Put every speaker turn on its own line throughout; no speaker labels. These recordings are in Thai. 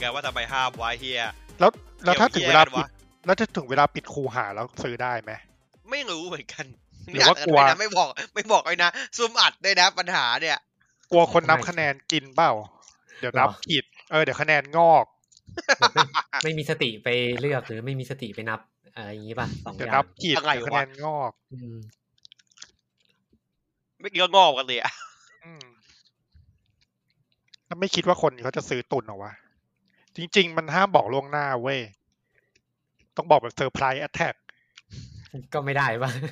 กันว่าทำไมห้ามวะเฮีย
แล้วแล้วถ้าถึงเวลา
เดี๋ยว
ปิด
แยกกันวะ
แล้วจะถึงเวลาปิดคูหาแล้วซื้อได้ไหม
ไม่รู้เหมือนกัน
หรือว่ากลัว
ไม่นะไม่บอกไม่บอกไอ้นะซุมอัดด้วยนะปัญหาเนี่ย
กลัวคนนับ
ไม่
คะแนนกินเปล่า เดี๋ยวนับผิดเออเดี๋ยวคะแนนงอก
แบบไม่ ไม่มีสติไปเลือกหรือไม่มีสติไปนับอะไรอย่างนี้ป่ะสองอ
เดี๋ยว
ย่า
นั
ง
บผิด
อะไร
เดี๋ยวคะแน
วะ
นงอก
อืม
ไม่กี่ก็งอกกันเลยอะ
อืมแล้วไม่คิดว่าคนเขาจะซื้อตุนเหรอวะจริง ๆ มันห้ามบอกล่วงหน้าเว้ยต้องบอกแบบเซอร์ไพรส์แอทแทก
ก็ไม่ได้ป่ะ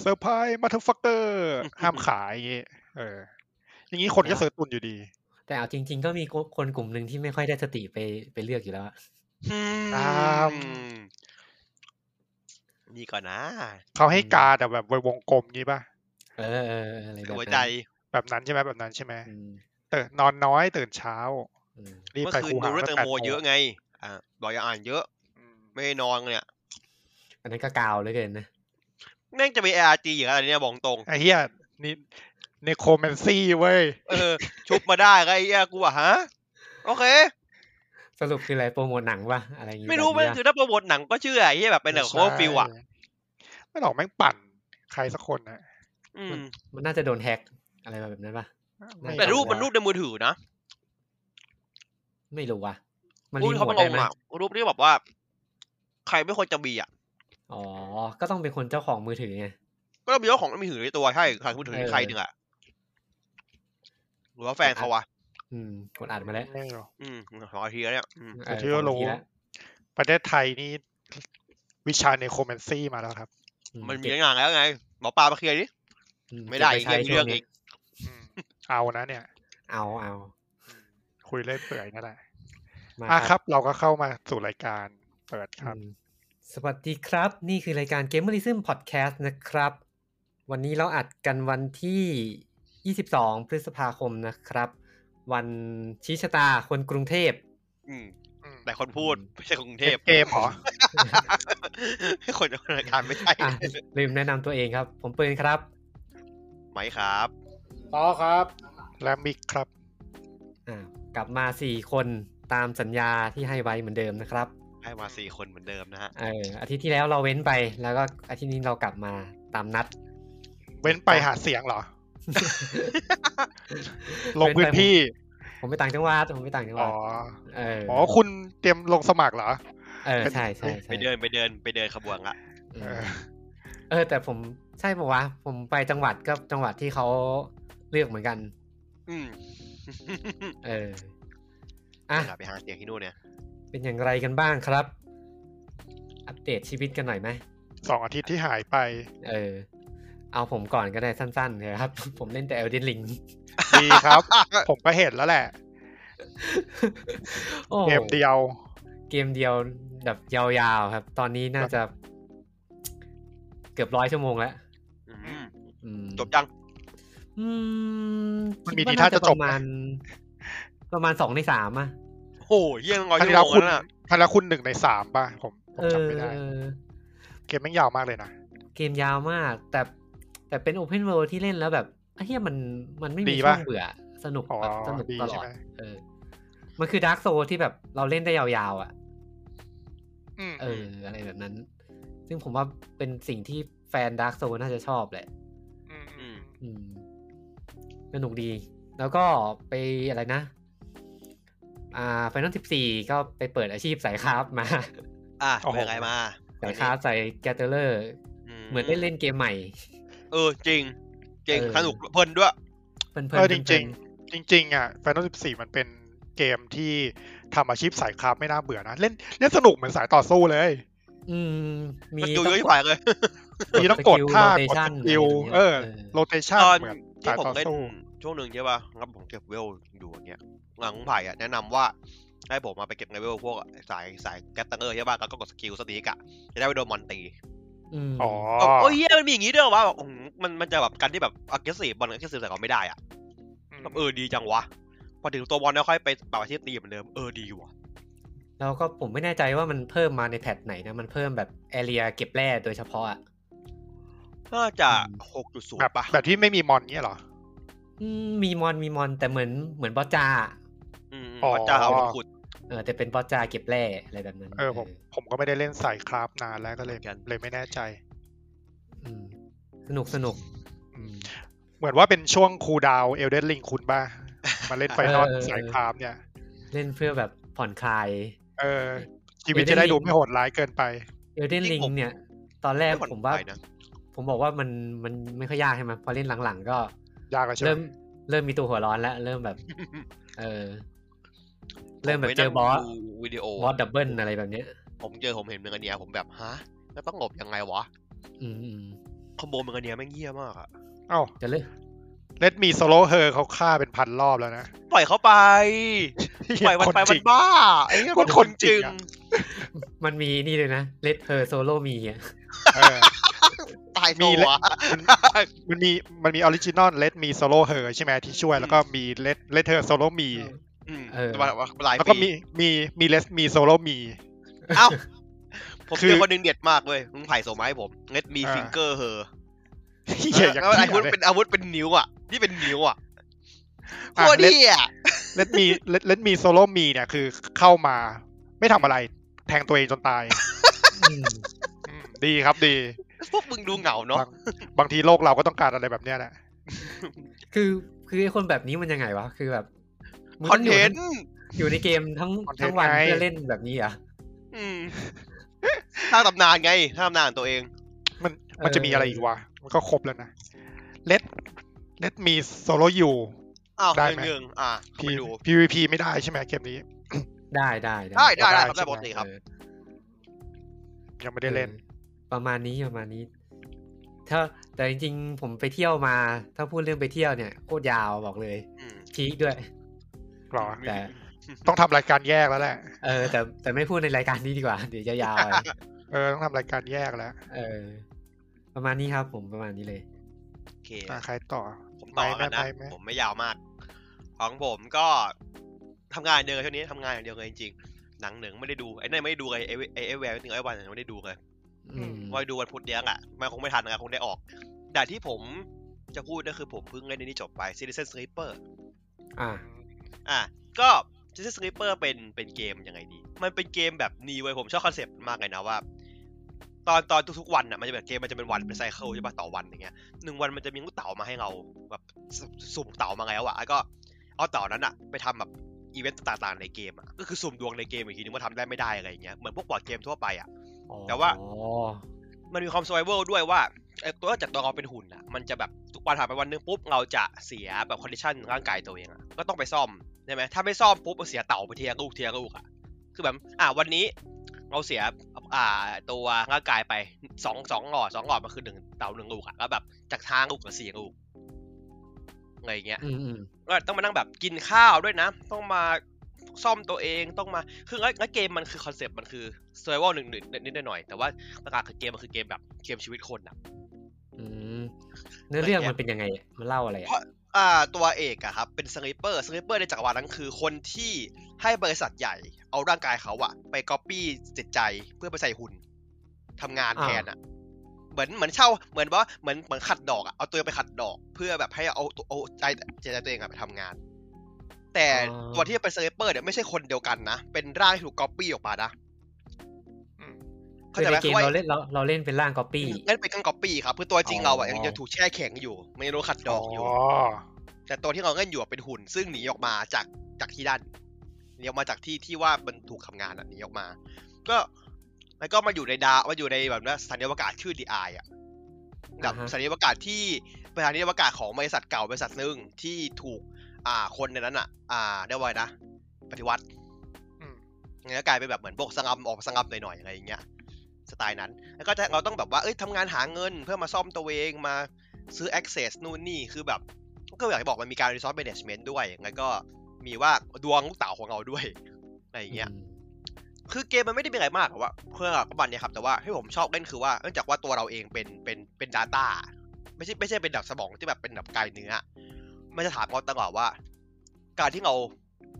เซอร์ไพรส์มาทฟักเกอร์ห้ามขายอย่างงี้เออ อย่างนี้คนก็ซื้อตุนอยู่ดี
แต่เอาจริง ๆ ก็มีคนกลุ่มหนึ่งที่ไม่ค่อยได้สติไปไปเลือกอยู่แล้วอะ
อื
มนี่ก่อนนะ
เขาให้การแต่แบบวงกลมงี้ป่ะ
เออเออเอออะไรแบบ
หัว
นั้
ใจ
น
แบบนั้นใช่ไหมแบบนั้นใช่ไหม
อืม
เตื่นนอนน้อยตื่นเช้า
อืม
รีบ
เมื่อ
ไป
คืน
คู
ดู
หา
เรื่องแต
ตั้
ง
แปด
โม
โมง
เยอะไงอ่ะบอกอย่าอ่านเยอะ
อืม
ไม่ได้นอนเนี่ย
อันนั้นก็กาวเหลยเกินนะ
แม่งจะมี ARG อีกอะไรเนี่ยบอกตรง
ไอ้เหี้ยนี่เนโครแมนซี่เว้ย
เออ ชุบมาได้ก็ไอ้เหี้ยกูอะฮะ โอเค
สรุปคืออะไรโปรโมทหนังป่ะอะไรอย่างงี้
ไม่รู้
แบบ
มัน
นี้ปะ
คือถ้าโปรโมทหนังก็เชื่อไอ้เหี้ยแบบเป็นแบบโคฟิลอะ
ไม่หรอกแม่งปั่น ใครสักคนนะ
อืม
มันน่าจะโดนแฮ็กอะไรแบบนั้นป่ะ
ไม่
แต่
ไ
รูปมันรูปในมือถือนะ
ไม่รู้ว่ะ มัน
รูป
รี
ที่
โม
เขา
ท
มาล
ได้
ง
ไหม
อะรูปที่แบบว่า ใครไม่ควรจะมีอะ
อ๋อ ก็ต้องเป็นคนเจ้าของมือถือไง
ก็ต้องมีเจ้าของมือถือในตัวใช่ใครมือถือใน
เออ
ใครหนึ่งอะหรือว่าแฟนเขาวะ
อืมกดอัดมาแล้ว
ไม่หรอก
อืมสองนาทีแล้วเนี่ยอืม
เออ
ที่ว่า
สองนาที
รู้
แล้ว
ประเทศไทยนี่ วิชาเนโครแมนซี่มาแล้วครับ
อื
มันมี
เก็บ
งานแล้วไงหมอปลามาเคลียร์ดิ
อื
ไม่ได้
ก็บปใช้
อีกเรื่อง
ช่ว
อี
นี้
ก
อืมเอานะเนี่ย
เอาเอา
คุยเล่นเปื่อยนั่นแหละ
มา
อ่ะครับ เราก็เข้ามาสู่รายการเปิดครับ
อืมสวัสดีครับ นี่คือรายการ Gamerism Podcast นะครับ วันนี้เราอัดกันวันที่ 22 พฤษภาคมนะครับ วันชี้ชะตาคนกรุงเทพ
อืม
อืม
แต่คนพูดไม่ใช่กรุงเทพ
เกมเหรอ
ให้ คนดำเนินการไม่ใช่
อ่ะลืมแนะนำตัวเองครับ ผมปืนครับ
ไหมครับ
ต่อครับ
และมิกครับ
อ่ะกลับมาสี่คนตามสัญญาที่ให้ไว้เหมือนเดิมนะครับ
ให้มาสี่คนเหมือนเดิมนะฮะ
เอออาทิตย์ที่แล้วเราเว้นไปแล้วก็อาทิตย์นี้เรากลับมาตามนัด
เว้นไปหาเสียงเหรอ ลง
เว้น
พื้
ไป
นที่
ผมไปต่างจังหวัดผมไปต่างจังหวั
อ๋
ด
อ
เออ
อ๋อ คุณเตรียมลงสมัครเหรอ
เออใช่ใช่ใช่
ไปเดินไปเดินไปเดินขบวนละ
อื
เอ
ม
อ
เออ แต่ผมใช่ปะวะผมไปจังหวัดก็จังหวัดที่เขาเลือกเหมือนกัน
อืม
เอออ่ะ
ไปหา เสียงที่นู่นเนี่ย
เป็นอย่างไรกันบ้างครับ อัปเดตชีวิตกันหน่อยไหม
สองอาทิตย์ที่หายไป
เออ เอาผมก่อนก็ได้สั้นๆเลยครับ ผมเล่นแต่ Elden Ring
ดีครับ ผมก็เห็นแล้วแหละ
โอ้โห
เกมเดียว
เกมเดียวแบบยาวๆครับ ตอนนี้น่าจะ เกือบร้อยชั่วโมงแล้ว
อืม
อืม
จบยัง
อืม
มัน
คิด
มี
ว่
ทีท่าจะจบ
ประมาณ ประมาณสองในสามอ่ะ
โอ้ยเยี่ยงร้อย
พัน
ชั่ว
ละ
โมง
คุณ
แล้วน่ะ
พันละคุณหนึ่งในสามป่ะ ผมผม
เอ
จำไม่ได้
อ
เกมแม่งยาวมากเลยนะ
เกมยาวมาก แต่แต่เป็นโอเพนเวิลด์ที่เล่นแล้วแบบไอ้เฮียมันมันไม่
ดี
มี
ปะ
ช่วงเบื่อ สนุก
อ๋อ
แบบสนุก
ดี
ตล
ใช่
อด
ไหม
เออ มันคือดาร์กโซที่แบบเราเล่นได้ยาวๆอ่ะ
อืม
เออ อะไรแบบนั้น ซึ่งผมว่าเป็นสิ่งที่แฟนดาร์กโซน่าจะชอบแหละ
มอืม
อืมสนุกดี แล้วก็ไปอะไรนะ อ่าไฟนอลสิบสี่ก็ไปเปิดอาชีพสายคราฟต์มา
อ่ะเป็นไงมา
สายคราฟต์สายแกตเตอร์เลอร์เหมือนได้เล่นเกมใหม่
เออจริง จริง
เออ
สนุกเพลินด้วย
เพลินๆ
เออจ
เพลิ
ริ
น
ง ๆ จริง ๆ อ่ะแฟนตาซีมันเป็นเกมที่ทำอาชีพสายคราฟไม่น่าเบื่อนะ เล่นเล่นสนุกเหมือนสายต่อสู้เลย
ๆอืม มี
มันดูเยอะที่ผ่ายเลย
มีต้องกดท่ากดสกิล
rotation ะไรแบบนี้
เออ
เออ
โรเตชัน
ตอน
เหมือน
ที่
สาย
ผม
ต่อ
เล่น
สู้
ช่วงหนึ่งใช่ป่ะครับผมเก็บเวลอยู่อย่างเงี้ยหลังไผ่อะแนะนำว่าให้ผมมาไปเก็บเวลพวกสายสายแกตเตอร์ใช่ป่ะแล้วก็กดสกิลสตีกอะจะได้ไปโดนมอนตี
อืม
อ๋อ
โอ้ยเหี้ยมันมีอย่างงี้ด้วยวะแบบอื้อหือมันมันจะแบบกันที่แบบอักเสบบอลอักเสบใส่เขาไม่ได้อะ แบบเออดีจังวะ พอถึงตัวบอลแล้วค่อยไปปรับอาชีพตีเหมือนเดิมเออดีว่ะ
แล้วก็ผมไม่แน่ใจว่ามันเพิ่มมาในแพทไหนนะ มันเพิ่มแบบแอเรียเก็บแร่โดยเฉพาะอะ
น่าจะ
อืม
หกจุดศูน
แบบ
ย์ป่ะ
แบบที่ไม่มีมอนเงี้ยเหรอ
อืมมีมอนมีมอนแต่เหมือนเหมือนบอสจา
อืม
อ๋อ
พระเจ้าเอามาขุด
เออแต่เป็นบอสจาเก็บแร่อะไรแบบนั้น
เออผมผมก็ไม่ได้เล่นสายคราฟนานแล้วก็เลย
เหมือนกัน
เลยไม่แน่ใจ
อืมสนุกสนุก
อื
อื
ม
ม
เหมือนว่าเป็นช่วงคูลดาวน์เอลเดนลิงคุณบ้ามาเล่นไฟน อล
เออเออ
สายคราฟเนี่ย
เล่นเพื่อแบบผ่อนคลาย
เออ ชีวิต
Elden
จะได้ดู
Ring
ไม่โหดร้ายเกินไป
เอลเดน
จริ
ลิ
ง
ง
ผม
เนี่ย ตอนแรก
ไม่ผ่อน
ผมว่า
คลายนะ
ผมบอกว่ามันมันไม่ค่อยยากใช่ไหมพอเล่นหลังๆ ก็
ยากแล้วใช่ไหม
เริ่มเริ่มมีตัวหัวร้อนแล้วเริ่มแบบ เออ เริ่มแบบเจอบอส
ผมไปนั่งดูวิดีโอบ
อสดับเบิลอะไรแบบเนี้ย
ผมเจอผมเห็นเมืองอันเนียผมแบบฮะแล้วต้องหลบยังไงวะ
อืมอืม
คอมโบเมืองอันเนียแม่งเหี้ยมากอะ
เอ้า
จะเล่น
เลดมีโซโลเฮอร์เขาฆ่าเป็นพันรอบแล้ว นะ
ปล่อยเขาไปปล่อยมันไป
ค
มัน
จิก
บ้าไอ้เหี้ย
คน
คน
จิ
จึ
ก
ง
อะ
มันมีนี่เลยนะเลดเพอร์โซโลมีอ่ะ
เออ
ตาย
มี
มี
แล้
แล้ว ว
มันมีมันมีออริจินอลเลดมีโซโลเฮอร์ใช่ไหมที่ช่วย แล้วก็มีเลดเลดเธอโซโลมี
เออ
หลาย
แล้วก็
ปี
มีมีมีเลสมีโซโลมี
เอ้าผม
คื
เจ
อ
อคนหนึ่งเด็ดมากเว้ยมึงไผ่ส่งมาให้ผมเน็ตมี
อ่า
ฟิงเกอร์เฮอ
เหี้ยอย่าง
แล้วอาวุ
ที่
ธ
เล
เป็นอาวุธเป็นนิ้วอ่ะที่เป็นนิ้วอ่ะโคตร
เลด
เหี้ย
เลดมีเลดมีโซโลมีเนี่ยคือเข้ามา ไม่ทำอะไร แทงตัวเองจนตาย
อืม
อืมดีครับดี
พวกมึงดูเหงาเนาะ
บางบางทีโลกเราก็ต้องการอะไรแบบเนี้ยแหละ
คือคือไอ้คนแบบนี้มันยังไงวะ คือแบบมึง
คอน
ง
เท
ยู่
นต์
อยู่ในเกมทั้ง
คอนเทนต์
ทั้งวัน
ไง
เพื่อเล่นแบบนี้เหรอ่ะ
อืมสร้างตำนานไงสร้างตำนานตัวเอง
มันมันจะมีอะไรอีกวะ มันก็ครบแล้วนะ เลดเลดมีโซโลยู
อ้าว
ได้
เรื่อง
ไหม
เรื่องอ่ะเข้า
พี
ไปดู
พีวีพีไม่ได้ใช่ไหมเกมนี้
ได้ได้
ได้ได้ได้
ได้
ครับได้
ใช่ไหม
ปกติครับ
เออ
ยังไม่ได้เล่น
ออประมาณนี้ประมาณนี้ ถ้าแต่จริงๆ ผมไปเที่ยวมา ถ้าพูดเรื่องไปเที่ยวเนี่ยโคตรยาวบอกเลย
อืม
พีคด้วย
หรอ
แต่
ต้องทำรายการแยกแล้วแหละ
เออแต่แต่ไม่พูดในรายการนี้ดีกว่า เดี๋ยวจะยาวไป
เออ ต้องทำรายการแยกแล้ว
เออ ประมาณนี้ครับผมประมาณนี้เลย
โอเค
อ่ะใครต่อ
ผมต่อ
ไม่
กัน
ไม่
นะ
ไม่
ผมไม่ยาวมาก ของผมก็ทำงานอย่างเดียวช่วงนี้ทำงานอย่างเดียวเลยจริงๆ หนังหนึ่งไม่ได้ดูไอ้นั่นไม่ได้ดูเลยไอ้ไอ้ไอ้แวร์จริงไอ้วันยังไม่ได้ดูเลย
อืม
ไว้ดูวันพุธเลี้ยงอ่ะมันคงไม่ทันนะคงได้ออก แต่ที่ผมจะพูดก็คือผมเพิ่งเล่นไอ้นี่จบไป Citizen Sleeper
อ่า
อ่ะก็ Citizen Sleeper เป็นเป็นเกมยังไงดี มันเป็นเกมแบบนี้เว้ยผมชอบคอนเซปต์มากเลยนะว่า ตอนตอนทุกๆวันอ่ะมันจะแบบเกมมันจะเป็นวันเป็นไซเคิลใช่ป่ะต่อวันอย่างเงี้ยหนึ่งวันมันจะมีลูกเต่ามาให้เราแบบสุสุ่มเต่ามาแล้วอ่ะแล้วก็เอาเต่านั้นอ่ะไปทำแบบอีเวนต์ต่างๆในเกมอ่ะก็คือสุ่มดวงในเกมอีกทีนึงว่าทำได้ไม่ได้อะไรอย่างเงี้ยเหมือนพวกบอร์ดเกมทั่วไปอ่ะ แต่ว่า
อ๋อ
มันมีความซ u r v เวลด้วยว่าไอ้ตัวนอกจากตัวเราเป็นหุ่นอ่ะ มันจะแบบทุกวันผ่านไปวันหนึงปุ๊บ เราจะเสียแบบคอนดิชันร่างกายตัวเองอ่ะ ก็ต้องไปซ่อมใช่ไหมถ้าไม่ซ่อมปุ๊บมันเสียเต่าไปเทียลูกเทียลูกอ่ะ คือแบบ อ่ะวันนี้เราเสียอ่าตัวร่างกายไปสองสองหลอดสองหลอดมันคือหนึ่งเต่าหนึ่งลูกอ่ะแล้วแบบจากทางลูกกับสี่ลูกอะไรอย่างเงี้ย
อืมอืม
ก็ต้องมานั่งแบบกินข้าวด้วยนะ ต้องมาซ่อมตัวเองต้องมาคืองั้นงั้นเกมมันคือคอนเซปต์มันคือซ u r v i v a l หนึ่งหนึ่งนิดๆหน่อยๆแต่ว่าหลักๆคือเกมมันคือเกมแบบเกมชีวิตคนอ่ะ
อืมเนื้อเรื่องมันเป็นยังไงอะมันเล่าอะไรอ่ะ
อ่าตัวเอกอะครับเป็นสไนเปอร์สไนเปอร์ในจักรวาลนั้นคือคนที่ให้บริษัทใหญ่เอาร่างกายเขาอะไปก๊อปปี้จิตใจเพื่อไปใส่หุ่นทำงานแทนอะเหมือนเหมือนเช่าเหมือนว่าเหมือนเหมือนขัดดอกอะเอาตัวเองไปขัดดอก เพื่อแบบให้เอาตัวเอาใจใจตัวเองอะไปทำงาน แต่ตัวที่เป็นสไนเปอร์เนี่ยไม่ใช่คนเดียวกันนะ เป็นร่างที่ถูกก๊อปปี้ออกมานะอืม
คือในเกม
ว่
เราเล่นเราเราเล่นเป็นร่างก๊อปปี้
งั้นเป็นการก๊อปปี้ครับคือตัวจริง
อ๋อ
เราอะยังจะถูกแช่แข็งอยู่ไม่รู้ขัดดอกอยู่
อ๋อ
แต่ตัวที่เราเล่นอยู่อะเป็นหุ่น ซึ่งหนีออกมาจากจากที่ด้านหนีออกมาจากที่ที่ว่ามันถูกทำงานอะหนีออกมา ก็แล้วก็มาอยู่ในดาวมาอยู่ในแบบว่าสถานีอวกาศชื่อดีไออะแบบ
อ่าฮะ
สถานีอวกาศที่เป็นสถานีอวกาศของบริษัทเก่าบริษัทหนึ่งที่ถูก อ่าคนในนั้นอะอ่าเรียกว่าไงนะ ปฏิวัติ
อืม
งั้นก็กลายเป็นแบบเหมือนพวกสังอัมออกสังอัมหน่อยๆอะไรอย่างเงี้ยสไตล์นั้น แล้วก็จะเราต้องแบบว่าเอ้ยทำงานหาเงินเพื่อมาซ่อมตัวเองมาซื้อ access นู่นนี่คือแบบ ก็อยากจะบอกมันมีการ resource management ด้วยแล้วก็มีว่าดวงลูกเต๋าของเราด้วยอะไรอย่างเงี้ย
อืม
คือเกมมันไม่ได้มีอะไรมากหรอกว่าเพื่อปัจจุบันเนี่ยครับแต่ว่าที่ผมชอบเล่นคือว่าเนื่องจากว่าตัวเราเองเป็นเป็นเป็น Data ไม่ใช่ไม่ใช่เป็นแบบสมองที่แบบเป็นแบบกายเนื้อมันจะถามเราตลอดว่า การที่เรา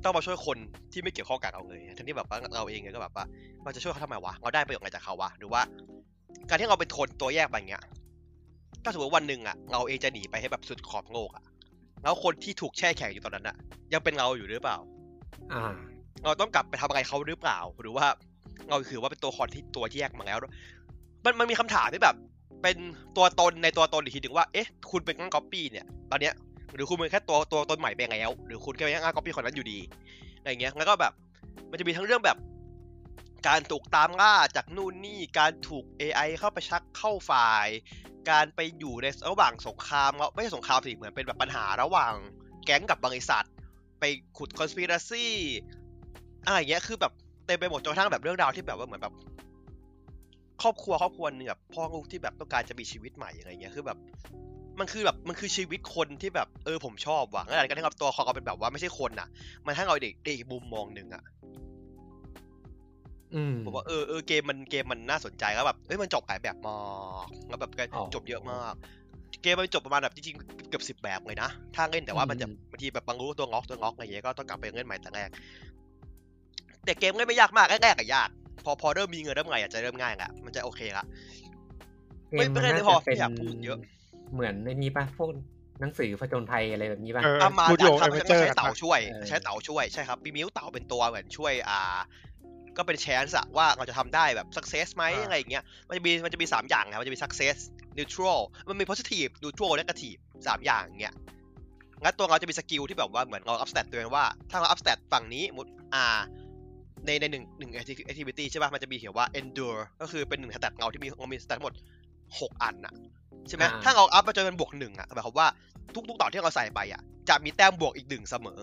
ต้องมาช่วยคนที่ไม่เกี่ยวข้องกับเราเลยทั้งที่แบบว่าเราเองเนี่ยก็แบบว่าเราจะช่วยเขาทำไมวะเราได้ประโยชน์อะไรจากเขาวะหรือว่า การที่เราเป็นคนตัวแยกไปเงี้ยถ้าสมมติวันหนึ่งอ่ะเราเองจะหนีไปให้แบบสุดขอบโลกอ่ะ แล้วคนที่ถูกแช่แข็งอยู่ตอนนั้นอะยังเป็นเราอยู่หรือเปล่า
อ่า
เราต้องกลับไปทำอะไรเขาหรือเปล่า หรือว่าเราถือว่าเป็นตัวละคอนที่ตัวแยกมาแล้ว มันมันมีคำถามที่แบบ เป็นตัวตนในตัวตนอีกทีหนึ่งว่าเอ๊ะคุณเป็นงั้นก๊อปปี้เนี่ย ตอนเนี้ยหรือคุณเป็นแค่ตัวตัวตนใหม่ไปแล้ว หรือคุณแค่เป็นงั้นก๊อปปี้คนนั้นอยู่ดีอะไรเงี้ยแล้วก็แบบ มันจะมีทั้งเรื่องแบบ การถูกตามล่าจากนู่นนี่การถูก AI เข้าไปชักเข้าฝ่าย การไปอยู่ในระหว่างสงครามแล้วไม่ใช่สงครามสิเหมือนเป็นแบบปัญหาระหว่าง แก๊งกับบริษัท ไปขุด conspiracy อะไรอย่างเงี้ยคือแบบเต็มไปหมดจนกระทั่งแบบเรื่องราวที่แบบว่าเหมือนแบบ ครอบครัวครอบครัวหนึงแบบพ่อลูกที่แบบต้องการจะมีชีวิตใหม่อะไรเงี้ยคือแบบ มันคือแบบมันคือชีวิตคนที่แบบเออผมชอบว่ะแล้วกันที่แบบตัวเขาก็เป็นแบบว่าไม่ใช่คนน่ะ มันให้เราเด็กได้อีกมุมมองหนึ่งอะ
อืม
ผมว่าเออเออเกมมันเกมมันน่าสนใจแล้วแบบเอ้ยมันจบหลายแบบมากแล้วแบบก็
อ๋อ
จบเยอะมาก เกมมันจบประมาณแบบจริงๆเกือบสิบแบบเลยนะ ถ้าเล่นแต่ว่ามันจะ
อืม
บางทีแบบบางรู้ตัวงอกตัวงอกอะไรอย่างเงี้ยก็ต้องกลับไปเล่นใหม่แต่แรก แต่เกมเล่นไม่ยากมากแรกๆอะยาก พอพอเริ่มมีเงินเริ่มไงอะจะเริ่มง่ายละมันจะโอเคละ
เกมมัน
ไม่
น่า
ไม่
จะ
พอ
เป็น
ไม่อยากพูดเยอะ
เหมือนในนี้ป่ะพวกหนังสือผจญภัยอะไรแบบนี้ป่ะ
เออ
ประมาณ
ดู
นั้
โอน
ครับ
เอเว
มัน
เจอร์
ใช้เต่า
นะครับ
ช่วย
เออ
ใช้เต่าช่วยใช่ครับปีมิวเต่าเป็นตัวเหมือนช่วยอ่า ก็เป็นแชนส์อะว่าเราจะทำได้แบบสักเซสไหม
อ่า
อะไรอย่างเงี้ยมันจะมีมันจะมีสามอย่างนะมันจะมีสักเซสนิวทรัลมันมีโพซิทีฟนิวทรัลและกระทีสามอย่างเงี้ยงั้นตัวเราจะมีสกิลที่แบบว่าเหมือนเราอัพสเตตตัวเองว่า ถ้าเราอัพสเตตฝั่งนี้มุดอ่า ในในหนึ่งหนึ่งแอคทิวิตี้ใช่ป่ะมันจะมีเขียนว่า endure ก็คือเป็นหนึ่งสแตทเราที่มีเรามีสแตททั้งหมดหกอันอะใช่ไหม
อ่า
ถ้าเราอัพมาจนเป็นบวกหนึ่งอะหมายความว่าทุกๆต่อที่เราใส่ไปอะจะมีแต้มบวกอีกหนึ่งเสมอ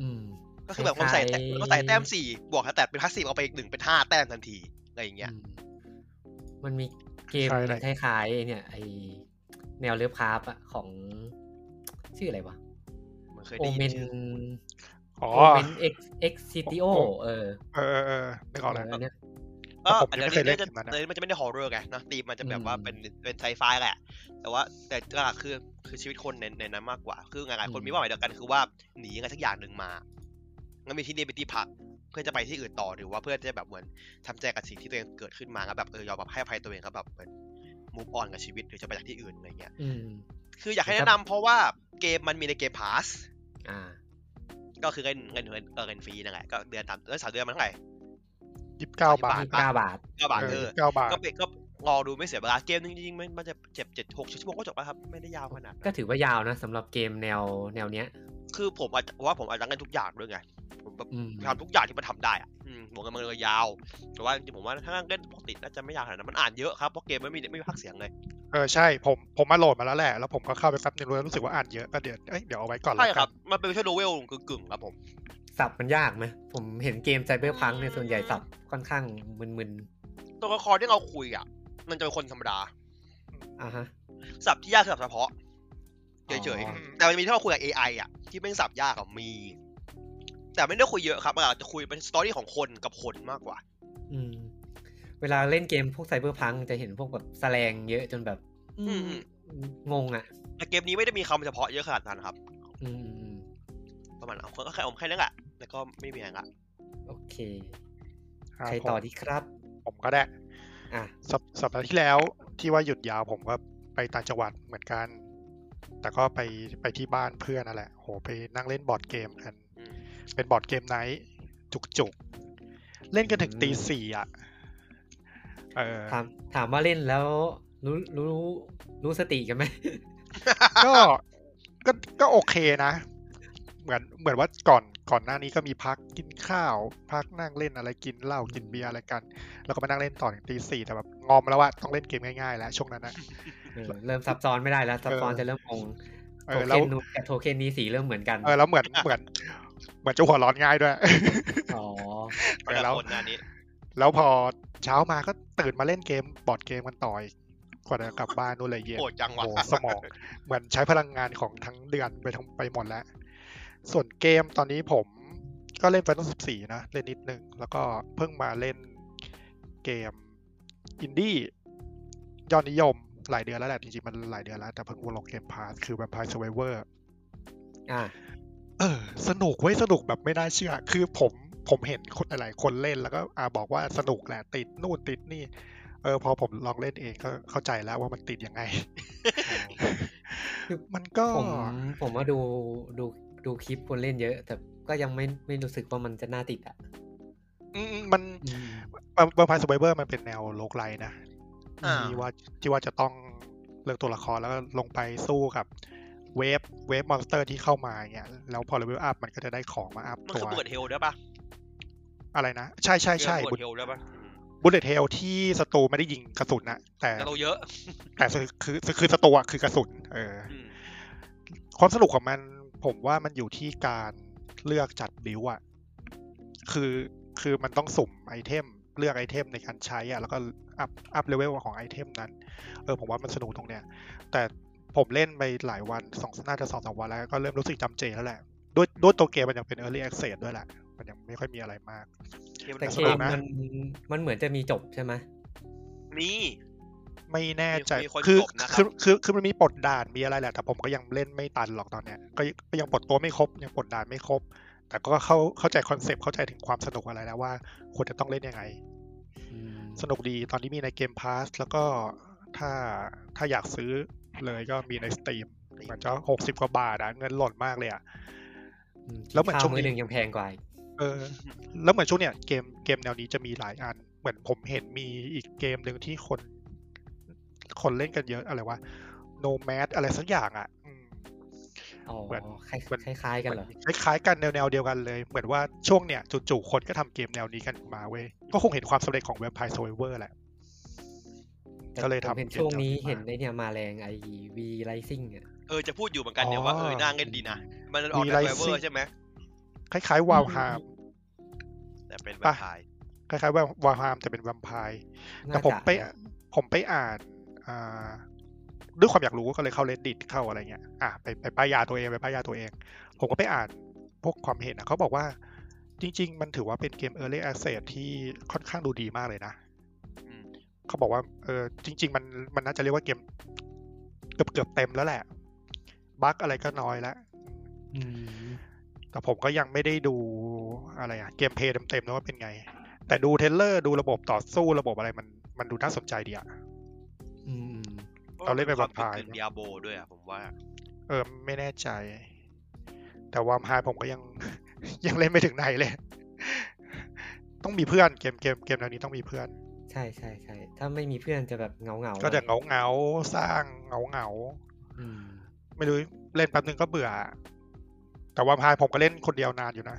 อืม
ก็คือแบบเราใส่แต้ม
คล้ายๆ
เราใส่แต้มสี่บวกสแตทเป็นพาสซีฟเอาไปอีกหนึ่งเป็นห้าแต้มทันทีอะไรอย่างเงี้ย
อืมมันมีเกม
ใช่เลย
คล้ายๆไอ้เนี่ยไอแนวเลิฟคราฟอะของ ชื่ออะไรวะ
เหมือนเคย
โอ
ได้ยิ
เม
น
น
ชื่อ
อ๋อ
โอเมนเอ็กเอ็กซิติโอ
โอ้
เออ
เออเออเออนึกออกแล้ว
เออเนี่ย
เออ
ผม
อัน
ยังไม่
นี้
เคยเล่
เนี่ย
น
จะ
มันนะ
เลยมันจะไม่ได้ฮอร์เรอร์ไงเนอะตีมมันจะแบบว่า
อืม
เป็นเป็นไซไฟแหละ แต่ว่าแต่หลักๆคือคือชีวิตคนในในนั้นมากกว่า คือหลายๆคน
อืม
มีเป้าหมายเดียวกันคือว่าหนีอะไรสักอย่างหนึ่งมาแล้วมีที่นี่เป็นที่พัก เพื่อจะไปที่อื่นต่อหรือว่าเพื่อจะแบบเหมือนทำใจกับสิ่งที่ตัวเองเกิดขึ้นมาแล้วแบบเออยอมแบบให้อภัยตัวเองครับแบบเหมือนมูฟออนกับชีวิตหรือจะไปจากที่อื่นอะไรเงี้ย
อืม
คืออยากให้
ครับ
แนะนำเพราะว่าเกมมันมีในเกมพาส
อ่า
ก็คือเงินเงินเงินเออเงินฟรีนั่นแหละก็เดือนตามเออสามเดือนมันเท่าไหร่
ยี่สิบเก้าบาท
ยี่สิบเก้าบาท
เก้าบาทเออ
เก้าบาท
ก็ไปก็รอดูไม่เสียเวลาเกมจริงๆมันมันจะเจ็บเจ็ดหกชั่วโมงก็จบแล้วครับ ไม่ได้ยาวขนาดนั้น
ก็ถือว่ายาวนะสำหรับเกมแนวแนวเนี้ย
คือผมอาจจะว่าผมอาจจะเล่นทุกอย่างด้วยไงผมแบบ
อืม
ทำทุกอย่างที่มันทำได้อะอืมหมวกกันมันเลยยาวแต่ว่าจริงๆผมว่าถ้าเล่นปกติน่าจะไม่ยาวขนาดนั้นมันอ่านเยอะครับเพราะเกมไม่มีไม่มีภาคเสียงเลย
เออใช่ผมผมมาโหลดมาแล้วแหละแล้วผมก็เข้าไปแป๊บนึงแล้วรู้สึกว่าอ่านเยอะก็เดี๋ยวเอ้ยเดี๋ยวเอาไว้ก่อน
ใช่
แล้ว
ค
กั
รั
น
บมันเป็นช่วโนเวลกึ่งๆครับผม
สับมันยากไหมผมเห็นเกมไซเบอร์พังในยส่วนใหญ่สับค่อนข้างมึน
ตัวละครที่เราคุยอ่ะ มันจะเป็นคนธรรมดา
ๆอ่าฮะ
สับที่ยากคือสับเฉพาะเฉย
อ๋อ
ๆแต่มันมีที่เราคุยกับ AI อ่ะที่เป็นสับยากอะมี แต่ไม่ได้คุยเยอะครับมันอาจจะคุยเป็นสตอรี่ของคนกับคนมากกว่า
อืม เวลาเล่นเกมพวกไซเบอร์พังจะเห็นพวกแบบแสลงเยอะจนแบบ อืม
อืม
งงอ่ะ
แต่เกมนี้ไม่ได้มีคำเฉพาะเยอะขนาดนั้นครับ
อืมอืม
ประมาณเอาก็แค่อมแค่นั้นแหละแล้วก็ไม่มีอะไรละ
โอเค
ครับ
ใคร
ผม
ต่อดีครับ
ผมก็ได้
อ่ะ
สัปสัปดาห์ที่แล้วที่ว่าหยุดยาวผมก็ไปต่างจังหวัดเหมือนกัน แต่ก็ไปไปที่บ้านเพื่อนนั่นแหละโหไปนั่งเล่นบอร์ดเกมกัน
อืม
เป็นบอร์ดเกมไนท์จุกๆ เล่นกันถึง
อืม
ตีสี่อ่ะเออ
ถามถามว่าเล่นแล้วรู้รู้รู้สติกันไหม
ก็ก็ก็โอเคนะ เหมือนเหมือนว่าก่อนก่อนหน้านี้ก็มีพักกินข้าว พักนั่งเล่นอะไรกินเหล้ากินเบียร์อะไรกัน แล้วก็มานั่งเล่นต่อถึงตีสี่แต่แบบงอมแล้วว่าต้องเล่นเกมง่ายๆแล้วช่วงนั้นนะ
เออเริ่มซับซ้อนไม่ได้แล้ว ซับซ้อน
เออ
จะเริ่มงง
เอ
โท
อแล้
เค็
วน
นู้นกับโทเค็นนี้สีเริ่มเหมือนกัน
เออแล้วเหมือนเหมือนเหมือนจะหัวร้อนง่ายด้วย
อ๋อ
เออแล้ว
คนหน้านี้
แล้วพอเช้ามาก็ตื่นมาเล่นเกมบอร์ดเกมกันต่ออีกกว่าจะกลับบ้านนู่นเลยเย็น
ปวดจังวะ
โอ้สมอง เหมือนใช้พลังงานของทั้งเดือนไปทั้งไปหมดแล้ว ส่วนเกมตอนนี้ผมก็เล่น Final 14 นะ เล่นนิดนึง แล้วก็เพิ่งมาเล่นเกมอินดี้ยอดนิยมหลายเดือนแล้วแหละ จริงๆ มันหลายเดือนแล้ว แต่เพิ่งวนลงเกมพาสคือ Vampire Survivor
อ่ะ
เออ สนุกเว้ย สนุกแบบไม่น่าเชื่อ คือผมผมเห็นคนหลายๆคนเล่นแล้วก็อาบอกว่าสนุกแหละ ติดนู่นติดนี่ เออ พอผมลองเล่นเองก็เข้าใจแล้วว่ามันติดยังไง มันก็
ผมผมว่าดูดูดูคลิปคนเล่นเยอะ แต่ก็ยังไม่ไม่รู้สึกว่ามันจะน่าติดอ่ะ
อืมมันบางพายสไบเบอร์มันเป็นแนวโลกไลนะ
อ่า
ที่ว่าที่ว่าจะต้องเลือกตัวละครแล้วก็ลงไปสู้กับเวฟเวฟมอนสเตอร์ที่เข้ามาเงี้ยแล้วพอเลเวลอัพมันก็จะได้ของมาอัพ
มัน
ตั
คือ
ว
เปิดเฮลด้วยปะ
อะไรนะ ใช่ใช่ใช่
เปิดเฮลด้วยปะ
บุลเลตเฮลที่ศัตรูไม่ได้ยิงกระสุนนะแต่
แต่เราเยอะ
แต่คือคือคือศัตรูอะคือกระสุนเออ
อืม
ความสนุกของมันผมว่ามันอยู่ที่การเลือกจัดบิวอะคือคือมันต้องสุ่มไอเทมเลือกไอเทมในการใช้อะแล้วก็อัพอัพเลเวลของไอเทมนั้น เออผมว่ามันสนุกตรงเนี้ย แต่ผมเล่นไปหลายวันสองน่าจะสองสามวันแล้วก็เริ่มรู้สึกจำเจแล้วแหละ ด้วยด้วยตัวเกมมันยังเป็น Early Access ด้วยแหละ มันยังไม่ค่อยมีอะไรมาก
เกม
แต่
มัน
เก
สนุ
ม
กนะ
มันมันเหมือนจะมีจบใช่ไหม
มี
ไม่แน่ใจ
มีคน
คือ
จบนะครับ
คือคือคือมันมีปลดด่านมีอะไรแหละ แต่ผมก็ยังเล่นไม่ตันหรอกตอนเนี้ยก็ยังก็ยังปลดตัวไม่ครบยังปลดด่านไม่ครบ แต่ก็เข้าเข้าใจคอนเซปต์เข้าใจถึงความสนุกอะไรแล้วว่าควรจะต้องเล่นยังไง
อืม
สนุกดีตอนนี้มีในเกมพาสแล้วก็ถ้าถ้าอยากซื้อเลยก็มีในสตรีมมันจะหกสิบกว่าบาทอะเงินหล่นมากเลยอะ
อื
แล้วเหมือน
ข้า
ช่วงนี้
อหนึ่งยังแพงกว่าอีก
เออ แล้วเหมือนช่วงเนี้ยเกมเกมแนวนี้จะมีหลายอัน เหมือนผมเห็นมีอีกเกมหนึ่งที่คน คนเล่นกันเยอะอะไรวะ Nomad อะไรสักอย่างอ่ะอืม
อ๋อ
เหมือน
คล้าย
เหมือน
คล้ายๆกันเหรอ
คล้ายๆกันแนวๆเดียวกันเลย เหมือนว่าช่วงเนี้ยจู่ๆคนก็ทำเกมแนวนี้กันมาเว้ย ก็คงเห็นความสำเร็จของ Vampire Survivor แหละ
แต่
ก็เลย
ผม
ทำ
เห็น
เกม
ช่วงนี้
จบมา
เห็นในเนี่ยมาแรงไอวีไรซิ่งอ่ะ
เออจะพูดอยู่เหมือนกันเนี่ย
อ๋อ
ว่าเออน่าเล่นดีนะ มันออก
มี
จากไวเวอ
Rising
ร์ใช่ไหม
คล้ายๆวาวฮาม
แต่เป็นแว
ป่ะ
มไพร์
คล้ายๆวาวฮามแต่เป็นแวมไพร์ แต่
น่า
ผม
จะ
ไป
นะ
ผมไปอ่านอ่าด้วยความอยากรู้ก็เลยเข้า reddit เข้าอะไรเงี้ยอ่ะไปไปป้ายยาตัวเองไปป้ายยาตัวเอง ผมก็ไปอ่านพวกความเห็นนะเขาบอกว่า จริง ๆ มันถือว่าเป็นเกม early access ที่ค่อนข้างดูดีมากเลยนะ
อืม
เขาบอกว่าเออจริง ๆ มันมันน่าจะเรียกว่าเกมเกือบเกือบเต็มแล้วแหละบั๊กอะไรก็น้อยแล้ว
อืม
แต่ผมก็ยังไม่ได้ดูอะไรอะเกมเพลย์เต็มๆนะว่าเป็นไง แต่ดูเทรลเลอร์ดูระบบต่อสู้ระบบอะไรมันมันดูน่าสนใจดีอะ
อืมอืม
เราเล่นเป็น
ความ
Vampire
เป็น
นะ
ดิอาโบด้วยอะผมว่า
เออไม่แน่ใจ แต่วามฮาผมก็ยัง ยังเล่นไม่ถึงไหนเลย ต้องมีเพื่อนเกมเกมเกมแนวนี้ต้องมีเพื่อน
ใช่ใช่ใช่ถ้าไม่มีเพื่อนจะแบบเงาเงาๆ
ก็จะ
ห
เห
น่
งา
อย
เหงาๆสร้างเหงาเหงา
อืม
ๆไม่รู้เล่นแป๊บนึงก็เบื่อ แต่วามฮาผมก็เล่นคนเดียวนานอยู่นะ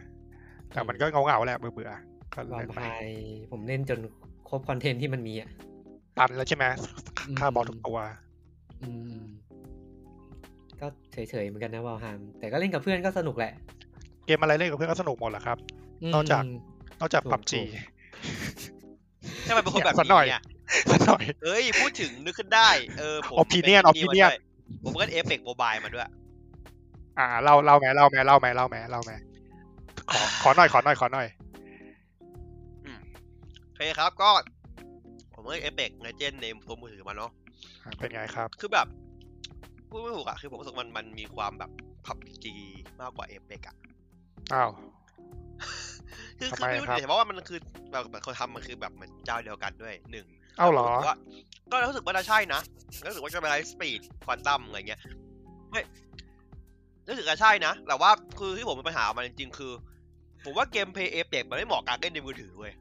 แต่มันก็เหงาเหงาๆแหละเบื่อเบื่อๆก็
วา
เล่
ม
นไป
ไฮผมเล่นจนครบคอนเทนต์ที่มันมีอ่ะ
ตันแล้วใช่ไหมค่าบอลทุกตัว
อืม ก็เฉยๆเหมือนกันนะวอลฮามแต่ก็เล่นกับเพื่อนก็สนุกแหละ
เกมอะไรเล่นกับเพื่อนก็สนุกหมดแหละครับ
ม
นอกจาก นอกจาก
ถูก
ปับจี
ถูก
ใช่ไหมเป็นคนแบบ
สักหน่อย
เนี่ย
สักหน่อย
เอ้ย พูดถึงนึกขึ้นได้ เออ ผม
Opinion
ป็ไมา
Opinion
ด้วยผมก็เอฟเฟกต์โมบายมาด้วย
อ่าเล่าเล่าแหมเล่าแหมเล่าแหมเล่าแหมเล่าแหมขอขอหน่อยขอหน่อยขอหน่อย
โอเคครับก็ ผมก็เอฟเฟกต์ในเจนในตัวมือถือมาเนาะ
อ่าเป็นไงครับ
คือแบบพูดไม่ถูกอะคือผมรู้สึกมันมันมีความแบบพับจีมากกว่าเอฟเฟกอะ
อ้าว
คือคือ
ทำไม
ไม่รู้
ครับ
แต่ว่ามันคือแบบแบบเขาทำมันคือแบบเหมือนเจ้าเดียวกันด้วยหนึ่ง
เอ้าเหร
ผ
อ
มว่าก็รู้สึกว่าน่าใช่นะรู้สึกว่าจะเป็นไลฟ์สปีดควอนตัมอะไรเงี้ยไม่รู้สึกว่าใช่นะแต่ว่าคือที่ผมมีปัญหามันจริงๆคือ ผมว่าเกมเพย์เอเปกมันไม่เหมาะกับการเล่นในมือถือเว้ย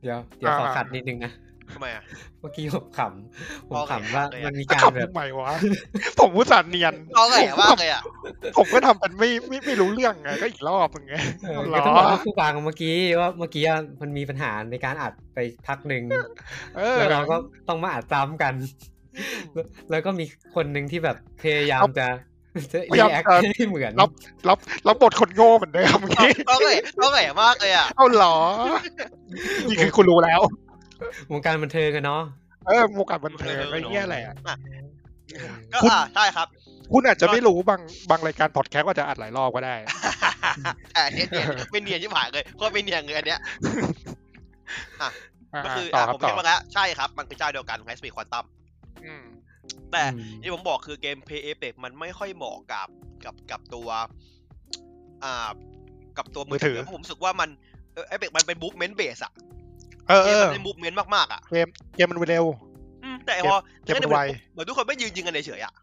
เดี๋ยวเดี๋ยวขอ
อ่า
ขัดนิดนึงนะ
ทำไมอ่ะ
เมื่อกี้ผมขำผม
โอเค
ขำว่า
เลยอะ
มันมีการ
ขำ
แบบ
ทำไมวะ ผมอุตส่าห์เนียน
เอาไงอะว่าไง อ่ะ
ผมก็ทำเป็นไม่ไม่ไม่รู้เรื่องไง ก็อีกรอบหนึงไง
เออ
เอาเหรอ
ก็ต้องบอกว่าผู้ฟังเมื่อกี้ว่าเมื่อกี้มันมีปัญหาในการอัดไปพักหนึ่ง
เออ
แล้วเราก็ต้องมาอัดซ้ำกัน แล้วก็มีคนหนึ่งที่แบบพยายามจะจะ
พยายาม
แอค
จะ
ให้เหมือน
รับรับรับบทคนโง่เหมือนเดิมงี้
เอาไงเอาไงมากเลยอ่ะ
เอาเหรอ นี่คือคุณรู้แล้ว
วงการบันเทิงกันเนาะ
เออวงการบันเทิงก็แย่แหละ
อ่ะ
เออ
ก็
คุณ
อ่ะใช่ครับ
คุณอาจจะไม่รู้บางบางรายการพอดแคสต์ก็อาจจะอัดหลายรอบก็ได้
แต่อันเนี้ยเนียนไม่เนียนชิบหายเลยโคตรไม่เนียนเลยอันเนี้ย
อ่า
ก็คือ
ต่อ
อ่ะ
ครั
ผ
บ
ม
ต่
คิ
อ
ดว่าแล้วใช่ครับ มันคือเจ้าเดียวกันไลฟ์สปีดควอนตัม
อืม
แต่
อืม
ที่ผมบอกคือเกม Play Apex มันไม่ค่อยเหมาะกับกับกับตัวอ่ากับตัวมือถือเพราะผมรู้สึกว่ามันเออ Apex มันเป็นบุ๊กเมนเบสอะ
เออ
เก
เอ
ม
อ
มันเป็นบุ๊กเมนมากๆอะ
เกมเกมมันเร็ว
อืมแต่พอ
เกมมันไว
เหมือนทุกคนไม่ยืนยิงกันเฉยๆอะ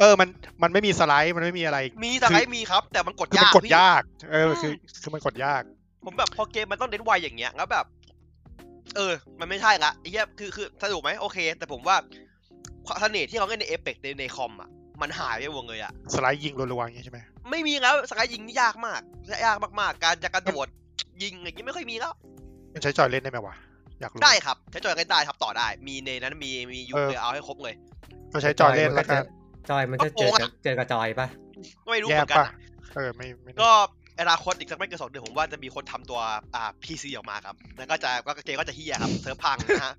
เออมันมันไม่มีสไลด์มันไม่มีอะไร
มีแต่ไรมีครับ แต่มันกด
คือมั
ยาน ก
กด
พี่
ยาก เออ
อืม
คือคือมันกดยาก
ผมแบบพอเกมมันต้องเน้นไวอย่างเงี้ยแล้วแบบ เออ มันไม่ใช่ละไอ้เหี้ยคือคือสนุกไหมโอเค แต่ผมว่าความเสน่ห์ที่เขาเล่นในเอเปกในในคอมอ่ะมันหายไปหมดเลยอ่ะ
สไลด์ยิงรัวๆอย่างงี้ใช่ไหม
ไม่มีแล้วสกายยิงนี่ยากมากและยากมากๆ การจะกระโดดยิงอะไรอย่างงี้ไม่ค่อยมีแล้ว
มันใช้จอยเล่นได้ไหมวะอยากรู้
ได้ครับใช้จอยกันได้ครับต่อได้มีในนั้นมีมียูเลยเอาให้ครบเลย
ก็ใช้จอยเล่นแล้วกัน
จอยมันจะเจอกับเจอกับจอยปะ
ก็ไม่รู้
แย่
เหมือนกัน
ปะ
อะ
เออไม่ไม่แน่
ก็อนาคตอีกสักไม่เกินสองเดือนผมว่าจะมีคนทำตัวอ่าพีซีออกมาครับ แล้วก็จะก็เกมก็จะเฮียครับเซิร์ฟพังนะฮ ะ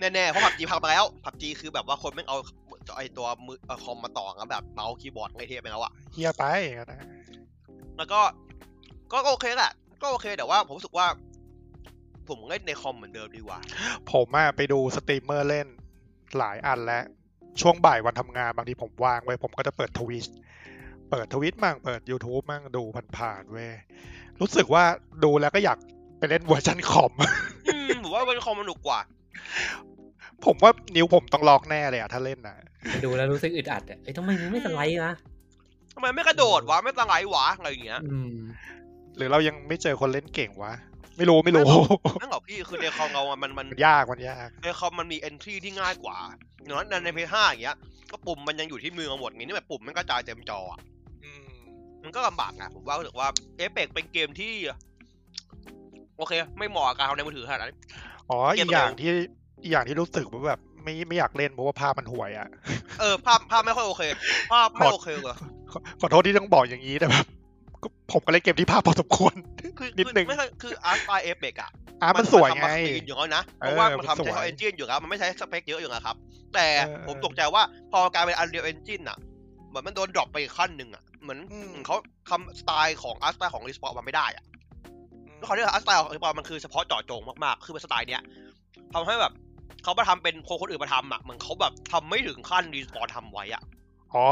แน่ๆ เพราะผับจีพังไปแล้วผับจีคือแบบว่าคนไม่งเอาไอตัวมือเอ่อคอมมาต่อกับแบบเมาส์คีย์บอร์ดไอเทมไปแล้วอะ
เฮียไปอย่างนั้นนะ
แล้วก็ก็ก็โอเคแหละก็โอเคแต่ว่าผมรู้สึกว่า ผมเล่นในคอมเหมือนเดิมดีกว่า
ผมอะไปดูสตรีมเมอร์เล่นหลายอันแล้วช่วงบ่ายวันทำงานบางทีผมว่างไว้ยผมก็จะเปิดทวิชเปิดทวิชมั่งเปิด YouTube มั่งดูผ่านๆเว้ยรู้สึกว่าดูแล้วก็อยากไปเล่นเวอร์ชันคอม
อืมผมว่าบนคอมมันหนุกกว่า
ผมว่านิ้วผมต้องล็อกแน่เลยอะถ้าเล่นนะ
ไปดูแล้วรู้สึกอึดอัดอ่ะไอ้ยทำไมมันไม่สไลด์วะ
ทำไมไม่กระโดดวะ ไม่ตั้งไหลวะ อะไรอย่างเงี้ย
อืม
หรือเรายังไม่เจอคนเล่นเก่งวะ ไม่รู้ไม่รู้
นั่นเหรอพี่คือในคอมเราอะมันมัน
มันยากมันยาก
ในคอมมันมี entry ที่ง่ายกว่าอย่างนั้นในเพย์ห้าอย่างเงี้ย ก็ปุ่มมันยังอยู่ที่มือเราหมดงี้นี่แบบปุ่มมันกระจายเต็มจออะมันก็ลำบากอะผมว่ารู้สึกว่าเอฟเฟกเป็นเกมที่ โอเค ไม่เหมาะกับการทำในมือถือขนาดนั้น
อ๋อ
เก
อี
ม
ก
เร็ว
อย่างที่อีกอย่างที่รู้สึกว่าแบบไม่ไม่อยากเล่นเพราะว่าภาพมันห่วยอ่ะ
เออภาพภาพไม่ค่อยโอเคภาพไม่โอเคเลย
ขอขอโทษที่ต้องบอกอย่างนี้แต่แบบ ก็ผมก็เล่นเกมที่ภาพพอสมควร
คือ
นิดนึง
คือไม่ใช่คืออาร์ตไฟเอฟเบกอะ
อาร์ตมันสวย
ทำ
ไง
มาคลีนอยู่แล้วนะ เพ
เอ
ราะ
อ
ว่ามัน
มัน
ทำ
สวย
ใช้เอเจนอยู่แล้ว มันไม่ใช้สเปคเยอะอยู่แล้วครับ แต่
เออเออ
ผมตกใจว่าพอกลายเป็นอันเดีย n เอนจินอะเหมือนมันโดนดรอปไปอีกขั้นหนึ่งอะเหมือน
อืม
เขาคำสไตล์ของอาร์ตสไตล์ของรีสปอร์ตมันไม่ได้อะแล้วเขาเรียกอาร์ตสไตล์ของรีสปอร์ตมันคือเฉพาะเจาะจงมากๆ คือเป็นสไตล์เนี้ยทำให้แบบเขามาทำเป็นคนคนอื่นมาทำอะเหมือนเขาแบบทำไม่ถึงขั้นรีสปอร์ตทำไว้อะ
อ๋อ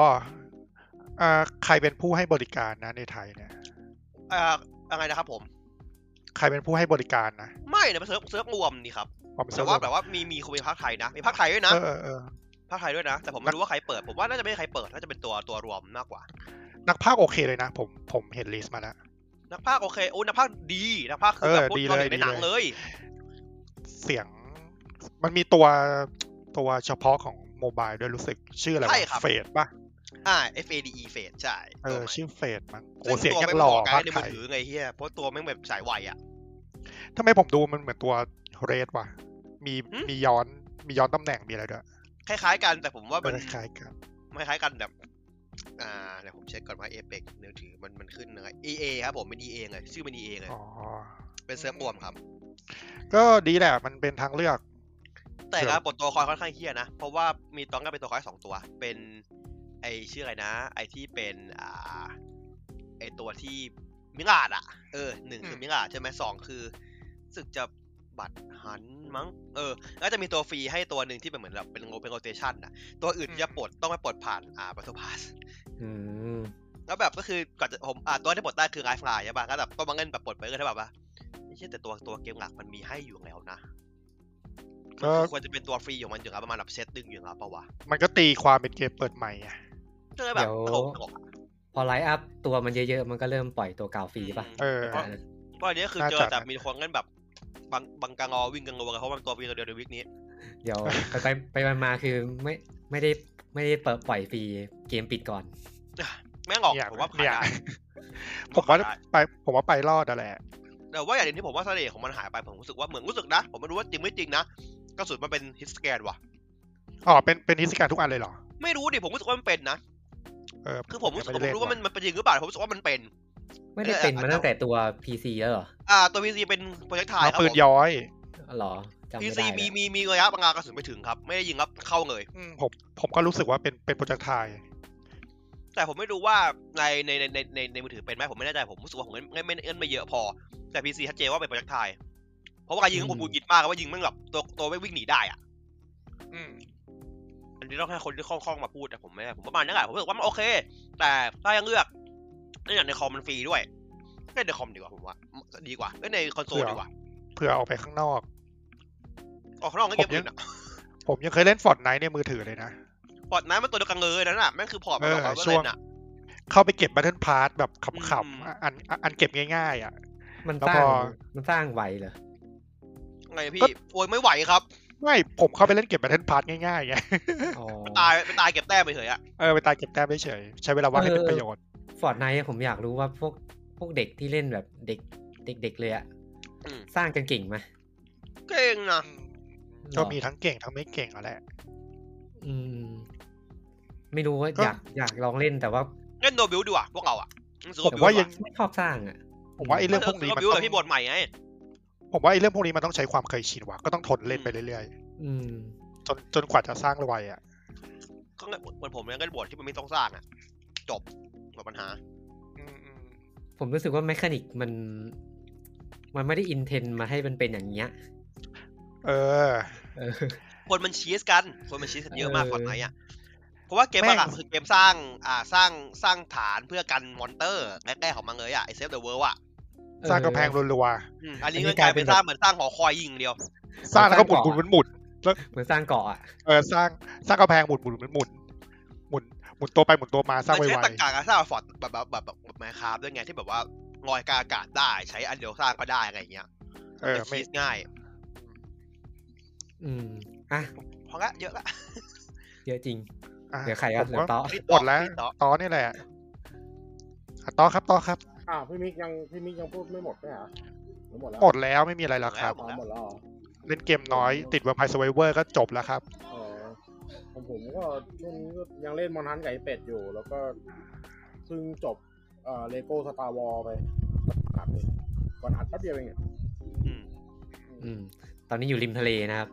อ่าใครเป็นผู้ให้บริการนะในไทยเนี่ย
เอ่ออะไรนะครับผม
ใครเป็นผู้ให้บริการนะ
ไม่นะมันเซิร์ฟเซิร์ฟรวมนี่ครับ
ผมเซิ
แต่
ร์ฟ
ว่าแบบว่ามีมีคนมีภาคไทยนะ มีภาคไทยด้วยนะ
เออเออเออ
ภาคไทยด้วยนะ แต่ผมไม่รู้ว่าใครเปิด ผมว่าน่าจะไม่ใช่ใครเปิด น่าจะเป็นตัวตัวรวมมากกว่า
นักภาคโอเคเลยนะ ผมผมเห็นลิสต์มาแล้ว
นักภาคโอเค โอ้นักภาคดี นักภาคคือ
เออ
แบบพูด
ดี
ตอน
เลย
เด็กใน
ดี
หนัง
เล
เลย ย
เสียงมันมีตัวตัวเฉพาะของโมบายด้วยรู้สึกชื่ออะไร
ใช่
วะ
ครับ
เฟดป่ะ
อ่า F A D E เฟสใช่
เอ
ตัว
อ
ใหม่
ชื่อเฟดมั้งโอ้
ซึ่ง
เสียง
ตัว
ยั
ไม่
ง
เห
หล่อ
มาะกับ
ภาค
ใน
ไท
มือย ถือไงเฮียเพราะตัวแม่งแบบสายวัยอ่ะ
ทำไมผมดูมันเหมือนตัวเรดวะมี
หืม
มีย้อนมีย้อนตำแหน่งมีอะไรด้วย
คล้ายๆกันแต่ผมว่า
มั
มัน น
คล้ายๆกัน
ไม่คล้ายกันแบบ อ่าเดี๋ยวผมเช็คก่อนว่าเอเปกมือถือมันมันขึ้นอะไร E A ครับผมเป็น E A เลยชื่อเป็น E A เลย
อ๋อ
เป็นเซิร์ฟรวมครับ
ก็ดีแหละมันเป็นทางเลือก
แต่
ค
กา
รั
ร
บ
ปลดตัวละคอยค่อนข้างเฮี้ยนะ เพราะว่ามีตอนก็เป็นตัวละคอยสองตัว เป็นไอชื่ออะไรนะ ไอที่เป็นอ่าไอตัวที่มิลาดอะเออหนึ่งคือมิลาดใช่ไหมสองคือรู้สึกจะบัตรหันมั้ง เออ แล้วจะมีตัวฟรีให้ตัวหนึ่งที่เป็นเหมือนแบบเป็นโงเป็นโรเตชันอะตัวอื่นที่จะปลดต้องไปปลดผ่านอ่าบัตรพาส
อืม
แล้วแบบก็คือก่อนจะผมอ่ะตัวที่ปลดได้คือไลฟ์ไลน์ใช่ป่ะก็แบบต้องมาเงินแบบปลดไปก็ได้แบบว่าไม่ใช่แต่ตัวตัวเกมหลักมันมีให้อยู่แล้วนะ
ก็
คือควรจะเป็นตัวฟรีของมันอยู่แล้วประมาณแบบเซตดึงอยู่แล้วปะวะ
มันก็ตีความเป็นเกมเปิดใหม่ไง
ก็เลยแบบ
เ
ต
ดี๋ยว
ลกตลกอ่ะ
พอไลท์อัพตัวมันเยอะๆ มันก็เริ่มปล่อยตัวเก่าฟรีป่ะ
เออ
เพราะเพราะอันนี้คือ
น่า
เจ
จั
อ
ด
แต่
นะ
มีคนเงินแบบบางบางกางอวิ่งกังวลกันเพราะมันตัวฟรีตัวเดียวในวิกนี้
เดี๋ยวไปไปไปมาๆคือไม่ไม่ได้ไม่ได้เปิดปล่อยฟรีเกมปิดก่อน
แม่งออก
เนี่ย
ผมว่าผ่าน
เนี่ย
ได้
ผมว่าไปผมว่าไปรอดอะแหละ
แต่ว่าอย่างหนึงที่ผมว่าเสน่ห์ของมันหายไปผมรู้สึกว่าเหมือนรู้สึกนะ ผมไม่รู้ว่าจริงไม่จริงนะกระสุนมันเป็นฮิตสแกนว่ะ
อ๋อเป็นเป็นนิสการทุกอันเลยเหรอ
ไม่รู้ดิผมรู้สึกว่ามันเป็นนะ
เออ
คือผมรู้สึก
ยัง
ผม
ไได้
รู้ว่ามันมันเป็นจริงหรือเปล่าแต่ผมรู้สึกว่ามันเป็น
ไม่ได้
เออ
เป็น
อาจ
มา
จะ
ตั้งแต่ตัว PC แล้วเหรอ
อ่าตัวพีซีเป็นโปรเจกต์ถ่าย
เล่น
ครับ
ปื
ผ
น
ม
ย้อย
อ๋อเหรอจำ
พี
ไม่
ซี
ได้
มีมี
แล้ว
มีระยะบางงานกระสุนไปถึงครับ ไม่ได้ยิงครับเข้าเลย
อืมผมผมก็รู้สึกว่าเป็นเป็นโปรเจกต์ไทย
แต่ผมไม่รู้ว่าในในในในในในมือถือเป็นไหมผมไม่แน่ใจผมรู้สึกว่าผมเล่นไม่ไม่เล่นไม่เยอะพอ แต่พีซีชัดเจนว่าเป็นโปรเจกต์ไทยเพราะว่าการยิงของผมบูยิดมากว่ายิงแม่งแบบตัวตัวไม่วิ่งหนีได้อ่ะอันนี้ต้องให้คนที่คล่องๆมาพูดแต่ผมไม่ผมประมาณนั้นแหละผมรู้สึกว่ามันโอเค แต่ถ้ายังเลือกเล่นอย่างในคอมมันฟรีด้วยเล่นในคอมดีกว่าผมว่าดีกว่าเล่นในคอนโซล
เดี๋ยว
ดีกว่า
เพื่อออกไปข้างนอก
ออกข้างนอกเล่นเกมอื่นอะ
ผมยังเคยเล่นฟอร์ดไนท์ในมือถือเลยนะ
ผ พอร์ตนั้นมันตัวเดียวกันเลยนั่นน่ะแม่งคือพอร์ต
เอ
มา
อ
แบบร้อยเปอร์
ช่
เซ็
วน ง
ต์อ่ะ
เข้าไปเก็บบัตเทิลพาร์แบบข
อื
ำ
ม
ๆอ่ะอันอันอันเก็บง่ายๆ อ่ะ
มัน
แล้ว
สร้า
พ
ง
อ
มันสร้างไวเหรอ
ไงพี่โอยไม่ไหวครับ
ไม่ผมเข้าไปเล่นเก็บบัตเทิลพาร์ง่ายๆไง
อ๋อ
ตายไปตายเก็บแต้มไปเฉยอะ
เออไปตายเก็บแต้มเฉยๆใช้เวลาว่างให้เป็น
เออ
ประโยชน์
ฟอร์ดไนผมอยากรู้ว่าพวกพวกเด็กที่เล่นแบบเด็กเด็ก ๆ เลยอะ
อืม
สร้างกันเก่งไหม
เก่งนะ
ก็มีทั้งเก่งทั้งไม่เก่งอ่ะแหละ
อืม ไม่รู้ว่า
ก็
อยากอยากลองเล่นแต่ว่า
เล่นโนบิลดีกว่าพวกเราอ่ะรู้สึก
ผ
ว่าม บิ
ว่า
ล
ยัง
ไม่ชอบสร้างอะ
ผมว่าไอ้
เรื่
เรื่
อ
อง
พ
งพ
ว
ว
ก
ก
นี้
นี้
มั
มัน น
บิลกั
ต้อบ ง
พี่บทใหม่ไง
ผมว่าไอ้เรื่องพวกนี้มันต้องใช้ความเคยชินว่ะก็ต้องทนเล่นไปเรื่อย
อืม
ๆจนจนกว่าจะสร้างรวยอ่ะ
ก็เหมือนผมเนี่ยก็บทที่มันไม่ต้องสร้างอ่ะ จบหมดปัญหา
ผมรู้สึกว่าแมคานิกมัน มันไม่ได้อินเทนมาให้มันเป็นอย่างเงี้ย
เออ
เออ
คนมันชีสกัน คนมันชีสกันเยอะมาก
เออ
กว่าไหนอ่ะ เพราะว่าเกมหลักๆ
แม่ง
คือเกมสร้าง อ่า สร้าง สร้างฐานเพื่อกันมอนเตอร์แรกๆของมันเลยอ่ะไอเซฟเดอะเวิร์อ่ะ
สร้างกำแพงรัว
อืมอันนี้
อันนี้
มันกลายเป็น
ก
ส
ลาย
ร้างเห
เป็น
มือนสร้างหอคอยยิงเดียว
ๆสร้างแล้วก็หมุนหมุนหมุนหมุน
เหมือนสร้างเกาะอะ
เออสร้างสร้างกำแพงหมุนหมุนหมุนหมุนหมุนหมุนตัวไปหมุนตัวมาสร้าง
มัน
ไว
ใช้ตรร
ๆ
กะการสร้างฟอร์ดแบบแบบแบบแบบไมคราฟด้วยไงที่แบบว่าลอยกลางอากาศได้ใช้อันเดียวสร้างก็ได้อะไรอย่างเงี้ย
เออ
เป็น
ไม่
ชีสง่าย
อืมอ่ะ
พอละเยอะละ
เยอะจริง
อ่ะ
เดี๋ยวใครครับ
ผม
เดี๋ยว
ก็
ต่อ
หมดแล้ว
นิต่อ
ต่อนี่แหละอ่ะต่อครับต่อครับ
อ้าวพี่มิกยังพี่มิกยังพูดไม่หมดไหมฮะหรือหมดแล้ว
หมดแล้วไม่มีอะไรแล้วครับ
อ๋อหมดแล้วเหรอ
เล่นเกมน้อยติดเวอร์พายสไวเวอร์ก็จบแล้วครับ
อ๋อผมผมก็ช่วงนี้ก็ยังเล่นมอนฮันไก่เป็ดอยู่ แล้วก็เพิ่งจบเอ่อเลโก้สตาร์วอลไปอัดเองก่อนอัดแป๊บเดียวเองเนี่ย
อืม
อืม ตอนนี้อยู่ริมทะเลนะครับ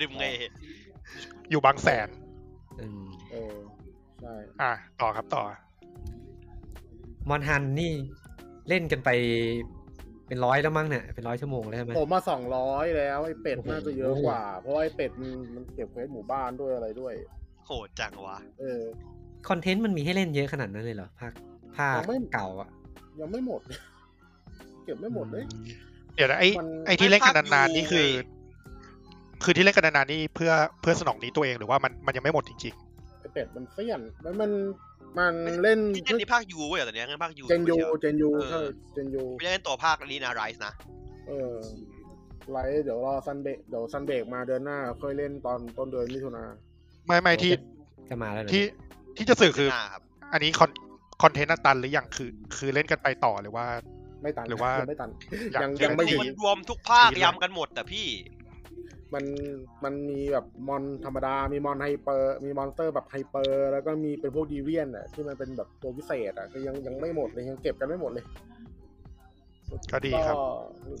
ริมเงย
อยู่บางแสน
อืม
เออใช่
อ่ะต่อครับต่อ
มอนฮันนี่เล่นกันไปเป็นร้อยแล้วมั้งเนี่ยเป็นร้อยชั่วโมงแล้วใช่ไหม
ผมมาสองร้อยแล้วไอ้เป็ด
โอ้โห
น่าจะเยอะกว่า เพราะไอ้เป็ดมันมันเก็บเควสหมู่บ้านด้วยอะไรด้วย
โหดจังวะ
เออ
คอนเทนต์มันมีให้เล่นเยอะขนาดนั้นเลยเหรอภาคภาค
ผมไม่
เก่าอ่ะ
ยังไม่หมด เก็บไม่หมดเลย
อื
เดี๋ยวนะไอ้
มัน
ไอ้ที่เล่นกันนานๆ
ไม่พลาดอยู่
นี่คือ
ไง
คือที่เล่นกันนานๆนี่เพื่อเพื่อสนองนี้ตัวเองหรือว่ามันมันยังไม่หมดจริง
ไอ้เป็ดมันเสี้ยนมันมันมันเล่น
ที่เล่นนี่ภาคยูเว้ยเหรอตอนเนี้ยเล่นภาคยู
เจนยูเจนยู
เออ
ใช่เจนยู
ไม่ได้เล่นตัวภาคนี้นะไรส์นะ
เออไลฟ์เดี๋ยวรอซันเบรกเดี๋ยวซันเบรกมาเดือนหน้าค่อยเล่นตอนต้นเดือนมิถุนา
ๆ ไม่ไม่ที่
จะมาแล้วเหรอ
ที่ที่จะสื่อคือ
หน้าครับ
อันนี้คอนคอนเทนต์น่ะตันหรือยังคือ คือเล่นกันไปต่อหรือว่า
ไม่ตัน
หรือว่ายั
งไม่ตัน
อาก
ยัง
จะ
ยังไม่
ดี
มันรวมทุกภาค
ดีเลย
ยำกันหมดแต่พี่
มันมันมีแบบมอนธรรมดา มีมอนไฮเปอร์ มีมอนสเตอร์แบบไฮเปอร์ แล้วก็มีเป็นพวกดีเวียนอ่ะที่มันเป็นแบบตัวพิเศษอ่ะคือยังยังไม่หมดเลยยังเก็บกันไม่หมดเลย
ก็ดีครับ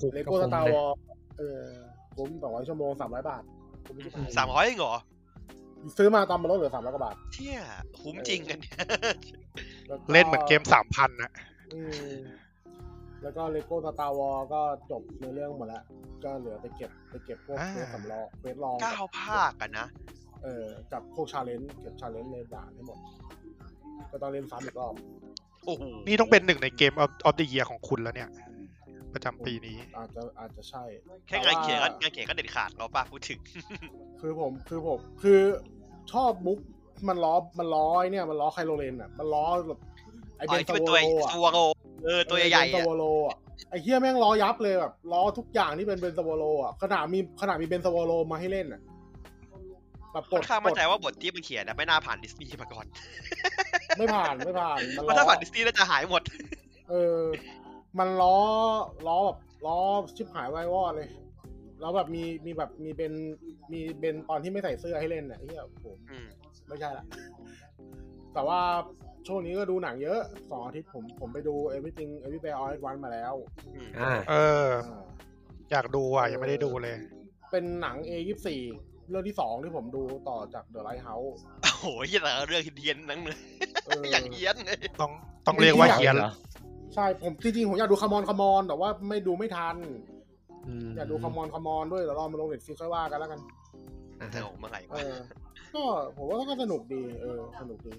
ก็เลโก้สตาร์วอลเออผมสองร้อยชั่วโมงสามร้อยบาทผมไม่ได้
สามร้อยเหรอ
ซื้อมาตอนมันลดเหลือสามร้อยกว่าบาท
เที่ยคุ้มจริงกันเนี่ย
แล้วก็
เล่นเหมือนเกมสามพันนะ
อืมแล้วก็เลโก้สตาร์วอลก็จบในเรื่องหมดแล้ว ก็เหลือไปเก็บไปเก็บพวกเควสสำรองเควสรอง
เก้าภาคกันนะ
เออกับพวกชาเลนจ์เก็บชาเลนจ์ในด่านให้หมด ก็ต้องเล่นซ้ำอีกรอบ
โอ้โห
นี่ต้องเป็นหนึ่งในเกมออฟเดอะเยียของคุณแล้วเนี่ย ประจำปีนี้
อาจจะอาจจะใช่
แค่งานเขียนก็งานเขียนก็เด็ดขาดเราป้าพูดถึง
คือผมคือผมคือชอบบุ๊กมันล้อมันล้อไอ้เนี่ยมันล้อไคโลเรนอ่ะ มันล้อแบบไอ
ไอ้
เบน
ที่
ซา
เป็น
โว
ตัว
โลอ่ะ
ตัวโลเออตัวใหญ่ๆอะ
เบนซาโวโลอ่ะไอเฮียแม่งล้อยับเลยแบบล้อทุกอย่างที่เป็นเบนซาโวโลอ่ะขนาดมีขนาดมีเบนซาโวโลมาให้เล่นอ่ะแบบปล
ค่อ
ด
นข้างมั่นใจ
ปลด
ว่าบทที่มันเขียนนะไม่น่าผ่านดิสนีย์มาก่อน
ไม่ผ่านไม่ผ่านมัน
เพ
ล้
ราะถ้า
อ
ผ่านดิสนีย์น่าจะหายหมด
เออ มันล้อล้อแบบล้อชิบหายไวายวอดเลย แล้วแบบมีมีแบบมีเป็นมีเป็นตอนที่ไม่ใส่เสื้อให้เล่นเนี่ยเฮียผม
อืม
ไม่ใช่ละแต่ว่าช่วงนี้ก็ดูหนังเยอะสองอาทิตย์ผมผมไปดู Everything Everywhere All at Once มาแล้ว
อืม
อ่า
เออ
อ่า
อยากดูอ่ะยังไม่ได้ดูเลย
เป็นหนัง A24 เรื่องที่สองที่ผมดูต่อจาก The Lighthouse
โอ้โหเหี้ยแต่ละเรื่องเฮียนนั่งเลย
เออ
อย่างเฮียนเลย
ต้องต้องเรียกว่า
ไม่อยาก
เฮียน
หรอ
ใช่ผมจริงๆผมอยากดูคามอนคามอนแต่ว่าไม่ดูไม่ทัน
ม
อยากดูคามอนคามอนด้วยเดี๋ยวรอมาลงเน็ตฟิกค่อยว่ากันแล้วกัน
อ่า
แต่โอ้เมื่อไหร่
เอ
วะ
อก็ผมว่าก็สนุกดี เออ สนุกดี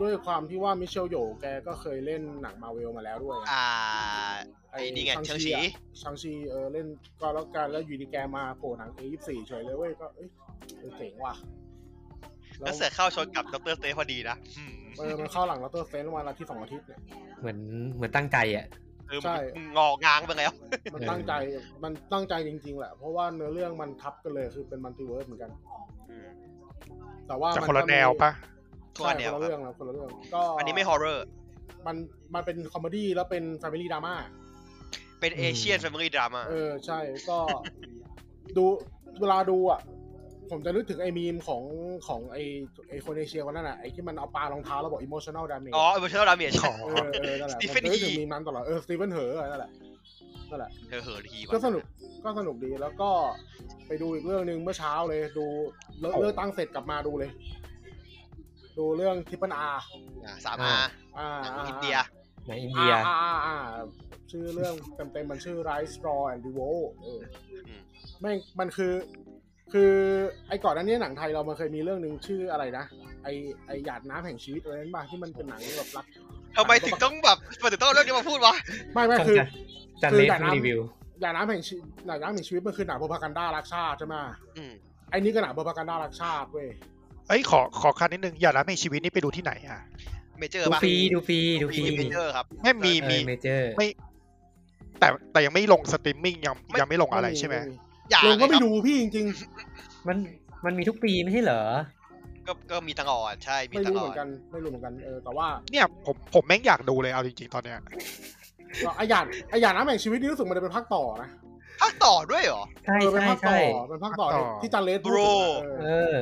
ด้วยความที่ว่ามิเชลโยแกก็เคยเล่นหนังมาเวลมาแล้วด้วยนะ
อ่า ไอ้นี่ไง
ชั
เชิงฉี
อะชังชีเออเล่นก็แล้วกันแล้วอยู่ดีแกมาโผล่หนัง A24 เฉยเลยเว้ยก็เอ้ยเออเจ๋งว่ะ แล้ว
แล้วเสือกเข้าชนกับดรสเตย์พอดีนะอืม
เออมันเข้าหลังแล้วตัวเซนวันละที่สองอาทิตย์เนี่ย
เหมือนเหมือนตั้งใจอ่ะ
เออ
ใช่
มึงงองางไปแล้ว
มัน
เออ
ตั้งใจมันตั้งใจจริง ๆ แหละ เพราะว่าเนื้อเรื่องมันทับกันเลยคือเป็นมัลติเวิร์สเหมือนกัน แต่ว่า
จะ
มั
คนละ
ก็มี
แนวปะ
คน
ใช่
ละแนว
คน
ครับ
ละเรื่องแล้วคนละเรื่องก็
อันนี้ไม่ฮอร์เรอร์
มันมันเป็นคอมเมดี้แล้วเป็นแฟมิลี่ดราม่า
เป็นเอเชียนแฟมิลี่ดราม่า
เออใช่ก็ ดูเวลาดูอ่ะ ผมจะนึกถึงไอ้มีมของของไอ้ไอ้คนเอเชียคนนั้นอ่ะไอ้ที่มันเอาปลารองเท้าแล้วบอก emotional damage
อ๋อเอเวอร์ชั่นดาเมจ
ของ
เออเออนั่นแหละ
Stephen
ผมจะนึกถึง
He
มีมนั้นตลอดเออสตีเฟนเหอะนั่นแหละนั่นแหละ
เธอเหอะทีวะ
ก็สนุกก็สนุกดีแล้วก็ไปดูอีกเรื่องหนึ่งเมื่อเช้าเลย ดูเลิก
โอ้
เลิกตั้งเสร็จกลับมาดูเลย ดูเรื่องทิปเปิลอาร์
อ่ะสามอา
อ่า
หนัง
า
อินเดีย
ในอิน
อ่า
เดีย
อ่าอ่าอ่าชื่อเรื่องเต็มๆมันชื่อ Rise Straw and d e v o เอออ
ม
แม่งมันคือ คือไอ้ก่อนหนั้นเนี่ยหนังไทยเรามันเคยมีเรื่องหนึ่งชื่ออะไรนะ ไอไอหยาดน้ำแห่งชีวิตอะไรนั้นบ้างที่มันเป็นหนังแบบรัก
ทำไมถึงต้องแบบทำไมถึงต้องเอาเรื่องนี้มาพูดวะ
ไม่ไม่
จัน
คือ
จะจัน
คือ
เลส
จากน้ำ
รีวิว
หยาดน้ำแห่งชีหยาดน้ำแห่งชีวิตมันคือหนังโพพากันด้ารักชาติใช่ไหม
อืม
ไอ้นี่ก็หนังโพพากันด้ารักชาติเว้ย
เอ้ยขอขอคันนิดนึงอย่าละในชีวิตนี่ไปดูที่ไหนอ่ะ
เมเจอร์
ดู
ป่ะ
ฟรีดูฟรีดูฟรี
เมเจอร์ครับ
ไม่มีมี
เมเจอร์
ไม่ แต่แต่ยังไม่ลงสตรีมมิ่งยัง
ไม่
ยังไม่ลงอะไรใช่ไหม
อย่า
ล
เล
ง
ย
ก็
ค
ไม่
รับ
ดูพี่จริง
มันมันมีทุกปีไม่ใช่เหรอ
ก็ก็มีตลอดใช่
ๆ
มี
ไม่
ต
รู้
ลอ
เหมื
ด
อนกันไม่รู้เหมือนกันเออแต่ว่า
เนี่ยผมผมแม่งอยากดูเลยเอาจริงๆตอนเนี้ย
ก็ไอ้หยาดไอ้หยาดน้ำแห่งชีวิตนี่รู้สึกมันจะเป็นภาคต่อนะ
ภาคต่อด้วยเหรอ
ใช่
เออเป็น
ใช่
ภาคต่อ
ใช่
เป็นภาคต่อ
ภาคต่อ
ที่จันเลสพูด
Bro
เอ
เอ
อ
อ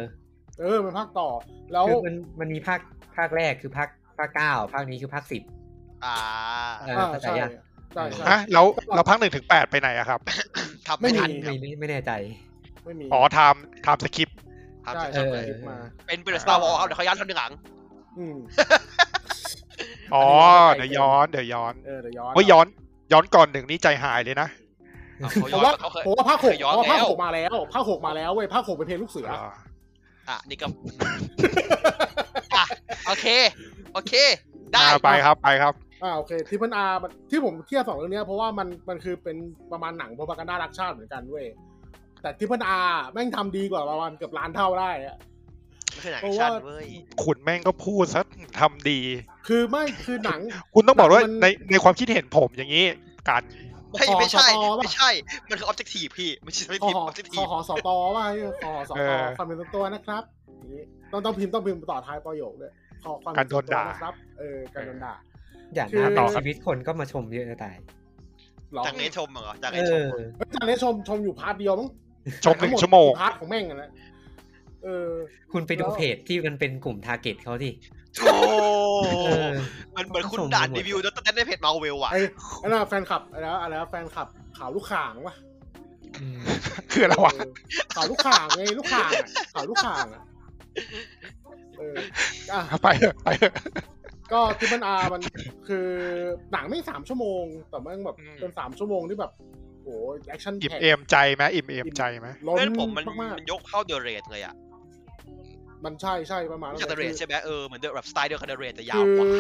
เออเป็นภาคต่อ แล้ว
คือมันมันมีภาคภาคแรกคือภาคภาคเก้าภาคนี้คือภาคสิบ
อ่า
เออ
อ่า
เข้าใจ
ใช่
ยัง
ใช่ใช่
ฮะแล้วเราพักหนึ่งถึงแปดไปไหนอะครับ
ทำไม่ทัน
มี
ครับ
ไม่ไม่แน่ใจ
ไม่มี
อ๋อไทม์ไทม์สคริป
ทำ
ใช่
ไม่ทัน
เอ
ใช่
อ
คิดมา
เป็นเป็นสตาร์วอลครับเดี๋ยวเขาย้อนทำหนึ่งหลัง
อืม
อ๋อเดี๋ยวย้อนเดี๋ยวย้อน
เออเดี๋ยวย้อน
เฮ้ยย้อนย้อนก่อนหนึ่งนี่ใจหายเลยนะ
อ่ะเขา
ผ
ย้อ
ม
น
ว่า
เขาเคย
ผมว่าภาคหก
ย้อน
เพราะภาค
แล้ว
หกมาแล้วภาคหกมาแล้วเว้ยภาคหกเป็นเพลงลูกเสืออ
อ่า
อ่ะนี่ก็อ่ะโอเค โอเค ได้
อ่าไปครับไปครับ
อ่าโอเคที่มันอาที่ผมเทียบสองเรื่องเนี้ยเพราะว่ามันมันคือเป็นประมาณหนังโพพากันด้ารักชาติเหมือนกันเว้ยแต่ที่พันอาแม่งทำดีกว่าประมาณเกือบล้านเท่าได้อะ
ไม่ใช่หนัง
เพ
แอค
ราะ
ชั่น
ว่า
เว้ย
คุณแม่งก็พูดซะทำดี
คือไม่คือหนัง
คุณต้องบอกว่า
มัน
ในในความคิดเห็นผมอย่างนี้กัน
ไม่ไม่ใช่
ขอขอป่ะ
ไม่ใช่ มันคือออบเจกตีฟพี่ ไม่ใช่อ
คอ
อบ
หอ
เจกตี
คอ
ฟ
หอสตอว่าให้คอหอส
เอ
ตอ
อ
ความเป็นส่วนตัวนะครับอย่างงี้ต้องต้องพิมพ์ต้องพิมพ์ต่อท้ายประโยคด้วยขอความเป็
การ
น
โด
ส่วน
น
ตัว
ด่า
นะครับเออการโดนด่า
อย่าง
คือ
น้ำชีวิตคนก็มาชมเยอะนะตาย
หรอ
จากเลชมเหรอจากเล
เอ
ชม
อ
จานนี้ชมชมอยู่พาร์ทเดียวมั้ง
ชมหนึ่งชั่วโมง
พาร์ทของแม่งอะนะเออ
คุณไปดู
แล้ว
เพจที่มันเป็นกลุ่มทาร์เก็ตเขาที่
โธ
เอ่ อ
มันเหมือนคุณ
ส่ง
ด่าน
หมด
รีวิวแล้วตอนนั้นในเพจมาเวลอ่ะ
ไอ้ไอ้น่ะแฟนคลับไอ้นะอะไรนะแฟนคลับข่าวลูกข่างวะ
อืม
คืออะไรวะ
เออข่าวลูกข่างไงลูกข่างอะข่าวลูกข่างอะเอออ่ะ
ไปเถอะไปเถอะ
ก็ทิปเปิลอาร์มันคือหนังไม่สามชั่วโมง แต่แมันแบบ
อืม
เป็นสามชั่วโมงที่แบบโหแอคชั่น
อิ่ม
แพ็ค
เอมใจไหมอิ่มเอมใจไหม
ล้น
เพื่อนผมมัน
มาก
มันยกเข้าเดอะเรทเลยอ่ะ
ๆมันใช่ใช่ประมาณ
จากเดอะเรท
คื
ใช่ไหมเออเหมือน The แบบสไตล์เดียวกับเดอะเรทแต่ยาว
คื
กว่า
อ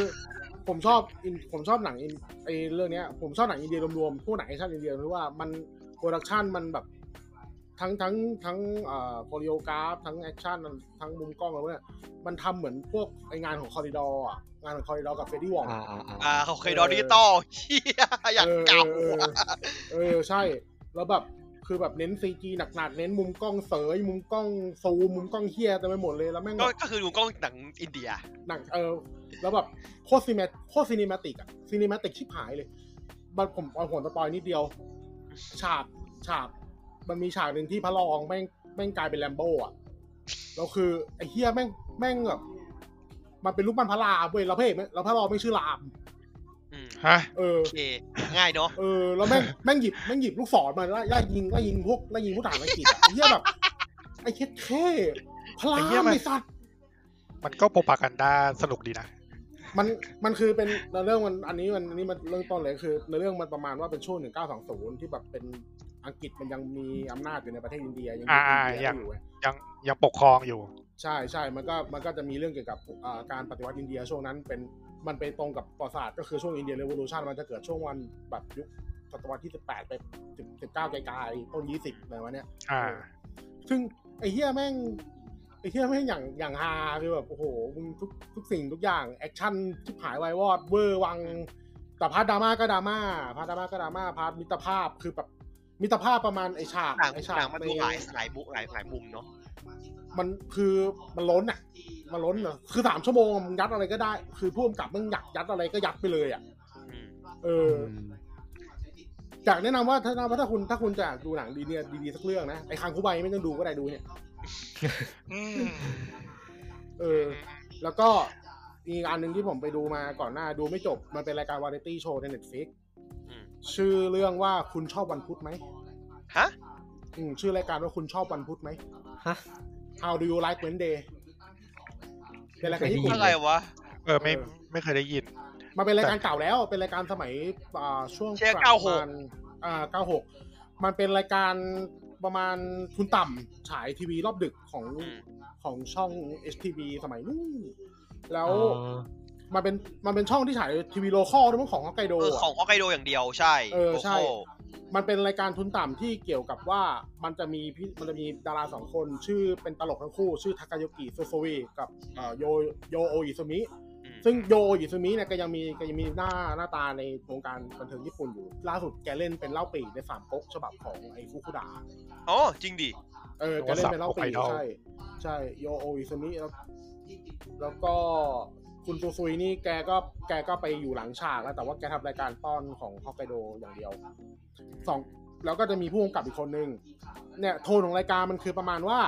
ผมชอบอินผมชอบหนังอินไอเรื่องเนี้ย ผมชอบหนังอินเดียรวมๆพวกหนังแอคชั่นอินเดียเพราะว่ามันโปรดักชันมันแบบทั้งทั้งทั้งเอ่อโคริโอกราฟทั้งแอคชั่นทั้งมุมกล้องอะไรพวกเนี้ยมันทำเหมือนพวกไองานของคอริดอร์อะงานของคอริดอร์กับเฟรดดี้วอง
อ่าอ่าอ่า
อ่าเขาเคยดอดิจิตอลเฮียอย่างเก่า
เออเออเออเออใช่ แล้วแบบคือแบบเน้นซีจีหนักๆ เน้นมุมกล้องเสย มุมกล้องซูมมุมกล้องเฮียแต่ไปหมดเลยแล้วแม่ง
ก็
แบบ
ก็คือดูกล้องหนังอินเดีย
หนังเออแล้วแบบโคตรซีเมโคตรซีนิมาติกอะซีนิมาติกชิบหายเลยมันผมเอาหัวสปอยนิดเดียว ฉากฉากมันมีฉากหนึ่งที่พระรองแม่งแม่งกลายเป็นแลมโบ้อะแล้วคือไอ้เฮียแม่งแม่งแบบมันเป็นรูปปั้นพระรามเว้ยแล้วพระเอกแม่งแล้วพระรองไม่งชื่อราม
อืม
ฮะ
เออ
โอเคง่ายเนาะ
เออแล้วแม่ง แม่งหยิบแม่งหยิบลูกศรมาแล้วไล่ยิงไล่ยิงพวกไล่ยิงผู้ทหารอังกฤษอะไอ้เหี้ยแบบไอ้เค็ดเท่พลา
ไอ้
ม
เหี้ยมัน
ไอ้สัตว์
มันก็โปรปากันด้าสนุกดีนะ
มันมันคือเป็นเรื่องมันอันนี้มันอันนี้มันเรื่องต้นเลยคือในเรื่องมันประมาณว่าเป็นช่วง 1920 ที่แบบเป็นอังกฤษมันยังมีอำนาจอยู่ในประเทศอินเดียยังมี
อ่า
อิ
อ่าน
เดีย
ยัง
อยู่เว้ย
ยังยังปกครองอยู่
ใช่ใช่มันก็มันก็จะมีเรื่องเกี่ยวกับอ่าการปฏิวัติอินเดียช่วงนั้นเป็นมันไปตรงกับประวัติศาสตร์ก็คือช่วงอินเดียเรวลูชันมันจะเกิดช่วงวันแบบยุคศตวรรษที่ 18 ไป10 19ไกลๆต้น20อะไรวะเนี่ย
อ่า
ซึ่งไอ้เฮียแม่ง ไอ้เหี้ยไม่งอย่างอย่างฮาคือแบบโอ้โหมึงทุกทุกสิ่งทุกอย่างแอคชั่นชิบหายวายวอดเวอร์วัง แต่พาร์ทดราม่าก็ดราม่าพาร์ทดราม่าก็ดราม่าพาร์ทมิตรภาพคือแบบมิตรภาพประมาณไอฉาก
หนัง
ไอฉาก
หนังมัน
ใน
ดูหลายหลายมุกหลายหลายมุมเนาะ
มันคือมันล้นอ่ะ มันล้นเหรอคือสามชั่วโมงมันยัดอะไรก็ได้ คือพ่วงกับมึงอยากยัดอะไรก็ยัดไปเลยอ่ะ
อืม
เอออยากแนะนำว่าถ้าว่าถ้าคุณถ้าคุณจะดูหนังดีเนี่ยดีๆสักเรื่องนะ ไอ้คังคูใบไม่ต้องดูก็ได้ดูเนี่ย
อืม
เออ แล้วก็อีกอันหนึ่งที่ผมไปดูมาก่อนหน้าดูไม่จบ มันเป็นรายการวาไรตี้โชว์ในเน็ตฟิก
อืม
ชื่อเรื่องว่าคุณชอบวันพุธไหม
ฮะ
อืมชื่อรายการว่าคุณชอบวันพุธไหม
ฮะ
How do you like Wednesday เป็นรายการญี่ปุ่น
อะไรวะ
เออไม่
เออ
ไม่เคยได้ยิน
มันเป็นรายการเก่าแล้วเป็นรายการสมัยอ่าช่วง
เชียร์
ประ
เก้าห
ม
ก
ณอ่าเก้าหกมันเป็นรายการประมาณทุนต่ำฉายทีวีรอบดึกของ
อืม
ของช่อง HTV สมัยนู้นแล้ว
อ๋อ
มันเป็นมันเป็นช่องที่ฉายทีวีโลคอลด้วยมั้งของฮอกไกโด
เออ
อะ
ของฮอกไกโดอย่างเดียวใช่
เออใช่
โโห
มันเป็นรายการทุนต่ำที่เกี่ยวกับว่ามันจะมีพี่มันจะมีดาราสองคน ชื่อเป็นตลกทั้งคู่ ชื่อทากายากิโซโซวีกับอ่าโยโยโออิซุมิ
อืม
ซึ่งโยอิซุมิเนี่ยก็ยังมีก็ยังมีหน้าหน้าตาในวงการบันเทิงญี่ปุ่นอยู่ ล่าสุดแกเล่นเป็นเล่าปีในสามก๊กฉบับของไอ้ฟุคุดะ
อ๋อจริงดิ
เออแกเล่นเป็นเล่าปี
โอ้โห
ใช่ ใช่โยโออิซุมิแล้วแล้วก็คุณซูซุยนี่แกก็แกก็ไปอยู่หลังฉากแล้ว แต่ว่าแกทำรายการป้อนของฮอกไกโดอย่างเดียวสองแล้วก็จะมีผู้กำกับอีกคนนึงเนี่ยโทนของรายการมันคือประมาณว่า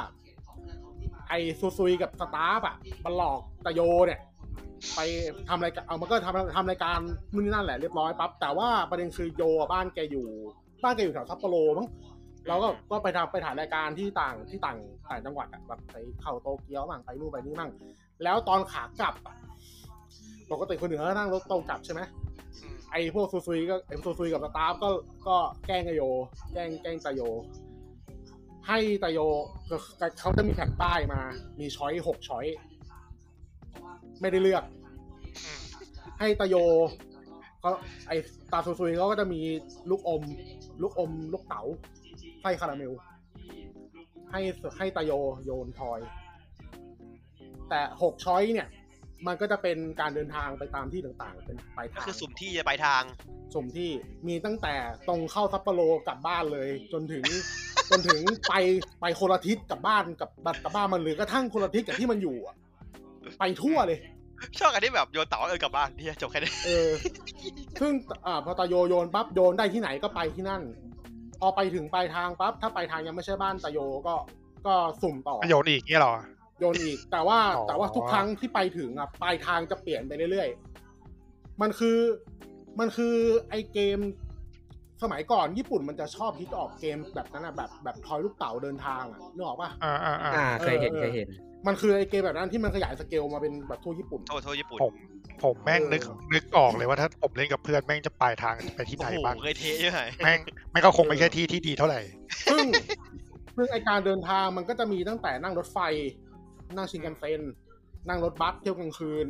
ไอ้ซูซุยกับสตาฟอะมันหลอกตะโยเนี่ย ไปทำรายการเอามันก็ทำทำรายการนู่นนี่นั่นแหละเรียบร้อยปั๊บแต่ว่าประเด็นคือโยอะบ้านแกอยู่ บ้านแกอยู่แถวซัปโปโรมั้งเราก็ก็ไปทำไปถ่ายรายการที่ต่างที่ต่างต่างจังหวัดอะแบบไปเข้าโตเกียวมั่งไปนู่นไปนี่มั่งแล้วตอนขากลับอะปกติคนเหนือนั่งรถตรงกลับใช่ไหมไอ้พวกซูซุยก็ไอ้ซูซุยกับสตาฟก็ก็แกล้งไอโย แกล้งแกล้งตะโย ให้ตะโยเขาจะมีแผ่นป้ายมา มีช้อยหกช้อย ไม่ได้เลือก ให้ตาโยเขาไอตาซุยซุยเขาก็จะมีลูกอม ลูกอม ลูกเต๋าไส้คาราเมล ให้ให้ตาโยโยนทอย แต่หกช้อยเนี่ย มันก็จะเป็นการเดินทางไปตามที่ต่างๆ เป็นไปลาย
ก็
ทาง
คือสุ่มที่จะไปทาง
สมที่มีตั้งแต่ตรงเข้าซัปโปโรกลับบ้านเลย จนถึง จนถึงไปไปคนละทิศกลับบ้านกับบัตรกลับบ้านมันหรือกระทั่งคนละทิศกับที่มันอยู่อะไปทั่วเลย
ชอบอันที่แบบโยนเต๋าเออกลับบ้านที่จบแค่นี้
เออ ซึ่งอ่าพอตาโยโยนปั๊บโยนได้ที่ไหนก็ไปที่นั่น พอไปถึงปลายทางปั๊บถ้าปลายทางยังไม่ใช่บ้านตาโยก็ก็สุ่มต่อ
ประโยชน์อีกเนี่ยเหรอ
โยนอีก แต่ว่า
อ๋อ
แต่ว่าทุกครั้งที่ไปถึงอ่ะปลายทางจะเปลี่ยนไปเรื่อยๆ มันคือมันคือไอเกมสมัยก่อนญี่ปุ่นมันจะชอบฮิตออกเกมแบบนั้นอ่ะแบบแบบทอยลูกเต๋าเดินทางอ่ะนึกออกปะ
อ่าอ่าอ่า
อ่าเคยเห็น
เออ
เคยเห็น
มันคือไอเกมแบบนั้นที่มันขยายสเกลมาเป็นแบบทั่วญี่ปุ่น
โทษโทษญี่ปุ่น
ผมผมแม่งนึกนึกออกเลยว่าถ้าผมเล่นกับเพื่อนแม่งจะปลายทางไปที่
โอ้
ไหน
โห
บ้าง
เคยเทยังไง
แม่งแม่งก็คงไม่ใช่ที่ที่ดีเท่าไหร่
ซึ่งซึ่งไอการเดินทางมันก็จะมีตั้งแต่นั่งรถไฟ นั่งชินกันเซ็น นั่งรถบัสเที่ยวกลางคืน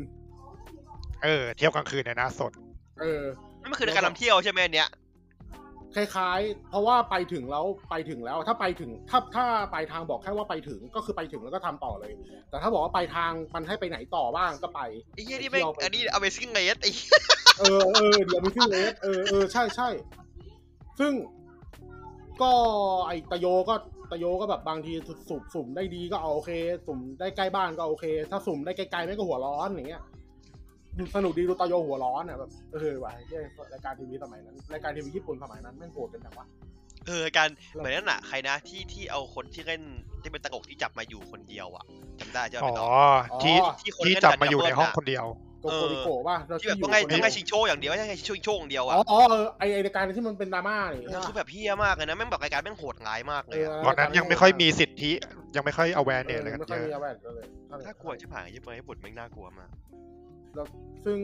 เออ เที่ยวกลางคืนเนี่ยนะสด
เออ
นั่นมันคือการนำเที่ยวใช่ไหมอันเนี้ย
คล้ายๆ เพราะว่าไปถึงแล้วไปถึงแล้วถ้าไปถึงถ้าถ้าไปลายทางบอกแค่ว่าไปถึงก็คือไปถึงแล้วก็ทำต่อเลย แต่ถ้าบอกว่าไปลายทางมันให้ไปไหนต่อบ้างก็ไป
ไอ้เหี้ยนี่แม่ง
เที่ยวไป
อันนี้ Amazing Race ไอ้เหี้ย
เออเออเดี๋ยวมันขึ้นเลสเออเออใช่ใช่ซึ่งก็ไอตะโยก็ตะโยก็แบบบางทีสุ่มสุ่มได้ดีก็เอาโอเค สุ่มได้ใกล้บ้านก็โอเค ถ้าสุ่มได้ไกลๆไม่งก็หัวร้อนอย่างเงี้ยสนุกดีดูตะโยหัวร้อนอ่ะแบบเออว่ะเหี้ยรายการทีวีสมัยนั้นรายการทีวีญี่ปุ่นสมัยนั้นแม่งโหดกันแบบว่า
เออการเหมือนนั่นน่ะใครนะที่ที่เอาคนที่เล่นที่เป็นตะกกที่จับมาอยู่คนเดียวอ่ะจำได้ใช่ไหม
อ๋อ
พี่ต่อ
ที่
อ๋อ
ที่คน
ที่
เล่น
จับ
ดัน
มาอยู่ใน
ดับเบิล
ห้อง
อะ
คนเดียว
โกโกริโกะว่าเรา
ที่แบบ
ที่อ
ต้อยู่ งให้ต้อง
คนเดีย
ให้
ว
ชิงโชว์อย่างเดียวไม่ใช่ให้ชิงโชว์อย่างเดียว
อ๋
อ่ะ
ออ๋อเออไอไอรายการที่มันเป็นดราม่าเนี่ย
คือแบบเฮี้ยมากเลยนะแม่งแบบรายการแม่งโหดร้ายมากเลยอะ
ตอนนั้นยังไม่ค่อยมีสิทธิ ยังไม่ค่อย awareness อะไร
เย
กันเย
ไม่ค่อยมี
อะ
อาแวดเลยเท่ไหร่
น่ากลัวชิบหายญี่ปุ่นญี่ปุ่นแม่งน่ากลัวมาก
แล้วซึ่ง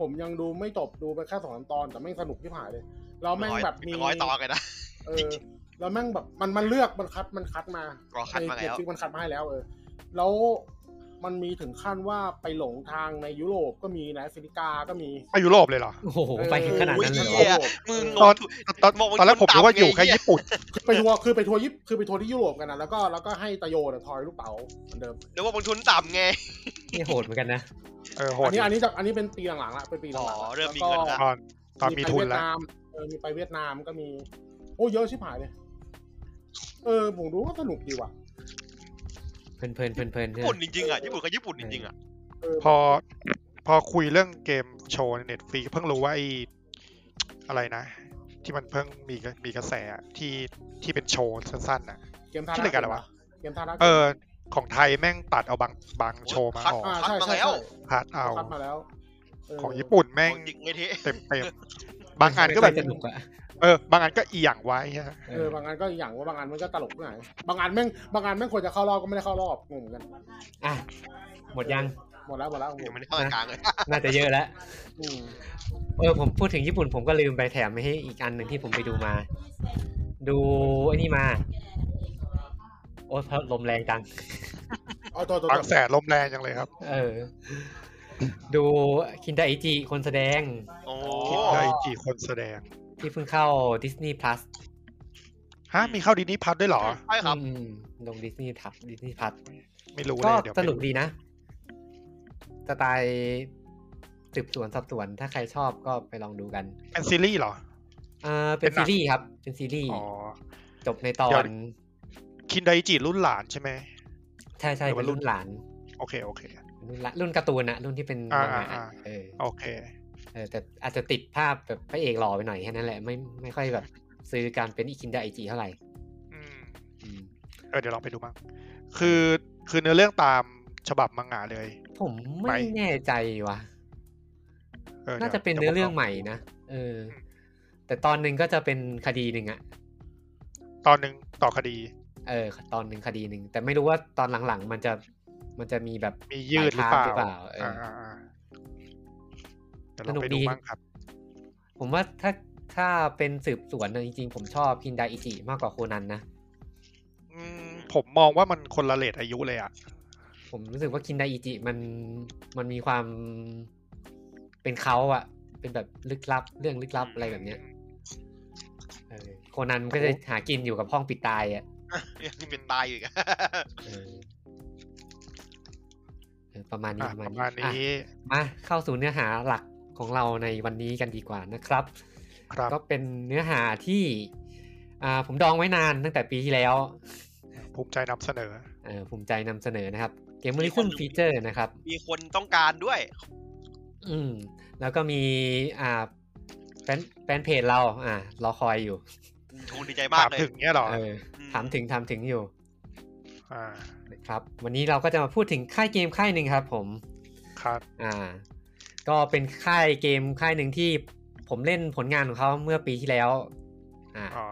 ผมยังดูไม่จบดูไปแค่สองสามตอน แต่แม่งสนุกที่ผ่ายเลยแล้วแม่ง
ร้อย
แบบมี
เป็นร้อยตอนเลยนะ
เออแล้วแม่งแบบมันมันเลือกมันคัดมันคัดมา
อ๋อคัดมาแล้ว
ใน Netflix มันคัดมาให้แล้วเออแล้ว มันมีถึงขั้นว่าไปหลงทางในยุโรปก็มีนะแอฟริกาก็มี
ไปยุโรปเลยเหรอ
โอ้โห ไปถึงขนาดนั้นเลยเหร
โอ้
อ
ย มึง
ตอน
งง
ตอน
มองว่า
ตอนแรกผม
คน
นึกว่า
ต่ำไง
อยู่แค่
เหี้ย
ญี่ปุ่น
ไปทัวร์คือไปทัวร์ยิปคือไปทัวร์ที่ยุโรปกันนะแล้วก็แล้วก็ให้ตะโยเนี่ยทอยลูกเต๋าเหมือนเดิม
เดี๋ยวว่าบางทุนต่ำไง
นี่โหดเหมือนกันนะ
เออโหด
อันนี้อันนี้จากอันนี้เป็นปีหลังๆละเป็นปีหลังๆ
อ๋อ
ละ
เริ่มมี
แล้ว
เงิ
ก็
นละ
ตอนตอนมีทุนแล้ว
ไปเยดามเออมีไปเวียดนามก็มี โอ้เยอะชิบหายเลย เออผมดูก็สนุกดีว่ะ
เพลินเพลินเพลินเพลิน
ญี่ปุ่นจริงๆอ่ะญี่ปุ่นกับญี่ปุ่นจริงๆอ่ะ
เออ
พอพอคุยเรื่องเกมโชว์ในเน็ตฟรีเพิ่งรู้ว่าไอ้อะไรนะ ที่มันเพิ่งมีกระมีกระแสอะที่ที่เป็นโชว์สั้นๆน่ะ
เกมท่า
ชื่อรายการอะไรวะ
เกมท่ารัก
เออ ของไทยแม่งตัดเอาบางบางโชว์มา
คัด
ออก
า
คัด
ใช่
มา
ใช่
แล้ว
ใช่
คัดเอา
คัดมาแล้วเ
ของญี่ปุ่นแม่ง
จริงไงเทะ
เต็มเต็มๆบางอันก็แบบ
สนุกอะ
เออบางอันก็อีหยังไว้ฮะ
เออบางงานก็อย่างว่าบางงานมันก็ตลกหน่อยบางงานแม่งบางงานแม่งควรจะเข้ารอบก็ไม่ได้เข้ารอบงงเหมือนกัน
อ่ะ หมดยัง
หมดแล้วหมดแล้วง
เดี๋ย
ง
วมันเข้ากลางเลย
น่าจะเยอะแล้ว
อืม
เออผมพูดถึงญี่ปุ่นผมก็ลืมไปแถมให้อีกอันหนึ่งที่ผมไปดูมา ดูไอ้นี่มา โอ้ยพัดลมแรงจัง
เอาตัวตัว
บา
ตั
ง
ว
แสนลมแรงจังเลยครับ
เออ ดูคินดาอิจิคนแสดง
โอ้
คิดได้กี่คนแสดง
ที่เพิ่งเข้า Disney Plus
ฮะมีเข้าดีนี้พัดด้วยเหรอ
ใช่ครับ
อืมลง Disney ทับ Disney Plus
ไม่รู้เล
ก็
ยเดี๋ยว
ส
ไป
นุกดีนะ สไตล์สืบสวนสอบสวนถ้าใครชอบก็ไปลองดูกัน
เป็นซีรีส์เหรอ
เออเป็น
เป็นหนัง
ซีรีส์ครับ เป็นซีรีส์
อ๋อ
จบในตอ
เดี๋ย
น
ว คินไดจิรุ่นหลานใช่ไหม
ใช่ใช่
เดี๋ยวมั
เป็น น
รุ่
รุ่
น
นหลาน
โอเคโอเค
รุ่นละรุ่นการ์ตูนอะรุ่นที่เป็น
อ่า
มังงะ
อ่า
อะเออ
โอเค
เออแต่อาจจะติดภาพแบบพระเอกหล่อไปหน่อยแค่นั้นแหละไม่ไม่ค่อยแบบ ซื้อการเป็นอีคินดาไอจีเท่าไหร่
อืม
อืม
เออเดี๋ยวลองไปดูมั้งคือคือเนื้อเรื่องตามฉบับมังงะเลย
ผม
ไป
ไม่แน่ใจว่ะ
เออ
น่า
ดี๋
จะ
ยว
เป็นเนื้อเรื่องใหม่นะเออ แต่ตอนหนึ่งก็จะเป็นคดีหนึ่งอะ
ตอนหนึ่งต่อคดี
เออ ตอนหนึ่งคดีหนึ่งแต่ไม่รู้ว่าตอนหลังๆ มันจะมันจะมีแบบ
มียืดหรือเปล่า
หลายภาคหรือเปล่าเอออ่
าาอ่าเดี๋ยวลองไปดู
สนุกดี
บ้างครับ
ผมว่าถ้าถ้าเป็นสืบสวนนะจริงๆ ผมชอบคินดาอิจิมากกว่าโคนันนะ
อืมผมมองว่ามันคนละเลทอายุเลยอ่ะ
ผมรู้สึกว่าคินไดอิจิมันมันมีความเป็นเขาอะเป็นแบบลึกลับ เรื่องลึกลับอะไรแบบเนี้ยเออโคนันมันก็จะหากินอยู่กับห้องปิดตายอะ
ยังเป็นตายอยู่อีกอะ
เออเออประมาณนี้
อ่ะ
ป
ป
ระ
ระ
มา
มา
ณ
ณ
นี้
นี้
อ่ะมาเข้าสู่เนื้อหาหลักของเราในวันนี้กันดีกว่านะครับ
ครับ
ก็เป็นเนื้อหาที่อ่าผมดองไว้นานตั้งแต่ปีที่แล้ว
ภูมิใจนำเสนอ
เออภูมิใจนำเสนอนะครับ เกมมอริคุณฟีเจอร์นะครับ
มีคนต้องการด้วย
อืมแล้วก็มีอ่าแฟนแฟนเพจเรา อ่ารอคอยอยู่
คงดีใจมาก
ถาม
เลย
ถึงเนี้ยเหรอ
เออ
อื
ถามถึงถามถึงอยู่
อ่า
นะครับ วันนี้เราก็จะมาพูดถึงค่ายเกมค่ายหนึ่งครับผม
ครับ
อ่า ก็เป็นค่ายเกมค่ายหนึ่งที่ผมเล่นผลงานของเขาเมื่อปีที่แล้ว อ่า
อ๋อ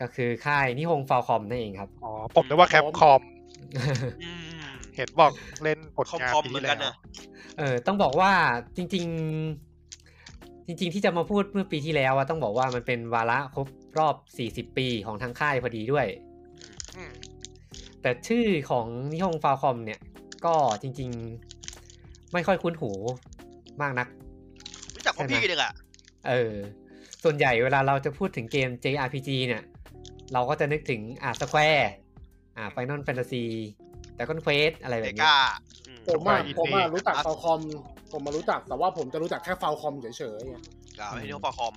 ก็คือค่ายนิฮงฟาวคอมนั่นเองครับ
อ๋อผมนึกว่าแคปคอม
อืม
เห็นบอกเล่นผลงาน
คอมๆ
ปี
เหมือน
ที่แล้
กัน
ว
นะ
เออต้องบอกว่าจริง ๆ จริง ๆ ที่จะมาพูดเมื่อปีที่แล้วอะต้องบอกว่ามันเป็นวาระครบรอบ 40 ปีของทางค่ายพอดีด้วย
อืม
แต่ชื่อของนิฮงฟาวคอมเนี่ย ก็จริง ๆ ไม่ค่อยคุ้นหูมากนัก
รู้จักพ่อพี่หนึ่งอ่ะ
เออ ส่วนใหญ่เวลาเราจะพูดถึงเกม JRPG เนี่ย เราก็จะนึกถึงอ่าสแควร์อ่า Final Fantasy แต่ก็ Quest อะไรแบ
เด
บนี้
ก้า
ผมอ่ะผมอ่ะรู้จักฟาคอม ผมมารู้จักแต่ว่าผมจะรู้จักแค่ฟาคอมเฉยๆไง
กับไอ้นี่ปอคอม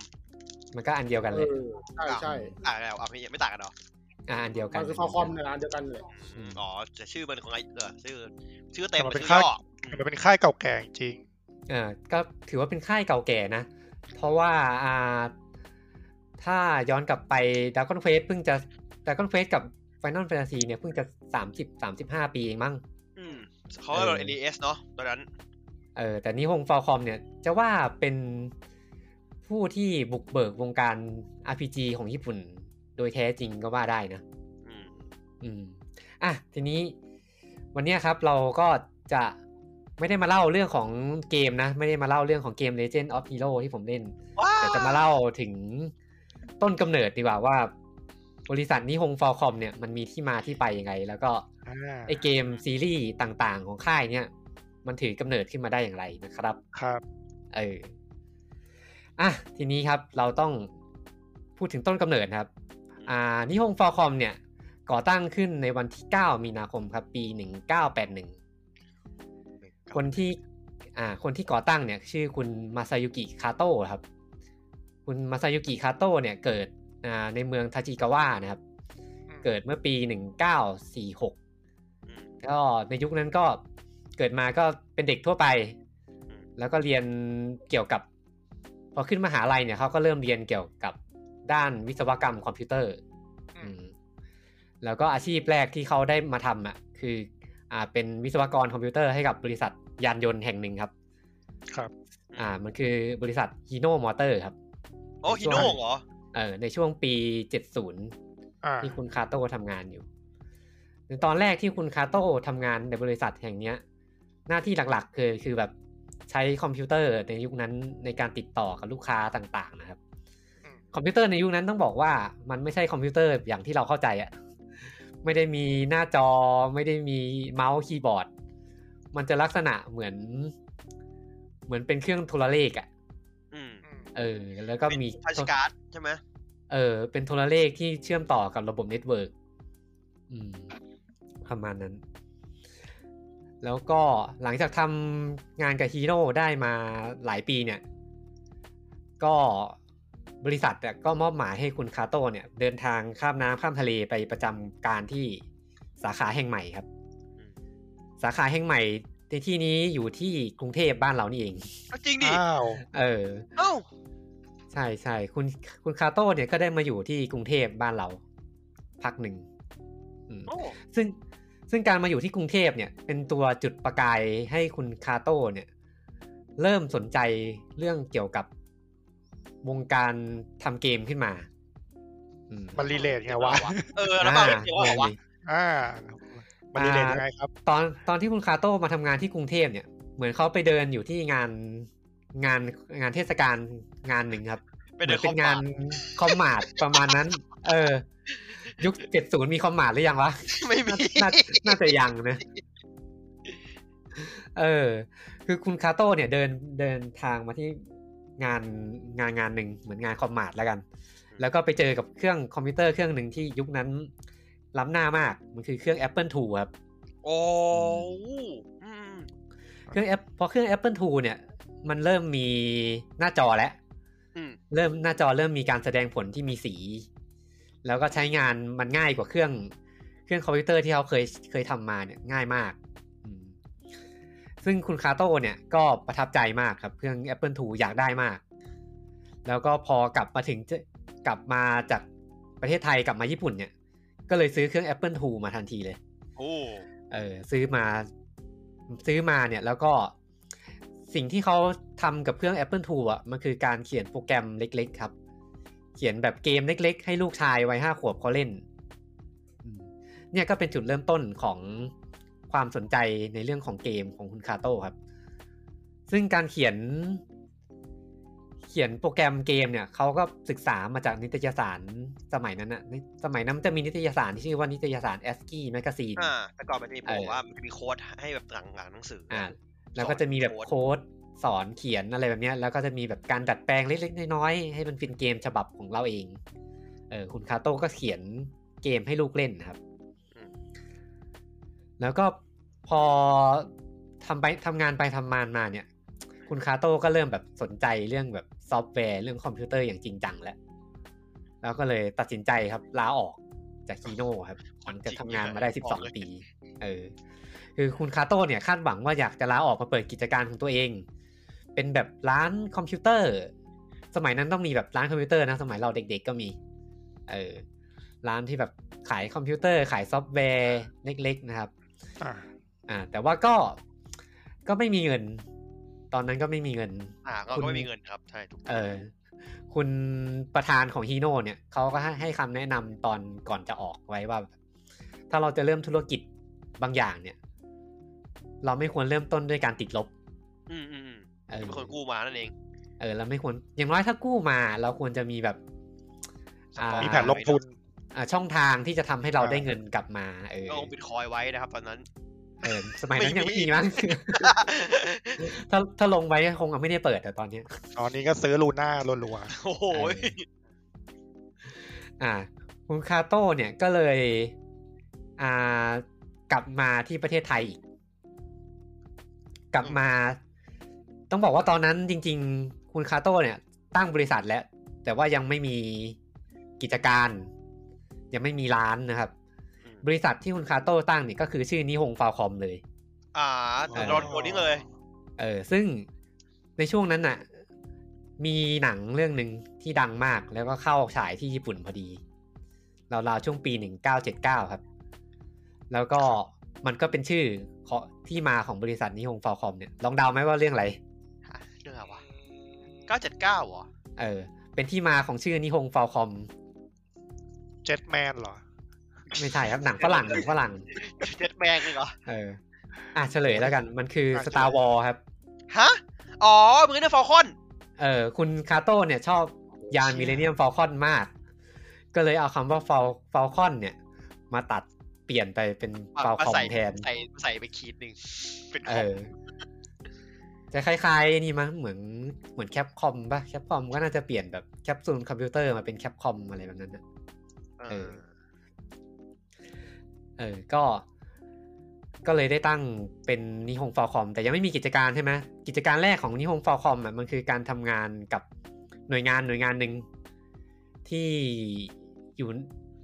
มันก็อันเดียวกัน
เอ
เลย
อใช่ใช่
อ่าแล้วอ่ะไม่ไม่ต่างกันเหรอ
อ่าอันเดียวกั
มัน นคือฟาคอมในร้านเดียวกันเลย
อืมอ๋อแต่ชื่อมันของไอ้เออชื่อ ชื่อเต็ม
แต่มันเป็น
ชื่อย่
ค่าย
อ
มันเป็นค่ายเก่าแก่จริง
เออก็ถือว่าเป็นค่ายเก่าแก่นะ เพราะว่าอ่าถ้าย้อนกลับไป Dragon Quest เพิ่งจะ Dragon Quest กับ Final Fantasy เนี่ยเพิ่งจะ 30 35 ปีเองมั้ง
อืมเขาเราเอ NES เนาะตอนนั้น
เออแต่นี่ฮงฟาวคอมเนี่ยจะว่าเป็นผู้ที่บุกเบิกวงการ RPG ของญี่ปุ่น โดยแท้จริงก็ว่าได้นะ
อืม
อืมอ่ะทีนี้วันเนี้ยครับเราก็จะไม่ได้มาเล่าเรื่องของเกมนะ ไม่ได้มาเล่าเรื่องของเกม Legend of Hero ที่ผมเล่น
ว้า
แต่จะมาเล่าถึงต้นกำเนิดดีกว่าว่า บริษัทนิฮงฟอลคอมเนี่ยมันมีที่มาที่ไปยังไง แล้วก็
อ่า
ไอเกมซีรีส์ต่างๆ ของค่ายเนี่ย มันถือกำเนิดขึ้นมาได้อย่างไรนะครับ
ครับ
เออ อ่ะ ทีนี้ครับ เราต้องพูดถึงต้นกำเนิดครับ อ่า นิฮงฟอร์คอมเนี่ย ก่อตั้งขึ้นในวันที่ 9 มีนาคมครับ ปี 1981 คนที่ อ่า คนที่ก่อตั้งเนี่ย ชื่อคุณมาซายุกิ คาโต้ครับ คุณมาซายุกิ คาโต้เนี่ย เกิด อ่า ในเมืองทาจิกาวะนะครับ
อืม
เกิดเมื่อปี 1946
อืม
ก็ในยุคนั้นก็เกิดมาก็เป็นเด็กทั่วไป
อืม
แล้วก็เรียนเกี่ยวกับพอขึ้นมหาลัยเนี่ยเขาก็เริ่มเรียนเกี่ยวกับด้านวิศวกรรมคอมพิวเตอร์
อืม
อืมแล้วก็อาชีพแรกที่เขาได้มาทำอ่ะคืออ่าเป็นวิศวกรคอมพิวเตอร์ให้กับบริษัทยานยนต์แห่งหนึ่งครับ
ครับ
อ่ามันคือบริษัทฮีโน่มอเตอร์ครับ
โอ้ฮิโน่เหรอ
เออในช่วงปี 70
อ่า
ที่คุณคาโต้ทำงานอยู่ ในตอนแรกที่คุณคาโต้ทำงานในบริษัทแห่งเนี้ย หน้าที่หลักๆคือคือแบบใช้คอมพิวเตอร์ในยุคนั้นในการติดต่อกับลูกค้าต่างๆนะครับ
อืม
คอมพิวเตอร์ในยุคนั้นต้องบอกว่ามันไม่ใช่คอมพิวเตอร์อย่างที่เราเข้าใจอะไม่ได้มีหน้าจอไม่ได้มีเมาส์คีย์บอร์ด มันจะลักษณะเหมือน เหมือนเป็นเครื่องโทรเลขอะ
อืม
อืม
เออ แล้วก็มี
ทัชการ์ดใช่ไหม
เออเป็นโทรเลขที่เชื่อมต่อกับระบบเน็ตเวิร์กอืมประมาณนั้น แล้วก็หลังจากทำงานกับฮีโร่ได้มาหลายปีเนี่ย ก็บริษัทเนี่ยก็มอบหมายให้คุณคาโต้เนี่ย เดินทางข้ามน้ำข้ามทะเลไปประจำการที่สาขาแห่งใหม่ครับ สาขาแห่งใหม่ในที่นี้อยู่ที่กรุงเทพบ้านเรานี่เอง
เอาจริงดิ
อ้าว
เออ
เอ้า
ใช่ใช่คุณคุณคาโต้เนี่ยก็ได้มาอยู่ที่กรุงเทพบ้านเรา พักหนึ่งอืม
โอ้
ซึ่งซึ่งการมาอยู่ที่กรุงเทพเนี่ย เป็นตัวจุดประกายให้คุณคาโต้เนี่ย เริ่มสนใจเรื่องเกี่ยวกับวงการทำเกมขึ้นมาอืม
มันรีเลทไงวะ
เออแล้วมา
อ่
เกี่ยวอะไรวะ
งงดิ
อ่า มันรีเลทยังไงครับ
ตอนตอนที่คุณคาโต้มาทำงานที่กรุงเทพเนี่ย เหมือนเขาไปเดินอยู่ที่งานงานงานเทศกาลงานหนึ่งครับ
เป็น
เหมื
เด็
อก
ค
นเป็
อม
นงานคอมมาด ประมาณนั้น เออ ยุคเจ็ดศูนย์มีคอมมาดหรือยังวะ
ไม่มี
น่าน่าจะยังนะ เออ คือคุณคาโต้เนี่ยเดินเดินทางมาที่งานงานงานหนึ่งเหมือนงานคอมมาดแล้วกัน แล้วก็ไปเจอกับเครื่องคอมพิวเตอร์เครื่องหนึ่งที่ยุคนั้นล้ำหน้ามาก มันคือเครื่อง Apple II ครับ
โอ้อืม
เครื่อง App พอเครื่อง Apple II เนี่ย มันเริ่มมีหน้าจอแล้ว
อืม
เริ่มหน้าจอเริ่มมีการแสดงผลที่มีสี แล้วก็ใช้งานมันง่ายกว่าเครื่องเครื่องคอมพิวเตอร์ที่เขาเคยเคยทำมาเนี่ยง่ายมากอืมซึ่งคุณคาโต้เนี่ยก็ประทับใจมากครับ เครื่อง Apple II อยากได้มาก แล้วก็พอกลับมาถึงจะกลับมาจากประเทศไทยกลับมาญี่ปุ่นเนี่ย ก็เลยซื้อเครื่อง Apple II มาทันทีเลย
โอ้
เออซื้อมาซื้อมาเนี่ยแล้วก็สิ่งที่เขาทำกับเครื่อง Apple II อ่ะมันคือการเขียนโปรแกรมเล็กๆ ครับ เขียนแบบเกมเล็กๆ ให้ลูกชายวัยห้าขวบเขาเล่นอืมเนี่ยก็เป็นจุดเริ่มต้นของความสนใจในเรื่องของเกมของคุณคาโต้ครับ ซึ่งการเขียน เขียนโปรแกรมเกมเนี่ยเขาก็ศึกษามาจากนิตยสารสมัยนั้นนะสมัยนั้นมันจะมีนิตยสารที่ชื่อว่านิตยสาร a s c i i Magazine
อ่าแต่ก่อนมันจะมีผม
เออ
ว่ามันจะมีโค้ดให้แบบหลังหลังหนังสืออ
อ่าแล้วก็จะมีแบบ
สอนโค้
โค้
ด
ดสอนเขียนอะไรแบบเนี้ยแล้วก็จะมีแบบการดัดแปลงเล็กๆน้อยๆให้มันเป็นเกมฉบับของเราเอง เออคุณคาโต้ก็เขียนเกมให้ลูกเล่นนะครับ แล้วก็พอทำไปทำงานไปทำมานมาเนี่ย คุณคาโต้ก็เริ่มแบบสนใจเรื่องแบบซอฟต์แวร์เรื่องคอมพิวเตอร์อย่างจริงจังแล้ว แล้วก็เลยตัดสินใจครับลาออกจากคีโน่ครับหลังจากทำงานมาได้ 12 ปี เออ คือคุณคาโต้เนี่ยคาดหวังว่าอยากจะลาออกมาเปิดกิจการของตัวเอง เป็นแบบร้านคอมพิวเตอร์ สมัยนั้นต้องมีแบบร้านคอมพิวเตอร์นะ สมัยเราเด็กๆก็มี เออ ร้านที่แบบขายคอมพิวเตอร์ขายซอฟต์แวร์เล็กๆนะครับ
อ่า
อ่าแต่ว่าก็ก็ไม่มีเงิน ตอนนั้นก็ไม่มีเงิน
อ่าก็
คุณ
ไม่มีเงินครับใช่ถูกต้
เอ
อง
อคุณประธานของฮีโน่เนี่ยเขาก็ให้ให้คำแนะนำตอนก่อนจะออกไว้ว่า ถ้าเราจะเริ่มธุรกิจบางอย่างเนี่ย เราไม่ควรเริ่มต้นด้วยการติดลบ
อืมอืมอืม
เออ
เป็นคนกู้มานั่นเอง
เออเราไม่ควรอย่างน้อยถ้ากู้มา เราควรจะมีแบบ
สำรอง
มีแผนลงทุน
เอ อ่าช่องทางที่จะทำให้เรา
อ่า
ได้เงินกลับมา เออ
ก็ลงบิตคอยไว้นะครับ ตอนนั้น
เออสมัยนั้นยัง
ไม่
ไม่
มี
มีมั้ง ถ้าถ้าลงไว้คงไม่ได้เปิดแต่ตอนเนี้ย
ตอนนี้ก็ซื้อลูน่ารัว
โอ้โหย
อ่าคุณคาโต้เนี่ยก็เลยอ่ากลับมาที่ประเทศไทยอีก กลับมา ต้องบอกว่าตอนนั้นจริง ๆ คุณคาโต้เนี่ย ตั้งบริษัทแล้ว แต่ว่ายังไม่มีกิจการ ยังไม่มีร้านนะครับ บริษัทที่คุณคาโต้ตั้งเนี่ยก็คือชื่อนิฮงฟาวคอมเลย
อ่าแต่รอนคนนี้เลย
เออซึ่งในช่วงนั้นน่ะ มีหนังเรื่องหนึ่งที่ดังมากแล้วก็เข้าฉายที่ญี่ปุ่นพอดีราวๆช่วงปี 1979 ครับ แล้วก็มันก็เป็นชื่อของที่มาของบริษัทนิฮงฟอลคอมเนี่ย ลองเดาไหมว่าเรื่องอะไร
ฮะเรื่องอะไรวะเก้าเจ็ดเก้าหรอ
เออ เป็นที่มาของชื่อนิฮงฟอลคอม
ๆเจ็ตแมนเหรอ
ไม่ใช่ครับหนังฝรั่งหนังฝรั่ง
เจ็ดแมงเลยเหรอ
เออ อ่ะเฉลยแล้วกัน มันคือ Star War ครับ
ฮะ อ๋อมือเนฟอลคอน
เออคุณคาโต้เนี่ยชอบยานมิเลเนียมฟอลคอนมาก ก็เลยเอาคำว่าฟอลฟอลคอนเนี่ย มาตัดเปลี่ยนไปเป็นฟอลคอมแทน
ใส่ใส่ไปขีดหนึ่ง เป็นข
เอ
อง
อ จะคล้ายๆนี่มั้งเหมือนเหมือนแคปคอมปะแคปคอมก็น่าจะเปลี่ยนแบบแคปซูลคอมพิวเตอร์มาเป็นแคปคอมอะไรแบบนั้นนะ
เอ
เอ
อ
อ เออ ก็ ก็เลยได้ตั้งเป็นนิฮงฟอลคอมแต่ยังไม่มีกิจการใช่ไหมกิจการแรกของนิฮงฟอลคอมอ่ะมันคือการทำงานกับหน่วยงานหน่วยงานหนึ่งที่อยู่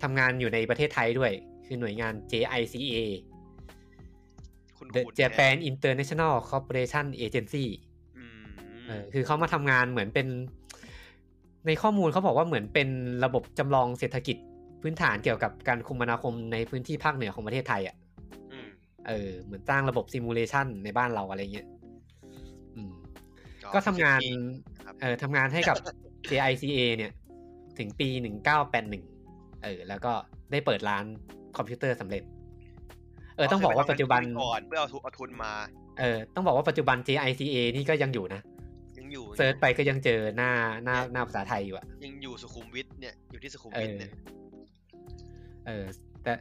ทำงานอยู่ในประเทศไทยด้วย คือหน่วยงาน JICA
คุณ
The
คุณ
Japan International Corporation Agency
อืม
เออคือเขามาทำงานเหมือนเป็น ในข้อมูลเขาบอกว่าเหมือนเป็นระบบจำลองเศรษฐกิจพื้นฐานเกี่ยวกับการคมนาคมในพื้นที่ภาคเหนือของประเทศไทยอ่ะ
ม
เออเหมือนสร้างระบบซิมูเลชันในบ้านเราอะไรเงี้ยอืมก็ทำงาน
สิบปีนะครับ
เออทำงานให้กับ JICA เนี่ย ถึงปี 1981เออแล้วก็ได้เปิดร้านคอมพิวเตอร์สำเร็จ เออต้องบอกว่าปัจจุบัน
เอาเงิก่อนเพื่อเอาทุนเอาทุนมา
เออต้องบอกว่าปัจจุบัน JICA นี่ก็ยังอยู่นะ
ยังอยู่
เซิร์ชไปก็ยังเจอหน้าหน้าหน้าภาษาไทยอยู่อะ
ยังอยู่สุขุมวิทเนี่ย อยู่ที่สุขุม
เอ
วิท
อ
เนี่ย
เออแต่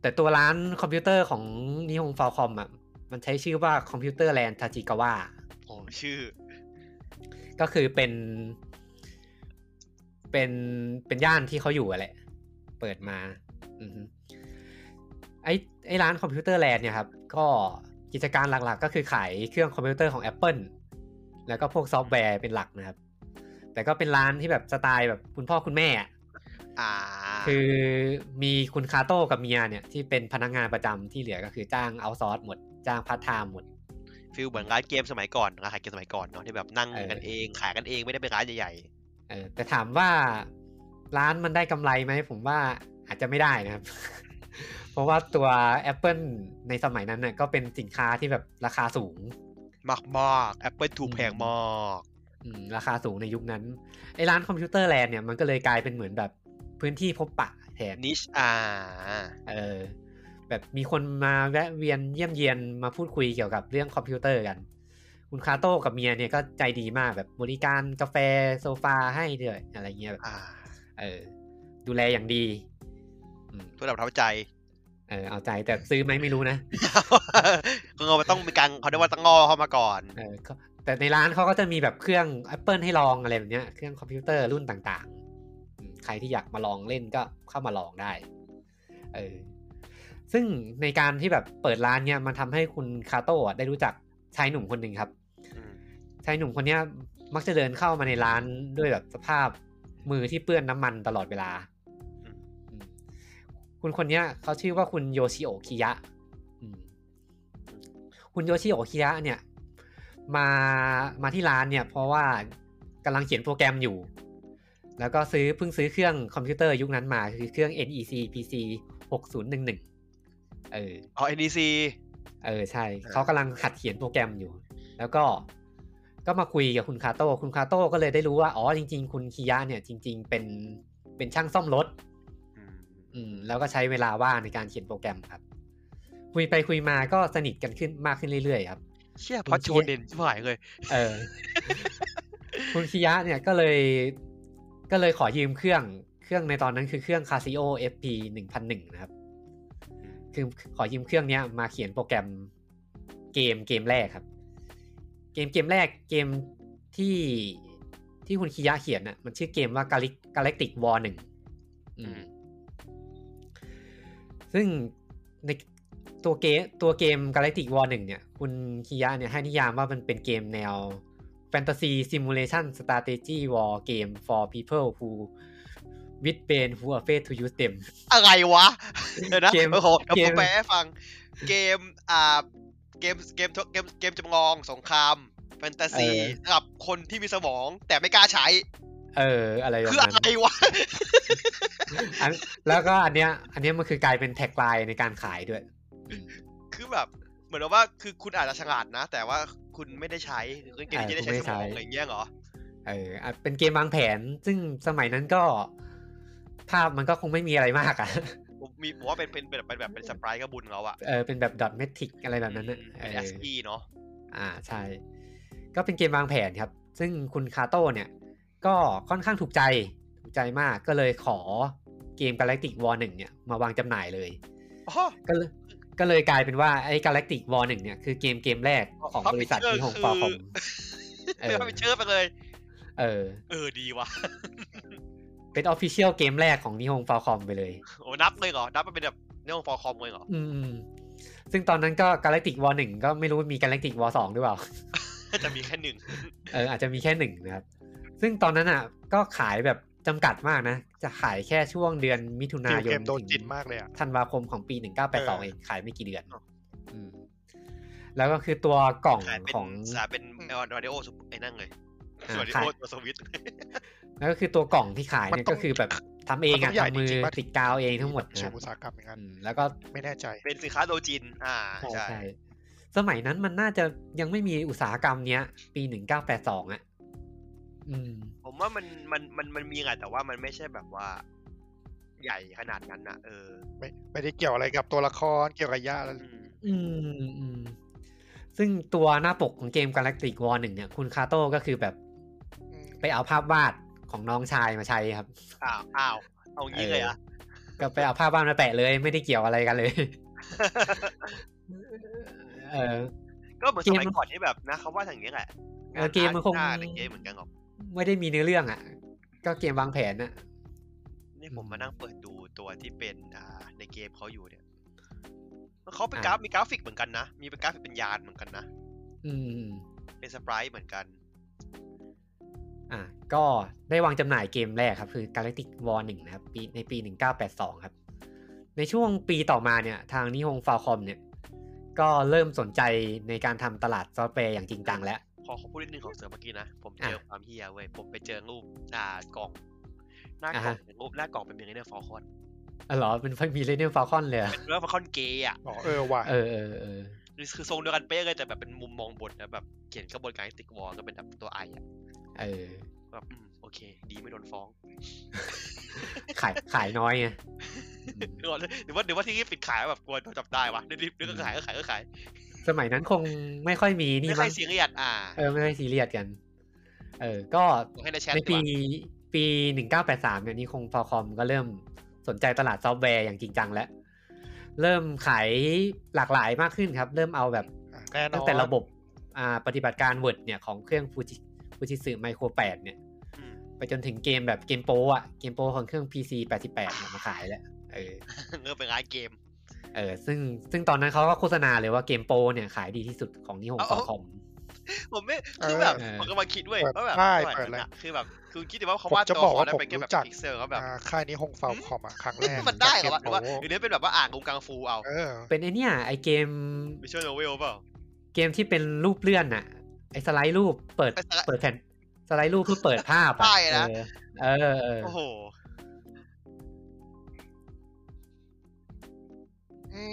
แต่ตัวร้านคอมพิวเตอร์ของนิฮงฟาวคอมอ่ะ มันใช้ชื่อว่าคอมพิวเตอร์แลนด์ทาจิกาวะ
โอ้ชื่อ
ก็คือเป็น เป็นเป็นย่านที่เขาอยู่อะแหละ เปิดมา อือฮึไอไอร้านคอมพิวเตอร์แลนด์เนี่ยครับ ก็กิจการหลักๆ ก็คือขายเครื่องคอมพิวเตอร์ของ Apple แล้วก็พวกซอฟต์แวร์เป็นหลักนะครับ แต่ก็เป็นร้านที่แบบสไตล์แบบคุณพ่อคุณแม่อะ
อ่า
คือมีคุณคาโต้กับเมียเนี่ยที่เป็นพนักงานประจำที่เหลือก็คือจ้างเอาซอร์สหมด จ้างพาร์ทไทม์หมด
ฟิลเหมือนร้านเกมสมัยก่อนร้านขายเกมสมัยก่อนเนาะที่แบบนั่ง
เออ
กันเอง ขายกันเองไม่ได้เป็นร้านใหญ่
เออแต่ถามว่าร้านมันได้กำไรไหมผมว่าอาจจะไม่ได้นะครับ เพราะว่าตัว Apple ในสมัยนั้นเนี่ยก็เป็นสินค้าที่แบบราคาสูง
ๆ มากมากแอปเปิลถูกแพงมาก
อืมราคาสูงในยุคนั้นไอ้ร้านคอมพิวเตอร์แลนด์เนี่ยมันก็เลยกลายเป็นเหมือนแบบพื้นที่พบปะแทน
นิชอ่า
เออแบบมีคนมาแวะเวียนเยี่ยมเยียนมาพูดคุยเกี่ยวกับเรื่องคอมพิวเตอร์กัน คุณคาโต้กับเมียเนี่ยก็ใจดีมากแบบบริการกาแฟโซฟาให้ด้วยอะไรเงี้ยแบบ
อ่า
เออ ดูแลอย่างดีอืม
เพื่อเราประทับใจ
เออเอาใจแต่ซื้อไหมไม่รู้นะ
ก็งอมันต้องมีการเขาเรียกว่าต้องงอเข้ามาก่อน
เออก็แต่ในร้านเขาก็จะมีแบบเครื่อง Apple ให้ลองอะไรแบบเนี้ยเครื่องคอมพิวเตอร์รุ่นต่างๆอืมใครที่อยากมาลองเล่นก็เข้ามาลองได้เออซึ่งในการที่แบบเปิดร้านเนี่ยมันทำให้คุณคาโต้อะได้รู้จักชายหนุ่มคนหนึ่งครับ
อืม
ชายหนุ่มคนเนี้ยมักจะเดินเข้ามาในร้านด้วยแบบสภาพมือที่เปื้อนน้ำมันตลอดเวลาอืมคุณคนเนี้ยเขาชื่อว่าคุณโยชิโอะคิยะอืมคุณโยชิโอะคิยะเนี่ย มามาที่ร้านเนี่ย เพราะว่ากำลังเขียนโปรแกรมอยู่ แล้วก็ซื้อเพิ่งซื้อเครื่องคอมพิวเตอร์ยุคนั้นมาคือเครื่อง NEC PC 6011เออ
อ๋อ NDC
เออใช่เขากำลังหัดเขียนโปรแกรมอยู่ แล้วก็ก็มาคุยกับคุณคาโต้คุณคาโต้ก็เลยได้รู้ว่าอ๋อจริง ๆ คุณคิยะเนี่ยจริง ๆ เป็นเป็นช่างซ่อมรถ
อืม
อืมแล้วก็ใช้เวลาว่างในการเขียนโปรแกรมครับ คุยไปคุยมาก็สนิทกันขึ้นมากขึ้นเรื่อยๆครับ
เชี่ยพอดโชว์เด่นชิบหายเลย
เออ คุณคิยะเนี่ยก็เลยก็เลยขอยืมเครื่องเค รื่องในตอนนั้นคือเครื่อง Casio FP 1001 นะครับ คือขอยืมเครื่องเนี้ยมาเขียนโปรแกรมเกมเกมแรกครับ เกมเกมแรกเกมที่ที่คุณคิยะเขียนน่ะมันชื่อเกมว่ากาลิกาแล็กติกวอร์หนึ่ง
อืม
ซึ่งในตัวเกมตัวเกมกาแล็กติกวอร์หนึ่งเนี่ย คุณคิยะเนี่ยให้นิยามว่ามันเป็นเกมแนวแฟนตาซีซิมูเลชันสต r a t e g y war game for people who with brain who are afraid to use them
อะไรวะ เดี๋ยวนะ
เกม
โอ้โหเดี๋ยว
เก
ผม
ม
แปลให้ฟัง เกมอ่าเกมเกมเกมเกมจำลองสงครามแฟนตาซีสำหรับคนที่มีสมองแต่ไม่กล้าใช้
เอออะไรแบบ
คือ
นั้
อะ
น
ไรวะ
อันแล้วก็อันเนี้ย อันเนี้ยมันคือกลายเป็นแท็กไลน์ในการขายด้วย
คือแบบ เหมือนว่าคือคุณอาจจะฉลาดนะ แต่ว่าคุณไม่ได้ใช้คือเกม
อ่า
ที่ได้ใช้
คุณไม่
สมอง
ใช้
อะไรอย่างเงี้ยเหรอ
เอออ่ะเป็นเกมวางแผน ซึ่งสมัยนั้นก็ ภาพมันก็คงไม่มีอะไรมากอะ่ะ
ผมมีผมว่าเป็นเป็นแบบเป็นแบบเป็นสปายก็บุญแล้วอะ
เออเป็นแบบดอทเมทริกอะไรแบบนั้นน่ะเอ
เป็น
อ
แอสกี้เนาะ
อ่าใช่ ก็เป็นเกมวางแผนครับ ซึ่งคุณคาโต้เนี่ย ก็ค่อนข้างถูกใจถูกใจมากก็เลยขอเกม Galactic War 1เนี่ย มาวางจำหน่ายเลย
อ๋อ
ก็เลยก็เลยกลายเป็นว่าไอ้ Galactic War 1เนี่ยคือเกมเกมแรกของบริษัทที่ของฟอร์คอม เออ
เป็นพิเชอร์ไปเลย
เออ
เออดีวะ
เป็นออฟฟิเชียลเกมแรกของนิฮงฟาวคอมไปเลย
โอ้นับเลยเหรอ นับมันเป็นแบบเรื่องฟอร์คอมเลยเหรอ
อืม ซึ่งตอนนั้นก็ Galactic War 1 ก็ไม่รู้มี Galactic War 2หรือเปล่า
จะมีแค่หนึ่ง
เอออาจจะมีแค่หนึ่งนะครับ ซึ่งตอนนั้นอ่ะ ก็ขายแบบจำกัดมากนะ จะขายแค่ช่วงเดือนมิถุนา
ฟิล
ย
เก
น
มโดนจิ
ถึ
น
ง
มากเลยอ่ะ
ธันวาคมของปี 1982
เออ
เอง ขายไม่กี่เดือน
เนอะ
อืม แล้วก็คือตัวกล่อง
ขายเป็น
ของ
สายเป็นเออรดิโอไอ้นั่นเลย
อ่า
สวดิ
ขาย
โอตัวสวิตช์
แล้วก็คือตัวกล่องที่ขาย
มัน
เนี่ย
ต้อง
ก็คือแบบทำเอง
มันต้อ
อ่ะ
งใหญ่
ทำมือ
จริงๆปะ
ติดกาวเองทั้งหมดนะ
เชิ
ครั
ง
บ
อุตสาหกรรมอย่างนั้น
อืมแล้วก็
ไม่แน่ใจ
เป็นสินค้าโดจิน อ่า
ใช่
ใช่
ใช่สมัยนั้นมันน่าจะยังไม่มีอุตสาหกรรมเนี้ย ปีหนึ่งเก้าแปดสองอ่ะ อืม
ผมว่ามันมันมันมันมีไงแต่ว่ามันไม่ใช่แบบว่า ใหญ่ขนาดนั้นนะเออ
ไม่ไม่ได้เกี่ยวอะไรกับตัวละครเกี่ยวกับย่าอะไร
อืม
อืมอืมซึ่งตัวหน้าปกของเกม Galactic War หนึ่งเนี่ย คุณคาโต้ก็คือแบบ ไปเอาภาพวาดของน้องชายมาใช้ครับ
อ้าวอ้าวเอางี้เลยอะ
ก็ไปเอาภาพวาดมาแปะเลยไม่ได้เกี่ยวอะไรกันเลย เออ
ก็เหมือนสมัยก่อนที่แบบนะเขาว่าอย่างนี้ยแหละ
เออเกมมันคง
หาในเกมเหมือนกันหรอก
ไม่ได้มีเนื้อเรื่องอ่ะ ก็เกมวางแผนน่ะ
นี่ผมมานั่งเปิดดูตัวที่เป็นอ่าในเกมเขาอยู่เนี่ยเขาเป็นกราฟมีกราฟิกเหมือนกันนะมีเป็นกราฟิกเป็นยานเหมือนกันนะ
อืม
เป็นสปรายเหมือนกัน
อ่ะก็ได้วางจำหน่ายเกมแรกครับ คือ Galactic War 1 นะครับ ปีในปี 1982 ครับ ในช่วงปีต่อมาเนี่ย ทางนิฮงฟาวคอมเนี่ย ก็เริ่มสนใจในการทำตลาดซอฟต์แวร์อย่างจริงจังแล้ว
ขอขอพูดนิดนึงของเสือเมื่อกี้นะ ผมเจอ
อ่ะ
ความเฮียเว้ย ผมไปเจอรูปอ่ากล่อง หน้าก
อ่า
ล่อ
ฮะ
งรูปหน้ากล่องเป็นเมเนอร์ฟอลคอน
อ๋อเหรอเป็นมีเลเนียมฟาวคอนเลยเหรอ
เป็นเมเนอร์ฟอลคอนเกย์อ่ะ
อ๋อเออว่ะ
เออเออเออ
คือคือทรงเดียวกันเป๊ะเลยแต่แบบเป็นมุมมองบนนะแบบเขียนกระบวนการติกวอลก็เป็นแบบตัวไออ่ะ
เออ
แบบอืมโอเค ดีไม่โดนฟ้อง
ขาย ขายน้อยไงอืม
หรือว่าหรือว่าหรือว่าที่นี่ปิดขายแบบกลัวโดนจับได้วะนึกนึกก็ขายก็ขายก็ขาย
สมัยนั้นคงไม่ค่อยมีนี่
ไม่
มั้
ใช่
ง
เสียงเอียดอ่า
เออไม่ค่อยซีเรียสกัน เออ ก็
ผมให้ในแชท
ใน
ดี
ปี
กว่า
ปี 1983 เนี่ยนี่คงพอคอมก็เริ่มสนใจตลาดซอฟต์แวร์อย่างจริงจังแล้ว เริ่มขายหลากหลายมากขึ้นครับ เริ่มเอาแบบ
อ่ะแน่นอน
ตั้งแต่ระบบอ่าปฏิบัติการ Word เนี่ยของเครื่องฟูจิฟูจิสึไมโคร8เนี่ย
อืม
ไปจนถึงเกมแบบเกมโปรอะเกมโปรของเครื่อง PC 88เนี่ยมาขายแล้วเออ
เงินเป็นร้านเกม
เออซึ่งซึ่งตอนนั้นเขาก็โฆษณาเลยว่าเกมโปรเนี่ยขายดีที่สุดของนิฮง
เอา
ฟอ
เอา
คอม
ผมไม่คือแบบ
เออ
ผมก็มาคิดเว้ย
เปิด
ว่าแบบ
ป้าย
สมัย
เปิด
นั้
อะ
น
ไร
อะคือแบบคือคิดดูว่าเขา
ผม
วาด
จะ
ตัว
บอก
เขา
ว่า
แล้ว
ผม
เป็นแค่แบ
รู้
บ
จัก
พิกเซลก็แบบ
อ่าค่ายนี้ฮงเฟาคอมอ่ะครั้งแรก
มันได้เหรอวะห
จา
รือ
กเก
ว่าม ห
โปร
รือเป็นแบบว่าอ่านกงกังฟูเอา
เออ
เป็นไอเนี่ยไอเกม
วิชวลโนเวลเปล่า
เกมที่เป็นรูปเลื่อนน่ะ ไอสไลด์รูปเปิด
ไอ้สไลด์
เปิดแผ่นสไลด์รูปเพื่อเปิดภาพ
ใช่
อ่ะ
นะ
เออเออเออ
โอ้โห
อื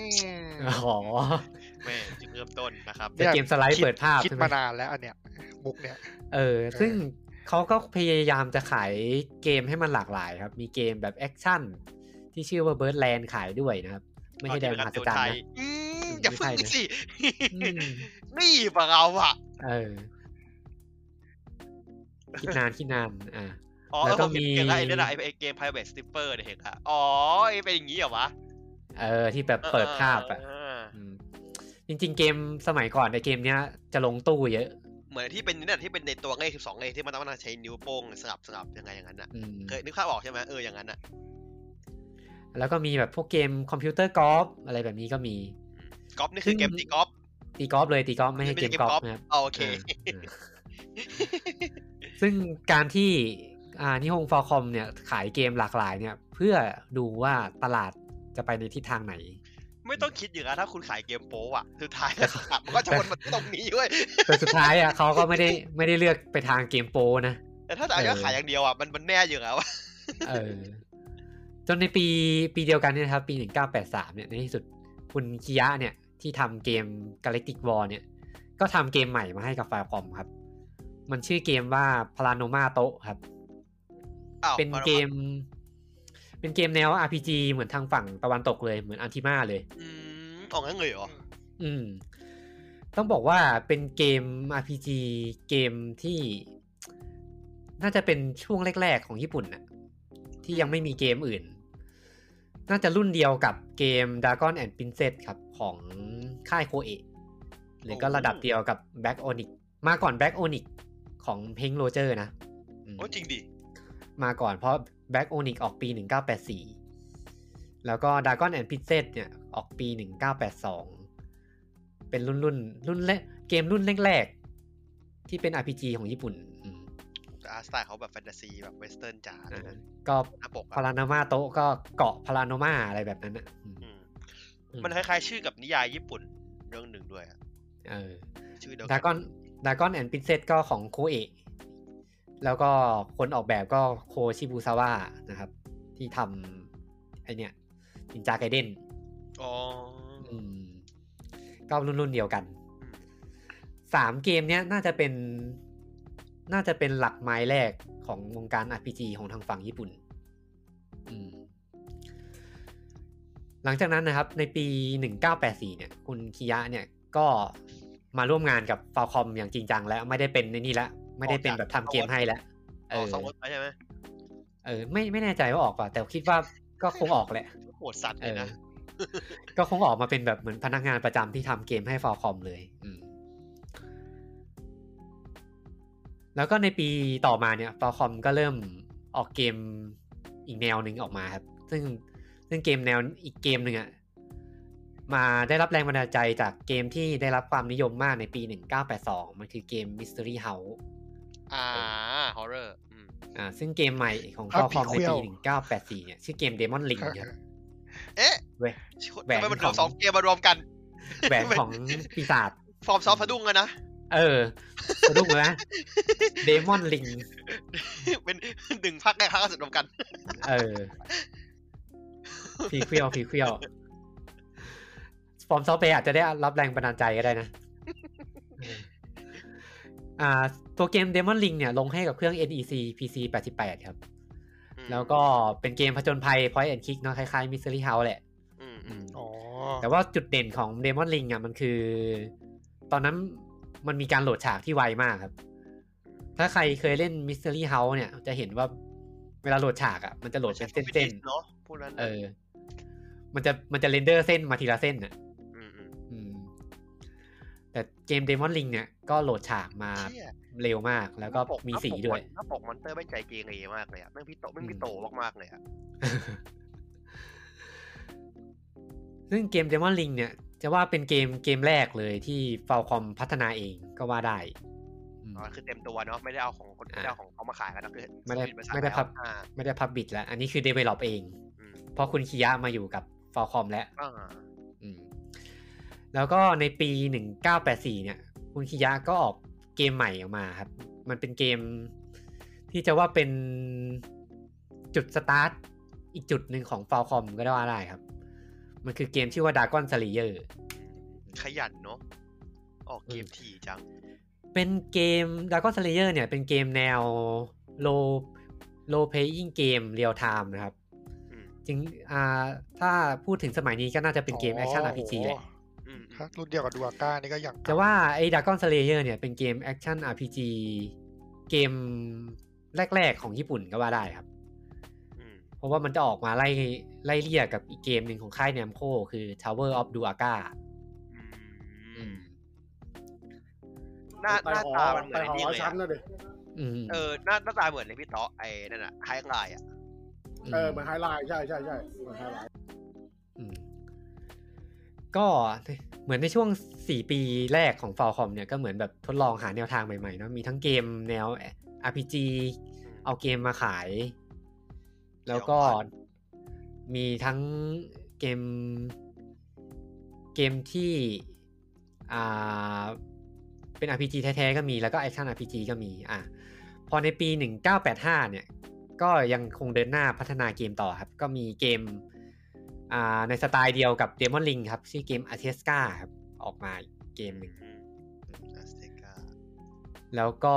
ม
อ๋อ
แม่งจุดเริ่มต้นนะครับ
เป็นเกมสไลด์เปิดภาพ
คิด
ใช่ไหม
มานานแล้วอันเนี้ยมุกเนี้ย
เออ ซึ่งเขาก็พยายามจะขายเกมให้มันหลากหลายครับ มีเกมแบบแอคชั่น ที่ชื่อว่าเบิร์ดแลนด์ขายด้วยนะครับ ไม่ใช่แดนมหัศจรรย์นะ
อืมอย่าพึ่ง
ไม่ใช่นะ
สิ
อืม
นี่ปะเราอ่ะ
เออ คิดนานคิดนานอ่า
อ๋อ
แล้วก็
ผมเห็น
มี
เก่งละไอ้เนี่ยนะไอ้ไอ้เกม Private Stripper เนี่ยเห็นละอ๋อไอ้เป็นอย่างงี้เหรอวะ
เออที่แบบเปิดภาพอ่ะ
า
อืมจริง ๆ เกมสมัยก่อนในเกมเนี้ยจะลงตู้เยอะ
เหมือนที่เป็นเนี่ยที่เป็นในตัวเลขสิบสองเลขที่มันต้องมาใช้นิ้วโป้งสลับสลับยังไงอย่างนั้นน่ะ
อืม
เคยนึกภาพออกใช่ไหมเอออย่างนั้นน่ะ
แล้วก็มีแบบพวกเกมคอมพิวเตอร์กอล์ฟอะไรแบบนี้ก็มี
กอล์ฟนี่คือเกมตีกอล์ฟ
ตีกอล์ฟเลยตีกอล์ฟไม่ให้เกมกอล์ฟนะครับ
อ๋อโอเค
อ่าอ่าซึ่งการที่อ่านิฮงฟอร์คอมเนี่ยขายเกมหลากหลายเนี่ย เพื่อดูว่าตลาดจะไปในทิศทางไหน
ไม่ต้องคิดอย่างนั้นถ้าคุณขายเกมโป๊อะสุด ท้ายก็ขายมันก็จะวนมาตรงนี้เว้ย
แต่สุดท้ายอ่ะเขาก็ไม่ได้ไม่ได้เลือกไปทางเกมโปรนะ
แต่ถ้าจะเอายอดขายอย่างเดียวอะมันมันแน่อยู่แล้วอะ
เออ จนในปีปีเดียวกันเนี่ยนะครับ ปี 1983 เนี่ยในที่สุดคุณคิยะเนี่ยที่ทำเกม Galactic War เนี่ย ก็ทำเกมใหม่มาให้กับฟาคอมครับ มันชื่อเกมว่า Paranoma t o ครับ
อ้าว
เป็นเกม เป็นเกมแนว RPG เหมือนทางฝั่งตะวันตกเลย เหมือนอันทิมาเลย
อืมออกงั้นเลยเหรอ
อืม ต้องบอกว่าเป็นเกม RPG เกมที่ น่าจะเป็นช่วงแรก ๆ ของญี่ปุ่นน่ะ ที่ยังไม่มีเกมอื่น น่าจะรุ่นเดียวกับเกม Dragon and Princess ครับของค่ายโคเอะหรือก็ระดับเดียวกับ Black Onyx มาก่อน Black Onyx ของเพงโรเจอร์นะอืม
โอ้จริงดิ
มาก่อนเพราะ Black Onyx ออกปี 1984 แล้วก็ Dragon and Princess เนี่ยออกปี 1982 เป็นรุ่นรุ่นรุ่นแรกเกมรุ่นแรกๆ ที่เป็น RPG ของญี่ปุ่นอืม
แต่อาร์ตสไตล์เขาแบบแฟนตาซีแบบเวสเทิร์นจ๋าเลยนะ
ก็
หน้าปก
พารา
อะ
นามาโตะก็เกาะพารานามาอะไรแบบนั้นอ่ะอืม
อืมมันคล้ายๆชื่อกับนิยายญี่ปุ่นเรื่องหนึ่งด้วยอะ
เออ
ชื่อเดียว
ดาก
กั
อนดากอนแอนด์พินเซตก็ของโคเอะแล้วก็คนออกแบบก็โคชิบุซาวะนะครับ ที่ทำไอเนี่ยนินจาไกเด้น
อ๋อ
อืมก็รุ่นรุ่นเดียวกัน สามเกมเนี้ยน่าจะเป็น น่าจะเป็นหลักไม้แรกของวงการ RPG ของทางฝั่งญี่ปุ่น อืม หลังจากนั้นนะครับ ในปี 1984 เนี่ย คุณคิยะเนี่ยก็มาร่วมงานกับฟาคอมอย่างจริงจังแล้วไม่ได้เป็นในนี่ละไม่ได้เป็นแบบทำเกมให้แล้วเอ
ออ
อก
สองคนไปใช่ไหม
เออไม่ไม่แน่ใจว่าออกเปล่าแต่คิดว่าก็คงออกแหละ
โหดสัตว์เลยนะ
เออ ก็คงออกมาเป็นแบบเหมือนพนักงานประจำที่ทำเกมให้ฟอร์คอมเลย อืม แล้วก็ในปีต่อมาเนี่ยฟอร์คอมก็เริ่มออกเกมอีกแนวหนึ่งออกมาครับ ซึ่งซึ่งเกมแนวอีกเกมหนึ่งอะมาได้รับแรงบันดาลใจจากเกมที่ได้รับความนิยมมากในปี 1982 มันคือเกม Mystery House
อ่าฮอร์เรอร์อืม
อ่า ซึ่งเกมใหม่ของฟ
ภา
อ
พ
ร์คอม
ผีเขี้
ใน
ยว
ปี 1984 เนี่ยชื่อเกม Demon Link ครับ
เอ๊ะ
เว้ย แหวน
ทำไมมัน
ข
ร
อ
ว
ง
มสองเกมมารวมกัน
แหวนของปีศาจ
ฟอร์มซอฟต์พะดุ้งอะนะ
เออสะดุ้งเลยนะเดมอนลิง
เป็น หนึ่งพักแรกพักสุดรวมกัน
เออพีเคียวพีเคียวฟอร์มซอฟต์แวร์อาจจะได้รับแรงบันดาลใจก็ได้นะเอออ่า ตัวเกม Demon Ring เนี่ย ลงให้กับเครื่อง NEC PC 88 ครับ
อืม
แล้วก็เป็นเกมผจญภัย Point and Click เนาะคล้ายๆ Mystery House แหละ
อืมอืม
อ๋อ
แต่ว่าจุดเด่นของ Demon Ring อ่ะมันคือ ตอนนั้นมันมีการโหลดฉากที่ไวมากครับ ถ้าใครเคยเล่น Mystery House เนี่ย จะเห็นว่าเวลาโหลดฉากอ่ะมันจะโหลดเป็นเส้น
เนาะพวกนั้น
ๆ
น่ะ
เออ มันจะมันจะเรนเดอร์เส้นมาทีละเส้นอ่ะ
มอืม
อืม แต่เกม Demon Ring เนี่ยก็โหลดฉากมา
เชี่ย
เร็วมาก แล้วก็
หน้าป
มีสีด้วย
หน้าปกมอนเตอร์ไม่ใจเกเรมากเลยอะแม่งพี่โตแม่งพี่โตมากๆเลยอะ
ซึ่งเกม Demon Ring เนี่ย จะว่าเป็นเกมเกมแรกเลยที่ฟ a l c o m พัฒนาเองก็ว่าได้อืม
อ๋อคือเต็มตัวเนาะไม่ได้เอาของคนไม่ได้เอาของเขามาขายกันนะคือ
ไม่ได้
ผลิตบริษัท
ไม่ได้พับ
แล้วอ่า
ไม่ได้พับบิดแล้ว อันนี้คือ develop เอง
อืม
เพราะคุณคิยะมาอยู่กับฟ a l c o m แล้ว
อ่า
อืมแล้วก็ในปี 1984 เนี่ย คุณคิยะก็ออกเกมใหม่ออกมาครับ มันเป็นเกมที่จะว่าเป็นจุดสตาร์ทอีกจุดหนึ่งของฟ a l c o m ก็ได้ว่าได้ครับ มันคือเกมชื่อว่า Dragon Slayer
ขยันเนาะออกเกมถี่จัง
เป็นเกม Dragon Slayer เนี่ย เป็นเกมแนว low low playing game real time นะครับ
อืม
จริงอ่าถ้าพูดถึงสมัยนี้ก็น่าจะเป็นเกม action RPG แหละ
อืม
ถ้ารุ่นเดียวกับดูอาก้านี่ก็อย่าง
แต่ว่าไอ้ Dragon Slayer เนี่ยเป็นเกมแอคชั่น RPG เกม แรก ๆ ของญี่ปุ่นก็ว่าได้ครับ
อืม
เพราะว่ามันจะออกมาไล่ไล่เลี่ยกับอีกเกมหนึ่งของค่ายแนมโคคือ Tower of Duaga
อืมหน้าหน้าตามันเหมือน
ไป
ไอ้
หอ
นี่เลย
ชั้น
อะ
นะเด็ก
อืม
เออหน้าหน้าตาเหมือนในพี่ต๊อกไอ้นั่นอะไฮไลน์อะ
เออเหมือนไฮไลท์ใช่ใช่ใช่เหมือนไฮไลท์
อืมก็เหมือนในช่วง 4 ปีแรกของ Falcom เนี่ยก็เหมือนแบบทดลองหาแนวทางใหม่ๆเนาะมีทั้งเกมแนว RPG เอาเกมมาขาย แล้วก็มีทั้งเกมเกมที่อ่าเป็น RPG แท้ๆก็มีแล้วก็ Action RPG ก็มีอ่ะพอในปี 1985 เนี่ย ก็ยังคงเดินหน้าพัฒนาเกมต่อครับ ก็มีเกมอ่าในสไตล์เดียวกับ Demon Ring ครับ ชื่อเกม a t e s c a ครับ ออกมาอีกเกมหนึ่ง
อืมอัสเตกา
แล้วก็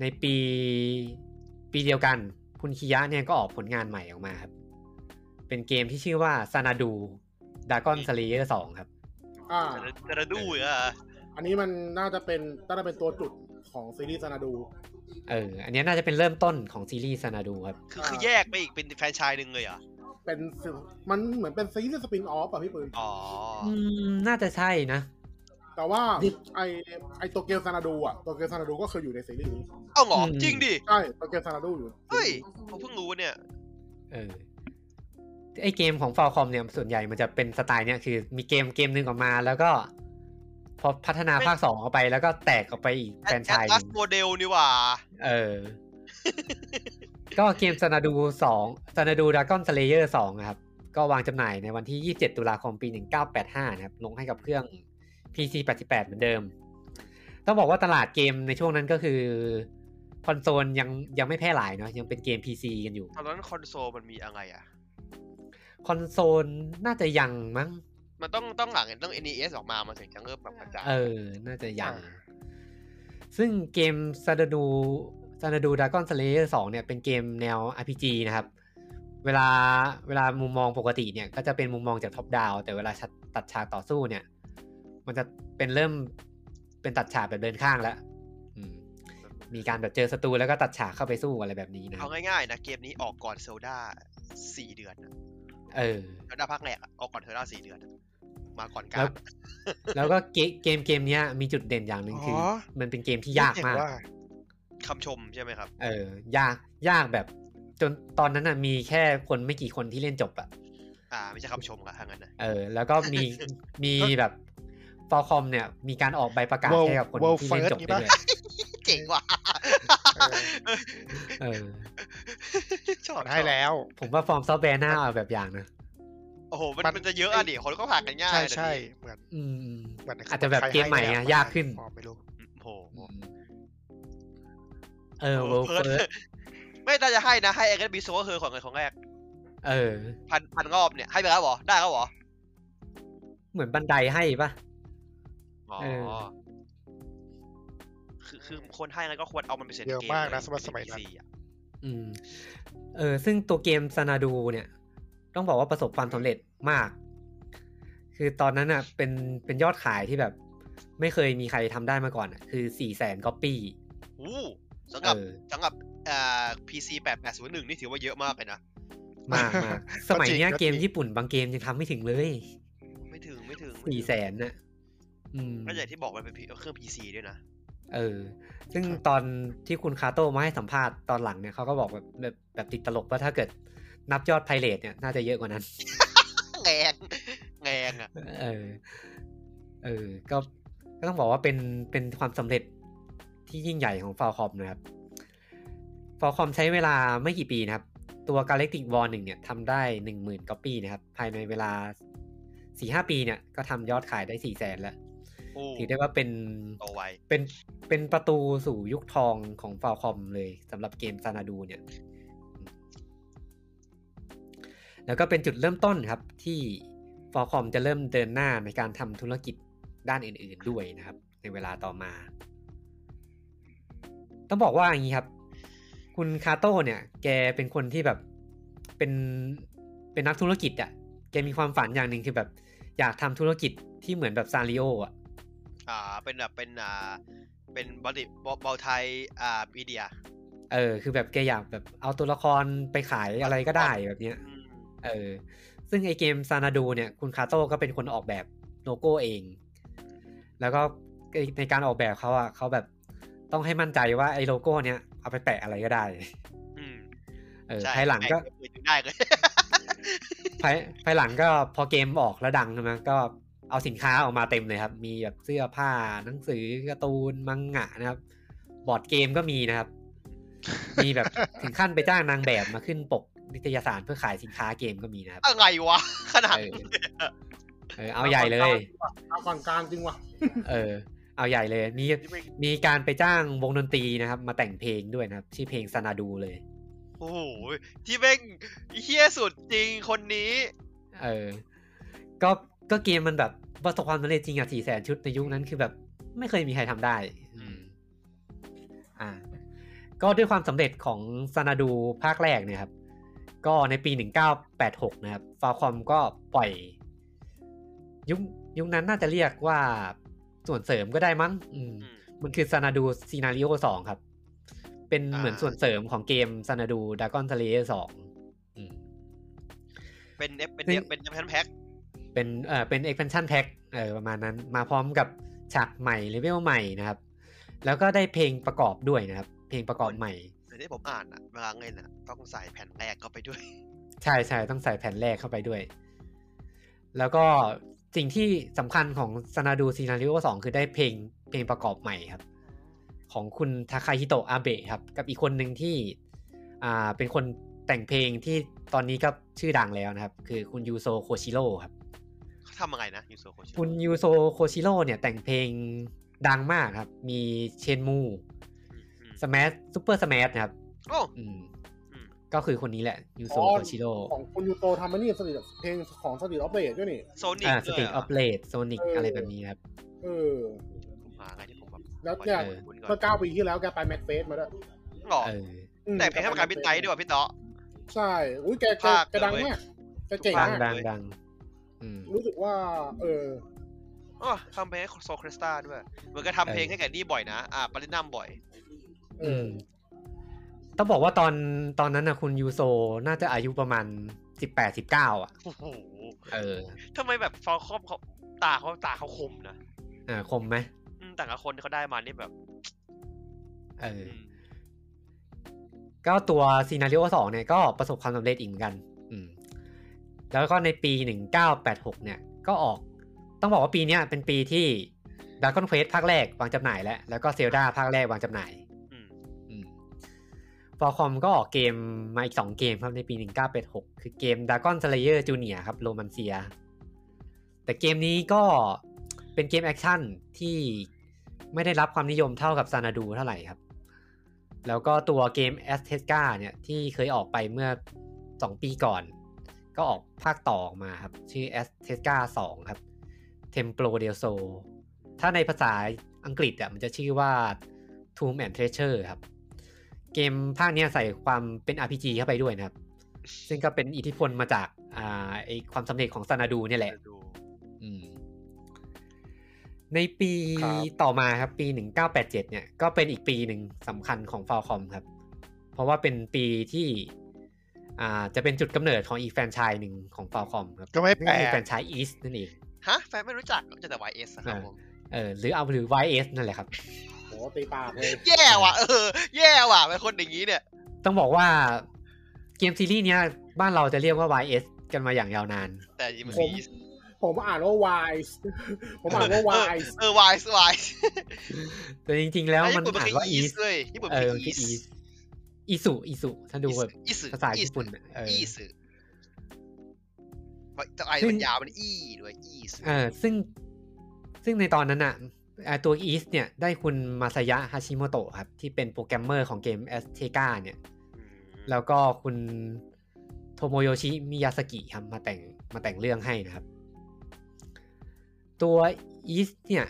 ในปีปีเดียวกันพุนคิยะเนี่ยก็ออกผลงานใหม่ออกมาครับ เป็นเกมที่ชื่อว่าซานาดูดากอนสเลเยอร์สองครับ
อ่า
แต่ละแต่ละดูอีกอะ
อันนี้มันน่าจะเป็นน่าจะเป็นตัวจุดของซีรีส์ซานาดู
เออ อันเนี้ยน่าจะเป็นเริ่มต้นของซีรีส์ซานาดูครับ
คือคือแยกไปอีกเป็นแฟรนไชายหนึ่งเลยเหรอ่ะ
เป็นสิมันเหมือนเป็นซีรีส์สปินออฟอ่ะพี่ปืน
อ๋ออ
อืม น่าจะใช่นะ
แต่ว่าไอไอตัวเกมซานาดูอ่ะตัวเกมซานาดูก็เคยอยู่ในซีรีส์นี้
เอาเหรอ
อืม
จริงดิ
ใช่ตัวเกมซานาดูอยู่
เฮ้ยผมเพิ่งรู้เนี่ย
เออ ไอเกมของฟ a l c o m เนี่ยส่วนใหญ่มันจะเป็นสไตล์เนี่ยคือมีเกมเกมหนึ่งออกมา แล้วก็ พอพัฒนาภาคสองออกไป แล้วก็แตกออกไปอีกแฟรนไชส์ห
ลั
นึ่
ส
ง
โมเดลนี่หว่า
เออ ก็เกมซานาดูสองซานาดูดากอนสเลเยอร์สองครับ ก็วางจำหน่ายในวันที่ 27 ตุลาคมปี 1985 นะครับ ลงให้กับเครื่อง PC 88 เหมือนเดิม ต้องบอกว่าตลาดเกมในช่วงนั้นก็คือ คอนโซลยังยังไม่แพร่หลายเนาะยังเป็นเกม PC กันอยู่
ตอนนั้นคอนโซลมันมีอะไรอ่ะ
คอนโซลน่าจะยังมั้ง
มันต้องต้องหลังต้อง NES ออกมามันถึงจะเริ่มแบบกระจาย
เออ น่าจะยัง
อ่า
ซึ่งเกมซาดดูซาดดูดากอนสเลเยอร์สองเนี่ยเป็นเกมแนว RPG นะครับ เวลาเวลามุมมองปกติเนี่ย ก็จะเป็นมุมมองจากท็อปดาวแต่เวลาชัดตัดฉากต่อสู้เนี่ย มันจะเป็นเริ่มเป็นตัดฉากแบบเดินข้างแล้วอืมมีการแบบเจอศัตรูแล้วก็ตัดฉากเข้าไปสู้อะไรแบบนี้นะครั
เอา
บ
ง่ายๆนะ เกมนี้ออกก่อนเซลดาสี่เดือนอะ
เออ
เซลดาภาคแรกอะออกก่อนเซลดาสี่เดือนอะมาก่อนกา
แล้
ร
ว แล้วก็เกมเกมเกมเนี้ยมีจุดเด่นอย่างหนึ่งคืออ
อ
มันเป็นเกมที่ยากมาก
เห็นว่า
คำชมใช่ไหมครับ
เออ ยาก ยากแบบ จนตอนนั้นน่ะ มีแค่คนไม่กี่คนที่เล่นจบอะ
อ่า ไม่ใช่คำชมละทั้างนั้นนะ
เออ แล้วก็ มี มีแบบฟอคอมเนี่ย มีการออกใบประกาศ
World-
ให้กับคน
World
ที่เล่นจบไปด้วย
First
เจ๋งว่ะ
เออ
ชอบ
มันให้แล้ว
ผมว่าฟอร์มซอฟต์แวร์น่าเอาแบบอย่างนะ
โอ้โหมัน
มัน
มันจะเยอะอะดิคนก็ผ่านกันง่าย
ใช่
นะดิ
ใช่เหมือน
อืม
เหมือน
อาจจะแบบเกมใหม่อะ
ครห้
ยากขึ้น
อ๋อไม่รู้
โอ้โห
เออ เวิลด์เฟิร์ส
ไม่น่าจะให้นะ ให้เอ็กซ์บีโซก็คือของเงินของแรก
เออ
พันพันรอบเนี่ยให้ไปแล้วเหรอ ได้แล้วเหรอ
เหมือนบันไดให้ปะ
อ๋อ
เออ
คือคือคนให้งั้นก็ควรเอามันไปเสร็จ
เยอะ
เกม
มาก
เลย
นะสมัยสมัยนั้น
สี่อะ
อืม เออ ซึ่งตัวเกมซานาดูเนี่ย ต้องบอกว่าประสบความสำเร็จมาก คือตอนนั้นอ่ะ เป็น เป็นยอดขายที่แบบ ไม่เคยมีใครทำได้มาก่อนอะคือสี่แสนก๊อปปี้
อู้สำห
เอ
รับ
อ
สำหรับเอ่อ PC แปดแปดศูนย์หนึ่งนี่ถือว่าเยอะมากเลยนะ
มากมาก สมัยเนี้ย
ก็จริง
เกมญี่ปุ่นบางเกมยังทำไม่ถึงเลย
ไม่ถึงไม่ถึงไม่ถึง
สี่แสนน่ะ อืม
ก็อย่างที่บอกมันเป็นเครื่อง PC ด้วยนะ
เออ ซึ่งตอนที่คุณคาโต้มาให้สัมภาษณ์ตอนหลังเนี่ยเขาก็บอกแบบแบบแบบติดตลกว่าถ้าเกิดนับยอดไพเรตเนี่ย น่าจะเยอะกว่านั้น
แรงแรงอ่ะ
เออ เออ ก็ ก็ต้องบอกว่าเป็น เป็นความสำเร็จที่ยิ่งใหญ่ของฟ a l คอมนะครับฟ a l คอมใช้เวลาไม่กี่ปีนะครับ ตัว Galactic War 1เนี่ยทำได้ 10,000ก๊อปปี้นะครับ ภายในเวลา 4-5 ปีเนี่ย ก็ทำยอดขายได้ 400,000 แล้ว
โอ้
ถือได้ว่าเป็น
โตไว
เป็น เป็นประตูสู่ยุคทองของฟ a l คอมเลยสำหรับเกมซานาดูเนี่ย แล้วก็เป็นจุดเริ่มต้นครับที่ฟอร์คอมจะเริ่มเดินหน้าในการทำธุรกิจด้านอื่นๆด้วยนะครับ ในเวลาต่อมา ต้องบอกว่าอย่างนี้ครับ คุณคาโต้เนี่ย แกเป็นคนที่แบบเป็นเป็นนักธุรกิจอะ่ะ แกมีความฝันอย่างหนึ่งคือแบบ อยากทำธุรกิจที่เหมือนแบบซาริโออ่ะ
อ่า เป็นแบบเป็นอ่า เป็นบอลติบอลไทยอ่ามีเดีย
เออ คือแบบแกอยากแบบเอาตัวละครไปขายอะไรก็ได้แบบเนี้ย
อืม
เออ ซึ่งไอเกมซานาดูเนี่ย คุณคาโต้ก็เป็นคนออกแบบโลโก้เอง แล้วก็ในการออกแบบเขาอ่ะเขาแบบต้องให้มั่นใจว่าไอโลโก้เนี่ยเอาไปแปะอะไรก็ได้
อืม
เออ
ใช่
ภายหลังก็
แปะมือถือได้เลย
ภายภายหลังก็พอเกมออกแล้วดังใช่ไหมก็เอาสินค้าออกมาเต็มเลยครับ มีแบบเสื้อผ้าหนังสือการ์ตูนมังงะนะครับ บอร์ดเกมก็มีนะครับ มีแบบถึงขั้นไปจ้างนางแบบมาขึ้นปกนิตยสารเพื่อขายสินค้าเกมก็มีนะครับ
อะไรวะ ขนาด
เออ
นั้น
เออเอาใหญ่เลย
เอาก่อนกลางจริงว่ะ
เออ เอาใหญ่เลย มีมีการไปจ้างวงดนตรีนะครับ มาแต่งเพลงด้วยนะครับชื่อเพลงซานาดูเลย
โอ้โหที่แม่งเฮี้ยสุดจริงคนนี้
เออ ก็ ก็เกมมันแบบประสบความสำเร็จจริงอะสี่แสนชุดในยุคนั้นคือแบบ ไม่เคยมีใครทำได้ อืม อ่า ก็ด้วยความสำเร็จของซานาดูภาคแรกเนี่ยครับ ก็ในปี 1986 นะครับ ฟาคอมก็ปล่อย ยุค ยุคนั้นน่าจะเรียกว่าส่วนเสริมก็ได้มั้ง อืม
อืม
มันคือซานาดูซีนาริโอสองครับ เป็นเหมือน
อ่า
ส่วนเสริมของเกมซานาดูดากอนทะเลสองอืม
เป็นเอฟเป็น
ซึ่
เดีย
ง
เป็นแพนแพ็ก
เป็นเอ่อเป็น expansion pack เออประมาณนั้นมาพร้อมกับฉากใหม่เลเวลใหม่นะครับ แล้วก็ได้เพลงประกอบด้วยนะครับ เพลงประกอบใหม่
แต่ที่ผมอ่านอะเวลาเล่นอะต้องใส่แผ่นแรกเข้าไปด้วย
ใช่ใช่ต้องใส่แผ่นแรกเข้าไปด้วย แล้วก็สิ่งที่สำคัญของซานาดูซีนาริโอสองคือได้เพลงเพลงประกอบใหม่ครับ ของคุณทาคาฮิโตะอาเบะครับ กับอีกคนหนึ่งที่อ่าเป็นคนแต่งเพลงที่ตอนนี้ก็ชื่อดังแล้วนะครับ คือคุณยูโซโคชิโร่ครับ
เขาทำอะไรนะยูโซโคชิ
คุณยูโซโคชิโร่เนี่ยแต่งเพลงดังมากครับ มีเชนมูสมัชซูเปอร์สมัชนะครับ
โอ้
อืม
อืม
ก็คือคนนี้แหละยูโซ
อ๋อ
โคชิโร่
ของคุณยูโตทำมานี่สติเพลงของสติออฟเบดด้วยนี่
โซนิก
อ่าส
ด้วย
ติ
เห
ก
ร
ออ
อ
ฟเลดโซนิก
เอออ
อะไรแบบนี้ครับ
เออ
ผมหาอะไรที่ผมแบบ
แล้วเนี่
ข
ย
อคุณก่อ
เมื่อน เก้าปีที่แล้วแกไปแมทเฟสมาด้วย
หรอ
เออ
อืม
แต่งเพลงให้ประกาศมิดไนท์ด้วยว่ะพี่เต๋อ
ใช่อุ้ยแกแก
ภาค
แกดัง
เลยเว้ย
มากแกเก่ง
ดัง
มา
ดั
ก
งดังอืม
รู้สึกว่า เออ
อ๋อทำเพลงให้โซคริสตาด้วยเหมือนก็ทำเพลง
เออ
ให้แกนี่บ่อยนะ อ่าปรินัมบ่อย
เอ
อื
อ
มต้องบอกว่าตอนตอนนั้นนะคุณยูโซน่าจะอายุประมาณสิบแปดสิบเก้าอ่ะ
โอ้โห
เออ
ทำไมแบบฟอลคอมเขาตาเขาตาเขาคมนะ
อ่าคมไหม
อืมแต่ละคนที่เขาได้มานี่แบบ
เออ
อืม
ก็ตัวซีนาริโอสองเนี่ยก็ประสบความสำเร็จอีกเหมือนกัน อืม แล้วก็ในปี 1986 เนี่ย ก็ออก ต้องบอกว่าปีเนี้ยเป็นปีที่ Dragon Quest ภาคแรกวางจำหน่ายแล้ว แล้วก็ Zelda ภาคแรกวางจำหน่าย
อืม
อืมฟอคอมก็ออกเกมมาอีก 2 เกมครับในปี 1986 คือเกม Dragon Slayer Junior ครับโรมันเซีย แต่เกมนี้ก็เป็นเกมแอคชั่นที่ไม่ได้รับความนิยมเท่ากับซานาดูเท่าไหร่ครับ แล้วก็ตัวเกม a z t e c a เนี่ยที่เคยออกไปเมื่อ 2 ปีก่อน ก็ออกภาคต่อออกมาครับ ชื่อ a z t e c a 2 ครับ Templo del Sol ถ้าในภาษาอังกฤษอ่ะมันจะชื่อว่า Tomb and Treasure ครับ เกมภาคเนี้ยใส่ความเป็น RPG เข้าไปด้วยนะครับ ซึ่งก็เป็นอิทธิพลมาจากอ่าไอความสำเร็จของซานาดูเนี่ยแหละ
เดี๋ยวดู
อืมในปี
ครับ
ต่อมาครับ ปี 1987 เนี่ย ก็เป็นอีกปีหนึ่งสำคัญของฟ a l c o m ครับ เพราะว่าเป็นปีที่ อ่าจะเป็นจุดกำเนิดของอีกแฟรนไชายหนึ่งของฟ a l c o m ครับ
ก็ไม่
นั่น
แปล
คือก แฟรนไชายอีสนั่นเอง
ฮะ แฟนไม่รู้จักรู้จักแต่ YS นะครับ
อ่า
ผม
เออหรือเอาหรือ YS นั่นแหละครับ
โหตีปากเลย
แย่ว่ะ เออ แย่ว่ะเป็นคนอย่างนี้เนี่ย
ต้องบอกว่าเกมซีรีส์เนี้ยบ้านเราจะเรียกว่า YS กันมาอย่างยาวนาน
แต่จริงๆมัน
ผม
มี
ผมอ่านว่าวาย ผมอ่านว่าวาย
เออ wise wise
แต่จริง ๆ แล้ว
อ่ะ
มัน
ญี่ปุ่นมัน
อ่าน
คือ
ว่า
อีส
East
เลยญี่ปุ่น
เอ
มัน
อ
คือ
มันคือ
อีส
East อิสุอิสุถ้าดูแบบ
อีสึ
ภาษาญี่ปุ่นอะเออ
อีสึแต่ไอ
ซึ่
มั
ง
นยาวมันอีด้วยอีสึ
เออซึ่งซึ่งในตอนนั้นอ่ะเอ่อตัวอีสเนี่ยได้คุณมาซายะฮาชิโมโตะครับ ที่เป็นโปรแกรมเมอร์ของเกม a z t e c a เนี่ย
แล้ว
แล้วก็คุณโทโมโยชิมิยาสกิครับมาแต่งมาแต่งเรื่องให้นะครับ ตัวอีสเนี่ย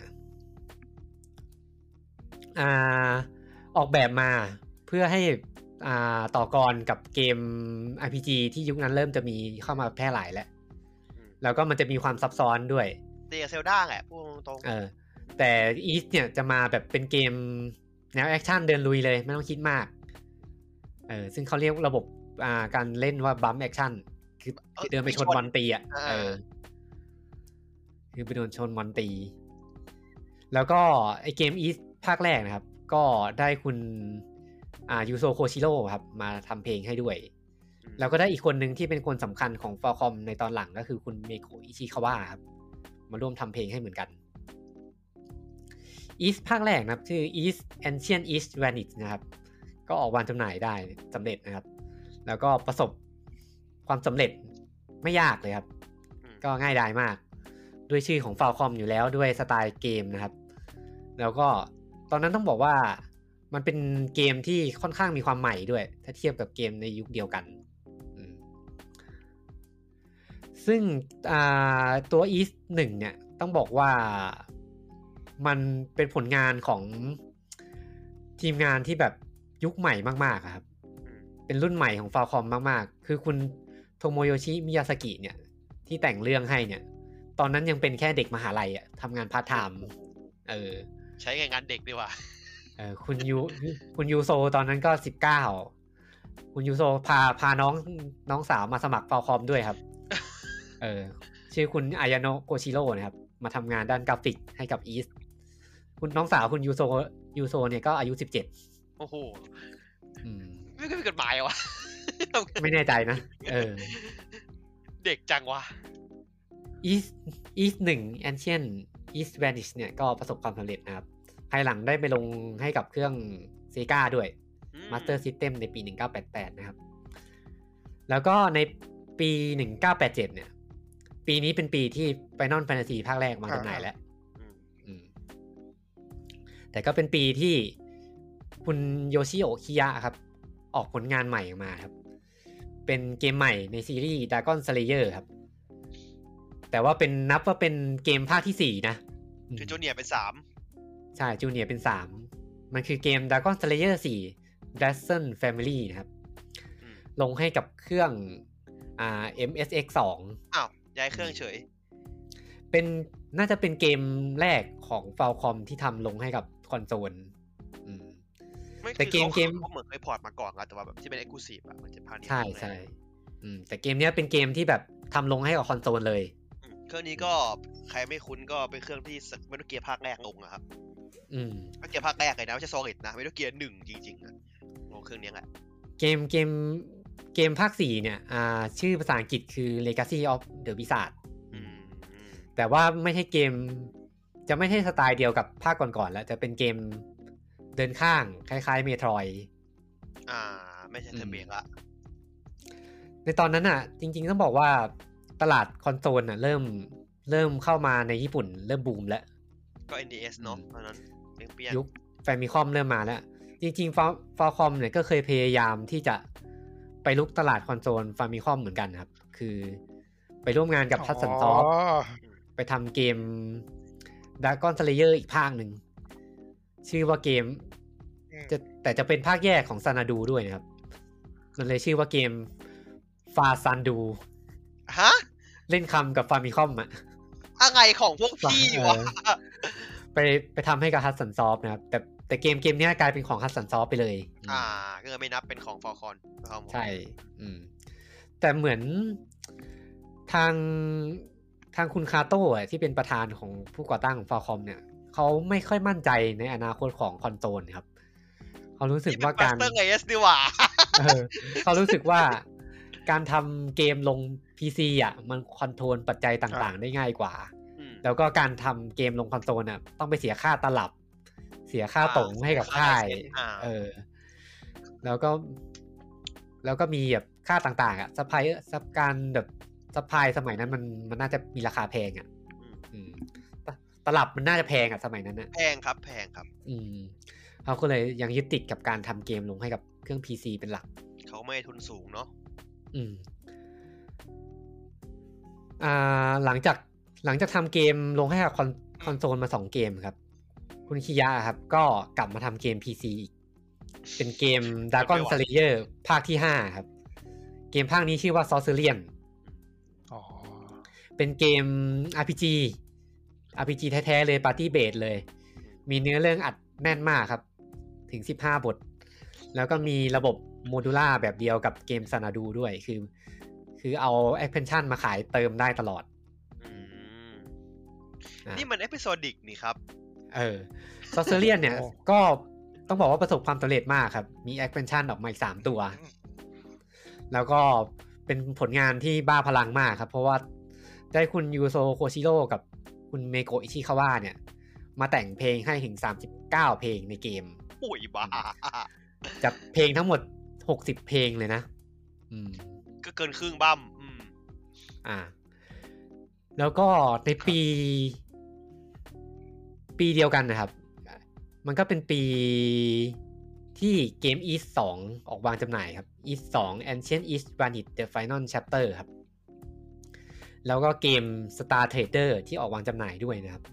อ่าออกแบบมาเพื่อให้อ่าต่อกรกับเกม RPG ที่ยุคนั้นเริ่มจะมีเข้ามาแพร่หลายแล้ว แล้วก็มันจะมีความซับซ้อนด้วย
เตียเซลด้าแหละพูดตรงๆ
เออแต่อีสเนี่ยจะมาแบบเป็นเกมแนวแอคชั่นเดินลุยเลย ไม่ต้องคิดมาก ออซึ่งเขาเรียกระบบอ่าการเล่นว่าบัมแอคชั่นคือ
เอ้ย
คือเดินไปชน
ไปชน
บอลตีอ่ะ
อ่า
เออคือไปโดนชนบอลตี แล้วก็ไอเกมอีสภาคแรกนะครับ ก็ได้คุณอ่ายูโซโคชิโร่ครับมาทำเพลงให้ด้วย แล้วก็ได้อีกคนหนึ่งที่เป็นคนสำคัญของฟอ l คอมในตอนหลังก็คือคุณเมโกอิชิคาวะครับ มาร่วมทำเพลงให้เหมือนกัน East ภาคแรกนะครับ ชื่อ East Ancient East Vanish นะครับ ก็ออกวางจำหน่ายได้สำเร็จนะครับ แล้วก็ประสบความสำเร็จไม่ยากเลยครับ
อืม
ก็ง่ายดายมาก ด้วยชื่อของฟา l คอมอยู่แล้วด้วยสไตล์เกมนะครับ แล้วก็ตอนนั้นต้องบอกว่ามันเป็นเกมที่ค่อนข้างมีความใหม่ด้วย ถ้าเทียบกับเกมในยุคเดียวกันอืมซึ่งอ่าตัว East 1เนี่ย ต้องบอกว่ามันเป็นผลงานของทีมงานที่แบบยุคใหม่มากๆอะครับ เป็นรุ่นใหม่ของฟาคอมมากๆ คือคุณโทโมโยชิมิยาสกิเนี่ย ที่แต่งเรื่องให้เนี่ย ตอนนั้นยังเป็นแค่เด็กมหาลัยอะทำงานพาร์ทไทม์เออ
ใช้แรงงานเด็กดีกว่า
เออคุณยูคุณยูโซตอนนั้นก็สิบเก้าคุณยูโซพาพาน้องน้องสาวมาสมัครฟาคอมด้วยครับ เออชื่อคุณอายาโนะโกชิโร่นะครับ มาทำงานด้านกราฟิกให้กับอีสคุณน้องสาวคุณยูโซยูโซเนี่ยก็อายุสิบเจ็ด
โอ้โห ไม่ก็มีกฎหมายเหรอวะ
ไม่แน่ใจนะ เออ
เด็กจังวะ
อีสอีสหนึ่งแอนเชียนอีสแวนิชเนี่ยก็ประสบความสำเร็จนะครับ ภายหลังได้ไปลงให้กับเครื่องเซกาด้วย มาสเตอร์ซิสเต็มในปี 1988 นะครับ แล้วก็ในปี 1987 เนี่ย ปีนี้เป็นปีที่ Final Fantasy ภาคแรกวางจำหน่ายแล้ว อืมแต่ก็เป็นปีที่คุณโยชิโอคิยะครับ ออกผลงานใหม่ออกมาครับ เป็นเกมใหม่ในซีรีส์ Dragon Slayer ครับ แต่ว่าเป็นนับว่าเป็นเกมภาคที่สี่นะอืม
คือจูเนียร์เป็นสาม
ใช่จูเนียร์เป็น 3 มันคือเกม Dragon Slayer 4 d a s s e n Family นะครับ
อืม
ลงให้กับเครื่องอ่า MSX
อ้าว ย้ายเครื่องเฉย
2 เป็นน่าจะเป็นเกมแรกของ Falcom ที่ทำลงให้กับคอนโซลอืม
ไม่คือ
แต่เกม
ขา
เกม
ขาเหมือนเคยพอร์ตมาก่อนแล้วแต่ว่าแบบที่เป็นเอ็กซ์คลูซีฟอะมันจะพาคนี้
ใช่ใช่อืมแต่เกมเนี้ยเป็นเกมที่แบบทำลงให้กับคอนโซลเลย
อืมเครื่องนี้ก็ใครไม่คุ้นก็เป็นเครื่องที่สักเมโนเกียร์ภาคแรกลงอะครับ
อืม
ก็เกียร์ภาคแรกเลยนะไม่ใช่ซอริดนะเมโนเกียร์หนึ่งจริงๆอะลงเครื่องนี้แหละ
เกมเกมเกมภาค 4 เนี่ยอ่าชื่อภาษาอังกฤษคือ Legacy of the Wizard
อืม
แต่ว่าไม่ใช่เกมจะไม่ใช่สไตล์เดียวกับภาคก่อนๆแล้วจะเป็นเกมเดินข้างคล้ายๆเมโทรย
อ่า ไม่ใช่เทอร์เบียงละ
ในตอนนั้นอ่ะ จริงๆต้องบอกว่าตลาดคอนโซลอ่ะเริ่มเริ่มเข้ามาในญี่ปุ่นเริ่มบูมแล้ว
ก็ NDS เนาะตอนนั้นเปียงเปียง
ยุคแฟมิคอมเริ่มมาแล้ว จริงๆฟาฟาคอมเนี่ยก็เคยพยายามที่จะไปลุกตลาดคอนโซลฟามิคอมเหมือนกันครับ คือไปร่วมงานกับทัตสันซอฟ
อ๋อ
ไปทำเกม Dragon Slayer อีกภาคหนึ่ง ชื่อว่าเกม
อืม
จะแต่จะเป็นภาคแยกของซานาดูด้วยนะครับ มันเลยชื่อว่าเกมฟาซันดู
ฮะ
เล่นคำกับฟามิคอมอ่ะ
อะไรของพวกพี่วะ
ไปไปทำให้กับฮัตสันซอฟนะครับ แต่แต่เกมเกมเนี้ยกลายเป็นของฮัตสันซอฟไปเลย
อ่า ก็เลยไม่นับเป็นของฟอร์คอนนะครับผม
ใช่ อืม แต่เหมือนทางทางคุณคาโต้อะที่เป็นประธานของผู้ก่อตั้งของฟาคอมเนี่ย เขาไม่ค่อยมั่นใจในอนาคตของคอนโซลครับ เขารู้สึก
นี่เป็
ว่า
นา
การ
สเตอร์ไงเอสดีกว่า
เออเขารู้สึกว่าการทำเกมลง PC อ่ะ มันคอนโทรลปัจจัยต่างๆ ได้ง่ายกว่า
อืม
แล้วก็การทำเกมลงคอนโซลอ่ะ ต้องไปเสียค่าตลับ เสียค่าตรงให้กับค่าย
อ่า
เออ แล้วก็ แล้วก็มีแบบค่าต่างๆ อ่ะซัพพลายซัพการแบบซัพพลายสมัยนั้นมันมันน่าจะมีราคาแพงอ่ะ อืมตตลับมันน่าจะแพงอ่ะสมัยนั้นอ่ะ
แพงครับ แพงครับ
อืมเขาก็เลยยังยึดติดกับการทำเกมลงให้กับเครื่อง PC เป็นหลัก
เขาไม่ทุนสูงเนาะ
อืม อ่า หลังจากหลังจากทำเกมลงให้กับคอนคอนโซลมาสองเกมครับ คุณคิยะครับ ก็กลับมาทำเกม PC อีก เป็นเกม Dragon Slayer ภาคที่ห้าครับ เกมภาคนี้ชื่อว่า Sorcerian
อ๋อ
เป็นเกม RPG RPG แท้ๆเลย Party Base เลย มีเนื้อเรื่องอัดแน่นมากครับ ถึง 15 บท แล้วก็มีระบบ โมดูล่าแบบเดียวกับเกมซานาดูด้วยคือ คือเอา expansion มาขายเติมได้ตลอด
อืม
ะ
นี่มันเอพิโซดิกนี่ครับ
เออซอสเซเรียนเนี่ย
โอ้
ก็ต้องบอกว่าประสบความสำเร็จมากครับ มี expansion ออกมาอีกสามตัว แล้วก็เป็นผลงานที่บ้าพลังมากครับ เพราะว่าได้คุณยูโซโคชิโร่กับคุณเมโกะอิชิคาวะเนี่ย มาแต่งเพลงให้ถึง 39 เพลงในเกม
ปุ๋ยบ้า
จากเพลงทั้งหมด 60 เพลงเลยนะ อืม
ก็เกินครึ่งบั้มอืม
อ่า แล้วก็ในปี ปีเดียวกันนะครับ มันก็เป็นปีที่เกม East 2 ออกวางจำหน่ายครับ East 2 Ancient East Vantage The Final Chapter ครับ แล้วก็เกม Star Trader ที่ออกวางจำหน่ายด้วยนะครับ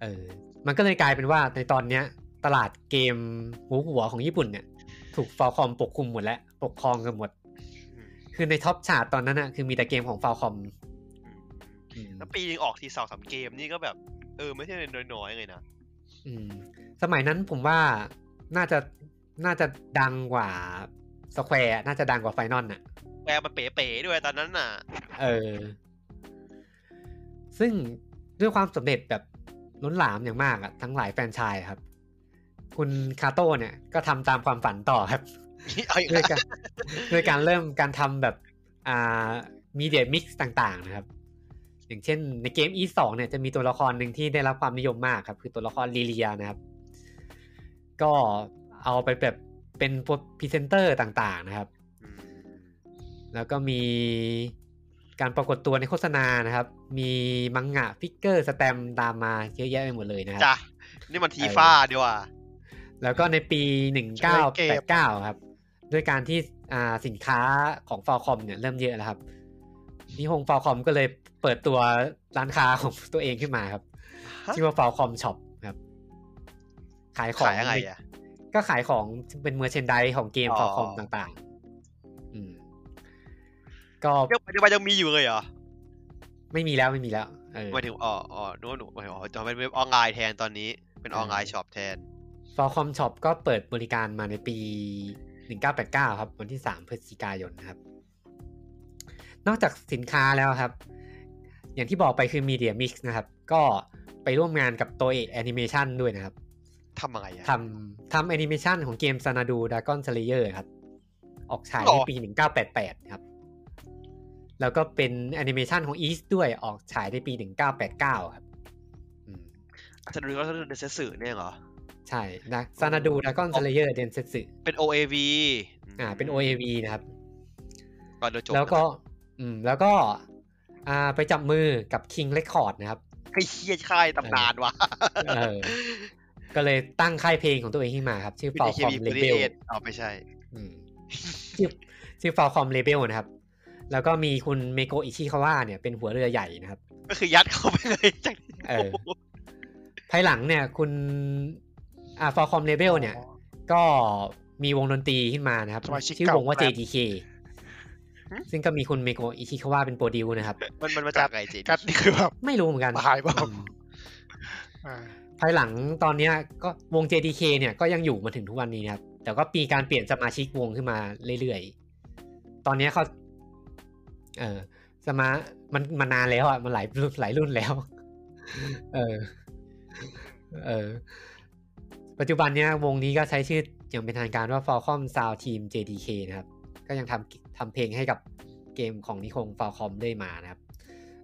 เออ มันก็เลยกลายเป็นว่าในตอนเนี้ย ตลาดเกมหัวหัวๆของญี่ปุ่นเนี่ย ถูกฟอลคอมปกคลุมหมดแล้ว ปกครองกันหมด คือในท็อปชาร์ตตอนนั้นอะคือมีแต่เกมของฟาคอม
แล้วปีนึงออกทีสองสามเกมนี่ก็แบบ เออ ไม่ใช่น้อยๆเลยนะ
สมัยนั้นผมว่าน่าจะน่าจะดังกว่าสแควร์น่าจะดังกว่าไฟนอลน่ะ
แปลมันเป๋ๆด้วยตอนนั้นน่ะ
เออ ซึ่งด้วยความสำเร็จแบบล้นหลามอย่างมากอะทั้งหลายแฟรนไชายครับ คุณคาโต้เนี่ย ก็ทำตามความฝันต่อครับ
เอาอีก
ด้
แล้ว วย
การ ด้วยการเริ่มการทำแบบอ่ามีเดียมิกซ์ต่างๆนะครับ อย่างเช่นในเกม e 2เนี่ยจะมีตัวละครหนึ่งที่ได้รับความนิยมมากครับ คือตัวละครลิเลียนะครับ ก็เอาไปแบบเป็นพรีเซนเตอร์ต่างๆนะครับ
อืม
แล้วก็มีการปรากฏตัวในโฆษณานะครับ มีมังงะฟิกเกอร์สแตมป์ตามมาเยอะแยะไปหมดเลยนะครับ
จ้ะนี่มันทีฟ้าดีว่า
แล้วก็ในปี 1989 ครับ ด้วยการที่อ่าสินค้าของฟ a l คอมเนี่ยเริ่มเยอะแล้วครับนิฮงฟ a l คอมก็เลยเปิดตัวร้านค้าของตัวเองขึ้นมาครับ
ฮะ
ชื่อว่า f a l คอมช็อปครับ ขายของ
ขายยังไงอ่ะ
ก็ขายของเป็นเมอร์เชนด e ของเกม
อ๋อ
ฟ a l คอมต่างๆ อืม ก็
ยังปัจจุบันยังมีอยู่เลยเหรอ
ไม่มีแล้วไม่มีแล้วเออ
หมายถึงอ๋ออ๋อนู้นหนูหมายถึงอ๋อจะเป็นเว็บออนไลน์แทนตอนนี้ เป็นออนไลน์ช็อปแทน
f a l คอมช็อปก็เปิดบริการมาในปี 1989 ครับ วันที่ 3 พฤศจิกายนนะครับ นอกจากสินค้าแล้วครับ อย่างที่บอกไปคือ Media Mix นะครับ ก็ไปร่วมงานกับโตเอะแอนิเมชันด้วยนะครับ
ทำอะไรอ่ะ
ทำทำแอนิเมชันของเกมซานาดูดากอนเซเลเยอร์ครับ ออกฉาย
หร
ใน
อ
ปี 1988 ครับ แล้วก็เป็นแอนิเมชันของอีสด้วยออกฉายในปี 1989 ครับอืม
จะดูก็จะดูในเซตสื่อเนี่ยเหรอ
ใช่นะซานาดูดากอนเซเลเยอร์เดนเซสึ
เป็น OAV
อ่าเป็น OAV นะครับ
ก่อนเดี๋ยวจบ
แล้วก็อืมแล้วก็อ่าไปจับมือกับ King Record นะครับ
ไอ้เฮียค่ายตำนานว่ะ
เออ ก็เลยตั้งค่ายเพลงของตัวเองขึ้นมาครับ ชื่อ
เป็น
Falcom
AKB48
Label
เอาไม่ใช่
อืมชื่อชื่อ Falcom Label นะครับ แล้วก็มีคุณเมโกอิชิคาวะเนี่ยเป็นหัวเรือใหญ่นะครับ
ก็คือยัดเข้าไปเลยจาก
เออ ภายหลังเนี่ยคุณอ่า Falcom Label เนี่ย ก็มีวงดนตรีขึ้นมานะครับ
สมาชิก
ชื่อวงว่า
เก่า
JDK ซึ่งก็มีคุณเมโกอิชิคาวะเป็นโปรดิวนะครับ
มันมันมาจากไอเจ
กัดนี่คือแบบ
ไม่รู้เหมือนกัน
ตายเปล่า
อืม
อ่า
ภายหลังตอนเนี้ยก็วง JDK เนี่ยก็ยังอยู่มาถึงทุกวันนี้นะครับ แต่ก็มีการเปลี่ยนสมาชิกวงขึ้นมาเรื่อยๆ ตอนเนี้ยเขาเออสมามันมานานแล้วอ่ะ มันหลาย รุ่นหลายรุ่นแล้ว เออ เออ ปัจจุบันเนี้ยวงนี้ก็ใช้ชื่ออย่างเป็นทางการว่า Falcom Sound Team JDK นะครับ ก็ยังทำทำเพลงให้กับเกมของนิคง Falcom ได้มานะครับ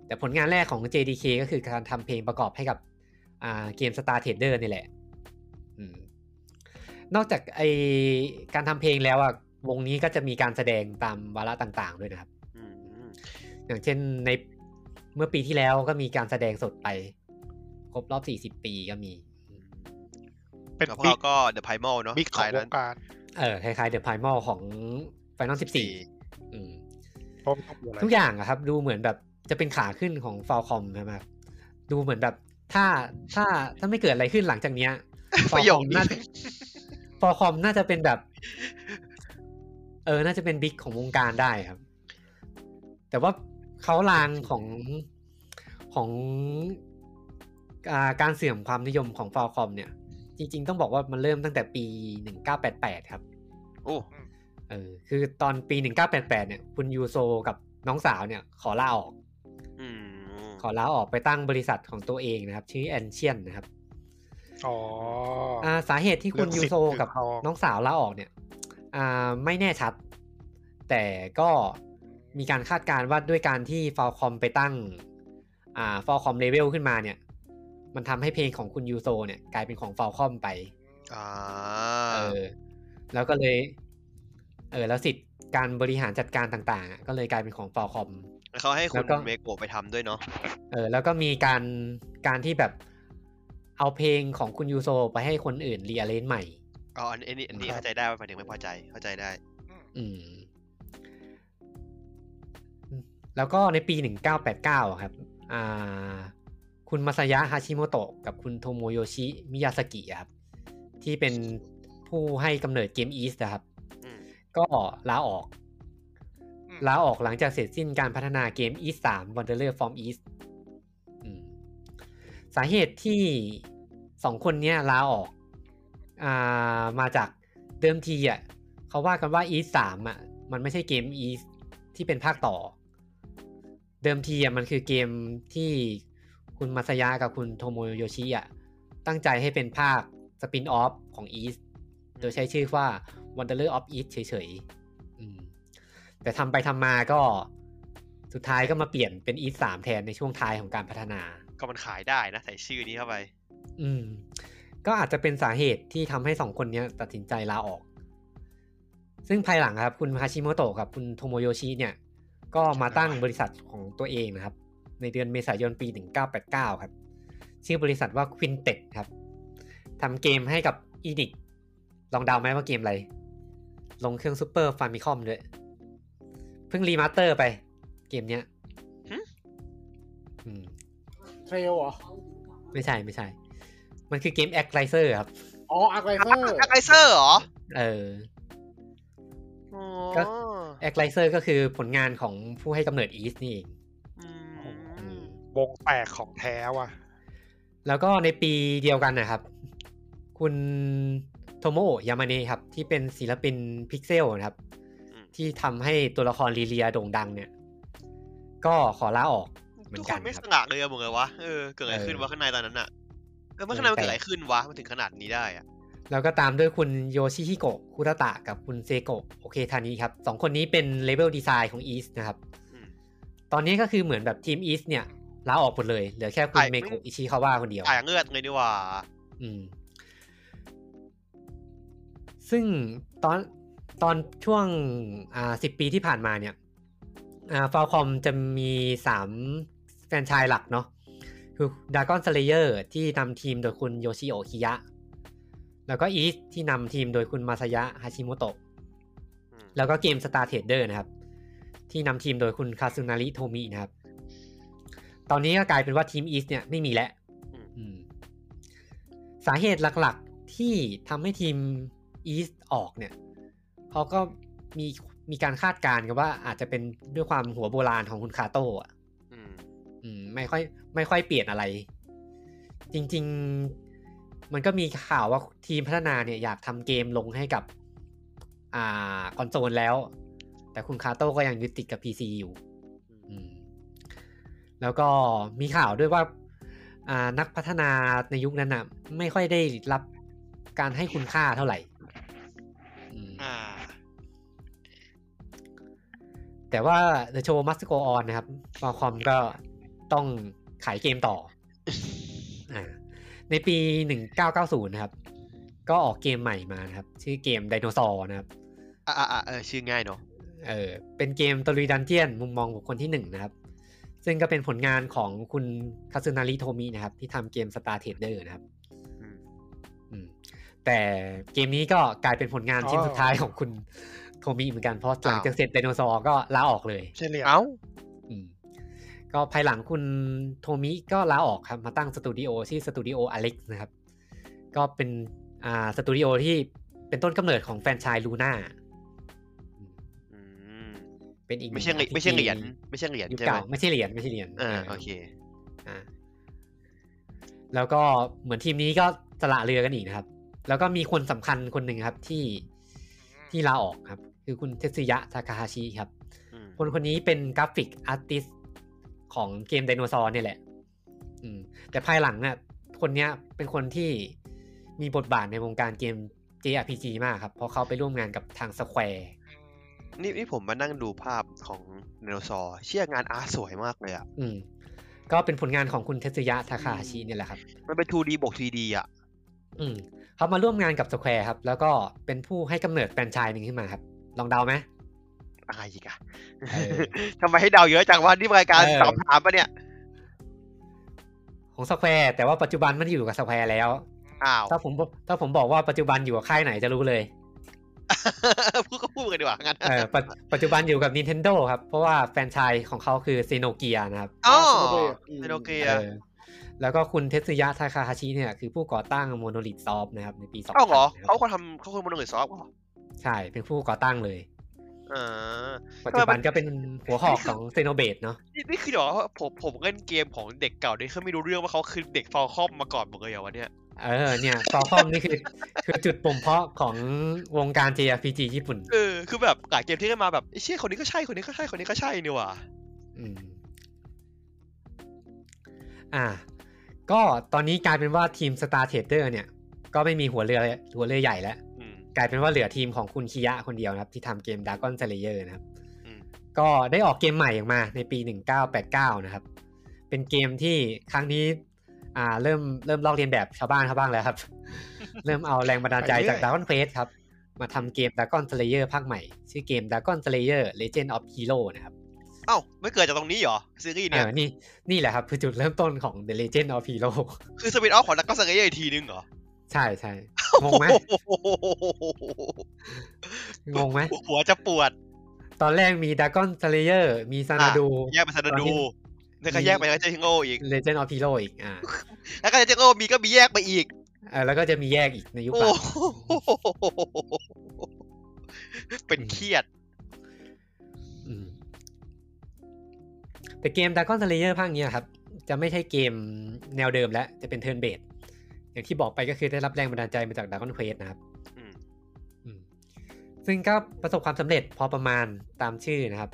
แต่ผลงานแรกของ JDK ก็คือการทำเพลงประกอบให้กับ อ่าเกม Star Trader นี่แหละ อืม นอกจากไอการทำเพลงแล้วอ่ะ วงนี้ก็จะมีการแสดงตามวาระต่างๆด้วยนะครับ อย่างเช่นในเมื่อปีที่แล้วก็มีการแสดงสดไป ครบรอบ 40 ปีก็มี
เป็น
แล้วพวก
บิ๊
เรา
ก
ก็ The Primal เนอะ
บิ๊กของ
สายวนั้น
งการ
เออ คล้ายๆ The Primal ของ Final 14อืม
เพราะมันต้องมีอะไร
ทุกอย่างอะครับ ดูเหมือนแบบจะเป็นขาขึ้นของฟ a l คอมนะครับดูเหมือนแบบถ้าถ้าถ้าไม่เกิดอะไรขึ้นหลังจากเนี้ย Falcom
ประโยคนี้
น่าฟอคอมน่าจะเป็นแบบ เออ น่าจะเป็นบิ๊กของวงการได้ครับ แต่ว่าเขาลางของของอ่าการเสื่อมความนิยมของฟ a l คอมเนี่ย จริง ๆ ต้องบอกว่ามันเริ่มตั้งแต่ปี 1988 ครับ
โอ้
เออคือตอนปี 1988 เนี่ย คุณยูโซกับน้องสาวเนี่ย ขอลาออก
อืม
ขอลาออกไปตั้งบริษัทของตัวเองนะครับ ชื่อแอนเชียนนะครับ
อ๋ออ
อ่าสาเหตุที่คุณ
เรื่อง
ยู
สิทธิ์
โซกับ
ถือครอง
น้องสาวลาออกเนี่ยอ่าไม่แน่ชัด แต่ก็มีการคาดการณ์ว่าด้วยการที่ฟ a ลคอมไปตั้งอ่าฟ a ลคอมเลเวลขึ้นมาเนี่ย มันทำให้เพลงของคุณยูโซเนี่ยกลายเป็นของฟ a ลคอมไป
อ่า
เออ แล้วก็เลย เออ แล้วสิทธิ์การบริหารจัดการต่างๆอ่ะก็เลยกลายเป็นของฟ a ลคอม
แล้วเขาให้คุ
แล้
ณ
วก็
เมโกะไปทำด้วยเนาะ
เออแล้วก็มีการการที่แบบเอาเพลงของคุณยูโซไปให้คนอื่นรีอเลนใหม่
อ๋ออันอันนี้อันนี้
ครับ
เข้าใจได้ว่าหมายถึงไม่พอใจ เข้าใจได้
อืม แล้วก็ในปี 1989อะครับ อ่า คุณมาซายะฮาชิโมโตะกับคุณโทโมโยชิมิยาสกิอะครับ ที่เป็นผู้ให้กำเนิดเกมอีสนะครับ
อืม
ก็ลาออก
อืม
ลาออกหลังจากเสร็จสิ้นการพัฒนาเกม e 3 Wanderer from East อืมสาเหตุที่สองคนเนี้ยลาออกอ่ามาจากเดิมทีอ่ะเขาว่ากันว่า e 3อ่ะ มันไม่ใช่เกม e ที่เป็นภาคต่อ เดิมทีอ่ะมันคือเกมที่คุณมาซายะกับคุณโทโมโยชิอ่ะ ตั้งใจให้เป็นภาคสปินออฟของ East โดยใช้ชื่อว่า Wanderer of East เฉยๆอืมแต่ทำไปทำมาก็สุดท้ายก็มาเปลี่ยนเป็น East 3 แทนในช่วงท้ายของการพัฒนา
ก็มันขายได้นะ ใส่ชื่อนี้เข้าไป
อืม ก็อาจจะเป็นสาเหตุที่ทำให้สองคนเนี้ยตัดสินใจลาออก ซึ่งภายหลังครับ คุณฮาชิโมโตะกับคุณโทโมโยชิเนี่ย ก็มาตั้งบริษัทของตัวเองนะครับ ในเดือนเมษายนปี 1989 ครับ ชื่อบริษัทว่า Quintet ครับทำเกมให้กับ e n i x ลองเดาไหมว่าเกมอะไร ลงเครื่องซูเปอร์ฟามิคอมด้วย เพิ่งรีมาสเตอร์ไป เกมเนี้ย
หึ
อืม
เทรลเหรอ
ไม่ใช่ไม่ใช่ มันคือเกมแอคไลเซอร์ครับ
อ๋ออาร์คไลเซอร์
แอคไลเซอร์เหรอ
เออ
อ๋อ
ก็ แอคไลเซอร์ก็คือผลงานของผู้ให้กำเนิดอีสนี่เอง
อื
อื
ม
ม
วงแตกของแท้ว่ะ
แล้วก็ในปีเดียวกันนะครับ คุณโทโมโอะยามาเนะครับ ที่เป็นศิลปินพิกเซลนะครับ ที่ทำให้ตัวละครลีเลียโด่งดังเนี่ย ก็ขอลาออก เหมื
ทุ
อก น
ค
กัน
นไม่
ครั
ส
บ
ง่าเลยอะเหมือนกันวะเออเกิดอะไรขึ้นวะข้างในตอนนั้นอะเออเมื่อข้างในมันเกิดอะไรขึ้นวะมันถึงขนาดนี้ได้อะ
แล้วก็ตามด้วยคุณโยชิฮิโกะคุระตะกับคุณเซโกะโอเคทานิครับสองคนนี้เป็นเลเวลดีไซน์ของอีสนะครับ
อืม
ตอนนี้ก็คือเหมือนแบบทีมอีสเนี่ยลาออกหมดเลย เหลือแค่คุณ
ไอ้
เมโกะอิชิคาว่าคนเดียว
ตายเงือดเลยนี่หว่า
อืม ซึ่งตอนตอนช่วงอ่าสิบปีที่ผ่านมาเนี่ยอ่าฟาคอมจะมีสามแฟรนไชายหลักเนาะคือดากอนสเลเยอร์ที่นำทีมโดยคุณโยชิโอคิยะ แล้วก็อีสที่นำทีมโดยคุณมาซายะฮาชิโมโตะ
อืม
แล้วก็เกม Star Trader นะครับ ที่นำทีมโดยคุณคาซุนาริโทมินะครับ ตอนนี้ก็กลายเป็นว่าทีมอีสเนี่ยไม่มีแล้ว อืมสาเหตุหลักๆที่ทำให้ทีมอีสออกเนี่ยเขาก็มีมีการคาดการณ์กันว่าอาจจะเป็นด้วยความหัวโบราณของคุณคาโต้อะ
อืม
อืมไม่ค่อยไม่ค่อยเปลี่ยนอะไร จริงๆมันก็มีข่าวว่าทีมพัฒนาเนี่ยอยากทำเกมลงให้กับ อ่าคอนโซลแล้ว แต่คุณคาโต้ก็ยังยึดติดกับ PC อยู่ อืมแล้วก็มีข่าวด้วยว่าอ่านักพัฒนาในยุคนั้นน่ะ ไม่ค่อยได้รับการให้คุณค่าเท่าไหร่อืม
อ่า
แต่ว่า The Show Must Go On นะครับฟอคอมก็ต้องขายเกม ต่ออาในปี 1990 นะครับ ก็ออกเกมใหม่มานะครับ ชื่อเกมไดโนเสาร์นะครับ
อ่าอ่าเออชื่อง่ายเนาะ
เออเป็นเกมตะลุยดันเจียนมุมมองบุคคลที่หนึ่งนะครับ ซึ่งก็เป็นผลงานของคุณคาซึนาริโทมินะครับ ที่ทำเกม Star Trader นะครับ
อืม
อืมแต่เกมนี้ก็กลายเป็นผลงาน
อ๋อ
ชิ้นสุดท้ายของคุณโทมิเหมือนกันเพราะหลังจากเสร็จไดโนเสาร์ก็ลาออกเลย
ใช่เหรียญ
เอ้า
อืมก็ภายหลังคุณโทมิก็ลาออกครับ มาตั้งสตูดิโอที่สตูดิโออเล็กนะครับ ก็เป็นอ่าสตูดิโอที่เป็นต้นกำเนิดของแฟรนไชายลูน่า
อืม
เป็นอีกหนึ่
ไม่ใช่เหรียญ
อาทิตย์
ไม่ใช่เหรียญ
ที่
ไม่ใช่เหรียญ
ยุค
ใช่ไห
เก่าม ไม่ใช่เหรียญไม่ใช่เหรียญ
อ่าโอเค
อ่าแล้วก็เหมือนทีมนี้ก็สละเรือกันอีกนะครับ แล้วก็มีคนสำคัญคนหนึ่งครับที่ที่ลาออกครับ คือคุณเทสึยะทาคาฮาชิครับ
อืม
คนคนนี้เป็นกราฟิกอาร์ติสของเกมไดโนเสาร์เนี่ยแหละ อืม แต่ภายหลังเนี่ยคนเนี้ยเป็นคนที่มีบทบาทในวงการเกม JRPG มากครับ เพราะเขาไปร่วมงานกับทางสแควร์
นี่นี่ผมมานั่งดูภาพของไดโนเสาร์เชี่ยงานอาร์ตสวยมากเลยอ่ะ
อืม ก็เป็นผลงานของคุณเทสึยะทาคาฮาชิเนี่ยแหละครับ
มันเป็น 2D บวก 3D อ่ะ
อืมเขามาร่วมงานกับสแควร์ครับ แล้วก็เป็นผู้ให้กำเนิดแฟรนไชส์หนึ่งขึ้นมาครับ ลองเดาไหม
อะไรอีกอะ
เออ
ทำไมให้เดาเยอะจังว่านี่รายการ
เออ
ตอบถามปะเนี่ย
ของสแควร์แต่ว่าปัจจุบันไม่ได้อยู่กับสแควร์แล้ว
อ้าว
ถ้าผมบอกถ้าผมบอกว่าปัจจุบันอยู่กับค่ายไหนจะรู้เลย
พูดก็พูดกันดีกว่างั้น
เอ อปัจปัจจุบันอยู่กับ Nintendo ครับ เพราะว่าแฟรนไชส์ของเขาคือซีโนเกียนะครับ
อ๋อ
เซ
เซ
โน
โน
เกี
เกีย
ย
เออแล้วก็คุณเทสึยะทาคาฮาชิเนี่ยคือผู้ก่อตั้งโมโนลิทซอฟนะครับในปี2000
เอ้าเหรอ
นะค
เขา
บ
คนทำเขาคนมโนเกตซอฟต์เหรอ
ใช่เป็นผู้ก่อตั้งเลย
เออ
ปัจจุบั
ทำไมมั
น
น
ก็เป็นหัวหอกของเซโนเบ e เนาะ
นี่นี่คือเดี๋ยวว่าผมผมเล่นเกมของเด็กเก่าเนี่ยเขาไม่รู้เรื่องว่าเขาคือเด็กฟอลคอมมาก่อนหมดเลยเหรอวะเนี่ย
เออเนี่ยฟอลคอมนี่คือคือจุดปุ่มเพาะของวงการ JRPG ญี่ปุ่น
เออ คือแบบหลายเกมที่เล่นมาแบบไอ้เชี่ยคนนี้ก็ใช่คนนี้ก็ใช่คนนี้ก็ใช่นี่หว่า
อืม อ่า ก็ตอนนี้กลายเป็นว่าทีม Star Trader เนี่ย ก็ไม่มีหัวเรือหัวเรือใหญ่แล้ว
อืม
กลายเป็นว่าเหลือทีมของคุณคิยะคนเดียวนะครับ ที่ทำเกม Dragon Slayer นะครับ
อืม
ก็ได้ออกเกมใหม่ออกมาในปี 1989 นะครับ เป็นเกมที่ครั้งนี้ อ่า เริ่มเริ่มลอกเรียนแบบชาวบ้านเขาบ้างแล้วครับ เริ่มเอาแรงบันดาลใจจาก
ไปเรื่อย
Dragon Quest ครับ มาทำเกม Dragon Slayer ภาคใหม่ ชื่อเกม Dragon Slayer Legend of Hero นะครับ
เอ้าไม่เกิดจากตรงนี้เหรอซีรีส์เนี่ย
เออนี่ นี่แหละครับ คือจุดเริ่มต้นของ The Legend of Hero
คือสปินออฟของดักก็สังเกตอีกทีนึงเหรอ
ใช่ใช่งงไหม
โอ้โห
งงไหม
หัวจะปวด
ตอนแรกมี Dragon Slayer มีซานาดู
แยกไปซานาดู
ตอนนี้
แล้วก็แยกไปแล้วเจทิงโง่อีก
Legend of Hero อีกอ่า
แล้วก็เจทิงโง่มีก็มีแยกไปอีก
เออแล้วก็จะมีแยกอีกในยุค
โอ้
หลัง
โหเป็นเครียด
อืมแต่เกม Dragon Slayer ภาคเนี้ยครับ จะไม่ใช่เกมแนวเดิมแล้ว จะเป็นเทิร์นเบสอย่างที่บอกไปก็คือได้รับแรงบันดาลใจมาจาก Dragon Quest นะครับ
อืม
อืมซึ่งก็ประสบความสำเร็จพอประมาณตามชื่อนะครับ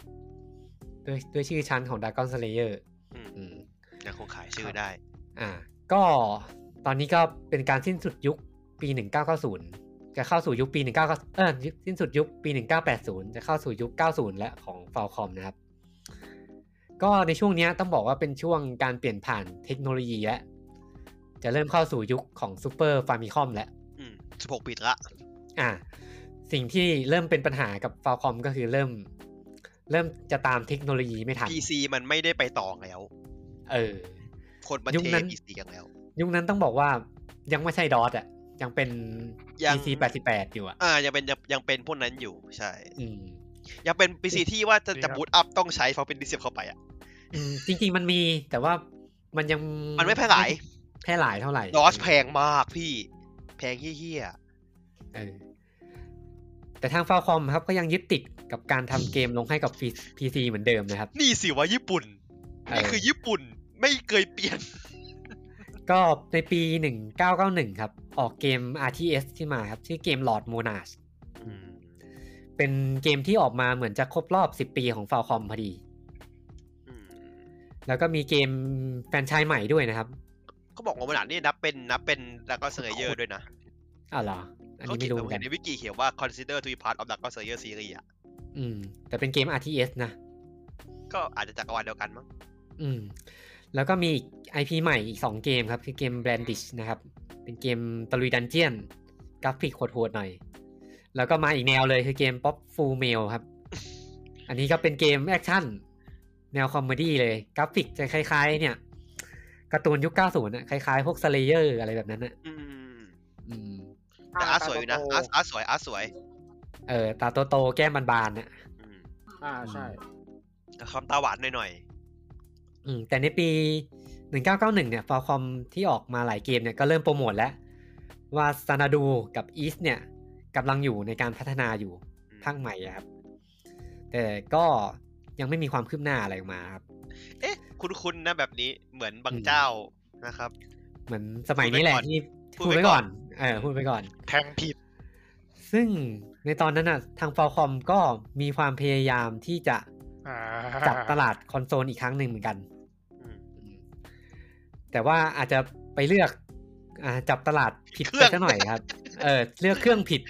ด้วยด้วยชื่อชั้นของ Dragon Slayer
อืม
อืม
ยังคงขายชื่อได้
อ่า ก็ตอนนี้ก็เป็นการสิ้นสุดยุคปี 1990 จะเข้าสู่ยุคปี 1990เออยุคสิ้นสุดยุคปี 1980 จะเข้าสู่ยุค 90 และของ Falcom นะครับ ก็ในช่วงเนี้ยต้องบอกว่าเป็นช่วงการเปลี่ยนผ่านเทคโนโลยีและ จะเริ่มเข้าสู่ยุคของ Super Famicom แล้ว
อืมสิบหกปีละ
อ่าสิ่งที่เริ่มเป็นปัญหากับ Falcom ก็คือเริ่ม เริ่มจะตามเทคโนโลยีไม่ทัน
PC มันไม่ได้ไปต่อแล้ว
เออ
คนมัน
ยุค
เท
นั้น
PC กันแล้ว
ยุคนั้นต้องบอกว่ายังไม่ใช่ดอทอ่ะ ยังเป็น
ยัง
PC 88 อยู่อ่ะ
อ่า ยังเป็นยังยังเป็นพวกนั้นอยู่ ใช่
อืม
ยังเป็น PC ที่ว่าจะ
ดีครั
จะ
บ
บูตอัพต้องใช้เพราะเป็นดิสเซเข้าไปอ่ะ
อืมจริง ๆ มันมีแต่ว่ามันยัง
มันไม่แพร่หลาย
แพร่หลายเท่าไหร่
ดอสแพงมากพี่ แพงเฮี้ย
เออแต่ทางฟาคอมครับก็ยังยึดติดกับการทำเกมลงให้กับ PC เหมือนเดิมนะครับ
ๆนี่สิวะญี่ปุ่น
เออ
นี่คือญี่ปุ่นไม่เคยเปลี่ยน
ก็ในปี 1991 ครับ ออกเกม RTS ที่มาครับ ชื่อเกม Lord Monarch
อืม
เป็นเกมที่ออกมาเหมือนจะครบรอบ 10 ปีของฟาคอมพอดี
อืม
แล้วก็มีเกมแฟรนไชส์ใหม่ด้วยนะครับ
เขาบอกว่ามันนี่นับเป็นนับเป็นดักก็เซเยอร์ด้วยนะ
อ้าวเหรอ อัน
เขา
นี้
เขีย
ไม่
นผ
รู้เหมื
ม
อนกั
เห็
น
นในวิกิเขียนว่า consider to be part of ดักก็เซเยอร์ซีรีส์อ่ะ
อืม แต่เป็นเกม RTS นะ
ก็อาจจะจักรวาลเดียวกันมั้ง
อืม แล้วก็มีอีก IP ใหม่อีก 2 เกมครับ คือเกม Brandish นะครับ เป็นเกมตะลุยดันเจียน กราฟิกโหดๆหน่อย แล้วก็มาอีกแนวเลยคือเกม Pop Full Mail ครับ อันนี้ก็เป็นเกมแอคชั่น แนวคอมเมดี้เลย กราฟิกจะคล้ายๆ เนี่ยการ์ตูนยุค 90นะคล้ายๆ พวก Slayer อะไรแบบนั้นนะ
อืม
อืม
แต่อาร์ตสวยอยู่นะอาร์ตอาร์ตสวยอาร์ตสวย
เออ ตาโตๆแก้มบานๆนะ
อืม
อ่าใช่
แต่ความตาหวานหน่อย
อืมแต่ในปี 1991 เนี่ยฟอลคอมที่ออกมาหลายเกมเนี่ยก็เริ่มโปรโมทแล้ว ว่าซานาดูกับอีสเนี่ยกำลังอยู่ในการพัฒนาอยู่
ๆอืม
ภาคใหม่อะครับ แต่ก็ยังไม่มีความคืบหน้าอะไรออกมาครับ
เอ๊ะ คุ้นๆนะแบบนี้เหมือนบาง
อืม
เจ้านะครับ
เหมือนสมัยนี้แหละที่
พู
พู
ด
ด
ไว้
ไว้
ก่
ก่
อ
อน นเออพูดไว้ก่อน
แทงผิด
ซึ่งในตอนนั้นน่ะ ทางฟอลคอมก็มีความพยายามที่จะ
อ่า
จับตลาดคอนโซลอีกครั้งหนึ่งเหมือนกัน
อืม
อืมแต่ว่าอาจจะไปเลือกอาจับตลาดผิด
เครื่
ไป
อง
ซะหน่อยครับ เออ เลือกเครื่องผิด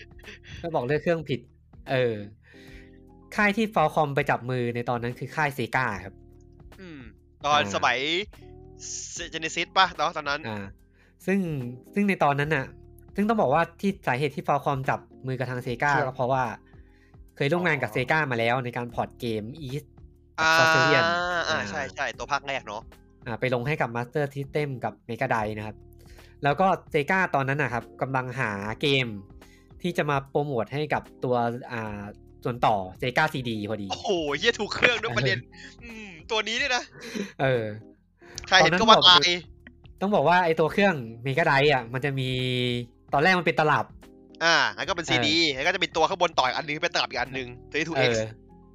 ก็บอกเลือกเครื่องผิด เออ ค่ายที่ฟอลคอมไปจับมือในตอนนั้นคือค่ายเซกาครับ
อืม ตอน
อ่า
สมัยเจเนซิสป่ะเนาะตอนนั้น
อ่า ซึ่งซึ่งในตอนนั้นน่ะ ซึ่งต้องบอกว่าที่สาเหตุที่ฟอลคอมจับมือกับทางเซกาก็เพราะว่า เคยร่วมงานกับเซกามาแล้วในการพอร์ตเกมอีส
อ่า
ซอเซเลียน
อ่าใช่ใช่ตัวภาคแรกเนาะ
อ่าไปลงให้กับ Master System กับ Mega d ดนะครับ แล้วก็เซกาตอนนั้นนะครับกำลังหาเกมที่จะมาโปรโมทให้กับตัวอ่าส่วนต่อเซกาซีดีพอดี
โอ้โหเฮียถูกเครื่องด้วยประเด็น อืม ตัวนี้เนี่ยนะ
เออ
ใครเห็นก็ว่า
ตอ
ตา
บ
ย
ต้องบอกว่าไอตัวเครื่อง Mega d ดอ่ะมันจะมีตอนแรกมันเป็นตลับ
อ่าแล้วก็เป็นซีดีแล้วก็จะเป็นตัวข้างบนต่ออีกอันนึงเป็นตลับอีกอันนึงตัวนี้ถูก
เอ
เอ็ก
อ
ซ์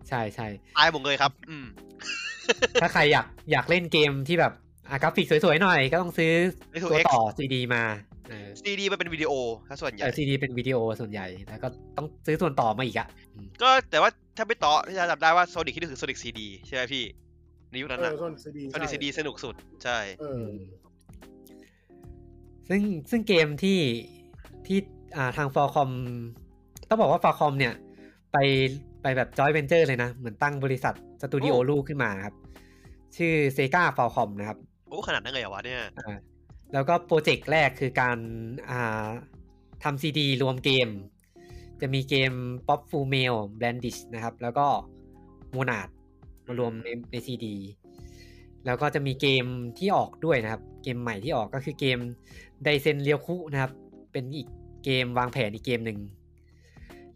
ใช่ใช่
ตายหมดเลยครับ อืม
ถ้าใครอยากอยากเล่นเกมที่แบบอากราฟิกสวยๆหน่อย ก็ต้องซื้อตัวต่อซีดีมาเออ
ซีดีมันเป็นวิดีโอถ้าส่วนให
เอ
ญ่
อซีดีเป็นวิดีโอส่วนใหญ่ แล้วก็ต้องซื้อส่วนต่อมาอีกอะอืม
ก็แต่ว่าถ้าไม่ต่อที่จะจำได้ว่าโซนิกที่นึกถึงโซนิกซีดีใช่ไหมพี่ในยุคนั้น
เอ
น่ะ
อโซนซีดี
โซนิกซีดีสนุกสุด ใช่
เออ
ซึ่งซึ่งเกมที่ที่อ่าทางฟอร์คอมต้องบอกว่าฟอร์คอมเนี่ย ไปไปแบบจอยเวนเจอร์เลยนะ เหมือนตั้งบริษัทสตูดิโอ
โอ้
ลูกขึ้นมาครับ ชื่อเซกาฟอร์คอมนะครับ
โอ้ขนาดนั้นเลยเหรอวะเนี่ย
อ่าแล้วก็โปรเจกต์แรกคือการอ่าทำซีดีรวมเกม จะมีเกม Pop Full Mail Brandish นะครับ แล้วก็ Monad มารวมในในซีดี แล้วก็จะมีเกมที่ออกด้วยนะครับ เกมใหม่ที่ออกก็คือเกม ไดเซนเรียวคุนะครับ เป็นอีกเกมวางแผนอีกเกมหนึ่ง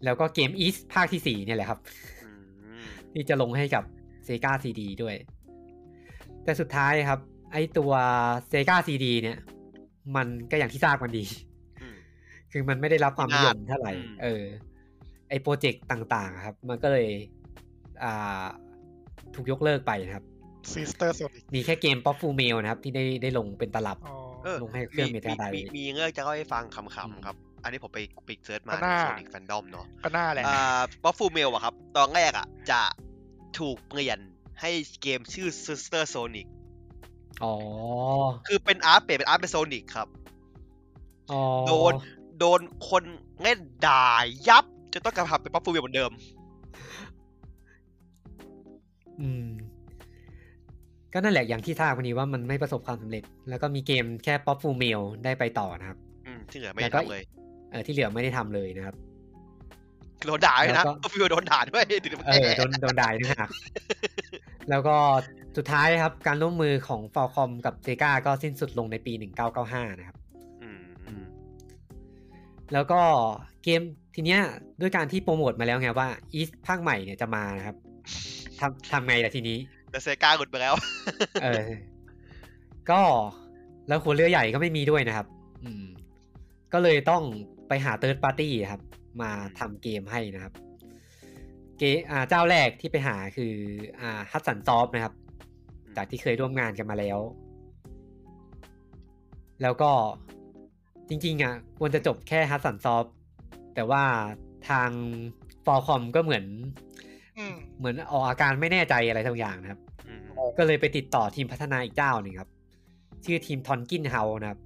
แล้วก็เกม East ภาคที่ 4 เนี่ยแหละครับ
อืม
ที่จะลงให้กับ Sega CD ด้วย แต่สุดท้ายครับ ไอตัว Sega CD เนี่ย มันก็อย่างที่ทราบกันดี
อืม
คือมันไม่ได้รับความนิยมเท่าไหร่
อืม
เออ ไอโปรเจกต์ต่าง ๆ ครับ มันก็เลย อ่า ถูกยกเลิกไปนะครับ
ซิสเตอร์โซนิก
มีแค่เกม Pop Full Mail นะครับ ที่ได้ได้ลงเป็นตลับ
อ๋อ
เออ
ลงให้เครื่อง
มี
Mega
มี
Drive
มีมีเงื่อนจะเล่าให้ฟังคำๆครับ อันนี้ผมไปไปเซิร์ชมา
ห
ใน
น้า
โซนิกแฟนดอมเนาะ
ก็น่าแหละ
อ่าบอฟฟูเมลอะครับ ตอนแรกอะจะถูกเปลี่ยนให้เกมชื่อ Sister Sonic
อ๋อ
คือเป็นอาร์ตเปลี่ยนเป็นอาร์ตเป็นโซนิกครับ
อ๋อ
โดน โดนคนเล่นด่ายับจะต้องกลับมาเป็นบอฟฟูเมลเหมือนเดิม
อืม ก็นั่นแหละอย่างที่ทราบวันนี้ว่ามันไม่ประสบความสำเร็จ แล้วก็มีเกมแค่ Pop Full Mail ได้ไปต่อนะครับ
อืมที่เหลือไม่
แล้
ได้
วก็
ทำเลย
เออที่เหลือไม่ได้ทำเลยนะครับ
โดนด่าด้วยนะ
แล้วก็
บอฟฟูเมลโดนด่าด้วยถึงจะ
เออ
แก้
โดนโดนด่าด้วย นะครับ แล้วก็สุดท้ายครับ การร่วมมือของฟ a l คอมกับเซกาก็สิ้นสุดลงในปี 1995 นะครับ
ม
แล้วก็เกมทีเนี้ยด้วยการที่โปรโมทมาแล้วไงว่าอีสภาคใหม่เนี่ยจะมานะครับทำทำไงล่ะทีนี้
แต่เซกาหลุดไปแล้ว
เออ ก็แล้วหัวเรือใหญ่ก็ไม่มีด้วยนะครับ อืม ก็เลยต้องไปหาเติร์ดปาร์ตี้ครับ มาทำเกมให้นะครับ เกอ่าเจ้าแรกที่ไปหาคืออ่าฮัตสันซอฟนะครับ
อืม
จากที่เคยร่วมงานกันมาแล้ว แล้วก็จริง ๆ อ่ะ ควรจะจบแค่ฮัตสันซอฟแต่ว่าทางฟอลคอมก็เหมือน
อืม
เหมือนออกอาการไม่แน่ใจอะไรทั้งอย่างนะครับ
อืม
ก็เลยไปติดต่อทีมพัฒนาอีกเจ้าหนึ่งครับ ชื่อทีมทอนกินเฮานะครับ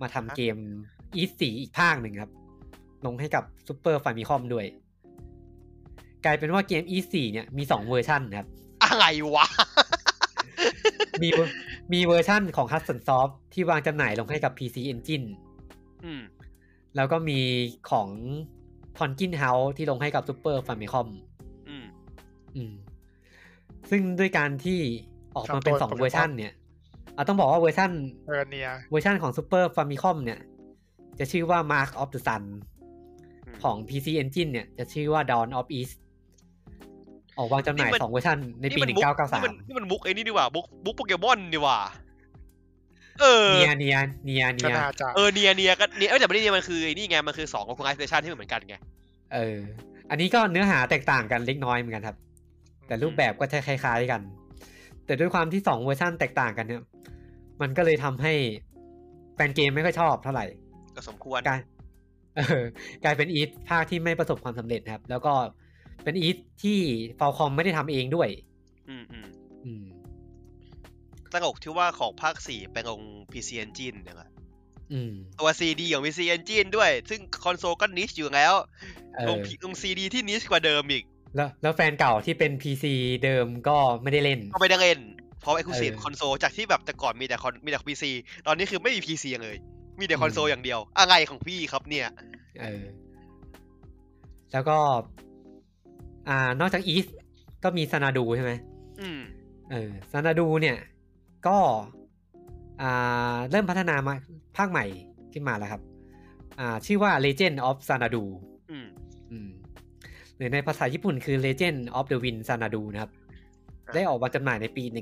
มาทำเกมอีสีอีกภาคหนึ่งครับ ลงให้กับซูเปอร์ฟามิคอมด้วย กลายเป็นว่าเกมอีสีเนี่ยมีสองเวอร์ชันครับ
อะไรวะ
มีเวอร์มีเวอร์ชันของฮัตสันซอฟที่วางจำหน่ายลงให้กับ PC Engine
อืม
แล้วก็มีของทอนกินเฮาที่ลงให้กับซูเปอร์ฟามิคอม
อืม
อืมซึ่งด้วยการที่ออกมาเป็น
ครับ
สอง
ตัว
เวอร์ชันเนี่ยอ่ะต้องบอกว่าเวอร์ชัน
เออเนีย
เวอร์ชันของ Super Famicom เนี่ย จะชื่อว่า Mark of the Sun ของ PC Engine เนี่ย จะชื่อว่า Dawn of East ออกวางจำหน่ายสองเวอร์ชันในปี
มัมุนี่มันนี่
1993
มันมุกไอ้นี่ดีกว่ามุกมุกโปเกมอนดีกว่า เออ
เนียเนียเนียเนี
ก็
ย
น่าจะ
เออเนียเนียก็เนียเอ้ยแต่ไม่ได้เนียมันคือไอ้นี่ไงมันคือสองของไอสเตชันที่มันเหมือนกันไง
เออ อันนี้ก็เนื้อหาแตกต่างกันเล็กน้อยเหมือนกันครับ แต่รูปแบบก็จะคล้ายๆกัน แต่ด้วยความที่สองเวอร์ชันแตกต่างกันเนี่ย มันก็เลยทำให้แฟนเกมไม่ค่อยชอบเท่าไหร่
ก็สมควร
การ เออกลายเป็นอีทภาคที่ไม่ประสบความสำเร็จครับ แล้วก็เป็นอีทที่ฟอลคอมไม่ได้ทำเองด้วย
อืมอืม
อืม
ตลกที่ว่าของภาคสี่ไปลง PC Engine เนี่ยแหละ
อืม
ตัว CD ของ PC Engine ด้วย ซึ่งคอนโซลก็นิชอยู่แล้ว
เอ
ล
อง
ลง CD ที่นิชกว่าเดิมอีก
แล้วแล้วแฟนเก่าที่เป็น PC เดิมก็ไม่ได้เล่น
ก็ไม่ได้เล่น เพราะไอ้คูซี
เออ
คอนโซลจากที่แบบแต่ก่อนมีแต่คอนมีแต่พีซีตอนนี้คือไม่มีพีซีเลย มีแต่คอนโซ
อื
ล
ม
อย่างเดียว อะไรของพี่ครับเนี่ย
เออ แล้วก็ อ่านอกจากอีสก็มีซานาดูใช่ไหม
อืม
เออซานาดูเนี่ยก็อ่าเริ่มพัฒนามาภาคใหม่ขึ้นมาแล้วครับ อ่าชื่อว่า Legend of Sanadu
อืม
อืมหรือในภาษาญี่ปุ่นคือ Legend of the Wind Sanadu นะครับ
ครับ
ได้ออกมาจำหน่ายในปี 1994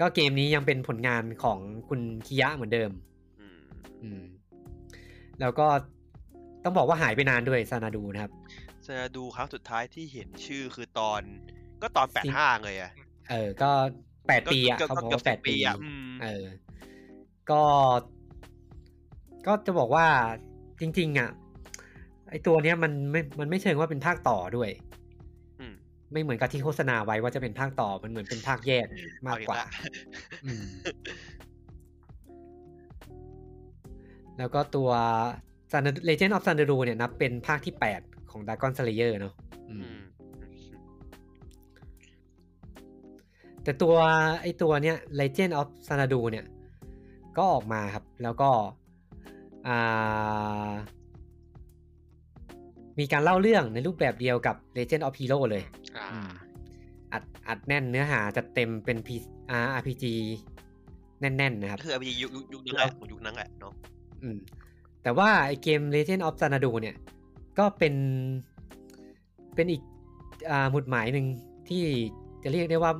ก็เกมนี้ยังเป็นผลงานของคุณคิยะเหมือนเดิม
อืม
อืม แล้วก็ต้องบอกว่าหายไปนานด้วยซานาดูนะครับ
จะดูครั้งสุดท้ายที่เห็นชื่อคือตอน ก็ตอนแปดห้าเลยอะ
เออ ก็แปด
ก็
ปีอ่ะ
ก็
เขา
ก็
บอก
เกือบ
ว่าแป
สิ
ด
บ
ปี
ปีอะอืม
เออ ก็ ก็จะบอกว่าจริง ๆ อ่ะ ไอตัวเนี้ยมันไม่ มันไม่เชิงว่าเป็นภาคต่อด้วย
อืม
ไม่เหมือนกับที่โฆษณาไว้ว่าจะเป็นภาคต่อ มันเหมือนเป็นภาคแยกมากกว่า
เออีละ
อืม แล้วก็ตัว Sun- Legend of Sandaru เนี่ยนับเป็นภาคที่ 8 ของ Dragon Slayer เนาะอืม
อืม
แต่ตัวไอตัวเนี้ย Legend of Sanadu เนี่ย ก็ออกมาครับ แล้วก็อ่ามีการเล่าเรื่องในรูปแบบเดียวกับ Legend of Hero เลย
อ่า
อืมอัดอัดแน่นเนื้อหาจัดเต็มเป็น P อ่า RPG แน่น ๆ นะครับ
ก็คืออพียุคยุคยุคนั้นแหละของยุคนั้นแหละเนาะ
อืมแต่ว่าไอเกม Legend of Xanadu เนี่ย ก็เป็นเป็นอีกอ่าหมุดหมายหนึ่งที่จะเรียกได้ว่า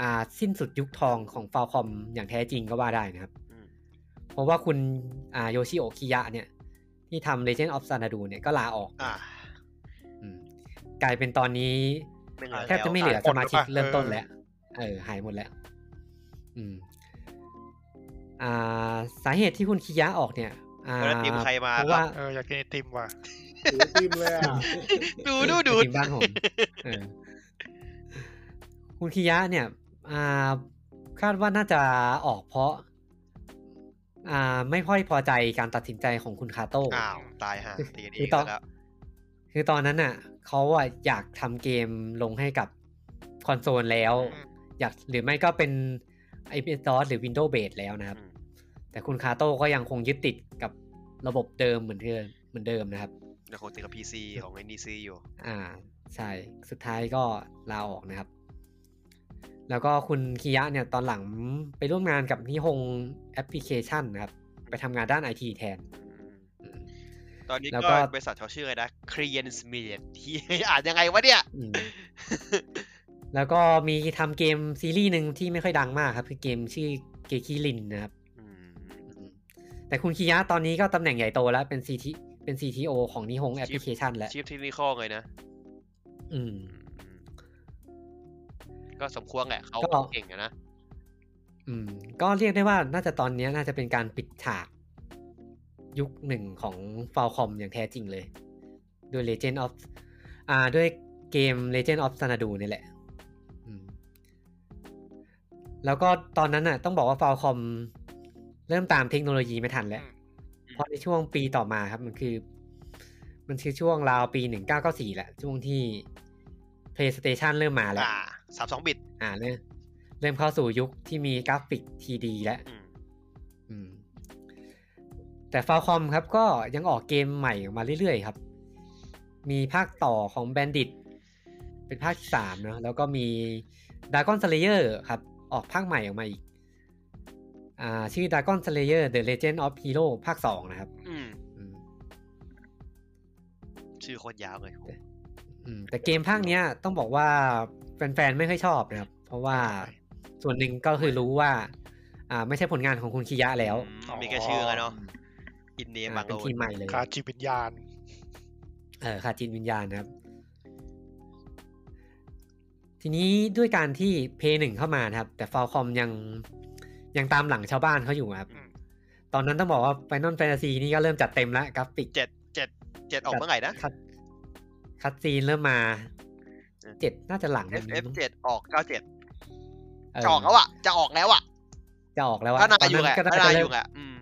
อ่าสิ้นสุดยุคทองของฟาวคอมอย่างแท้จริงก็ว่าได้นะครับ
อืม
เพราะว่าคุณอ่าโยชิโอคิยะเนี่ย ที่ทำ Legend of Xanadu เนี่ยก็ลาออก
อ่า
อืมกลายเป็นตอนนี้
ไม่เหลือ
แทบจะไม่เหลือ
แล้ว
สมาชิก
หมดแล้วปะ
เริ่มต้นแล้ว เออ หายหมดแล้ว อืม อ่า สาเหตุที่คุณคิยะออกเนี่ย อ่า
แล้วทีมใครมา
เพราะ
ครั
ว่า
บ
เอออยากกินไอติมว่ะ
ถือทีมเลยอ่ะ
ดูดูดู
ทีม บ้านผมเออคุณคิยะเนี่ย อ่า คาดว่าน่าจะออกเพราะ อ่า ไม่ค่อยพอใจการตัดสินใจของคุณคาโต้
อ้าวตายห่าตีกันเอง
ตอน
แล้ว
คือตอนนั้นน่ะเขาอะอยากทำเกมลงให้กับคอนโซลแล้ว
อืม
อยากหรือไม่ก็เป็น i p s o s หรือ Windows Base แล้วนะครับ
อืม
แต่คุณคาโต้ก็ยังคงยึดติดกับระบบเดิมเหมือนเดิมเหมือนเดิมนะครับ
เดี๋ยวคงติดกับพีซีของไอ้นี่ซีอยู่
อ่า ใช่ สุดท้ายก็ลาออกนะครับ แล้วก็คุณคิยะเนี่ยตอนหลังไปร่วมงานกับนิฮงแอปพลิเคชันนะครับ ไปทำงานด้านไอทีแทน อืม
ตอนนี้
แล้ว
ก็
ก็
บริษัทเขาชื่ออะไรนะ c r e a n s m e d i a ที่ อ่านยังไง วะเนี่ย
อืม แล้วก็มีทำเกมซีรีส์หนึ่งที่ไม่ค่อยดังมากครับ คือเกมชื่อเกคิลินนะครับ
อืม
แต่คุณคิยะตอนนี้ก็ตำแหน่งใหญ่โตแล้วเป็น CT เป็น CTO ของนิฮงแอปพลิเคชันแล้ว
ชีพที่นี่ข้อเลยนะ
อื
อืม
ม
อืมก็สมควรแหละเขา
ก็
เก่งอะนะ
อืม ก็เรียกได้ว่าน่าจะตอนนี้น่าจะเป็นการปิดฉาก ยุคหนึ่งของฟาวคอมอย่างแท้จริงเลยด้วย Legend of อ่า ด้วยเกม Legend of Xanadu นี่แหละ อืม แล้วก็ตอนนั้นน่ะ ต้องบอกว่าฟาวคอมเริ่มตามเทคโนโลยีไม่ทันแล้ว
อืม
เพราะในช่วงปีต่อมาครับ มันคือ มันคือช่วงราวปี 1994แหละ ช่วงที่ PlayStation เริ่มมาแล้ว
อ่าสามสองบิต
อ่าเริ่มเริ่มเข้าสู่ยุคที่มีกราฟิกทีดีแล้ว
อืม
อืม แต่ฟาวคอมครับก็ยังออกเกมใหม่ออกมาเรื่อยๆครับ มีภาคต่อของแบนดิตเป็นภาคที่สามเนอะแล้วก็มีด r a กอนสเลเยอร์ครับ ออกภาคใหม่ออกมาอีก อ่า ชื่อด r a กอนสเลเยอร์ The Legend of Hero ภาคสองนะครับ
อืม
อืม
ชื่อโคตรยาวเลย
อืมแต่เกมภาคเนี้ยต้องบอกว่าแฟนๆ ไม่ค่อยชอบนะครับ เพราะว่าส่วนหนึ่งก็คือรู้ว่า อ่า ไม่ใช่ผลงานของคุณคิยะแล้ว
อืมมีแค่ชื่ออะเนาะอินเนม
อ่า
บาง
เป็น
โล
ทีมใหม่เลย
ขาดจิตวิญญาณ
เออขาดจิตวิญญาณนะครับ ทีนี้ด้วยการที่เพย์หนึ่งเข้ามานะครับ แต่ฟ a ลคอมยังยังตามหลังชาวบ้านเขาอยู่ครับ
อืม
ตอนนั้นต้องบอกว่า Final Fantasy นี่ก็เริ่มจัดเต็มแล้วกราฟิก
เจ็ดเจ็ดเจ็ดออกเมื่อไหร่นะ
คัดคัดซีนเริ่มมา
เออ
เจ็ดน่าจะหลังเดือนนี้
FF เจ็ดออกเก้าเจ็ด
เออ
จะออกแล้วอ่ะ จะออกแล้วอ่ะ
จะออกแล้วอะ
ก็นา
ตอน
อยู่แห
นั้น
ละ
ก็
ก็
น่า
นา
จะ
อ
เริ่ม
ยู่แหละอืม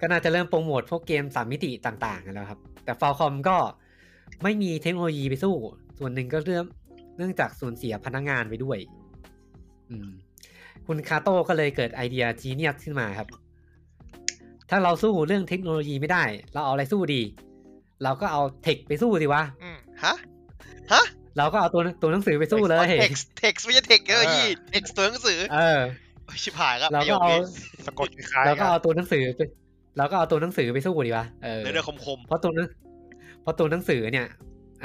ก็น่าจะเริ่มโปรโมทพวกเกมสามมิติต่างๆกันแล้วครับ แต่ฟ a ลคอมก็ไม่มีเทคโนโลยีไปสู้ ส่วนหนึ่งก็เรื่องเนื่องจากสูญเสียพนักงานไปด้วย อืม คุณคาโต้ก็เลยเกิดไอเดียจีเนียสขึ้นมาครับ ถ้าเราสู้เรื่องเทคโนโลยีไม่ได้ เราเอาอะไรสู้ดี เราก็เอาเทคไปสู้สิวะ
อืม
ฮะ ฮะ
เราก็เอาตัวตัวหนังสือไปสู้เลย
เท็กซ์เท็กซ์ไม่ใช่เท็กซ์เทคโนโลยี
เออ
เท็กซ์ตัวหนังสือ
เออ
ชิบหายครับ
เรา
ประโย
ก็
ค
เอา
นี้
สะกดคล้าย
เรา
ๆ
ก็
กัน
เอาตัวหนังสือไปเราก็เอาตัวหนังสือไปสู้ดีวะเออ
เนื้อเรื่องคมคม
เพราะตัวหนังเพราะตัวหนังสือเนี่ย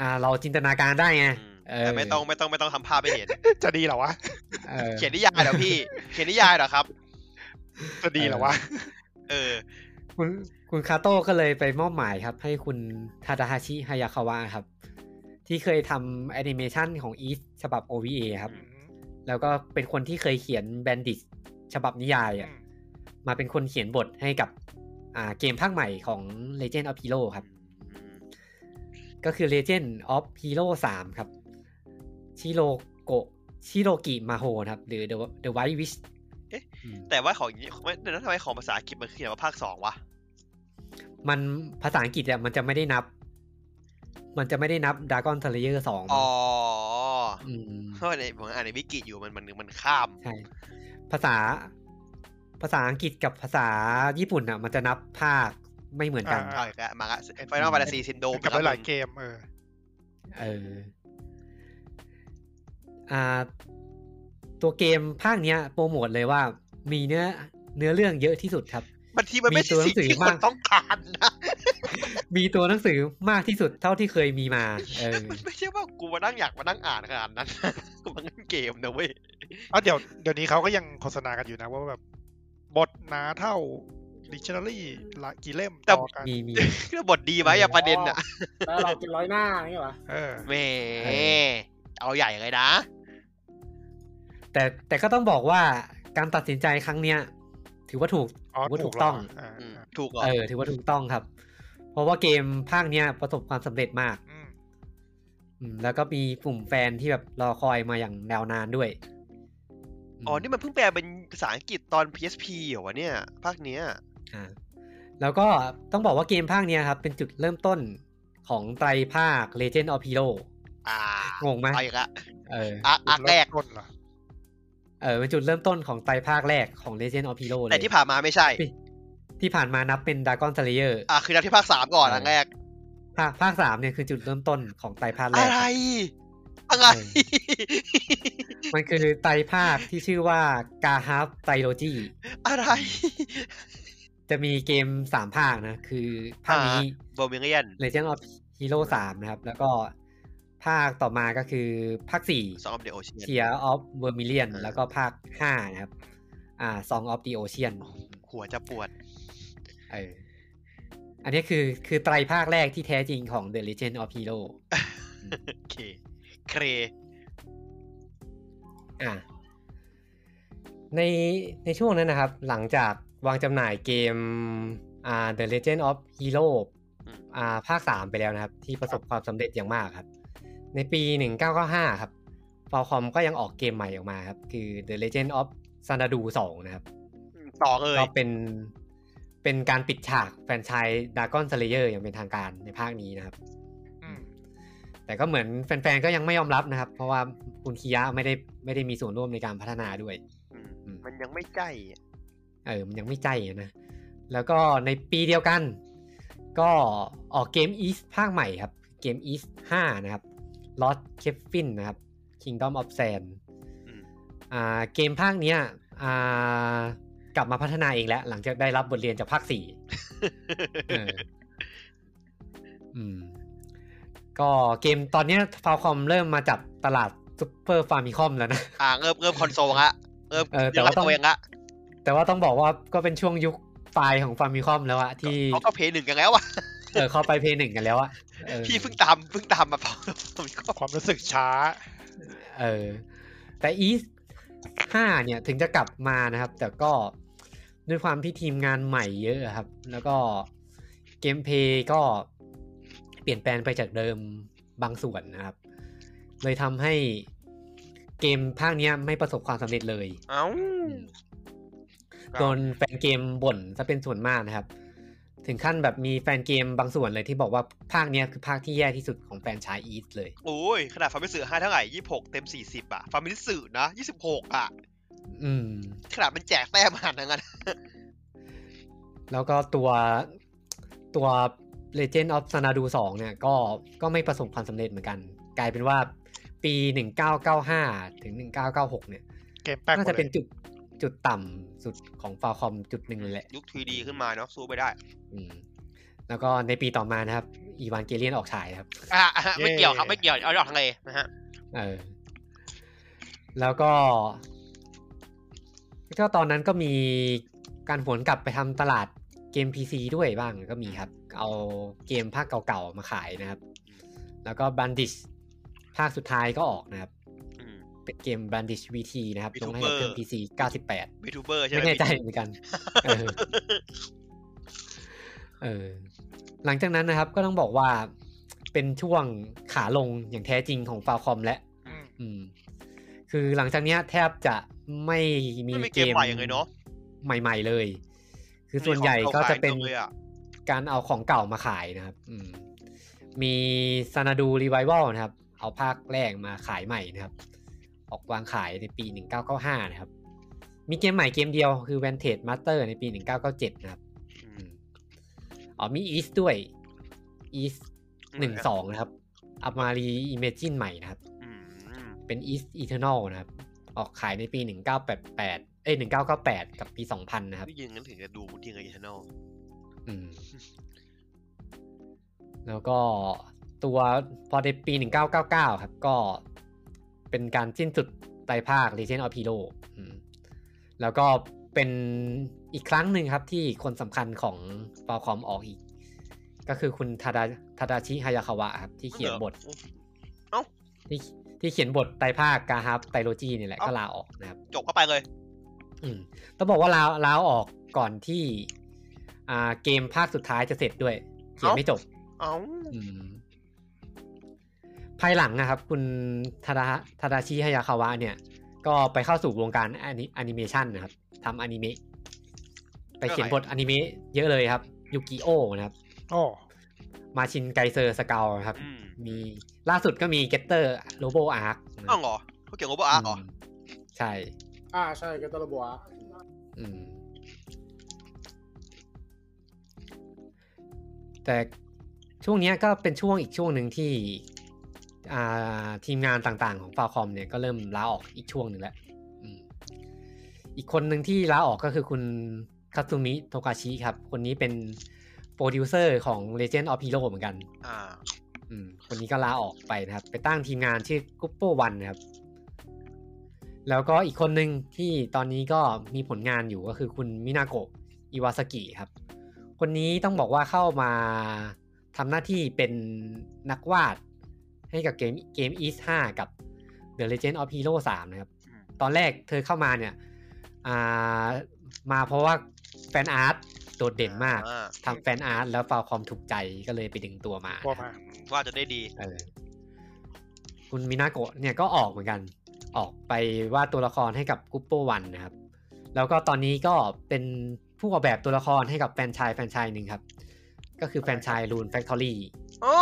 อ่า เราจินตนาการได้ไง
ๆอืม
เออ
แต่ไม่ต้องไม่ต้องไม่ต้องทำภาพไปเห็น
จะดีเหรอวะ
เออ
เขียนนิยายเหรอพี่ เขียนนิยายเหรอครับ
จะดีเหรอวะ
เออ
คุณคุณคาโต้ก็เลยไปมอบหมายครับ ให้คุณทาดาฮาชิฮายาคาวะครับ ที่เคยทำแอนิเมชันของอีสฉบับ OVA ครับ
อืม
แล้วก็เป็นคนที่เคยเขียนแบนดิ t ฉบับนิยายอะ
อืม
มาเป็นคนเขียนบทให้กับ อ่าเกมภาคใหม่ของ Legend of Hero ครับ ก็คือ Legend of Hero 3 ครับ ชิโรโกชิโรกิมาโฮนะครับ หรือ The The White Witch
เอ๊ะ
อืม
แต่ว่าของอย่างนี้ไม่เดี๋ยวนะทำไมของภาษาอังกฤษมันเขียนว่าภาคสองวะ
มันภาษาอังกฤษอะมันจะไม่ได้นับ มันจะไม่ได้นับ Dragon Slayer 2มั้ง
อ๋อ
ม
เพราะว่าในผมอ่านในวิกิอยู่มันมันมันข้าม
ใช่ ภาษา ภาษาอังกฤษกับภาษาญี่ปุ่นอะมันจะนับภาคไม่เหมือนกัน
อ่
เอาอีกแล้วมาละไฟนอลฟนตาซีซินโดม
กับหลายๆเกมเออ
เออ อ่า ตัวเกมภาคเนี้ย โปรโมทเลยว่ามีเนื้อเนื้อเรื่องเยอะที่สุดครับ
มันทีมันไม่ใช่สิ่งที่คนต้องการนะ
มีตัวหนังสือมากที่สุดเท่าที่เคยมีมา เออ
มันไม่ใช่ว่ากูมานั่งอยากมานั่งอ่านขนาดนั้น กูมาเล่นเกมนะเว้ย
อ่ะเดี๋ยวเดี๋ยวนี้เขาก็ยังโฆษณากันอยู่นะ ว่าแบบบทหนาเท่า dictionary ละกี่เล่ม
แต่
ต่อกัน
มีมี
บทดีไหมอะ ประเด็นอะ
แล้วเราเป็นร้อยหน้าอย่างเงี้ยเหรอ
เออ
แหม
เอ
เอาใหญ่เลยนะ
แต่แต่ก็ต้องบอกว่าการตัดสินใจครั้งเนี้ย ถือว่าถูก
อ๋อ
ถืว่าถูก
เหร
ต้อง
อ่า
อืมถูกเหรอ
เออ ถือว่าถูกต้องครับ เพราะว่าเกมภาคเนี้ยประสบความสำเร็จมาก
อืม
อืมแล้วก็มีกลุ่มแฟนที่แบบรอคอยมาอย่างยาวนานด้วยม
อ๋อ นี่มันเพิ่งแปลเป็นภาษาอังกฤษตอน PSP เหรอวะเนี่ย ภาคเนี้ย
อ่าแล้วก็ต้องบอกว่าเกมภาคเนี้ยครับ เป็นจุดเริ่มต้นของไตรภาค Legend of Hero
อ่าง
งไหม
ไปอีกละ
เออ
อาร์คอาร์คแรก
เมต้นเหรอ
เออเป็นจุดเริ่มต้นของไตรภาคแรกของ Legend of Hero เลย
แต่ที่ผ่านมาไม่ใช่
ที่ที่ผ่านมานับเป็น Dragon Slayer
อ่ะคือนับที่ภาคสามก่อนอันแรก
ภาคภาคสามเนี่ยคือจุดเริ่มต้นของไตรภาคแร
อะ
ก
ไร
ครับ
อะไร
มันคือไตรภาคที่ชื่อว่า g a h a p t r i l o g y
อะไร
จะมีเกมสามภาคนะ คือภาคนี้
บอมเบเลียน
Legend of Hero 3 นะครับ แล้วก็ภาคต่อมาก็คือภาค
ส
4
องอัปเดตโอเชียน
Tear of Vermilion
อ่า
แล้วก็ภาค 5 นะครับ อ่า Song of the Ocean
หัวจะปวด
เอออันนี้คือคือไตรภาคแรกที่แท้จริงของ The Legend of Hero
โอเค เคร
อ่าในในช่วงนั้นนะครับ หลังจากวางจำหน่ายเกมอ่า The Legend of Hero
อืม
อ่าภาค 3 ไปแล้วนะครับ ที่ประสบความสำเร็จอย่างมากครับ ในปี 1995 ครับฟอลคอมก็ยังออกเกมใหม่ออกมาครับ คือ The Legend of Xanadu 2 นะครับ
ต่อเลย
ก็เป็นเป็นการปิดฉากแฟรนไชายดากอนสเลเยอร์อย่างเป็นทางการในภาคนี้นะครับ
อืม
แต่ก็เหมือนแฟนๆก็ยังไม่ยอมรับนะครับ เพราะว่าคุณคิยะไม่ได้ไม่ได้มีส่วนร่วมในการพัฒนาด้วย
อืมมันยังไม่ใกล้อะ
เออ มันยังไม่ใจอะนะ แล้วก็ในปีเดียวกัน ก็ออกเกม East ภาคใหม่ครับ เกม East 5 นะครับ Lost c a p f i n นะครับ Kingdom of Sand
อืม
อ่าเกมภาคเนี้ยอ่ากลับมาพัฒนาเองแล้ว หลังจากได้รับบทเรียนจากภาค 4 เอออืม ก็เกมตอนเนี้ฟาคอมเริ่มมาจับตลาดซุปเปอร์ฟาร์มิคอมแล้วนะ
อ่าเริ่มเริ่มคอนโซลละเริ่ม
เออแต่
ยังรั
ว่า
บ
ต้อง
ตัวเองละ
แต่ว่าต้องบอกว่าก็เป็นช่วงยุคปลายของฟาร์มิคอมแล้วอะที่
เขาก็เพย์หนึ่งกันแล้วอะ
เออเข้าไปเพย์หนึ่งกันแล้วอะเออ
พี่เพิ่งตามเพิ่งตามมาพอผมก็
ความรู้สึกช้า
เออ แต่อีสห้าเนี่ยถึงจะกลับมานะครับ แต่ก็ ด้วยความที่ทีมงานใหม่เยอะครับ แล้วก็เกมเพลย์ก็เปลี่ยนแปลงไปจากเดิมบางส่วนนะครับ เลยทำให้เกมภาคเนี้ยไม่ประสบความสำเร็จเลย
เอ้า ครับ
โดนแฟนเกมบ่นจะเป็นส่วนมากนะครับ ถึงขั้นแบบมีแฟนเกมบางส่วนเลยที่บอกว่าภาคเนี้ยคือภาคที่แย่ที่สุดของแฟรนไชายอีสเลย
โอ้ยขนาดฟาร์มิสือให้เท่าไหร่ยี่หกเต็มสี่สิบอ่ะฟาร์มิสือนะยี่สิบหกอ่ะ
อืม
ขนาดมันแจกแต้มขนาดนั้นอะ
แล้วก็ตัวตัว Legend of Xanadu 2 เนี่ยก็ก็ไม่ประสบความสำเร็จเหมือนกัน กลายเป็นว่าปี 1995 ถึง 1996 เนี่ย
เกมแป้งหม
น่า
ด
จะ
เล
เป็น
ย
จุดจุดต่ำสุดของฟาคอมจุดหนึ่งเลยแหละ
ยุค 3D ขึ้นมาเนาะสู้ไปได้
อืม แล้วก็ในปีต่อมานะครับ อีวานเกเลียนออกฉายครับ
อ่ะอ่ะไม่เกี่ยวครับไม่เกี่ยวเอาดอกทางเลนะฮะ
เออ แล้วก็ ก็ตอนนั้นก็มีการหวนกลับไปทำตลาดเกม PC ด้วยบ้างก็มีครับ เอาเกมภาคเก่าๆมาขายนะครับ แล้วก็บันดิชภาคสุดท้ายก็ออกนะครับ
อืม
เป็นเกมบันดิช VT นะครับลงให้กับเครื่อง
VTuber
PC 98
ยูทูบเบอร์ใช่ไหม
ไม่แน่ใจเหมือนกัน เออ เออ หลังจากนั้นนะครับก็ต้องบอกว่าเป็นช่วงขาลงอย่างแท้จริงของฟาวคอมและ
อืม
อืม คือหลังจากเนี้ยแทบจะไม่มี
ไม่มีเกมใหม่ยังไงเนาะ
ใหม่ๆเลย คือ
ไม่มี
ส่วนใหญ่
ของ
ก็
เก่า
จะเป็น
ขายเลยอะ
การเอาของเก่ามาขายนะครับ อืม มีซานาดูรีไววัลนะครับ เอาภาคแรกมาขายใหม่นะครับ ออกวางขายในปี 1995 นะครับ มีเกมใหม่เกมเดียวคือ Vantage Master ในปี 1997 นะครับ
อื
อื
ม
มอ๋อมีอีสด้วยอีส
อืม
หนึ่งสองนะครับเอามารีอิเมจินใหม่นะครับ
อืม
เป็น East Eternal นะครับ ออกขายในปี 1988 เอ้ย1998 กับปี 2000 นะครับ
ได้ยินงั้นถึงจะดูทีไงชแนล
อืม แล้วก็ตัวพอในปี 1999 ครับ ก็เป็นการสิ้นสุดไตรภาค Legend of Hero อืมแล้วก็เป็นอีกครั้งหนึ่งครับที่คนสำคัญของฟาวคอมออกอีก ก็คือคุณทาดาทาดาชิฮายาคาวะครับ ที่เขียนบท ที่ที่เขียนบทไตรภาคกาฮับไตรโลจีนี่แหละก็ลาออกนะครับ
จบเข้าไปเลย
อืมต้องบอกว่าลาลาออกก่อนที่ อ่าเกมภาคสุดท้ายจะเสร็จด้วยเขียน
เอ้า
ไม่จบ
เอ้า
อืม ภายหลังนะครับ คุณทาดาทาดาชิฮายาคาวะเนี่ย ก็ไปเข้าสู่วงการแอนิแอนิเมชันนะครับทำอนิเมะไปเขียนบทอนิเมะเยอะเลยครับยูกิโอนะครับ
โอ้
มาชินไกเซอร์สเกลครับ
อืม
มีล่าสุดก็มีเกตเตอร์โลโบอาร์ค
เอ้าเหรอเขาเกี่ยวกับโรบออาร์เหรอ
ใช่
อ่าใช่เกตตาลบัว
อืม แต่ช่วงเนี้ยก็เป็นช่วงอีกช่วงหนึ่งที่ อ่าทีมงานต่างๆของฟาวคอมเนี่ยก็เริ่มลาออกอีกช่วงหนึ่งแล้วอืมอีกคนหนึ่งที่ลาออกก็คือคุณคาต u มิโทกาชิครับ คนนี้เป็นโปรดิวเซอร์ของ Legend of Hero เหมือนกัน
อ่า
อืมคนนี้ก็ลาออกไปนะครับ ไปตั้งทีมงานชื่อกุ๊ปโปวันนะครับ แล้วก็อีกคนหนึ่งที่ตอนนี้ก็มีผลงานอยู่ก็คือคุณมินาโกะอิวาสกิครับ คนนี้ต้องบอกว่าเข้ามาทำหน้าที่เป็นนักวาดให้กับเกมเกม East 5 กับ The Legend of Hero 3 นะครับ
อืม
ตอนแรกเธอเข้ามาเนี่ยอ่ามาเพราะว่าแฟนอาร์ตโดดเด่นมาก
อ่
ทำแฟนอาร์ตแล้วฟาวคอมถูกใจก็เลยไปดึงตัวมานะค
ตัว
รับ
มา
ว่าจะได้ดี
เออคุณมินาโกะเนี่ยก็ออกเหมือนกัน ออกไปวาดตัวละครให้กับกุ๊ปโปวันนะครับ แล้วก็ตอนนี้ก็เป็นผู้ออกแบบตัวละครให้กับแฟรนไชายแฟรนไชายหนึ่งครับ ก็คือแฟรนไชายรูนแฟคทอรี่
โอ้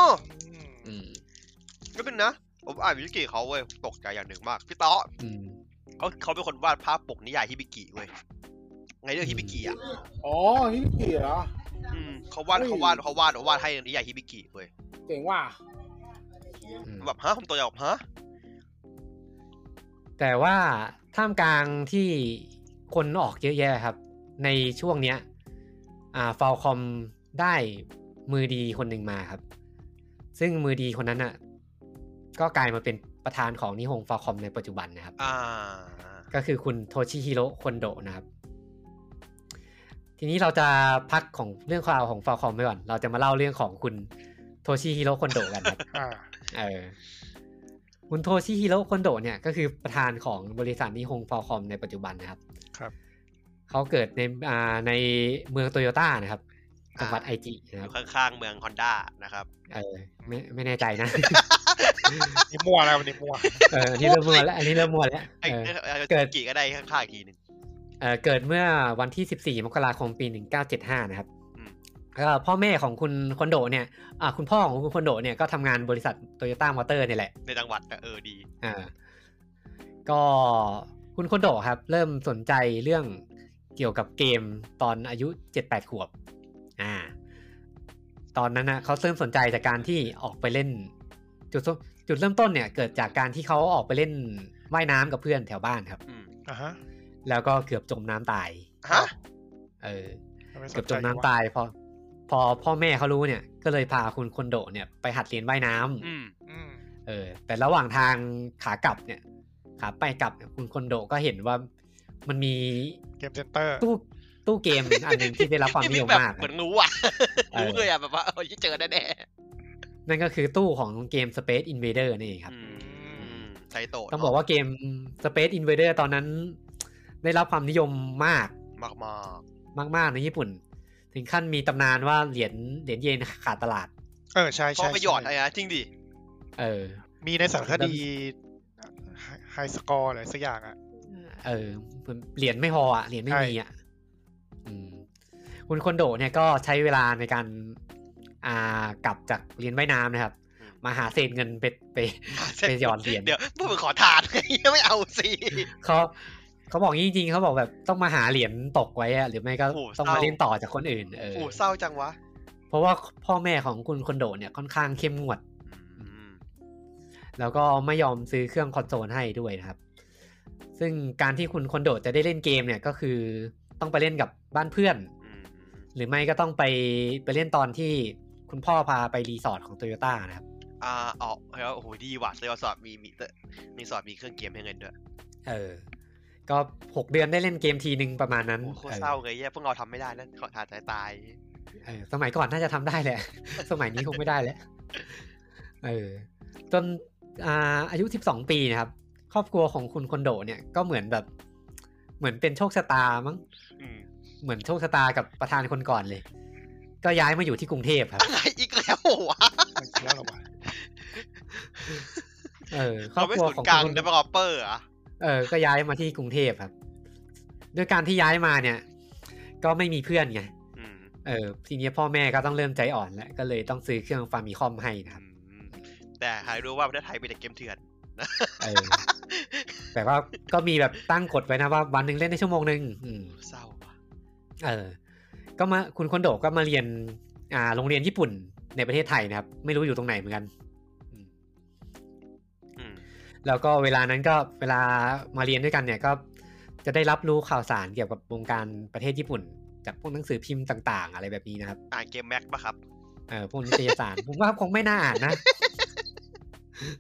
ก็เป็นงนะ ผมอ่านวิกิเขาเว้ยตกใจอย่างหนึ่งมาก พี่ต๊อเขาเขาเป็นคนวาดภาพปกนิยายฮิบิกิเว้ยไงเรื่องฮิบิกิอ่ะ
อ๋อฮิปปี้เหรอ
อืมเขาวาด
เฮ้ย
เขาวาดเขาวาดเขาวาดให้นิยายฮิบิกิเว้ย
เจ๋งว่ะ
แบบฮะผมตัวใหญ่แบบฮะ
แต่ว่าท่ามกลางที่คนออกเยอะแยะครับ ในช่วงเนี้ยอ่าฟาวคอมได้มือดีคนหนึ่งมาครับ ซึ่งมือดีคนนั้นอ่ะ ก็กลายมาเป็นประธานของนิฮงฟาวคอมในปัจจุบันนะครับ
อ่า
ก็คือคุณโทชิฮิโร่คอนโดะนะครับ ทีนี้เราจะพักของเรื่องข่าวของฟาวคอมไปก่อน เราจะมาเล่าเรื่องของคุณโทชิฮิโร่คอนโดะกันครับ
อ่า
เออคุณโทชิฮิโร่คอนโดะเนี่ยก็คือประธานของบริษัทนิฮงฟาวคอมในปัจจุบันนะครับ
ครับ
เขาเกิดในอ่าในเมืองโตโยต้านะครับจังหวัดไอจินะ
อ
ครับ
ยู่ข้างๆเมืองฮอนด้านะครับ
เออไม่ไม่แน่ใจนะ
นี่มั่วแล้ววันนี้มั่ว
เอออันนี้เริ่มมัวแล้ว อันนี้เริ่มมัวแล้ว
ไอ้
เออ
เกิ
เกิ
ด
ด
กี่ก็ได้ข้างๆอีกทีหนึ่ง
เอ่อเกิดเมื่อวันที่ 14 มกราคมปี 1975 นะครับ
อืม
แล้วก็พ่อแม่ของคุณคอนโดเนี่ยอ่าคุณพ่อของคุณคอนโดเนี่ยก็ทำงานบริษัทโตโยต้ามอเตอร์เนี่ยแหละ
ในจังหวัดนะเออดี
อ่า ก็คุณคอนโดครับ เริ่มสนใจเรื่องเกี่ยวกับเกมตอนอายุ 7-8 ขวบ อ่า ตอนนั้นนะเขาเริ่มสนใจจากการที่ออกไปเล่น จุดสจุดเริ่มต้นเนี่ย เกิดจากการที่เขาออกไปเล่นว่ายน้ำกับเพื่อนแถวบ้านครับ
อืม
อ่ะฮะ
แล้วก็เกือบจมน้ำตาย
ฮะ
เออ
ทำไส
เกือบ
ใ
จมน้ำตายพอพอพ่อแม่เขารู้เนี่ย ก็เลยพาคุณคนโดเนี่ยไปหัดเรียนว่ายน้ำ
อืม
อืม
เออ แต่ระหว่างทางขากลับเนี่ย ขาไปกลับเนี่ยคุณคนโดก็เห็นว่ามันมี
เกมเซ็นเตอร์
ตู้ตู้เกมอันหนึ่งที่ได้รับความนิยม
แบบ
มาก
เหมือนรู้อ่ะ
เออ
รู้เลยอ่ะแบบว่าเออที่เจอแน่
นั่นก็คือตู้ของเกม Space Invader นี่เอง
ๆ
ครับ
อืมไซโตะ
ต้องบอกว่าเกม Space Invader ตอนนั้น ได้รับความนิยมมาก
มากมาก
มาก ๆ ในญี่ปุ่น ถึงขั้นมีตำนานว่าเหรียญเหรียญเยนขาดตลาด
เออใช่
ๆเพ
ใช่
ราะประโยชน์อะไร
ใช่
นะจริงดิ
เออ
มีในสารคดีไฮสกอร์อะไรสักอย่างอ่ะ
เออเหมือนเหรียญไม่พออ่ะเหรียญไม่
ใช่
มีอ่ะอืมคุณคอนโดเนี่ยก็ใช้เวลาในการอ่ากลับจากเรียนว่ายน้ำนะครับ
อืม
มาหาเศษเงินไปไป ไปหยอดเหรียญ
เดี๋ยวพวกมึงขอทาน ไม่เอาสิ
เขาเขาบอกงี้จริงๆเขาบอกแบบต้องมาหาเหรียญตกไว้อะหรือไม่ก็ต้องมาเล่นต่อจากคนอื่นเออ
โอ้เศร้าจังวะ
เพราะว่าพ่อแม่ของคุณคอนโดเนี่ยค่อนข้างเข้มงวด
อืม
แล้วก็ไม่ยอมซื้อเครื่องคอนโซลให้ด้วยนะครับ ซึ่งการที่คุณคอนโดจะได้เล่นเกมเนี่ยก็คือต้องไปเล่นกับบ้านเพื่อน
อืมอืม
หรือไม่ก็ต้องไปไปเล่นตอนที่คุณพ่อพาไปรีสอร์ทของโตโยต้านะครับ
อ่าเอาแล้วโอ้โหดีว่ะเลยว่าสอบมีมีมีสอบมีเครื่องเกมให้เงินด้วย
เออ ก็หกเดือนได้เล่นเกมทีหนึ่งประมาณนั้น
โอ้โหโคตรเศร้าเลยแย่พวกเราทำไม่ได้นะขอทานใจตาย
เออสมัยก่อนน่าจะทำได้แหละ สมัยนี้คงไม่ได้แล้ว เออ จนอ่าอายุสิบสองปีนะครับ ครอบครัวของคุณคอนโดเนี่ยก็เหมือนแบบ เหมือนเป็นโชคชะตามั้ง
อืม
เหมือนโชคชะตากับประธานคนก่อนเลย ก็ย้ายมาอยู่ที่กรุงเทพครับ
อะไรอีกแล้ววะ
เอาอีกแล้วเหรอวะ
เออ ครอ
เรา
บ
ไม่
ครัว
สน
ของ
กลาง
คุณ
เดเวลลอปเปอร์อ่ะ
เออ ก็ย้ายมาที่กรุงเทพครับ ด้วยการที่ย้ายมาเนี่ย ก็ไม่มีเพื่อนไง
อืม
เออ ทีนี้พ่อแม่ก็ต้องเริ่มใจอ่อนแล้ว ก็เลยต้องซื้อเครื่องฟาร์มีคอมให้นะครับ
อืมแต่หายรู้ว่าประเทศไทยมีแต่เกมเถื่ อน
เออ แต่ว่าก็มีแบบตั้งกฎไว้นะว่าวันหนึ่งเล่นได้ชั่วโมงหนึ่งอืม
เศร้าว่ะ
เออ ก็มาคุณคอนโดก็มาเรียน อ่า โรงเรียนญี่ปุ่นในประเทศไทยนะครับ ไม่รู้อยู่ตรงไหนเหมือนกันอืม
อืม
แล้วก็เวลานั้นก็เวลามาเรียนด้วยกันเนี่ยก็จะได้รับรู้ข่าวสารเกี่ยวกับวงการประเทศญี่ปุ่น จากพวกหนังสือพิมพ์ต่างๆ อะไรแบบนี้นะครับ
อ่านเกมแม็กปะครับ
เออพวกนิตยสาร ผมว่าคงไม่น่าอ่านนะ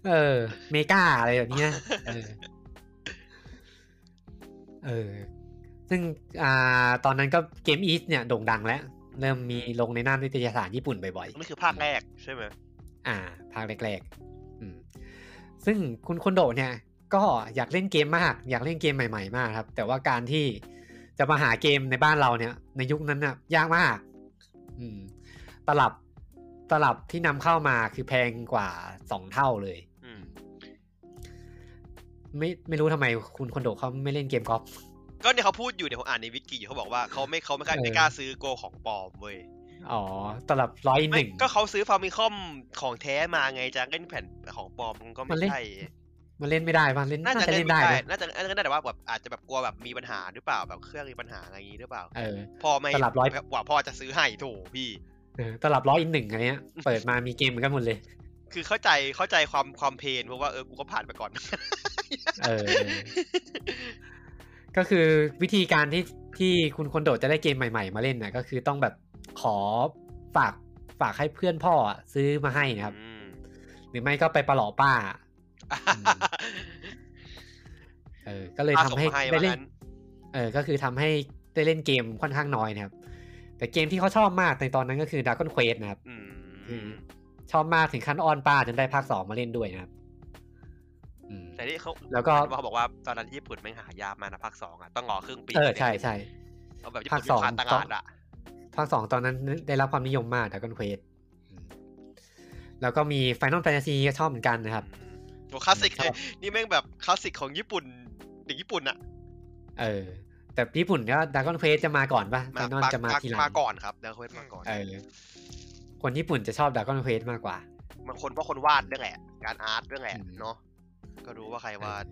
เออ เมกาอะไรแบบเนี้ยเออเออ ซึ่งอ่าตอนนั้นก็เกมอีสเนี่ยโด่งดังแล้ว เริ่มมีลงในหน้านิตยสารญี่ปุ่นบ่อยๆ
นี่คือภาคแรกใช่ไหม
อ่าภาคแรกๆอืมซึ่งคุณคอนโดเนี่ย ก็อยากเล่นเกมมาก อยากเล่นเกมใหม่ๆ มากครับ แต่ว่าการที่จะมาหาเกมในบ้านเราเนี่ย ในยุคนั้นน่ะยากมาก อืม ตลับตลับที่นำเข้ามาคือแพงกว่าสองเท่าเลย
อืม
ไม่ไม่รู้ทำไมคุณคอนโดเขาไม่เล่นเกมกอล์ฟ
ก็เนี่ยเขาพูดอยู่เนี่ยผมอ่านในวิกิอยู่เขาบอกว่าเขาไม่เขาไม่กล้า
เออ
ไม่กล้าซื้อโกของปลอมเว้ย
อ๋อ ตลับร้อยห
ไม่
นึ่ง
ก็เขาซื้อฟาร์มิคอมของแท้มาไงจะเล่นแผ่นของปลอมมันก็
มั
ไม่
นเล่น
ใช่
มันเล่นไม่ได้ป่ะเล่น
น่า
น่า
จะ
จะ
เล่น
เล่นได้
ไม่ได้
นะ
น่าจะน่าจะเล่นได้แต่ว่าแบบอาจจะแบบกลัวแบบมีปัญหาหรือเปล่าแบบเครื่องมีปัญหาอะไรอย่างนี้หรือเปล่า
เออ
พ่อไม่
สลับร้อย
กว่าพ่อจะซื้อให้โถพี่
เออตลับร้อยอินหนึ่งอันเนี้ย เปิดมามีเกมเหมือนกันหมดเลย
คือเข้าใจเข้าใจความความเพนเพราะว่าเออกูก็ผ่านมาก่อน
เออ ก็คือวิธีการที่ที่คุณคนโดดจะได้เกมใหม่ๆ มาเล่นนะก็คือต้องแบบขอฝากฝากให้เพื่อนพ่ออะซื้อมาให้นะครับ
อืม
หรือไม่ก็ไปประหลอป้า ม เออ ก็เลย
ป้า
ทำ
ส่ง
ให้
มาให้
ได้
ว่า
เล่
งั้
น
น
เออ ก็คือทำให้ได้เล่นเกมค่อนข้างน้อยนะครับ แต่เกมที่เขาชอบมากในตอนนั้นก็คือ Dragon Quest นะครับ
อืม
อืม ชอบมากถึงขั้นอ้อนป้าจนได้ภาคสองมาเล่นด้วยนะครับอืม
แต่นี่เขา
แล้วก็
เขาบอกว่าตอนนั้นญี่ปุ่นแม่งหายากมากนะภาคสองอ่ะต้องรอครึ่งปี
เออใช่ใช่
เอาแบบญี่
ภา
ปุ่
คน สอง
ผ่านตลาดอะ
ภาคสองตอนนั้นได้รับความนิยมมากดากอนเควสแล้วก็มี Final Fantasy ก็ชอบเหมือนกันนะครับ
อืมโหคลาสสิก
ชอบ
เอ้ยนี่แม่งแบบคลาสสิกของญี่ปุ่นเด็กญี่ปุ่นอะ
เออ แต่ญี่ปุ่นก็ดากอนเควสจะมาก่อนปะ
มา
Final
มา
จะมาทีหลัง
มาก่อนครับแล้วเควสมาก่อน
เออคนญี่ปุ่นจะชอบดากอนเควสมากกว่า
บางคนเพราะคนวาดด้วยแหละการอาร์ตด้วยแหละ
อืม
เนาะก็รู้ว่าใครวาด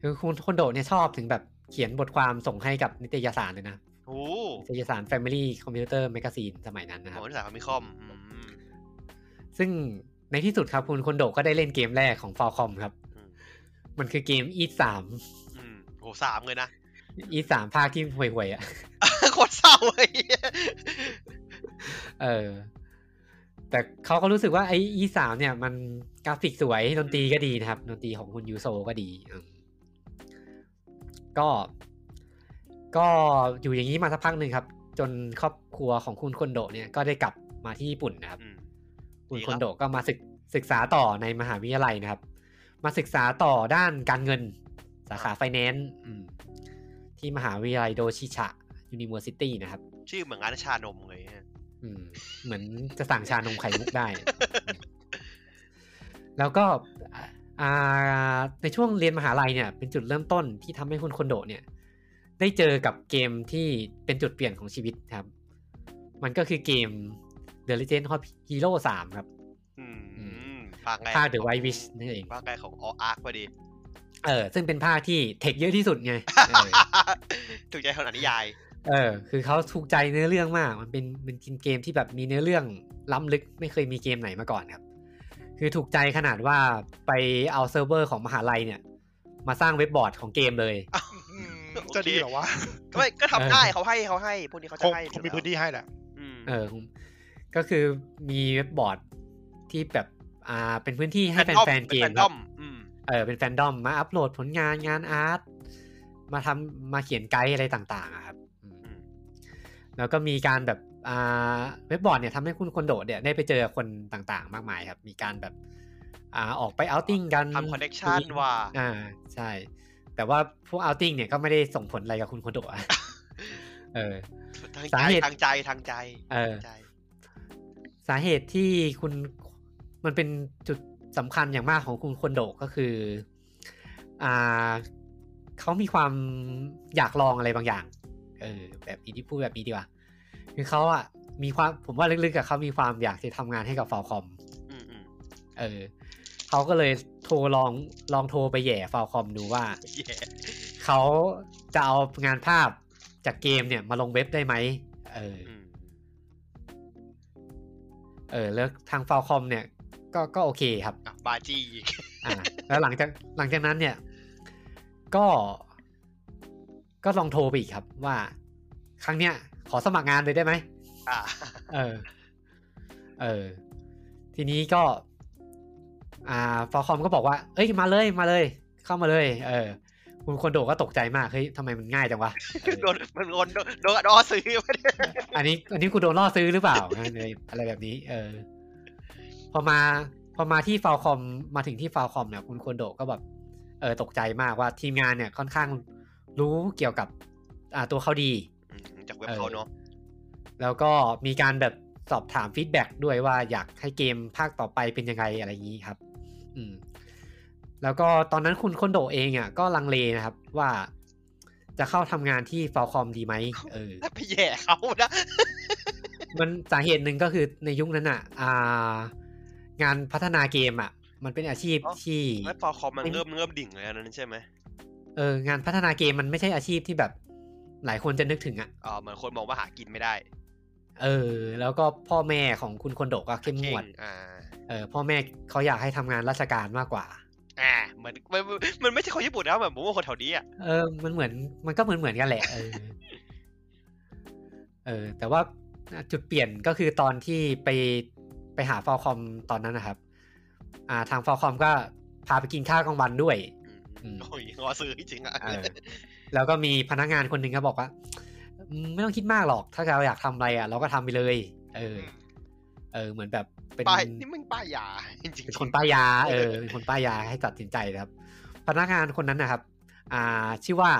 คือคุณคนโดเนี่ยชอบถึงแบบเขียนบทความส่งให้กับนิตยสารเลยนะ
โอ้โ
นิตยสาร Family Computer Magazine สมัยนั้นนะค
ห
รับ
ที่สายคอมมิคอมอืม
ซึ่งในที่สุดครับคุณคนโดก็ได้เล่นเกมแรกของฟอลคอมครับ
อืม
มันคือเกมอีสาม
อืมโหสามเลยนะ
อีสามภาคที่ห่วยๆอ่ะ
โคตรเศร้าไอ้เลย
เออ แต่เขาก็รู้สึกว่าไอ้อีสามเนี่ยมันกราฟิกสวยดนตรีก็ดีนะครับดนตรีของคุณยูโซก็ดีอืมก็ ก็อยู่อย่างนี้มาสักพักหนึ่งครับ จนครอบครัวของคุณคนโดเนี่ยก็ได้กลับมาที่ญี่ปุ่นนะครับ
อืม
คุณ
ดีค
ค
รั
อน
บ
โดก็มาศึกศึกษาต่อในมหาวิทยาลัยนะครับ มาศึกษาต่อด้านการเงินสาขาไฟแนนซ์ที่มหาวิทยาลัยโดชิชะยูนิเวอร์ซิตี้นะครับ
ชื่อเหมือนร้านชานมเลยฮะ
อืม เหมือนจะสั่งชานมไข่มุกได้ แล้วก็อ่าในช่วงเรียนมหาลัยเนี่ย เป็นจุดเริ่มต้นที่ทำให้คุณคอนโดเนี่ย ได้เจอกับเกมที่เป็นจุดเปลี่ยนของชีวิตครับ มันก็คือเกม The Legend of Hero 3 ครับ
อืม
อื
ภาคแรก
ภาค The
ของ
White Witch นั่นเอง
ภาคแรกของออาร์คพอดี
เออซึ่งเป็นภาคที่เทคเยอะที่สุด ไง เออ
ถูกใจคนอ่านนิยาย
เออ คือเขาถูกใจเนื้อเรื่องมาก มันเป็นเป็นเกมที่แบบมีเนื้อเรื่องล้ำลึกไม่เคยมีเกมไหนมาก่อนครับ คือถูกใจขนาดว่าไปเอาเซิร์ฟเวอร์ของมหาลัยเนี่ย มาสร้างเว็บบอร์ดของเกมเลย
อืม
โอเค
จะดีเหรอวะ
ไม่ก็ทำได้
เออ
เขาให้เขาให้พวกนี้เขา
ค
จะ
ง
ให้
คงมีพื้นที่ให้แหละ
อืม
เออ ก็คือมีเว็บบอร์ดที่แบบอ่าเป็นพื้นที่ให้แฟนๆเกม
แฟน
ค
ด
รั
อบ มอืม
เออเป็นแฟนดอมมาอัปโหลดผลงานงานอาร์ตมาทำมาเขียนไกด์อะไรต่างๆอะครับอืมแล้วก็มีการแบบอ่าเว็บบอร์ดเนี่ยทำให้คุณคนโดดเนี่ยได้ไปเจอคนต่างๆ มากมายครับ มีการแบบอ่าออกไปเอาติ้งกัน
ทำคอนเน c ชัน
มี
ว่า
อ่าใช่ แต่ว่าพวกเอาติ้งเนี่ยก็ไม่ได้ส่งผลอะไรกับคุณคนโดดอะ เออ
ทาง
สา
ใจ
เหตุ
ทางใจทางใจ
เออ
ทางใจ
สาเหตุที่คุณมันเป็นจุดสำคัญอย่างมากของคุณคนโดะก็คืออ่าเขามีความอยากลองอะไรบางอย่าง เออ แบบนี้ที่พูดแบบนี้ดีกว่าคือเขาอะมีความผมว่าลึกๆกับเขามีความอยากจะทำงานให้กับฟอลคอม
อืมอืม
เออเขาก็เลยโทรลองลองโทรไปแหย่ฟอลคอมดูว่า
แย่
เขาจะเอางานภาพจากเกมเนี่ยมาลงเว็บได้ไหมเออ
อืม
เออ แล้วทางฟอลคอมเนี่ย ก็ก็โอเคครับ
อ่ะบาจี้อีก
อ่าแล้วหลังจากหลังจากนั้นเนี่ย ก็ก็ลองโทรไปอีกครับ ว่า ครั้งเนี้ย ขอสมัครงานเลยได้ไหม
อ่ะ
เออ เออ ทีนี้ก็ อ่าฟอคอมก็บอกว่า เอ้ยมาเลยมาเลย เข้ามาเลย เออ คุณคนโดก็ตกใจมากเฮ้ยทำไมมันง่ายจังวะเออ
โดนมันโดนโดนโดนอ้อซื้อไม่ได้
อันนี้ อันนี้คุณโดนล่อซื้อหรือเปล่าอะไรอะไรแบบนี้ เออ พอมา พอมาที่ฟาวคอมมาถึงที่ฟาวคอมเนี่ยคุณควนโดะก็แบบเออตกใจมากว่าทีมงานเนี่ยค่อนข้างรู้เกี่ยวกับอ่าตัวเขาดี
อืมจากเว็บเขาเนาะ
แล้วก็มีการแบบสอบถามฟีดแบ็กด้วยว่าอยากให้เกมภาคต่อไปเป็นยังไงอะไรอย่างนี้ครับ อืม แล้วก็ตอนนั้นคุณควนโดะเองอ่ะก็ลังเลนะครับว่าจะเข้าทำงานที่ฟาวคอมดีไหมเออ
แล้วไปแย่เขานะ
มันสาเหตุหนึ่งก็คือในยุคนั้นอ่ะอ่างานพัฒนาเกมอ่ะ มันเป็นอาชีพ
อ๋อ
ที่
แล้วพอคอมมัน
ไม่
เริ่มเริ่มดิ่งเลยอันนั้นใช่ไหม
เอองานพัฒนาเกมมันไม่ใช่อาชีพที่แบบหลายคนจะนึกถึงอะ่ะ
อ่าเหมือนคนมองว่าหากินไม่ได้
เออ แล้วก็พ่อแม่ของคุณคนโดกก็เข้มง
เก่ง
วด
อ่า
เออพ่อแม่เขาอยากให้ทำงานราชการมากกว่า
อ่าเหมือนมันมันมันไม่ใช่คนญี่ปุ่นนะเหมือนผมว่าคนแถวนี้อ่ะ
เออ มันเหมือนมันก็เหมือนเหมือนกันแหละ เออ เออ แต่ว่าจุดเปลี่ยนก็คือตอนที่ไปไปหาฟอลคอมตอนนั้นนะครับ อ่า ทางฟอลคอมก็พาไปกินข้าวกลางวันด้วย
อืม
อืม
โอ้ยงอซื้อจริงๆอ่ะ
เออ แล้วก็มีพนักงานคนหนึ่งก็บอกว่าอืมไม่ต้องคิดมากหรอก ถ้าเราอยากทำอะไรอ่ะ เราก็ทำไปเลย เออ เออ เหมือนแบบเป็น
ป้ายนี่มึงป้ายยาจริง
เป็น
ๆ
คนป้ายา เออ เป็นคนป้ายาให้ตัดสินใจนะครับ พนักงานคนนั้นนะครับ อ่า ชื่อว่า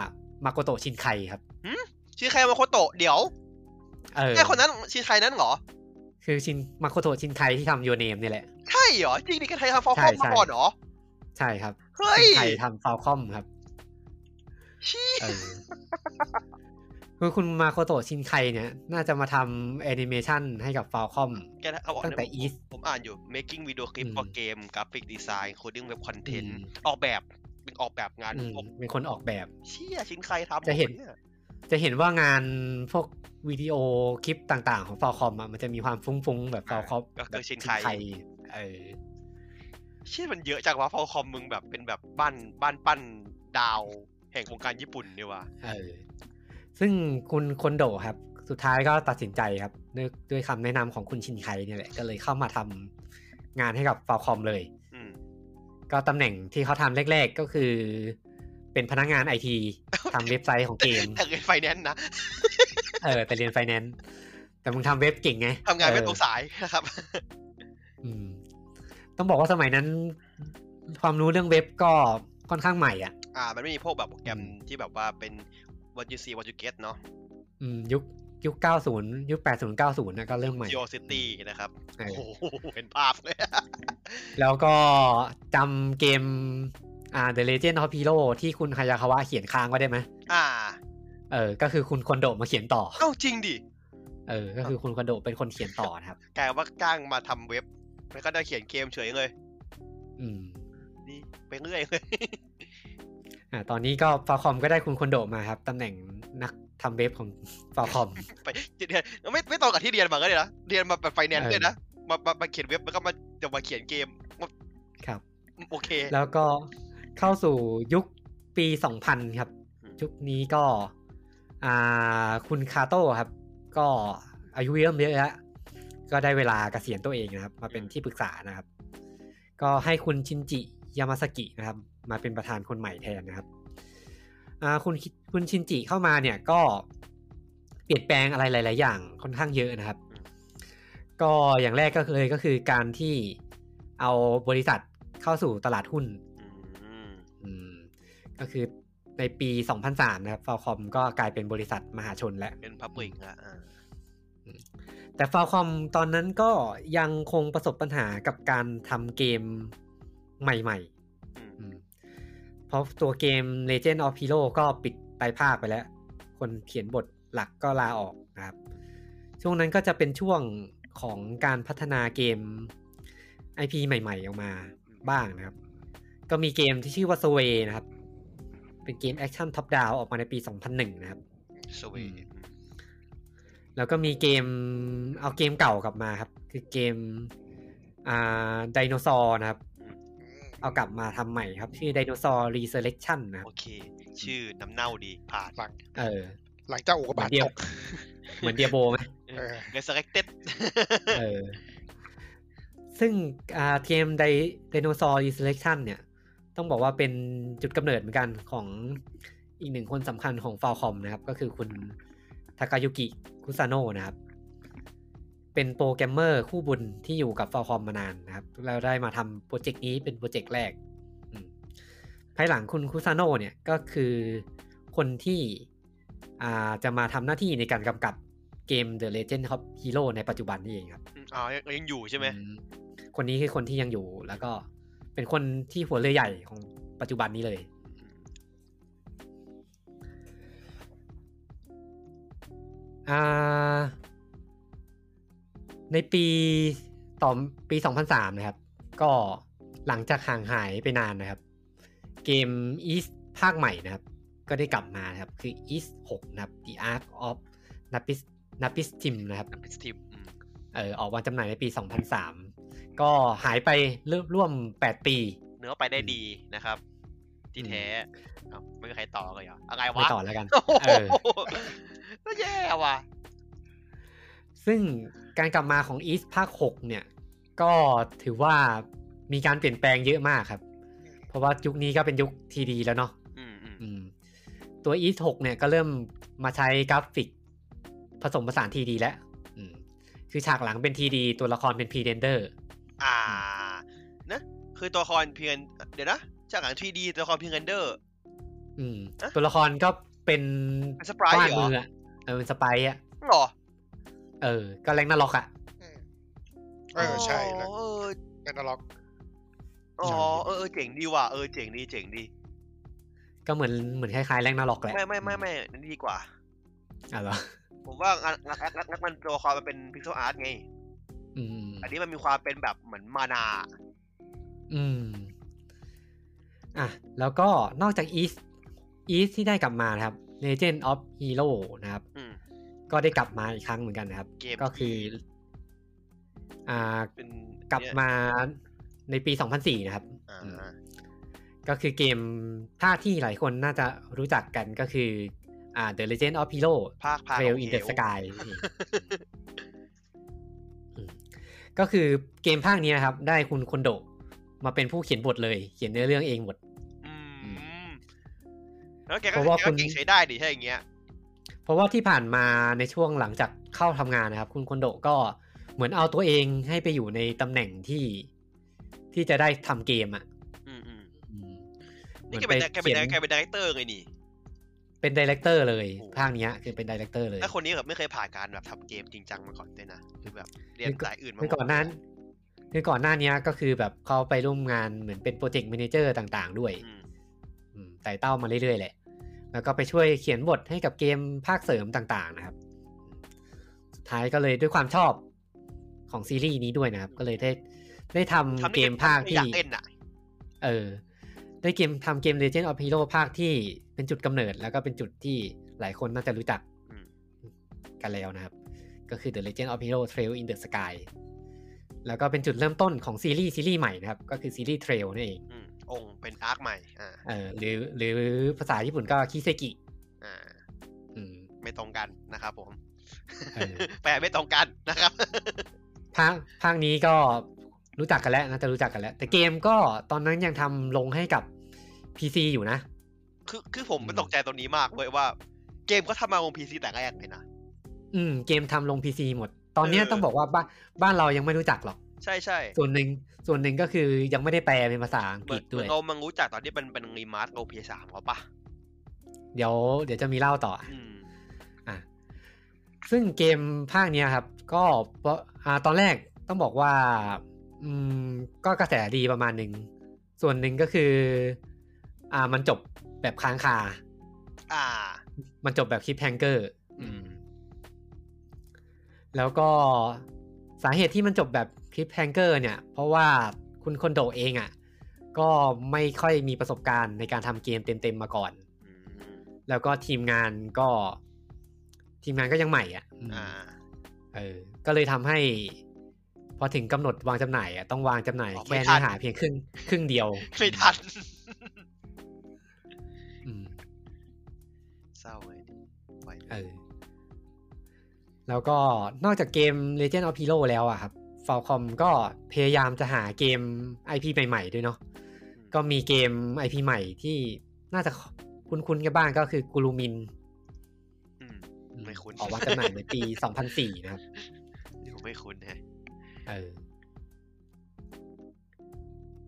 มาโกโตะชินไคครับ
หืม ชื่อใครมาโคโตะเดี๋ยว
เออ
ไอ้คนนั้นชื่อใครนั้นเหรอ
คือชินมาโคโตะชินไคที่ทำยูเนมนี่แหละ
ใช่เหรอ จริงดิแกไทยทำฟอล
ใช่
คอมมา
ใช่
ก่อนเหรอ
ใช่ครับ
เฮ้ย
ชินไคทำฟาวคอมครับ
ชี้
เออคือคุณมาโคโตะชินไคเนี่ย น่าจะมาทำแอนิเมชันให้กับฟาวคอม
แกเขาบอก
ตั้งแต่ East
ผมอ่านอยู่ making video clip
อืม
for game graphic design coding web content ออกแบบ เป็นออกแบบงาน
อืม
พวก
เป็นคนออกแบบ
เชี่ยชิ้นใครทำ
จะเห็น
ย
จะเห็นว่างานพวกวิดีโอคลิปต่างๆ ของฟาวคอมมันจะมีความฟุ้งๆ แบบฟาวคอม
ก็คือชินไค
เออ
เชี่ยมันเยอะจังวะฟอลคอมมึงแบบเป็นแบบบ้านบ้านปั้นดาว แห่งวงการญี่ปุ่นนี่วะ
เออซึ่งคุณคนโดครับ สุดท้ายก็ตัดสินใจครับด้วยด้วยคำแนะนำของคุณชินไคเนี่ยแหละ ก็เลยเข้ามาทำงานให้กับฟาวคอมเลย
อืม
ก็ตำแหน่งที่เขาทำแรกๆก็คือ เป็นพนักงานไอ ทีทำเว็บไซต์ของเกม
แต่เงินไฟแนนซ์นะ
เออแต่เรียนไฟแนนซ์แต่มึงทำเว็บเก่งไง
ทำงานไม่
ออ
ตรงสายนะครับ
อืมต้องบอกว่าสมัยนั้น ความรู้เรื่องเว็บก็ค่อนข้างใหม่อ่ะ
อ่า มันไม่มีพวกแบบโปรแกรม
อืม
ที่แบบว่าเป็นวันยูซีวันยูเกตเนาะ
อืมยุคยุคเก้าศูนย์ยุคแปดศูนย์เก้าศูนย์นะก็เริ่มใหม่
จิโอซิตี้นะครับ
เออ
โอ้โหเห็นภาพเลย
แล้วก็จำเกมอ่า The Legend of Hero ที่คุณฮายาคาวะเขียนค้างไว้ได้ไหม
อ่า
เออ ก็คือคุณคอนโดะมาเขียนต่อ
เอ้าจริงดิ
เออ ก็คือคุณคอนโดะเป็นคนเขียนต่อนะครับ
กลายว่าจ้างมาทำเว็บ แล้วก็ได้เขียนเกมเฉยเลย
อืม
ดีไปเรื่อยเลย
อ่า ตอนนี้ก็ฟาคอมก็ได้คุณคอนโดะมาครับ ตำแหน่งนักทำเว็บของฟาคอม
ไปเรียนไม่ไม่ตรงกับที่เรียนมาก็เลยนะ เรียนมาแบบไฟแนนซ์
เออ
เลยนะ มามามาเขียนเว็บแล้วก็มาจะมาเขียนเกมมา
ครับ
โอเค
แล้วก็เข้าสู่ยุคปี 2000 ครับ
อืม
ยุคนี้ก็อ่าคุณคาโต้ครับ ก็อายุเริ่มเยอะแล้วก็ได้เวลาเกษียณตัวเองนะครับ มาเป็นที่ปรึกษานะครับ ก็ให้คุณชินจิยามาสกินะครับ มาเป็นประธานคนใหม่แทนนะครับอ่าคุณคุณชินจิเข้ามาเนี่ยก็เปลี่ยนแปลงอะไรหลาย ๆ อย่างค่อนข้างเยอะนะครับ ก็อย่างแรกก็เลยก็คือการที่เอาบริษัทเข้าสู่ตลาดหุ้น
อืม
อืมก็คือในปี 2003 นะครับฟาคอมก็กลายเป็นบริษัทมหาชนแล้ว
เป็นพับลิกละอ่า
แต่ฟาคอมตอนนั้นก็ยังคงประสบปัญหากับการทำเกมใหม่
อืม
ๆอืมเพราะตัวเกม Legend of Hero ก็ปิดไตรภาคไปแล้ว คนเขียนบทหลักก็ลาออกนะครับ ช่วงนั้นก็จะเป็นช่วงของการพัฒนาเกม IP ใหม่ๆออกมาบ้างนะครับ ก็มีเกมที่ชื่อว่า Sway นะครับ เป็นเกมแอคชั่นท็อปดาวออกมาในปี 2001 นะครับ
สวี
อืม แล้วก็มีเกมเอาเกมเก่ากลับมาครับ คือเกมอ่าไดโนเสาร์นะครับ เอากลับมาทำใหม่ครับ ชื่อไดโนเสาร์รีเซ l เล t ชันนะครับ
โอเค ชื่อน้ำเน่าดีผ่าน
หลัง
เออ
หลังจากอุกกาบาต
เดี๋ย
ต
ว
ก
เหมือนเดียโบไหม
เออ
resurrected
เออ ซึ่งอ่าเกมไดไดโนเสาร์รีเซ l เล t ชันเนี่ย ต้องบอกว่าเป็นจุดกำเนิดเหมือนกันของอีกหนึ่งคนสำคัญของฟาคอมนะครับ ก็คือคุณทากายุกิคุซาโนะนะครับ เป็นโปรแกรมเมอร์คู่บุญที่อยู่กับฟาคอมมานานนะครับ แล้วได้มาทำโปรเจกต์นี้เป็นโปรเจกต์แรกอืมภายหลังคุณคุซาโนะเนี่ยก็คือคนที่อ่าจะมาทำหน้าที่ในการกำกับเกม The Legend of Hero ในปัจจุบันนี่เองครับ
อืมอ๋อยังยังอยู่ใช่ไหม
อืมคนนี้คือคนที่ยังอยู่แล้วก็เป็นคนที่หัวเรือใหญ่ของปัจจุบันนี้เลย อ่า ในปีต่อปี 2003 นะครับ ก็หลังจากห่างหายไปนานนะครับ เกม East ภาคใหม่นะครับ ก็ได้กลับมานะครับ คือ East 6 นะครับ The Ark of Napis Napis Tim นะครับ
เป็นสตีมอืม
เออออกวางจำหน่ายในปี 2003 ก็หายไปร่วม 8 ปี
เนื้อไปได้ดีนะครับ ที่แท้เอ้าไม่มีใครต่อเลยเหรออะไร
ไม่
วะ
ต่อแล้วกัน
โอ้โห
เออ
แล้วแย่ว่ะ
ซึ่งการกลับมาของ East ภาค 6 เนี่ย ก็ถือว่ามีการเปลี่ยนแปลงเยอะมากครับ เพราะว่ายุคนี้ก็เป็นยุคทีดีแล้วเนาะ
อืมอืม
อืมตัว East 6 เนี่ยก็เริ่มมาใช้กราฟิกผสมผสานทีดีแล้วอืมคือฉากหลังเป็นทีดีตัวละครเป็นพรีเดนเดอร์
อ่านะคือตัวละครเพียงเดี๋ยวนะจากหลังทีดีตัวละครเพียงเรนเดอร์
อืม
อะ
ตัวละครก็เป็น
เป็นสปรายต์
วาด
เหรอ
มืออะ เออเป็นสไปร์อ่ะ
หรอ
เออ ก็แรงน่าล็อกอ่ะ
อืมเออใช่แล้ว
เออ
แอนาล็อก
อ๋อเออเออเจ๋งดีว่ะเออเจ๋งดีเจ๋งดี
ก็เหมือนเหมือนคล้ายๆแรงน่าล็อกแหละ
ไม่ไม่ไม่ไม่นั่นดีกว่า
อ่ะเหรอ
ผมว่างานงานแอคแอคมันตัวความมันเป็นพิกเซลอาร์ตไง
อืม
อันนี้มันมีความเป็นแบบเหมือนมานา
อืม อ่ะ แล้วก็นอกจากอีสอีสที่ได้กลับมานะครับ Legend of Hero นะครับ
อืม
ก็ได้กลับมาอีกครั้งเหมือนกันนะครับ
เกม
ก็คือ อ่า
เป็น
กลับมาในปี 2004 นะครับ
อ่า
ก็คือเกมถ้าที่หลายคนน่าจะรู้จักกันก็คือ อ่า The Legend of Hero
ภาคภาค
Trail in the Sky อืมก็คือเกมภาคนี้นะครับ ได้คุณคนโดะมาเป็นผู้เขียนบทเลย เขียนเนื้อเรื่องเองหมด
อืม แล้วแกก็
เพราะว่า
แกก็
คุณ
เก่งใช้ได้ดิถ้าอย่างเงี้ย
เพราะว่าที่ผ่านมาในช่วงหลังจากเข้าทำงานนะครับ คุณคนโดะก็เหมือนเอาตัวเองให้ไปอยู่ในตำแหน่งที่ที่จะได้ทำเกมอ่ะ
อืมอืม
อืม
นี่แกเป็นแกเป็นแกเป็นดีเตอร์ไงนี่
เป็นดีเลกเตอร์เลย
โอ้
ภาคเนี้ยคือเป็นดีเลกเตอร์เลย
ถ้าคนนี้แบบไม่เคยผ่านการแบบทำเกมจริงจังมาก่อนด้วยนะคือแบบเรียนสายอื่นมา
คือก่อนหน้าคือก่อนหน้านี้ก็คือแบบเขาไปร่วมงานเหมือนเป็นโปรเจกต์แมเนเจอร์ต่างๆ ด้วย
อืม
อืมไต่เต้ามาเรื่อยๆแหละ แล้วก็ไปช่วยเขียนบทให้กับเกมภาคเสริมต่างๆ นะครับ สุดท้ายก็เลยด้วยความชอบของซีรีส์นี้ด้วยนะครับ ก็เลยได้ได้ทำ
ทำ
เกมภาค
อ
ที่
ยากเล่นอ่ะ
เออ ได้เกมทำเกม Legend of Hero ภาคที่เป็นจุดกำเนิด แล้วก็เป็นจุดที่หลายคนน่าจะรู้จัก
อืม
กันแล้วนะครับ ก็คือ The Legend of Hero Trail in the Sky แล้วก็เป็นจุดเริ่มต้นของซีรีส์ซีรีส์ใหม่นะครับ ก็คือซีรีส์ Trail นั่นเอง
อืมองค์เป็นอาร์คใหม่อ่า
เออหรือหรือภาษาญี่ปุ่นก็คิเซกิ
อ่า
อื ม
ไม่ตรงกันนะครับผม
เออ
แปลไม่ตรงกันนะครับ
ภาคภาคนี้ก็รู้จักกันแล้วน่าจะรู้จักกันแล้ว แต่เกมก็ตอนนั้นยังทำลงให้กับ PC อยู่นะ
คือคือผม
อืม
มันตกใจตรงนี้มากเว้ยว่าเกมเขาทำมาบนพีซีแต่แรกเลยนะ
อืมเกมทำลง PC หมด ตอนเนี้ย
เออ
ต้องบอกว่าบ้านบ้านเรายังไม่รู้จักหรอก
ใช่ใช่
ส่วนหนึ่งส่วนหนึ่งก็คือยังไม่ได้แปลเป็นภาษาอัง
เห
ก
มื
ฤ
อ
ษ
น
ด้
เหมือย น
ว
เรามันรู้จักตอนที่มันเป็นรีมาร์สโอพีสามเขาปะ
เดี๋ยวเดี๋ยวจะมีเล่าต่ออ่ะ
อืม
อ่ะซึ่งเกมภาคเนี้ยครับ ก็เพราะอ่าตอนแรกต้องบอกว่า อืมก็กระแสดีประมาณหนึ่ง ส่วนหนึ่งก็คือ อ่ามันจบแบบค้างคา
อ่า
มันจบแบบคลิปแฮงเกอร์
อืม
แล้วก็สาเหตุที่มันจบแบบคลิปแฮงเกอร์เนี่ย เพราะว่าคุณคนโดเองอะ่ะ ก็ไม่ค่อยมีประสบการณ์ในการทำเกมเต็มๆมาก่อน
อืม
แล้วก็ทีมงานก็ ทีมงานก็ยังใหม่อะ่ะอืม
อ่า
เออ ก็เลยทำให้ พอถึงกำหนดวางจำหน่ายอะต้องวางจำหน่าย
อ๋อไม่ทั
แค่เนื้
น
อหาเพียงครึ่งครึ่งเดียว
ไม่ทัน
อืม
เศร้าเลยไป
เออแล้วก็นอกจากเกม Legend of Hero แล้วอะครับ Falcom ก็พยายามจะหาเกม IP ใหม่ๆ ด้วยเนาะก็มีเกม IP ใหม่ที่น่าจะคุ้นๆกันบ้างก็คือก u รูมิน
อืม ไม่คุ้น
ออกวางจำหน่ายใน ปี 2004 นะครับ
เดี๋ยวไม่คุ้นแฮะ
เออ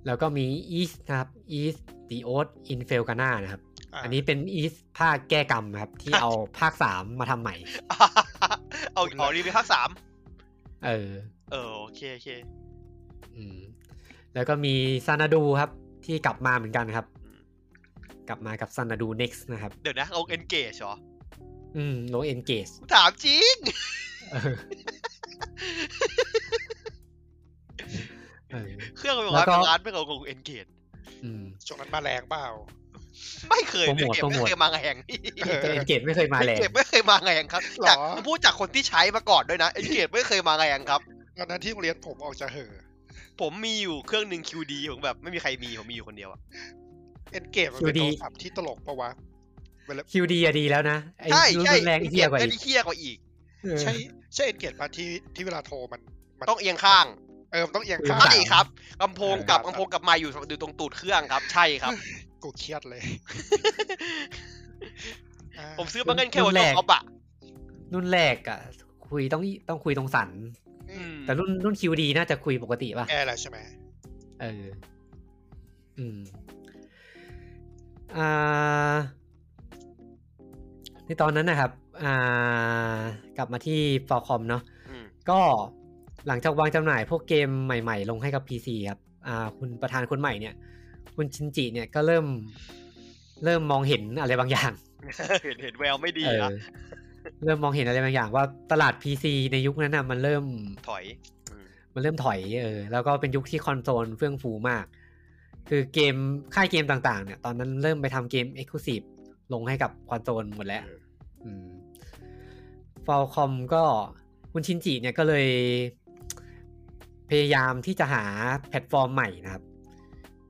แล้วก็มี East นะครับ East the Old in f e l g a n a นะครับ
อ่า
อันนี้เป็น East ภาคแก้กรรมนะครับ ที่เอาภาค 3 มาทำใหม่
เอาอีกอ๋อรีวิวภาคสาม
เออ
เออโอเคโอเค
อืมแล้วก็มีซานาดูครับ ที่กลับมาเหมือนกันครับ
อืม
กลับมากับซานาดู next นะครับ
เดี๋ยวนะเอาเอนเกจเหรอ
อืมโลเอนเกส
กูถามจริง เครื่องมันบอกว่า
แล้วก็
เป็นร้านไม่เอาของเอนเกจ
อืม
ช่วงนั้นมาแรงเปล่า
ไม่เคยเลยเกม
โปรโมท
ไม่เคยมาแข่ง
เออ
แต่เอนเกสไม่เคยมา
เอ็น
แรง
เกตไม่เคยมาแรงครับ
หรอ
จากพูดจากคนที่ใช้มาก่อนด้วยนะเอ็นเกตไม่เคยมาแรงครับ
ตอนนั้นที่โรงเรียนผมออกจะเห่อ
ผมมีอยู่เครื่องหนึ่ง QD ผมแบบไม่มีใครมีผมมีอยู่คนเดียวอะ
เอ็นเกมมันเป็นโทรศัพท์ที่ตลกปะวะเวลา
คิวดีอะดีแล้วนะไอ้
ใช่
รุ่
ใช่
นแรง
เอ็นเก
เทีย
ต
กว่า
ไม่
อี
ได้
ก
เที่ยกว่าอีก
ใช่ใช่เอ็นเกมปะที่ที่เวลาโทรมันมัน
ต้องเอียงข้าง
เออมันต้องเอียงข้าง
ใช่ครับลำโพงกับ
เออ
ลำโพงกับไมค์อยู่อยู่ตรงตูดเครื่องครับ ใช่ครับ
กูเครียดเลยอ่า
ผมซื้อมาเงินแค่วันเดียวครับอะ
รุ่นแรกอะคุยต้องต้องคุยตรงสัน
อืม
แต่รุ่นรุ่นคิวดีน่าจะคุยปกติป่ะ
แอร์แหละใช่ไหม
เออ อืม อ่า ในตอนนั้นนะครับ อ่ากลับมาที่ฟอคอมเนาะ
อืม
ก็หลังจากวางจำหน่ายพวกเกมใหม่ๆ ลงให้กับ PC ครับ อ่า คุณประธานคนใหม่เนี่ย คุณชินจิเนี่ยก็เริ่ม เริ่มมองเห็นอะไรบางอย่าง
เห็นเห็นแววไม่ดีอะ
เออเริ่มมองเห็นอะไรบางอย่างว่าตลาด PC ในยุคนั้นนะมันเริ่ม
ถอยอืม
มันเริ่มถอยเออแล้วก็เป็นยุคที่คอนโซลเฟื่องฟูมาก คือเกมค่ายเกมต่างๆ เนี่ย ตอนนั้นเริ่มไปทำเกม e x c l u s i v e ลงให้กับคอนโซลหมดแล้วฟอลคอม Falcom ก็คุณชินจิเนี่ยก็เลย พยายามที่จะหาแพลตฟอร์มใหม่นะครับ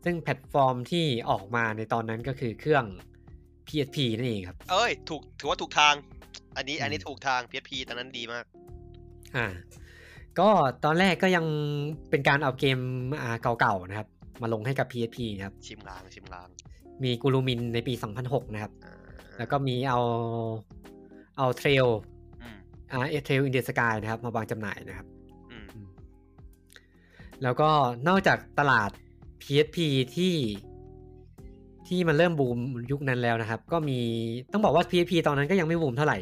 ซึ่งแพลตฟอร์มที่ออกมาในตอนนั้นก็คือเครื่อง PSP นั่นเองครับ
เอ้ย ถูกถือว่าถูกทาง อันนี้
อืม
อันนี้ถูกทาง PSP ตอนนั้นดีมาก
อ่า ก็ตอนแรกก็ยังเป็นการเอาเกมอ่าเก่าๆนะครับ มาลงให้กับ PSP นะครับ
ชิมลางชิมลาง
มีกูรูมินในปี 2006 นะครับ
อ่า
แล้วก็มีเอาเอาเทรล
อืม
อ่าเทรลอินเดียสกายนะครับ มาวางจำหน่ายนะครับ
อืม
แล้วก็นอกจากตลาด PSP ที่ที่มันเริ่มบูมยุคนั้นแล้วนะครับ ก็มีต้องบอกว่า PSP ตอนนั้นก็ยังไม่บูมเท่าไหร่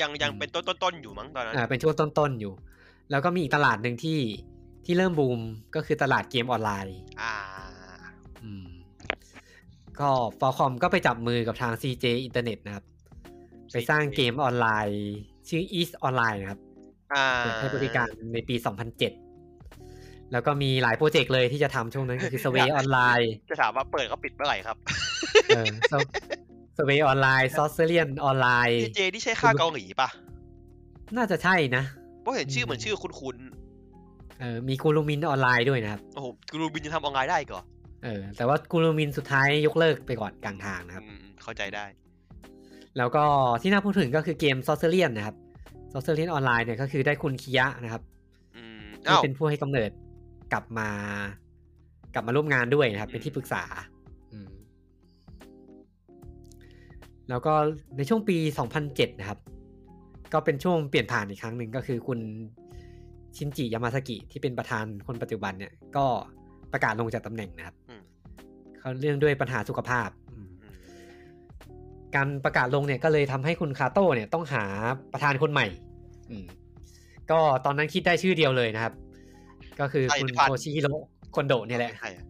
ยังยัง
อืม
เป็นต้นต้นต้นอยู่มั้งตอนนั้น
อ่าเป็นช่วงต้นๆอยู่ แล้วก็มีอีกตลาดหนึ่งที่ที่เริ่มบูมก็คือตลาดเกมออนไลน์
อ่า
อืมก็ฟอลคอมก็ไปจับมือกับทาง CJ Internet นะครับ ไปสร้างเกมออนไลน์ ชื่อ East Online นะครับ
อ่า
เปิดให้บริการในปี 2007 แล้วก็มีหลายโปรเจกต์เลยที่จะทำช่วงนั้นก็ คือ Survey Online
จะถามว่าเปิดเขาปิดเมื่อไหร่ครับ
เออ Sur- Survey Online s o r c e r i a n Online
เจนี่ใช่ค่าเกาหลีปะ
น่าจะใช่นะ
เพราะเห็นชื่อ
อืม
เหมือนชื่อคุ้น
เออมีกูรูมินออนไลน์ด้วยนะครับ
ๆโอ้โหกรูบินจะทำออนไลน์ได้อีก่อ
เออ แต่ว่ากูรูมินสุดท้ายยกเลิกไปก่อนกลางทางนะครับ
อืมเข้าใจได้
แล้วก็ที่น่าพูดถึงก็คือเกม s o r c e r i a n นะครับ s o r c e r i a n Online เนี่ยก็คือได้คุณคิยะนะครับ
อืม
ที่
อ้าว
เป็นผู้ให้กำเนิดกลับมา กลับมาร่วมงานด้วยนะครับ
อืม
เป็นที่ปรึกษา อืม แล้วก็ในช่วงปี 2007 นะครับ ก็เป็นช่วงเปลี่ยนผ่านอีกครั้งหนึ่งก็คือคุณชินจิยามาสกิที่เป็นประธานคนปัจจุบันเนี่ย ก็ประกาศลงจากตำแหน่งนะครับ
อืม
เขาเรื่องด้วยปัญหาสุขภาพอืม
อืม
การประกาศลงเนี่ยก็เลยทำให้คุณคาโต้เนี่ยต้องหาประธานคนใหม่ อืม ก็ตอนนั้นคิดได้ชื่อเดียวเลยนะครับ ก็คือคุณโทชิฮิโร่คอนโดเนี่ยแหละ
ใครอะ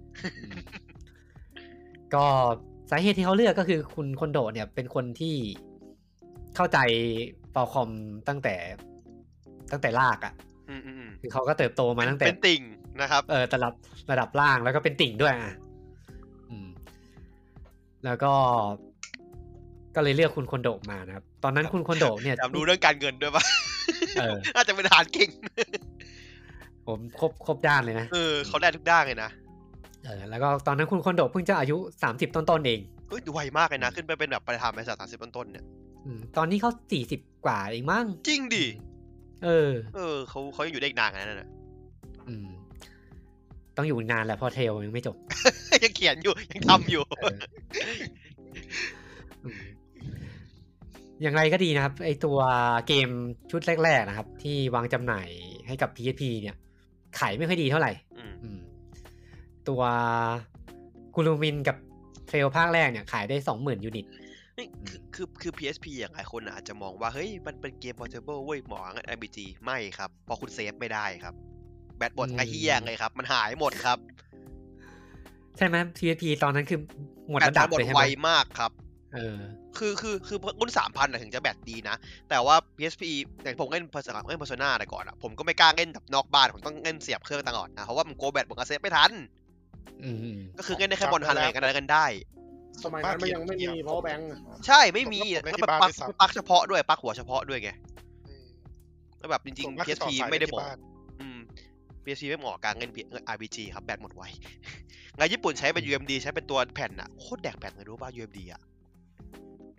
ก็สาเหตุที่เขาเลือกก็คือคุณคอนโดเนี่ยเป็นคนที่เข้าใจฟอลคอมตั้งแต่ตั้งแต่ลากอะ่ะ
อืมอืมอืม
คือเขาก็เติบโตมาตั้งแต่
เป็นติ่งนะครับ
เออระดับระดับล่างแล้วก็เป็นติ่งด้วยอ่ะอืม แล้วก็ก็เลยเลือกคุณคนโดมานะครับ ตอนนั้นคุณคนโดเนี่ย
จำดูเรื่องการเงินด้วยปะ
เออ
น่าจะเป็นทหารเก่ง
ผมครบครบด้านเลยนะ
เออเขาได้ทุกด้านเลยนะ
เออ แล้วก็ตอนนั้นคุณคนโดเพิ่งจะอายุ 30 ต้นๆเอง
เฮ้ยดูไวมากเลยนะ ขึ้นไปเป็นแบบประธานบริษัทสามสิบต้นๆเนี่ย
อมตอนนี้เขา 40 กว่าเองมั้ง
จริงดิ
เออ
เออเขาเขายังอยู่ได้อีกนานขนาดนั้นนะ
อืม ต้องอยู่นานแหละเพอเทลยังไม่จบ
ยังเขียนอยู่ ยังทำอยู่
เออ อืมอย่างไรก็ดีนะครับ ไอตัวเกมชุดแรก ๆ นะครับ ที่วางจำหน่ายให้กับ PSP เนี่ย ขายไม่ค่อยดีเท่าไหร่
อืม
อืม ตัวกูรูมินกับเทรลภาคแรกเนี่ย ขายได้สองหมื่นยูนิต
นี่คือคือคือ PSP อย่างหลายคนอาจจะมองว่า เฮ้ย มันเป็นเกม portable เว้ยเหมอกับ RPG ไม่ครับ พอคุณเซฟไม่ได้ครับ แบตหมด
อืม
ไอ้เฮียงเลยครับ มันหายหมดครับ
ใช่ไหม PSP ตอนนั้นคือหมด
แบต
ระดับ
หมด
เลยใช่
ไว
ไหม
มากครับ
เออ
คือคือคือรุ่นสามพันะถึงจะแบตดีนะ แต่ว่า PSP อย่างผมเล่นภาษาเล่น Persona แต่ก่อนอะผมก็ไม่กล้าเล่นแบบนอกบ้าน ผมต้องเล่นเสียบเครื่องตลอดนะ เพราะว่ามันโกแบตผมก็เซฟไม่ทัน
อืมอืม
ก็คือเล่นได้แค่บอลทันอะไรกันอะไรกันได้
สมัยนั้นมันยังไม่มีเพราะแบงค์
ใช่ไม่มี
ผมก็ผมเล่น
แล้ว
ที่
แบบ
บ้าน
ปลัก
ด้วยซ้ำ
ปลักเฉพาะด้วยปลักหัวเฉพาะด้วยไง
อืม
แล้วแบบจริง
ส่วน
ๆ
มากคือต่อ
PSP
สาย
ไม่ได้เห
ที่
มาะ
บ้าน
อืม PSP ไม่เหมาะกับการเล่น RPG ครับแบตหมดไว งานญี่ปุ่นใช้เป็น UMD ใช้เป็นตัวแผ่นอะโคตรแดกแผ่นเลยรู้ป่ะ UMD อะ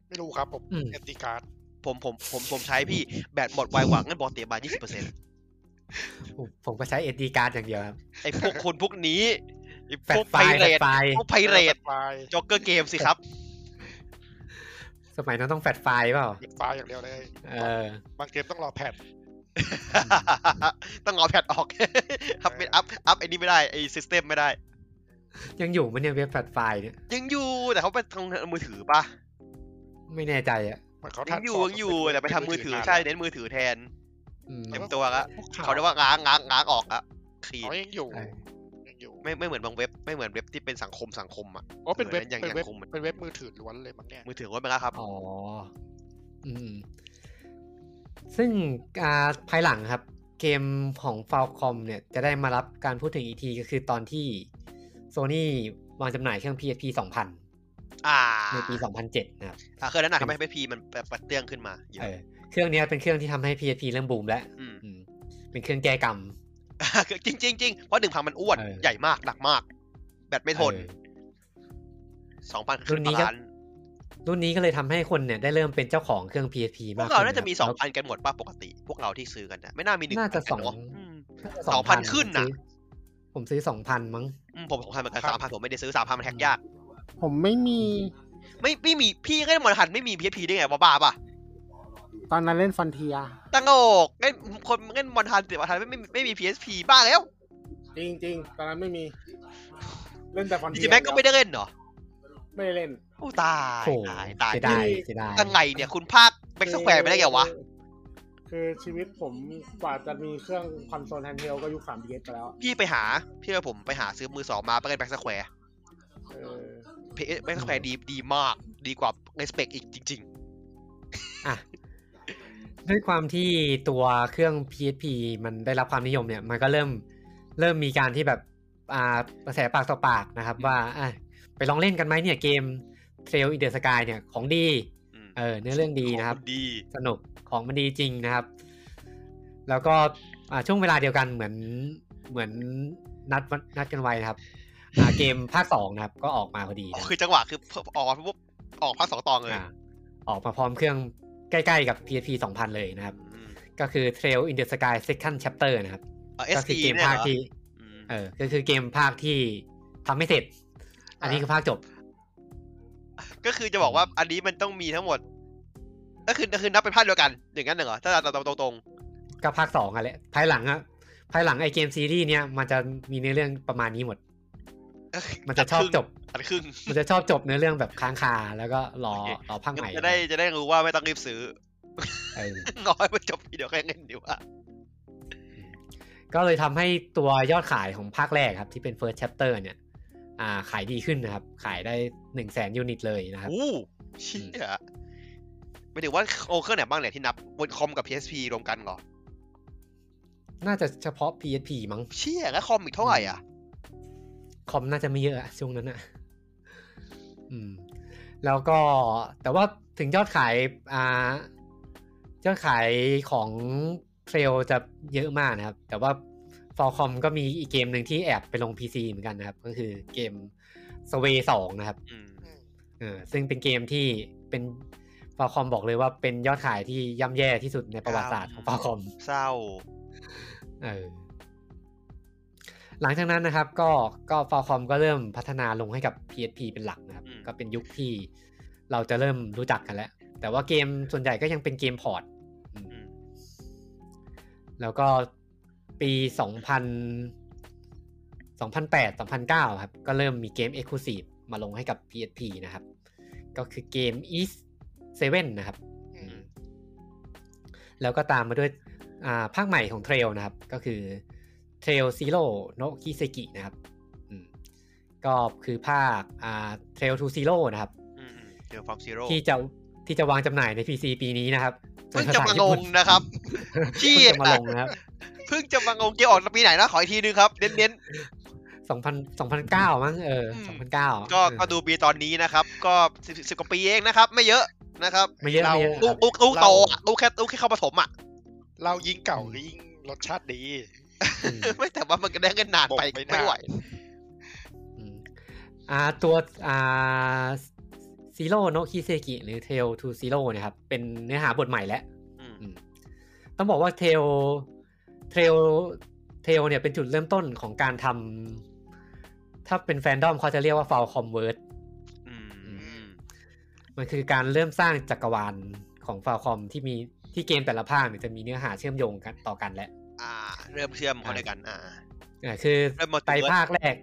ไม่รู้ครับผม
อืม
เอ็นดีการ์ด
ผมผมผมผมใช้พี่แบตหมดไวกว่าเงินบอลเตะบาล20%
ผมผมก็ใช้ SD card อย่างเดียวครับ
ไอ้พวกคนพวกนี้ไอ้
แฟ
พ
ล
วก
ชไฟ
ไพ
ล์
เรต
แฟลชไฟล์
พวกไพเรต
ไฟล์
จ็อกเกอร์เกมสิครับ
สมัยนั้นต้องแฟลชไฟล์เปล่า
ไฟล์อย่างเดียวเลย
เออ
บางเกมต้องรอแผ่น
ต้องงอแพดออก ครับเป็นอัพอัพไอ้นี่ไม่ได้ไอ้ซิสเต็มไม่ได้
ยังอยู่ไหมันเนี่ยเว็บแฟลชไฟล์เนี่ย
ยังอยู่แต่เขาเป็นทางมือถือปะ
ไม่แน่ใจอะ
เหมือนเขา
ยั
ทาง
อยู่ยังอยู่แต่ไปทำมือถือใช่เน้นมือถือแทน
อืม
เต็มตัวละ
พวก
เขาเรียกว่าง้างง้างง้างออกอะคลีน
เขายังอยู่
ใช่
ยังอยู่
ไม่ไม่เหมือนบางเว็บไม่เหมือนเว็บที่เป็นสังคมสังคมอะ
อ๋อเป็นเว็บ
เออยัง
เป็นเว็บ
ยังคงเหมือน
เป็นเว็บมือถือล้วนเลยมั้งเนี่ย
มือถือว่าไปแล้วครับ
อ๋อ อืม ซึ่งอ่าภายหลังครับ เกมของ f a l c o m เนี่ย จะได้มารับการพูดถึงอีกทีก็คือตอนที่ Sony วางจำหน่ายเครื่อง PSP 2000
อ่า
ในปี 2007 นะครับ
อ่าเครื่องนั้นนะทำให้พีมันแบบปัดเตื้องขึ้นมาเย
เอ
อะ
อ เครื่องเนี้ยเป็นเครื่องที่ทำให้ PSP เริ่มบูมแล้ว
ม
อืม เป็นเครื่องแก้กรรม
จริงจริงจริงเพราะหนึ่งพันมันอ้วน
เออ
ใหญ่มากหนักมาก แบตไม่ทน
เออ
สองพัน
รุ่นนี้ก็
ล้าน
รุ่นนี้ก็เลยทำให้คนเนี่ยได้เริ่มเป็นเจ้าของเครื่อง PSP
พ
มาว ก
กเรา
ขึ้
น่าจะมี
ค
ส
รั
อบ งพันกันหมดป่ะปกติ พวกเราที่ซื้อกันนะไม่น่ามีหนึ่ง
น่าจะ
พักัเน
สอง
ม
แล้ว
2,000ขึ้นน่ะ
ผมซื้อผมซื้อ 2,000 มั้ง
อืมผมสองพันเหมือนกันสามพันผมไม่ได้ซื้อสามพันมันแฮกยาก
ผมไม่มี
ไม่ไม่มีพี่ก็ได้มรหันไม่มีพีเอพีได้ไงบ้าบ้าป่ะ
ตอนนั้นเล่นฟันเทีย
ตั้งโอกเล่นคนเล่นมรหันแต่มรหันไม่ไม่ไม่มีพีเอพีบ้าแล้ว
จริงจริงๆตอนนั้นไม่มี เล่นแต่ฟัน
ดี
เที
จแม็กก็ไม่ได้เล่นเหรอ
ไม่ได้เล่น
โอ้ตาย
โอ้
ตายตาย
เสียดายเสียดาย
ยังไงเนี่ยคุณภาคแบ็กสแควร์ไม่ได้ไงวะ
คือชีวิตผมกว่าจะมีเครื่องคอนโซลแฮนด์เฮลก็ยุค 3DS ไปแล้ว
พี่ไปหา พี่กับผมไปหาซื้อมือสองมาไปเล่นแบ็กสแควร์
เออ
แบ็กสแควร์ดีดีมาก ดีกว่าเ s สเปกอีกจริง
อ่ะ ด้วยความที่ตัวเครื่อง PSP มันได้รับความนิยมเนี่ย มันก็เริ่มเริ่มมีการที่แบบอ่ากระแสปากต่อปากนะครับ ว่าอ่ะไปลองเล่นกันไหมเนี่ยเกม Trail in the Sky เนี่ยของดี
ๆอืม
เออเนื้อเรื่องดีนะครั
ข
บ
องณดี
สนุกของมันดีจริงนะครับ แล้วก็อ่าช่วงเวลาเดียวกันเหมือนเหมือนนัดวันนัดกันไว้นะครับอ่าเกมภาคสองนะครับ ก็ออกมาพอดีนะ
คือจังหวะคือออกมาปุ๊บออกภาคสองตอนเลย
อ่าออกมาพร้อมเครื่องใกล้ๆกับ PSP 2000 เลยนะครับ
อืม
ก็คือ Trail in the Sky Second Chapter นะครับ
เออส
ก็คื
ดี
เกม
เนี่ย
ภาค
เหรอ
ที่
อืม
เออก็คือเกมภาคที่ทำไม่เสร็จ อันนี้คือภาคจบ
ก็คือจะบอกว่าอันนี้มันต้องมีทั้งหมด ก็คือก็คือนับเป็นภาคเดียวกันอย่างนั้นเหรอถ้าเราตรงตรงๆ
ก็ภาคสองอะแหละภายหลังอะภายหลังไอเกมซีรีส์เนี้ยมันจะมีเนื้อเรื่องประมาณนี้ หมด มันจะชอบจบ
อันครึ่ง
มันจะชอบจบเนื้อเรื่องแบบค้างคา แล้วก็รอรอภาคใหม่
จะได้จะได้รู้ว่าไม่ต้องรีบซื้อ
เออ
น้อยมันจบทีเดียวแค่เงินดีกว่า
ก็เลยทำให้ตัวยอดขายของภาคแรกครับ ที่เป็น first chapter เนี่ย อ่าขายดีขึ้นนะครับ ขายได้หนึ่งแสนยูนิตเลยนะครับ
อู้เชี่ยไปถึงว่าโอเครื่องไหนบ้างเนี่ยที่นับบนคอมกับ PSP รวมกันเหรอ
น่าจะเฉพาะ PSP มั้ง
เชี่ยแล้วคอมอีกเท่าไหร่อ่ะ
คอมน่าจะไม่เยอะอะช่วงนั้นอะอืม แล้วก็แต่ว่าถึงยอดขายอ่ายอดขายของเทรลจะเยอะมากนะครับ แต่ว่าฟอร์คอมก็มีอีกเกมหนึ่งที่แอบไปลง PC เหมือนกันนะครับ ก็คือเกม s w a y 2 นะครับ
อืม
เออซึ่งเป็นเกมที่เป็นฟาคอมบอกเลยว่าเป็นยอดขายที่ย่ำแย่ที่สุดในประวัติศาสตร์ของฟาคอม
เศร้า
เออหลังจากนั้นนะครับ ก็ก็ฟาคอมก็เริ่มพัฒนาลงให้กับ PSP เป็นหลักนะครับ
อืม
ก็เป็นยุคที่เราจะเริ่มรู้จักกันแล้ว แต่ว่าเกมส่วนใหญ่ก็ยังเป็นเกมพอร์ต
อืม
แล้วก็ปี2000 2008 2009 ครับ ก็เริ่มมีเกม Exclusive มาลงให้กับ PSP นะครับ ก็คือเกม East 7นะครับ
อืม
แล้วก็ตามมาด้วยอ่าภาคใหม่ของเทรลนะครับ ก็คือเทรลซีโร่โนกิเซกินะครับอืมก็คือภาคอ่าเทรลทูซีโร่นะครับ
อืมอืมเจอฟอร์มซีโร่
ที่จะที่จะวางจำหน่ายใน PC ปีนี้นะครับ
เพิ่งจะมาลงนะครับ เชี่ย
เพิ่งจะมาลงนะครับ
เพิ่งจะมาลงเกมออกปีไหนนะ ขออีกทีนึงครับ เน้น
สองพันสองพันเก้ามั้งเออ
อื
สอง
ม
พันเก้า
ๆ ก็ก็ดูปีตอนนี้นะครับ ก็สิบสิบกว่าปีเองนะครับ ไม่เยอะนะครับ
ไม่เยอะ
รา
ไม่เยอะครับ
ลูกลูกลูกโตอะลูกแค่ลูกแค่เข้าปฐมอ่ะ
เรายิ่งเก่าก็ยิ่งรสชาติดี
ไม่แต่ว่ามันก็ได้เงินนานไป
บอกไม่ได้
ไม่ไหว
อ่าตัวอ่าซีโร่โนคิเซกิหรือเทลทูซีโร่เนี่ยครับ เป็นเนื้อหาบทใหม่แล้ว
อืม
อืมต้องบอกว่าเทลเทลเทลเนี่ยเป็นจุดเริ่มต้นของการทำถ้าเป็นแฟนดอมเขาจะเรียกว่าฟาวคอมเวิร์ด
อืม
มันคือการเริ่มสร้างจักรวาลของฟาวคอมที่มีที่เกมแต่ละภาคเนี่ยจะมีเนื้อหาเชื่อมโยงกันต่อกันแล้ว
อ่า เริ่มเชื่อมเข้าด้วยกัน อ่า
อ่าคือ
เริ่ม multiverse
ไตรภาคแรก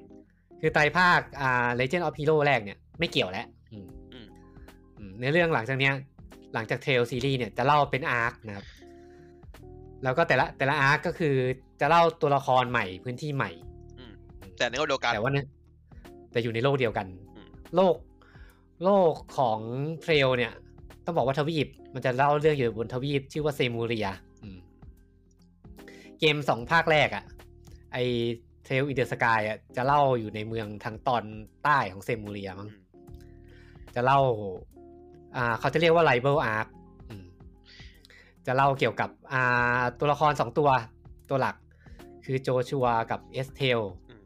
คือไตรภาคอ่า Legend of Hero แรกเนี่ย ไม่เกี่ยวแล้วอืม
อืม
อืมในเรื่องหลังจากเนี้ย หลังจากเทรลซีรีส์เนี่ยจะเล่าเป็นอาร์คนะครับ แล้วก็แต่ละแต่ละอาร์คก็คือจะเล่าตัวละครใหม่พื้นที่ใหม่
แต่ในโลกเดียวกัน
แต่ว่าเนี่ยแต่อยู่ในโลกเดียวกัน
อืม
โลกโลกของเทรลเนี่ย ต้องบอกว่าทวีปมันจะเล่าเรื่องอยู่บนทวีปชื่อว่าเซมูเรียอืมเกมสองภาคแรกอะ่ะ ไอเทรลอินเดอร์สกายอ่ะจะเล่าอยู่ในเมืองทางตอนใต้ของเซมูเรียมั้ง
อืม
จะเล่า อ่า เขาจะเรียกว่าไลเบิลอาร์คจะเล่าเกี่ยวกับอ่าตัวละครสองตัวตัวหลัก คือโจชัวกับเอสเทล
อืม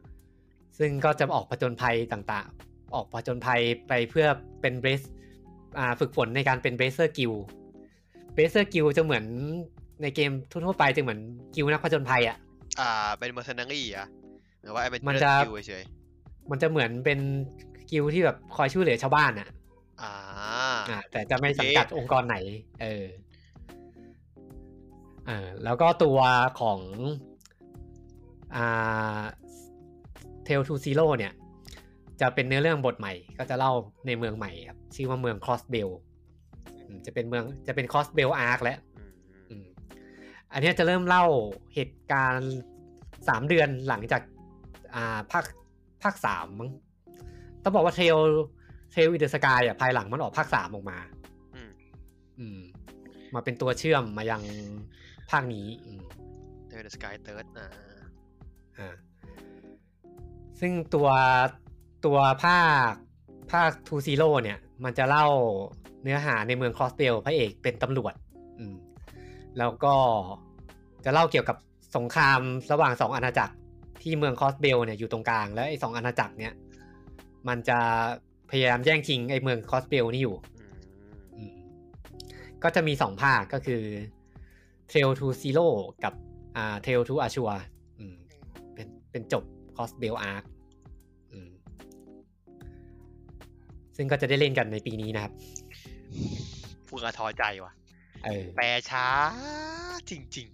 ซึ่งก็จะออกผจญภัยต่างๆ ออกผจญภัยไปเพื่อเป็นเบสฝึกฝนในการเป็นเบเซอร์กิลเบเซอร์กิลจะเหมือนในเกมทั่วๆไปจะเหมือนกิลนักผจญภัยอ่ะ
อ่า เป็นเมอร์เซนารีอ่ะหรือว่าเป็น
มัน
เดอ
จะ
ร์คิวเฉย
มันจะเหมือนเป็นกิลที่แบบคอยช่วยเหลือชาวบ้านอ่ะ
ๆอ่า
อ่าแต่จะไม่สังกัดองค์กรไหน เออเออแล้วก็ตัวของอ่าเทลทูซีโร่เนี่ย จะเป็นเนื้อเรื่องบทใหม่ ก็จะเล่าในเมืองใหม่ครับ ชื่อว่าเมืองครอสเบลจะเป็นเมืองจะเป็นครอสเบลอาร์คแล้ว
อืม
อืมอันเนี้ยจะเริ่มเล่าเหตุการณ์สามเดือนหลังจากอ่าภาคภาคสามมั้งต้องบอกว่าเทลเทลอินเดอร์สกายอ่ะภายหลังมันออกภาคสามออกมา
อืม
อืม มาเป็นตัวเชื่อมมายังภาคนี้อืม
เดอร์สกายเติร์ดอ่า
อ่าซึ่งตัวตัวภาคภาคทูซีโร่เนี่ย มันจะเล่าเนื้อหาในเมืองครอสเบลพระเอกเป็นตำรวจ อืม แล้วก็จะเล่าเกี่ยวกับสงครามระหว่างสองอาณาจักรที่เมืองครอสเบลเนี่ยอยู่ตรงกลาง แล้วไอ้สองอาณาจักรเนี่ย มันจะพยายามแย่งชิงไอ้เมืองครอสเบลนี่อยู่
อืม
อืมก็จะมีสองภาคก็คือ Trail to Zero กับอ่า Trail to Ashura อืมเป็นเป็นจบ Cross Bell Arc อืมซึ่งก็จะได้เล่นกันในปีนี้นะครับ
พูดกระท้อใจว่ะ
เออ
แปลช้าจริง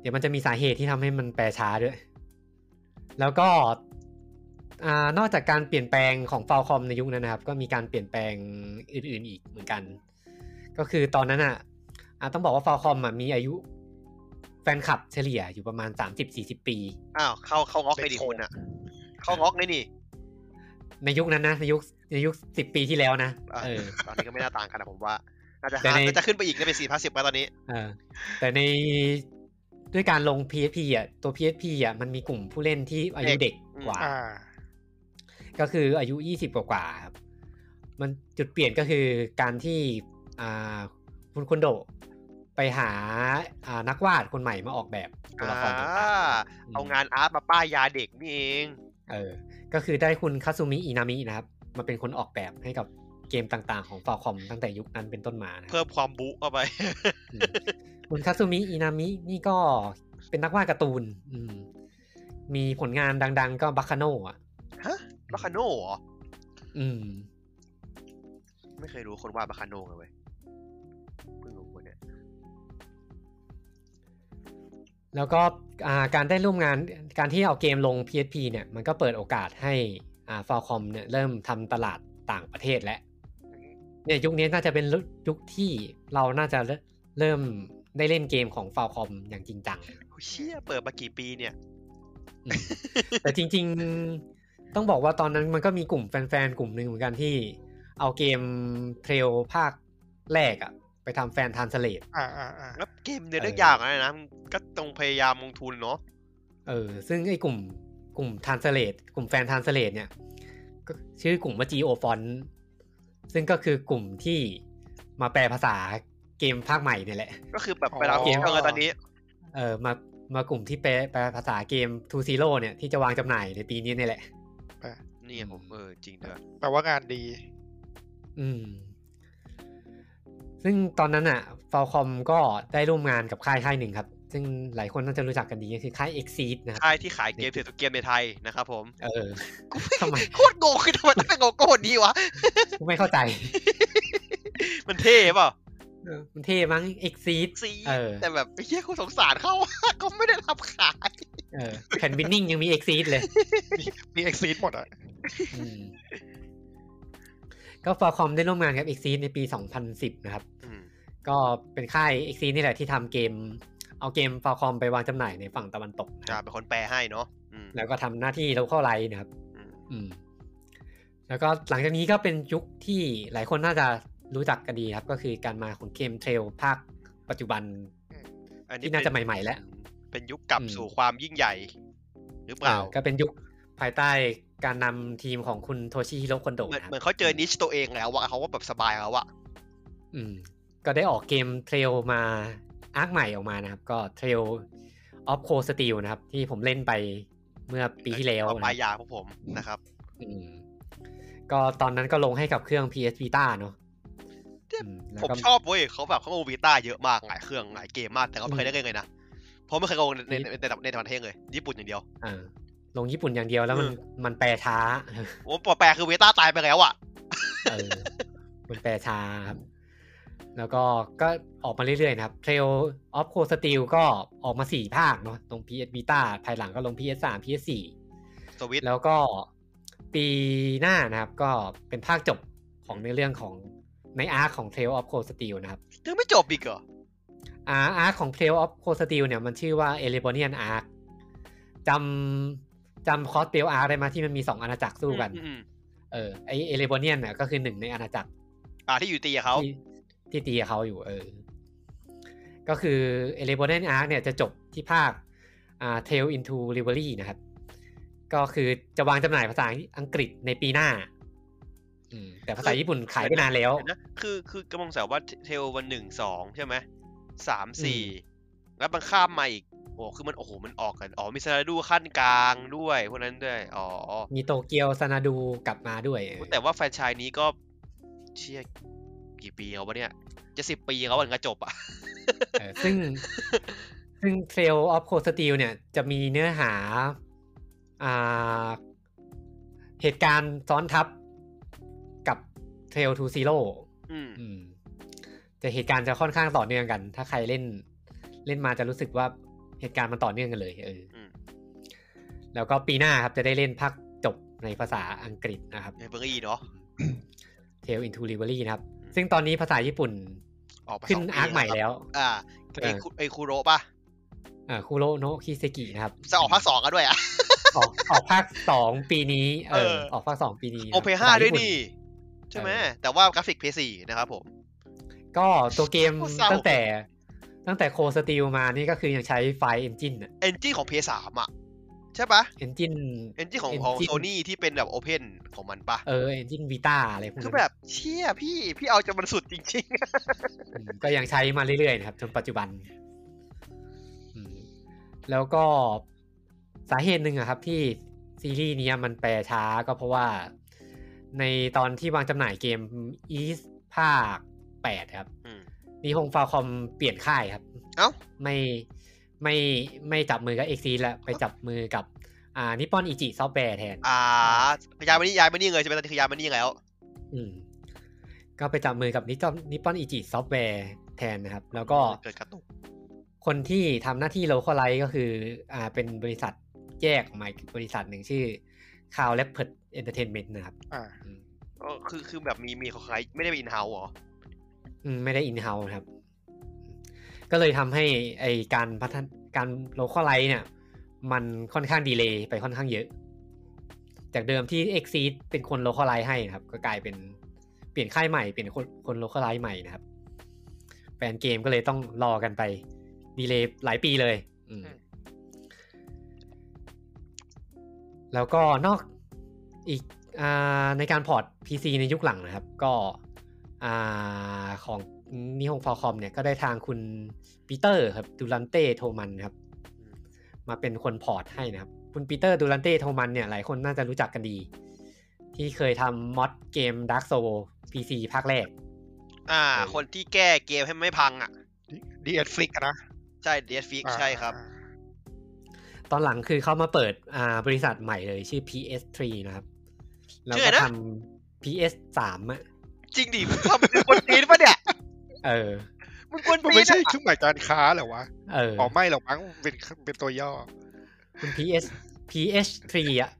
เดี๋ยวมันจะมีสาเหตุที่ทำให้มันแปลช้าด้วย แล้วก็อานอกจากการเปลี่ยนแปลงของฟ a l c o m ในยุคนั้นนะครับ ก็มีการเปลี่ยนแปลงอื่น ๆอีกเหมือนกัน ก็คือตอนนั้นอ่ะอ่ะต้องบอกว่าฟ a l c o m อ่ะมีอายุแฟนคลับเฉลี่ยอยู่ประมาณ 30-40 ปี
ๆ อ้าว เข้าเข้างอกเลยดิคุณอ่ะ เข้างอกเลยนี่
ในยุคนั้นนะในยุคในยุค 10 ปีที่แล้วนะ
อ่ะ
เออ
ตอนนี้ก็ไม่น่าต่างกันนะผมว่า น่าจะ
แต่
หา
ใน
น่าจะขึ้นไปอีกได้ไปสี่พันสิบตอนนี้
เออแต่ในด้วยการลง PSP อ่ะตัว PSP อ่ะมันมีกลุ่มผู้เล่นที่อายุเด็กกว่า
อ่า
ก็คืออายุ 20 กว่ากว่าๆครับ มันจุดเปลี่ยนก็คือการที่อ่าคุณคุณโดะไปหาอ่านักวาดคนใหม่มาออกแบบตัวละครต่าง
อ่า
ๆ
เอางานอาร์ตมาป้ายยาเด็กนี่เอง
เออ ก็คือได้คุณคาซูมิอินามินะครับ มาเป็นคนออกแบบให้กับเกมต่างๆของฟาคอมตั้งแต่ยุคนั้นเป็นต้นมานะครับ
เพิ่มความบุเข้าไป
อืมคุณคาซูมิอินามินี่ก็เป็นนักวาดการ์ตูน อืม มีผลงานดัง ๆ ก็บัคคาโนอ่ะ
ฮะบาคาโน่เหรอ
อืม
ไม่เคยรู้คนวาดบาคาโน่เลยเว้ยเพิ่งรู้วันเนี่ย
แล้วก็อ่าการได้ร่วมงานการที่เอาเกมลง PSP เนี่ยมันก็เปิดโอกาสให้อ่าฟาคอมเนี่ยเริ่มทำตลาดต่างประเทศแล้วเนี่ยยุคนี้น่าจะเป็นยุคที่เราน่าจะเริ่มได้เล่นเกมของฟาคอมอย่างจริงจัง
โอ้ยเชี่ยเปิดมากี่ปีเนี่ย
อืมแต่จริงๆ ต้องบอกว่าตอนนั้นมันก็มีกลุ่มแฟนๆ กลุ่มหนึ่งเหมือนกันที่เอาเกมเทรลภาคแรกอะไปทำแฟนทานสเลต
อ่าอ่าอ่า
แล้วเกมเนี่ยเรื่องยากอะไรนะมันก็ต้องพยายามลงทุนเนาะ
เออ ซึ่งไอ้กลุ่มกลุ่มทานสเลตกลุ่มแฟนทานสเลตเนี่ยก็ชื่อกลุ่มว่า G O Font ซึ่งก็คือกลุ่มที่มาแปลภาษาเกมภาคใหม่เนี่ยแหละ
ก็คือแบบเวลา
อ๋
เก
อ
มเออตอนนี้
เออมามากลุ่มที่แปลแปลภาษาเกม t o Zero เนี่ยที่จะวางจำหน่ายในปีนี้เนี่ยแหละ
นี่ผมเออจริงด้วย
แปลว่างานดี
อืม ซึ่งตอนนั้นอ่ะฟ a l c o m ก็ได้ร่วมงานกับค่ายค่ายหนึ่งครับ ซึ่งหลายคนน่าจะรู้จักกันดีก็คือค่าย Exceed นะครับ
ค่ายที่ขายเกมเถื่อนทุกเกมในไทยนะครับผม
เออ
กูไม่
ทำไม
โคตรงงคือทำไมต้องเป็นโกโก้ดีวะ
กูไม่เข้าใจ
มันเท่เปล่า
มันเท่มั้ง Exceed
ซี
เออ
แต่แบบไอ้เหี้ยกูสงสารเขาอะก็ไม่ได้รับขาย
เออแผ่นวินนิ่งยังมี Exceed เลย
มีเอ็กซีดหมดอ่ะ
อืม ก็ฟอร์คอมได้ร่วมงานกับ e x ็กในปี 2010 นะครับ
อืม
ก็เป็นค่าย e x ็กนี่แหละที่ทำเกม เอาเกมฟอร์คอมไปวางจำหน่ายในฝั่งตะวันตกนะค
จะ
รับ
เป็นคนแปลให้เนาะอืม
แล้วก็ทำหน้าที่ local ไลน์นะครับ
อืม
อืม แล้วก็หลังจากนี้ก็เป็นยุคที่หลายคนน่าจะรู้จักกันดีครับ ก็คือการมาของเกมเทรลภาคปัจจุบัน
อันนี้
ที่น่าจะ
เป็
ใหม่ๆแล้ว
เป็นยุคกลับ
อืม
สู่ความยิ่งใหญ่ หรือเปล่า
อ่ก็เป็นยุคภายใต้การนำทีมของคุณโทชิฮิโรคอนโดะ
เหมือน
นะครับ
เหมือนเขาเจอนิชตัวเองแล้วว่าเขาว่าแบบสบายแล้วอะ
อืม ก็ได้ออกเกมเทรลมาอาร์คใหม่ออกมานะครับ ก็เทรลออฟโคสติลนะครับ ที่ผมเล่นไปเมื่อปีที่แล้ว
เอา
นะ
ป
ค
ลา
รั
ย
บ
ยาของผมนะครับ
อืมก็ตอนนั้นก็ลงให้กับเครื่อง PS Vita เนอะอืแล้ว
ผม
ก็
ชอบเว้ยเขาแบบเขาโอวีต้าเยอะมากหลายเครื่องหลายเกมมากแต่เขาไม่เคยได้เล่นเลยนะเพราะไม่เคยลงในในในในในประเทศเลยญี่ปุ่นอย่างเดียว
อ่าลงญี่ปุ่นอย่างเดียวแล้วมัน
เออ
มันแปลช้า
โอ้แปลคือเวต้าตายไปแล้วอะ
เออ มันแปลช้าครับ แล้วก็ก็ออกมาเรื่อยๆนะครับ Trail of Cold Steel ก็ออกมาสี่ภาคเนาะลง PS Vita ภายหลังก็ลง PS 3 PS
สวิต
4แล้วก็ปีหน้านะครับ ก็เป็นภาคจบของเนื้อเรื่องของในอาร์คของ Trail of Cold Steel นะครับ
ยังไม่จบอีกเหรอ
อาร์อาร์ของ Trail of c o s t i l เนี่ยมันชื่อว่า e l e b o n i a n Arc จำจำคอสเ a ลอาร์ได้ไหมที่มันมีสองอาณาจักรสู้กัน
อืมอืม
เออไอเอเลโบเนียนน่ะก็คือหนึ่งในอาณาจักร
อ่าที่อยู่ตีกับเขา
ที่ที่ตีกับเขาอยู่เออ ก็คือเอเลโบเนียนอาร์เนี่ยจะจบที่ภาคอ่า Tale into Rivalry นะครับ ก็คือจะวางจำหน่ายภาษาอังกฤษในปีหน้า อืมแต่ภาษาญี่ปุ่นขายไปนานแล้ว
เห็นนะคือคือกำลังสาวว่าเทลวันหนึ่งสองใช่ไหมสามสี่แล้วมันข้ามมาอีกโอ้คือมันโอ้โหมันออกกันอ๋อมีซาราดูขั้นกลางด้วยพวกนั้นด้วยอ๋อ
มีโตเกียวซานาดูกลับมาด้วยเออ
แต่ว่าแฟรนไชายนี้ก็เชี่ยกี่ปีแล้ววะเนี่ย จะสิบปีแล้ววันกระจบอ่ะ
เออซึ่ง ซึ่ง Trail of Cold Steel เนี่ยจะมีเนื้อหาอ่าเหตุการณ์ซ้อนทับกับ Trail to Zero
อืม
อืมแต่เหตุการณ์จะค่อนข้างต่อเนื่องกัน ถ้าใครเล่นเล่นมาจะรู้สึกว่าเหตุการณ์มันต่อเนื่องกันเลยเออ
อืม
แล้วก็ปีหน้าครับจะได้เล่นภาคจบในภาษาอังกฤษนะครับ
เฮเบอรี่เนาะ
Trail into Rivalry นะครับ ซึ่งตอนนี้ภาษาญี่ปุ่น
ออกมา
ขึ้
ส
น
งปี
อาร์คใหม่แล้ว
อ่าไอคุไอคูโรป่ะ
อ่าคุโรโนะคิเซกินะครับ
จะออกภาคสองกันด้วยอ่ะ
ออกออกภาคสองปีนี้ เอ
เอ
อ
อ
ออกภาคสองปีนี้
โอเพ
ครับ
ห้า
ภษ
ด้วย
ญี่ปุ่
นี่ ใช่ไหม แต่ว่ากราฟิกเพย์สี่นะครับผม
ก็ตัวเกม
โคตรเศร้า
ตั้งแต่ตั้งแต่โคสติลมานี่ก็คือยังใช้ไฟเอนจินอะ
เอนจินของเพย์สามอ่ะ ใช่ปะ
เอนจิน
เอนจินของของ
engine
โซนี่ที่เป็นแบบโอเพนของมันปะ
เออเอนจินวีตาอะไรพวก
คือ
นั้
แบ
น
บเชี่ยพี่พี่เอาจนมันสุดจริงๆอะ
อืมก็ยังใช้มาเรื่อยๆนะครับ จนปัจจุบันอืมแล้วก็สาเหตุหนึ่งอะครับที่ซีรีส์เนี้ยมันแปลช้าก็เพราะว่าในตอนที่วางจำหน่ายเกมอีสภาคแปดครับ
อืม
นี่ฮงฟาวคอมเปลี่ยนค่ายครับ
เอ้า
ไม่ไม่ไม่จับมือกับเอ็กซีแล้วไปจับมือกับอ่านิปปอนอิจิซอฟต์แวร์แทน
อ่าย้ายมานี่ย้ายมานี่เลยใช่ไหมตอนนี้คือย้ายมานี่แล้ว
อืมก็ไปจับมือกับนิปปอนนิปปอนอิจิซอฟต์แวร์แทนนะครับ แล้วก็
เกิดกระตุก
คนที่ทำหน้าที่โลคอลไลก็คืออ่าเป็นบริษัทแยกออกมาอีกบริษัทหนึ่งชื่อคาวเลปเพิร์ดเอนเตอร์เทนเมนต์นะครับ
อ่า
อืม
ก็คือคือแบบมีมีของใครไม่ได้เป็นอินเฮาหรอ
อืมไม่ได้อินเฮาครับ ก็เลยทำให้ไอการพัฒนการโลคอลไลเนี่ย มันค่อนข้างดีเลย์ไปค่อนข้างเยอะ จากเดิมที่ e x c e d เป็นคนโลคอลไลให้นะครับ ก็กลายเป็นเปลี่ยนค่ายใหม่เปลี่ยนคนคนโลคอลไลใหม่นะครับแฟนเกมก็เลยต้องรอกันไปดีเลย์หลายปีเลยอืม
อืม
แล้วก็นอกอีกอาในการพอร์ต PC ในยุคหลังนะครับ ก็อาของนิฮงฟอคอมเนี่ยก็ได้ทางคุณปีเตอร์ครับดูลันเต้โทมันครับ มาเป็นคนพอร์ตให้นะครับ คุณปีเตอร์ดูรันเต้โทมันเนี่ย หลายคนน่าจะรู้จักกันดี ที่เคยทำมอดเกม Dark Soul PC ภาคแรก
อ่า
เออ
คนที่แก้เกมให้มันไม่พังอ่ะ
ดีเอ็ดฟลิกนะ
ใช่เดสฟิก
อ่า
ใช่ครับ
ตอนหลังคือเขามาเปิดอ่าบริษัทใหม่เลยชื่อ PS3 นะครับ แล้วก็ทำ PS3 อ่ะ
จริงดิมึงทำเป็นคนจีนปะเนี่ย
เออ
มึงคน
มั
จี
น
น
ไม่ใช่
อะ
เครื่องหมายการค้าเหรอวะ
เออ
อ๋อไม่หรอกมั้งเป็นเป็นตัวย่อ
คุณ PS PS3 อ่ะ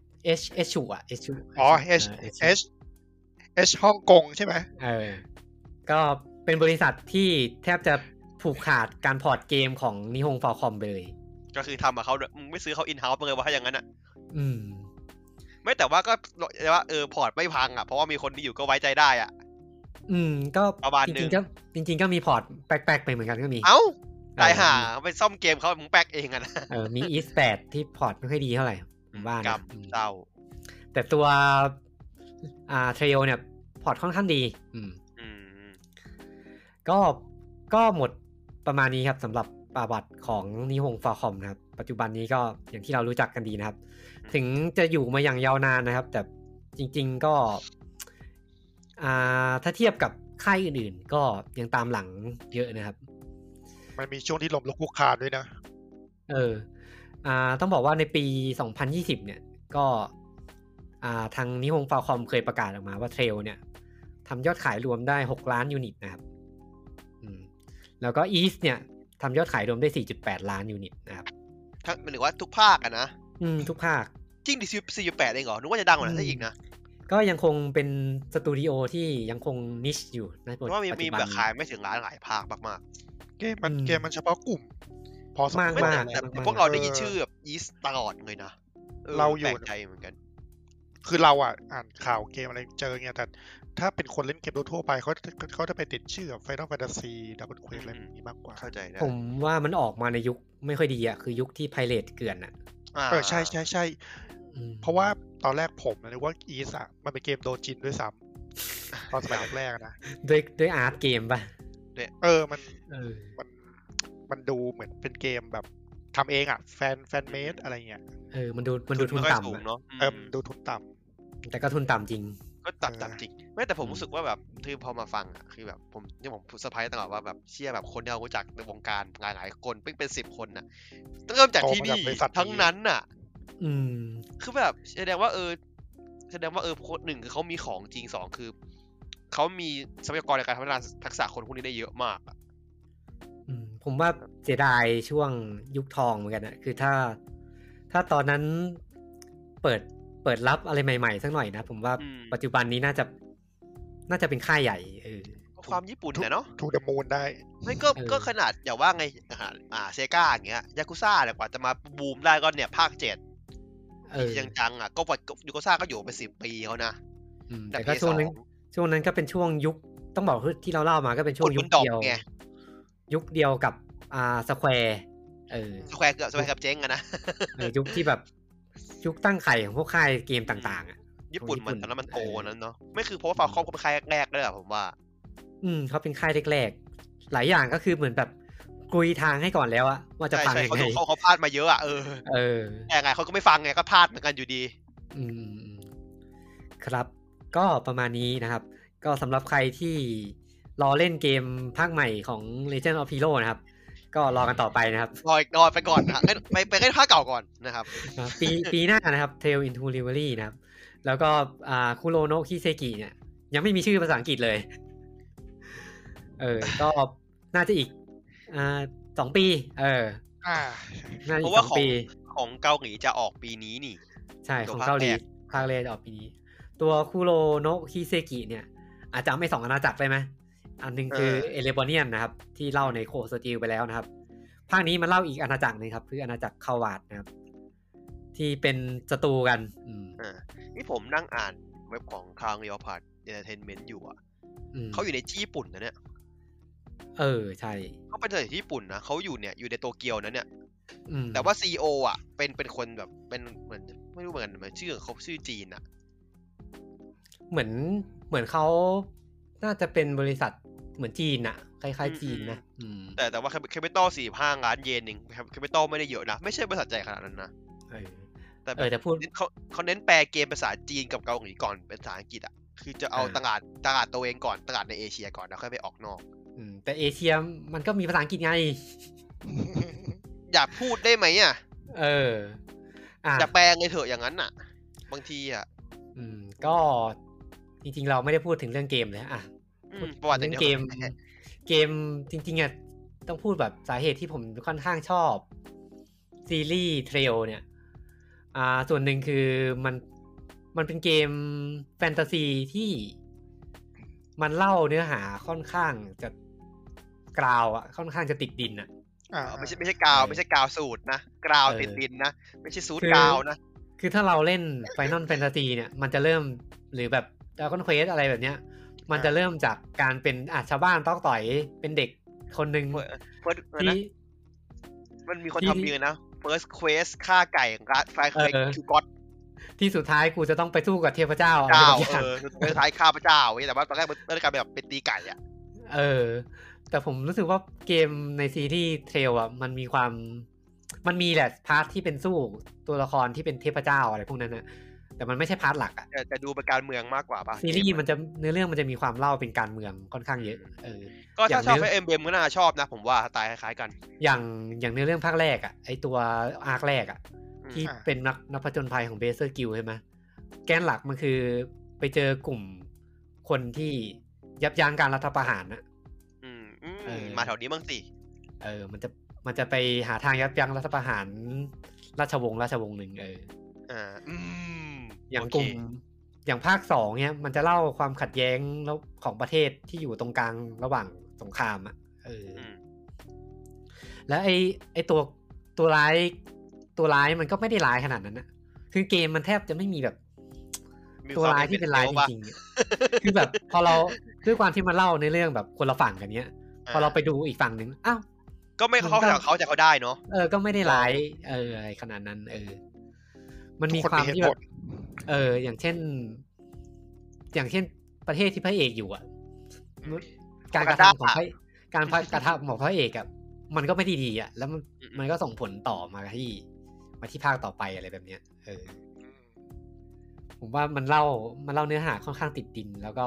H H อ่ะ H
อ๋อ H H เอชฮ่องกงใช่ไหม
เออ ก็เป็นบริษัทที่แทบจะผูกขาดการพอร์ตเกมของนิฮงฟอคอมไปเลย
ก็คือทำกับเขาด้วยมึงไม่ซื้อเขาอินเฮ้าส์ไปเลยว่าถ้าอย่างนั้นอ่ะ
อืม
ไม่แต่ว่าก็แต่ว่าเออพอร์ตไม่พังอ่ะเพราะว่ามีคนที่อยู่ก็ไว้ใจได้อ่ะ
อืม ก็
ประมาณ
จ
หนึ่ง
ริงๆก็จริง ๆ ก็มีพอร์ตแปลกๆไปเหมือนกันก็มี
เอ้าตายห่า
เออ
ไปซ่อมเกมเขามึงแป๊กเองอ่ะนะ
เออมีอีสแปดที่พอร์ตไม่ค่อยดีเท่าไหร่ผมว่า
ครั
นะ
บเศร้า
แต่ตัวอ่าเทรลเนี่ย พอร์ตค่อนข้างดี อืม
อืม
ก็ก็หมดประมาณนี้ครับสำหรับประวัติของนิฮงฟาคอมนะครับ ปัจจุบันนี้ก็อย่างที่เรารู้จักกันดีนะครับ ถึงจะอยู่มาอย่างยาวนานนะครับ แต่จริง ๆก็อ่าถ้าเทียบกับค่ายอื่นๆ ก็ยังตามหลังเยอะนะครับ
มันมีช่วงที่ลมลุกคลุกคลานด้วยนะ
เอออ่าต้องบอกว่าในปี 2020 เนี่ย ก็อ่าทางนิฮงฟาคอมเคยประกาศออกมาว่าเทรลเนี่ยทำยอดขายรวมได้ 6 ล้านยูนิตนะครับอืมแล้วก็อีสเนี่ยทำยอดขายรวมได้ 4.8 ล้านยูนิตนะครับ
ทั้งหรือว่าทุกภาคอ่ะนะ
อืมทุกภาค
จริงดิซีซีแปดเองเหรอนึกว่าจะดังกว่านั้นซะอีกนะ
ก็ยังคงเป็นสตูดิโอที่ยังคงนิชอยู่ใน
เพราะว่ามี
ปัจ
มี
จุบัน
แบบขายไม่ถึงล้านหลายภาคมาก
เกมมัน
อืม
เกมมันเฉพาะกลุ่ม พอสม
มาก
ควร
มาก
ๆแต่
ม
แต่
ๆ
พวกเราได้ยิน
เออ
ชื่อแบบอีสตลอดเลยนะออ
เราอยู่
แปลกใจเหมือนกัน
คือเราอ่ะอ่านข่าวเกมอะไรเจอเงี้ยแต่ถ้าเป็นคนเล่นเกมทั่วๆไปเขาเขาเขาจะไปติดชื่อแบบ Final Fantasy Double Quest อะไรแบบนี้มากกว่า
เข้าใจได้
ผมว่ามันออกมาในยุคไม่ค่อยดีอะคือยุคที่ไพเรตเกลื่อนอะ
า
เออใช่ใช่ใช่
อืม
เพราะว่าตอนแรกผมนึกว่าอีสอ่ะมันเป็นเกมโดจินด้วยซ้ำตอนสมัยแรกๆนะ
ด้วยด้วยอาร์ตเกมป่ะ
เออมัน
เออ
มันมันดูเหมือนเป็นเกมแบบทำเองอ่ะ แฟนแฟนเมดอะไรเงี้ย
เออ มันดู มันดูทุน
ไม่ค่อยสูง
ต่ำอะ
เนาะ
เออ
อืม
มันดูทุนต่
แต่ก็ทุนต่ำจริง
ก็ตับตับจริงไม่แต่ผมรู้สึกว่าแบบคือพอมาฟังอะคือแบบผมเนี่ยผมเซอร์ไพรส์ตลอดว่าแบบเชื่อแบบคนที่เรารู้จักในวงการหลายหลายๆคนเป็นเป็นสิบคนน่ะเริ่มจากที่นี่ทั้งนั้นน่ะ
อืม
คือแบบแสดงว่าเออ แสดงว่าเออคนหนึ่งคือเขามีของจริงสองคือเขามีทรัพยากรในการพัฒนาทักษะคนพวกนี้ได้เยอะมากอะ
อืม ผมว่าเสียดายช่วงยุคทองเหมือนกันนะคือถ้า ถ้าตอนนั้นเปิด เปิดรับอะไรใหม่ๆ สักหน่อยนะ ผมว่า
อืม
ปัจจุบันนี้น่าจะ น่าจะเป็นค่ายใหญ่ เออ
ความญี่ปุ่นเนี่ยเนาะ
ำทูดมูนได้
ไม่ก็
เออ
ก็ขนาดอย่าว่าไงอ่าอ่าเซกาอย่างเงี้ยยากุซ่าเนี่ยกว่าจะมาบูมได้ก็เนี่ยภาคเจ็ด
เออ
ยังจังอ่ะก็วัดยูโกซ่าก็อยู่ไปสิบปีเขานะ
อืม
แต่เพ
แต่ก็
ยส
ช่ว
อง ง
นั้น ช่วงนั้นก็เป็นช่วงยุค ต้องบอกว่าที่เราเล่ามาก็เป็นช่วงยุ
กด
ค
มันดรอป
เดียว
ไง
ยุคเดียวกับ อ่า สแควร์ เอ อ
สแควร์เกือบสแควร์เกือบเจ๊งอะนะ
เออ ยุคที่แบบ ยุคตั้งไข่ของพวกค่ายเกมต่างๆอะ
ญี่ปุ่นมัน
ญี่ปุ่น
ตอนนั้นมันโต
เออ
นั้นเนาะไม่คือเพราะว่าฟาคอมก็เป็นค่ายแรกๆด้วยอะผมว่า
อืมเขาเป็นค่ายแรกๆ หลายอย่างก็คือเหมือนแบบกุยทางให้ก่อนแล้วอะว่าจะ
ใช่
ฟัง
ใช่
ยัง
เขา
ไง
ถูกเขาเขาพลาดมาเยอะอ่ะเออ
เออ
แต่ไงเขาก็ไม่ฟังไงก็พลาดเหมือนกันอยู่ดี
อืมอืมครับ ก็ประมาณนี้นะครับ ก็สำหรับใครที่รอเล่นเกมภาคใหม่ของ Legend of Hero นะครับ ก็รอกันต่อไปนะครับ
รออีกรอไปก่อนนะเอ้ยไปไปเล่นภาคเก่าก่อนนะครับ
อ่าปี ปีหน้านะครับ Tale into Reverie นะครับ แล้วก็อ่าคุโรโนะคิเซกิเนี่ย ยังไม่มีชื่อภาษาอังกฤษเลย เออ ก็น่าจะอีกอ่าสองปี เออ
อ่า
น่าจะ
เพ
อี
ราะ
กส
ว่า
อง
ของ
ปี
ของเกาหลีจะออกปีนี้นี่
ใช่
ตั
ข
ว
อง
ภาค
เกาหลี
แรก
ภาคแรกจะออกปีนี้ ตัวคุโรโนะฮิเซกิเนี่ย อาจจะเอาไม่สองอาณาจักรได้ไหมอันหนึงคือเอเลบอเนียนนะครับ ที่เล่าในโคสติลไปแล้วนะครับ ภาคนี้มันเล่าอีกอาณาจักรหนึงครับ คืออาณาจักรคาวาดนะครับ ที่เป็นศัตรูกัน อืม
อ่านี่ผมนั่งอ่านเว็บของทางเรียลพาร์ตเอนเตอร์เทนเมนต์อยู่อ่ะ
ม
เขาอยู่ในญี่ปุ่นนะเนี่ย
เออใช่
เขาเป็นจากญี่ปุ่นนะเขาอยู่เนี่ยอยู่ในโตเกียวนะเนี่ย
อืม
แต่ว่าซีโออ่ะ เป็นเป็นคนแบบเป็นเหมือนไม่รู้เหมือนกันเหมือนชื่อเขาชื่อจีนอ่ะ
เหมือนเหมือนเขาน่าจะเป็นบริษัทเหมือนจีนอะคล้ายๆจีนนะอืม
แต่แต่ว่าแคปิตอลสี่ห้าล้านเยนเองแคปิตอลไม่ได้เยอะนะ ไม่ใช่บริษัทใหญ่ขนาดนั้นนะ
เออ
แต่แบ
เออบแต่พูด
เขาเขาเน้นแปลเกมภาษาจีนกับเกาหลีก่อนเป็นภาษาอังกฤษอ่ะ คือจะเอา
อ่า
ตลาดตลาดตัวเองก่อนตลาดในเอเชียก่อนแล้วค่อยไปออกนอก
อืมแต่เอเชียมันก็มีภาษาอังกฤษไง
อย่าพูดได้ไหมอ่ะ
เออ อ่ะ
อย่าแปลงเลยเถอะอย่างนั้นอ่ะ บางทีอ่ะ
อืม ก็จริงๆ เราไม่ได้พูดถึงเรื่องเกมเลยอ่ะ
อื
พู
ม
ด
ประวัติอ
ถึ
ย่าง
ง
เดียว
เกม เกมจริง ๆอ่ะต้องพูดแบบสาเหตุที่ผมค่อนข้างชอบ ซีรีส์เทรลเนี่ย อ่า ส่วนหนึ่งคือมันมันเป็นเกมแฟนตาซีที่ มันเล่าเนื้อหาค่อนข้างจะกราวอะค่อนข้างจะติดดินอะ
อ่า
เออไม่ใช่ไม่ใช่กาว ไม่ใช่กาวสูตรนะกาวติดดินนะ ไม่ใช่สูตร
คือ
กาวนะ
คือถ้าเราเล่น Final Fantasy เนี่ย มันจะเริ่มหรือแบบ Dragon Quest อะไรแบบเนี้ย มันจะเริ่มจากการเป็นอาชาวบ้านต้องต่อยเป็นเด็กคนหนึ่ง
เออ เฟิร์สนะ
ที่
มันมีคน
ที่
ทำเยอะนะ first quest ฆ่าไก่รัดไฟเคยคิวก็อด
ที่สุดท้ายกูจะต้องไปสู้กับเทพเจ้าอะไร
เจ้า
บางอย่า
เอง อสุดท้ายฆ่าพระเจ้าเว้ยแต่ว่าตอนแรกมันเริ่มการแบบเป็นตีไก่อะ
เออ แต่ผมรู้สึกว่าเกมในซีรีส์เทรลอ่ะ มันมีความ มันมีแหละพาร์ทที่เป็นสู้ตัวละครที่เป็นเทพเจ้าอะไรพวกนั้นนะแต่มันไม่ใช่พาร์ทหลักอ่ะ
แต่แต่ดูเป็นการเมืองมากกว่าป่ะ
ซีรีส์มันจะเนื้อเรื่องมันจะมีความเล่าเป็นการเมืองค่อนข้างเยอะ เออ
ก็ถ้าชอบ
อย่างเนื้อ
เอ็มเบมก็น่าชอบนะ ผมว่าสไตล์คล้ายๆกัน
อย่างอย่างเนื้อเรื่องภาคแรกอ่ะไอตัวอาร์คแรกอ่ะ
อืม
ที่เป็นนักนักผจญภัยของเบเซอร์กิลใช่ไหมแกนหลักมันคือไปเจอกลุ่มคนที่ยับยั้งการรัฐประหารนะ
อืมอืม
เออ
มาแถวนี้บ้างสิ
เออ มันจะ มันจะไปหาทางยับยั้งรัฐประหารราชวงศ์ราชวงศ์หนึ่งเออ
อ่าอืม
อย่าง
โเค
กลุ่ม อย่างภาคสองเนี่ย มันจะเล่าความขัดแย้งแล้วของประเทศที่อยู่ตรงกลางระหว่างสงครามอ่ะ เอออ
อืม
แล้วไอ้ไอ้ตัวตัวร้ายตัวร้ายมันก็ไม่ได้ร้ายขนาดนั้นนะคือเกมมันแทบจะไม่มีแบบ
มี
ตัว
คม
ร้ายที่เป็นร้ายจริงๆอะคือแบบพอเราด้วยความที่มันเล่าในเรื่องแบบคนละฝั่งกันเนี้ย พอเราไปดูอีกฝั่งหนึ่งอ้าว
ก็ไม่เขา
มันก็
แต่เขาแต่เขาได้เนาะ
เออ ก็ไม่ได้ร้าย เออ อะไรขนาดนั้น เออ มันมี
ทุก
ความ
เหตุ
ที่
ผ
แบ
ล
บ เออ อย่างเช่น อย่างเช่น ประเทศที่พระเอกอยู่อ่ะ
อืม
การกระทำของพระการพระกระทำของพระเอกอ่ะ มันก็ไม่ดีดีอ่ะ แล้วมัน
อืม
มันก็ส่งผลต่อมาที่ มาที่ภาคต่อไปอะไรแบบเนี้ย เออ ผมว่ามันเล่า มันเล่าเนื้อหาค่อนข้างติดดิน แล้วก็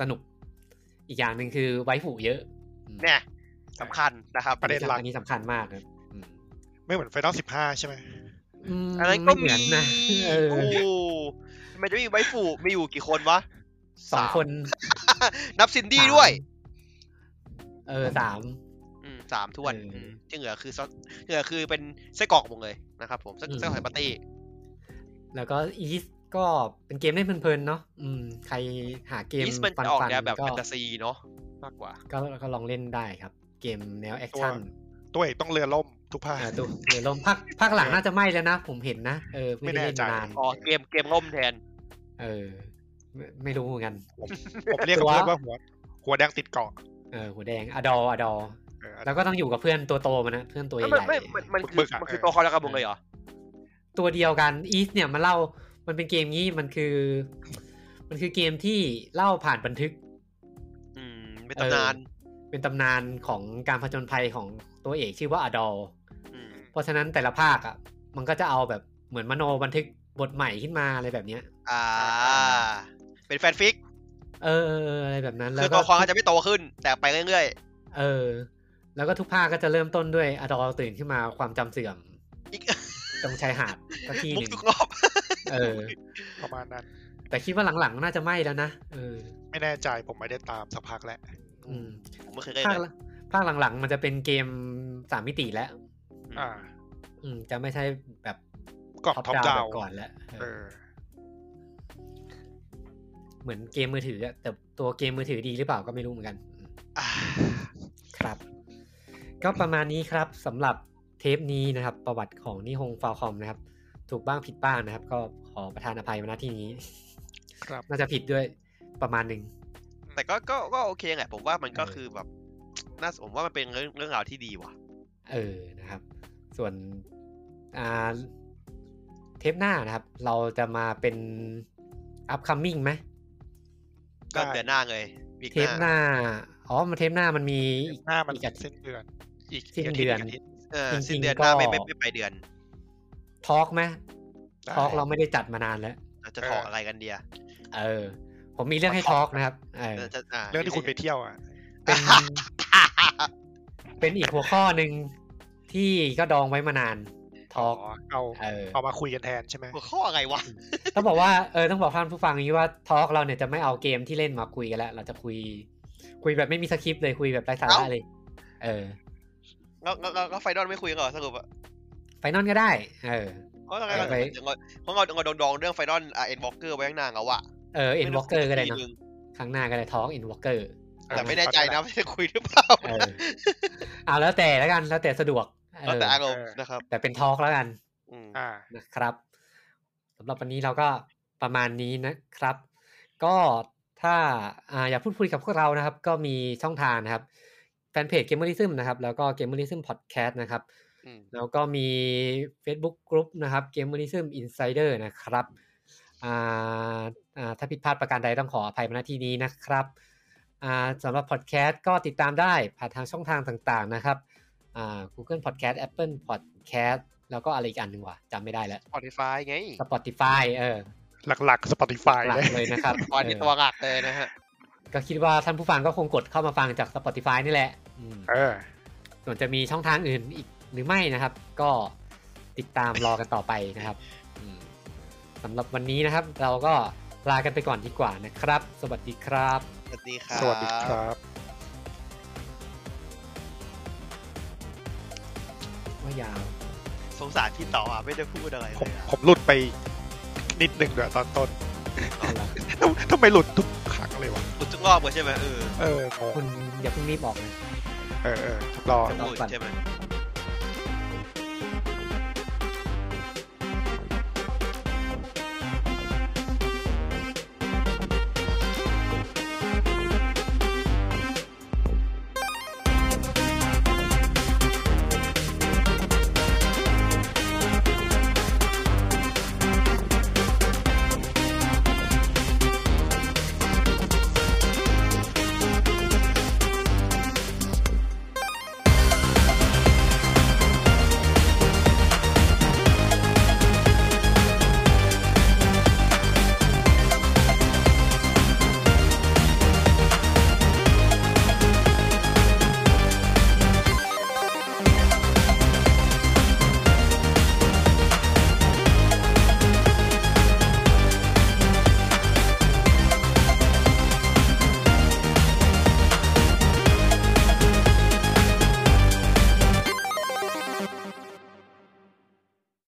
สนุก อีกอย่างหนึ่งคือไว้ผูเยอะอืม
เนี่ยสำคัญนะครับ
ประเด็นหลัก
อันนี้สำคัญมากนะอืม
ไม่เหมือนไฟนอลสิบห้าใช่ไหม
ม
อันนั้นก็
ไม่เห
มี
มือนนะเออ
โอ้โหทำไมันจะมีไวฟูมีอยู่กี่คนวะ
สอง
าม
คน
นับซินดี้ด้วย
เออสาม
อืมสามถ้วน
เอออื
มที่เหลือคือซอสที่เหลือคือเป็นไส้กรอกหมดเลยนะครับผมไส้
อืม
ไส้กรอกไข่ปาร์ตี้
แล้วก็อีสก็เป็นเกมได้เพลินๆเนาะอืม ใครหาเกม
อีสมัน
ฟัน
จะออก
ฟัน
แนวแบบ
ก็
แฟนตาซีเนาะมากกว่า
ก็ก็ลองเล่นได้ครับ เกมแนวแอคชั่น
ตัวเอกต้องเรือล่มทุกภาค
อ่าดูเดี๋ยวลม พักพักหลังน่าจะไหม้แล้วนะ ผมเห็นนะ เออ ไม่ได้เล่น
ไม่แน่ใจ
นาน
อ๋อเกมเกมล่มแทน
เออไม่ไม่รู้เหมือนกัน
ผมเรียก
ตัว
เพื่อนว่าหัว หัวแดงติดเกาะ
เออหัวแดงอดออดอ
เออ
แล้วก็ต้องอยู่กับเพื่อนตัวโตมันนะเพื่อนตัวให
มั
ญ่
นไม่มันมันคื
บึ
อก
ๆอะ
มันคือ
เออ
ตัวคอแล้วกันหมดเลยเหรอ
ๆตัวเดียวกันอีสเนี่ยมันเล่ามันเป็นเกมงี้มันคือ มันคือเกมที่เล่าผ่านบันทึก
อืมเป็นตำนาน
เออเป็นตำนานของการผจญภัยของตัวเอกชื่อว่าอดอล
ม
เพราะฉะนั้นแต่ละภาคอ่ะ มันก็จะเอาแบบเหมือนมโนบันทึกบทใหม่ขึ้นมาอะไรแบบเนี้ย
อ่า เป็นแฟนฟิก
เออเออเอออะไรแบบนั้น
คื
แล้
อ
ว
ตั
ก็
วคออาจจะไม่โตขึ้น แต่ไปเรื่อย
เออ แล้วก็ทุกภาคก็จะเริ่มต้นด้วยอดอลตื่นขึ้นมาความจำเสื่อม
ๆอีก
ตรงชายหาดสักที่ห
มุก ทุ
นึ่ง
กรอบ
เออ
ประมาณนั้น
แต่คิดว่าหลังๆน่าจะไม่แล้วนะเออ
ไม่แน่ใจผมไม่ได้ตามสักพักแล้ว
อืม
ผมไม่เคยเล่น
ภาค
เลย
ละภาคหลังๆ มันจะเป็นเกมสามมิติแล้ว
อ่า
อืม จะไม่ใช่แบบ
กล่อง top
แบ
down
บก่อนแล้วเออ
เออ
เหมือนเกมมือถืออะแต่ตัวเกมมือถือดีหรือเปล่าก็ไม่รู้เหมือนกันอืม
อ่า
ครับ ก็ประมาณนี้ครับสำหรับเทปนี้นะครับ ประวัติของนิฮงฟาวคอมนะครับ ถูกบ้างผิดบ้างนะครับ ก็ขอประทานอภัยมาณที่นี้
ครับ
น่าจะผิดด้วยประมาณหนึ่ง
แต่ก็ก็ก็โอเคแหละผมว่ามันก็
เออ
คือแบบน่าสผมว่ามันเป็นเรื่องเรื่องราวที่ดีว่ะ
เออนะครับ ส่วนอ่าเทปหน้านะครับ เราจะมาเป็นอัพคัมมิ่งไหม
ก็
ได้
เดือนหน้าเลยวีค
เทปหน้าอ๋อมาเทปหน้ามันมีอีก
หน้ามัน
อีกอาทิตย์
สิ้นเดือน
อีก
สิ้นเดือน
กาทิตย์เออ
จริงๆ
สิ้นเดือนหน้าไม่
ก็
ไม่ไม่ไปเดือน
ทอล์กไหม
ได้
ทอล์กเราไม่ได้จัดมานานแล้ว
เราจะ
เออ
ถอดอะไรกันเดีย
เออ ผมมีเรื่องให้ทอล์กนะครับ เออ
จะา
เรื่องที่คุณไปเที่ยวอ่ะ
เป็น เป็นอีกหัวข้อหนึ่งที่ก็ดองไว้มานานทอล์ก
เอา
เออ
เอามาคุยกันแทนใช่ไหม
หัวข้ออะไรวะ
ต้องบอกว่า เออ ต้องบอกท่านผู้ฟังอย่างนี้ว่าทอล์กเราเนี่ยจะไม่เอาเกมที่เล่นมาคุยกันแล้ว เราจะคุย คุยแบบไม่มีสคริปต์เลยคุยแบบไร้สาระเลย เออ
แล้วแล้วแล้วแล้วไฟนอลไม่คุยกันเหรอสรุปอะ
ไปนอนก็ได้ เออ
เพราะอะไรเรา
เออไป
เดี๋ยวเราเพราะเราเราดองๆเรื่องไฟนอลอ่ะเอ็นบ็อกเกอร์ไว้ข้างหน้าเราอะ
เออ เอ็นวอล์กเกอร์ก็ได้เน
ม่
อะ
รู้สึกทีนึง
ครั้งหน้าก็เลยท้องอินวอล์เกอร์
แต่ไม่แน่ใจนะว่าจะคุยหรือเปล่า
เอาแล้วแต่แล้วกันแล้วแต่สะดวกเอ
แล้ว
อ
แต่อารมณ์นะครับ
แต่เป็นทอล์กแล้วกัน
อืม
อ่า
นะครับสำหรับวันนี้เราก็ประมาณนี้นะครับ ก็ถ้าอ่าอยากพูดคุยกับพวกเรานะครับ ก็มีช่องทางนะครับแฟนเพจ Gamerism นะครับ แล้วก็ Gamerism Podcast นะครับ
อืม
แล้วก็มี Facebook Group นะครับ Gamerism Insider นะครับอ่าอ่าถ้าผิดพลาดประการใดต้องขออภัยมาณที่นี้นะครับอ่าสำหรับ Podcast ก็ติดตามได้ผ่านทางช่องทางต่างๆนะครับอ่า Google Podcast Apple Podcast แล้วก็อะไรอีกอันหนึ่งวะจำไม่ได้แล้ว
Spotify ไง
Spotify เออ
หลักๆ Spotify
หลัก
เลย
เลย นะครับ
ตอนนี้ตัว
เออ
หลักเลยนะฮะ
ก็คิดว่าท่านผู้ฟังก็คงกดเข้ามาฟังจาก Spotify นี่แหละอืม
เออ
ส่วนจะมีช่องทางอื่นอีกหรือไม่นะครับ ก็ติดตามรอกันต่อไปนะครับอืมสำหรับวันนี้นะครับ เราก็ลากันไปก่อนดีกว่านะครับ สวัสดีครับ
สวัสดีครับ
สวัสดีครับ
ว่ายาว
สงสารพี่ต่ออ่ะ ไม่ได้พูดอะไร
ผ
เล
ม
ยอ่ะ
ผมหลุดไปนิดนึงด้วยตอนต้น ทำทำไมหลุดทุกครั้งเลยวะ
หลุดทุกรอบเลยใช่ไหมเออ
เอองง
คุณอย่าเพิ่งรีบออกนะ
เออเออรอ
จะพูดใช่ไหม
เอ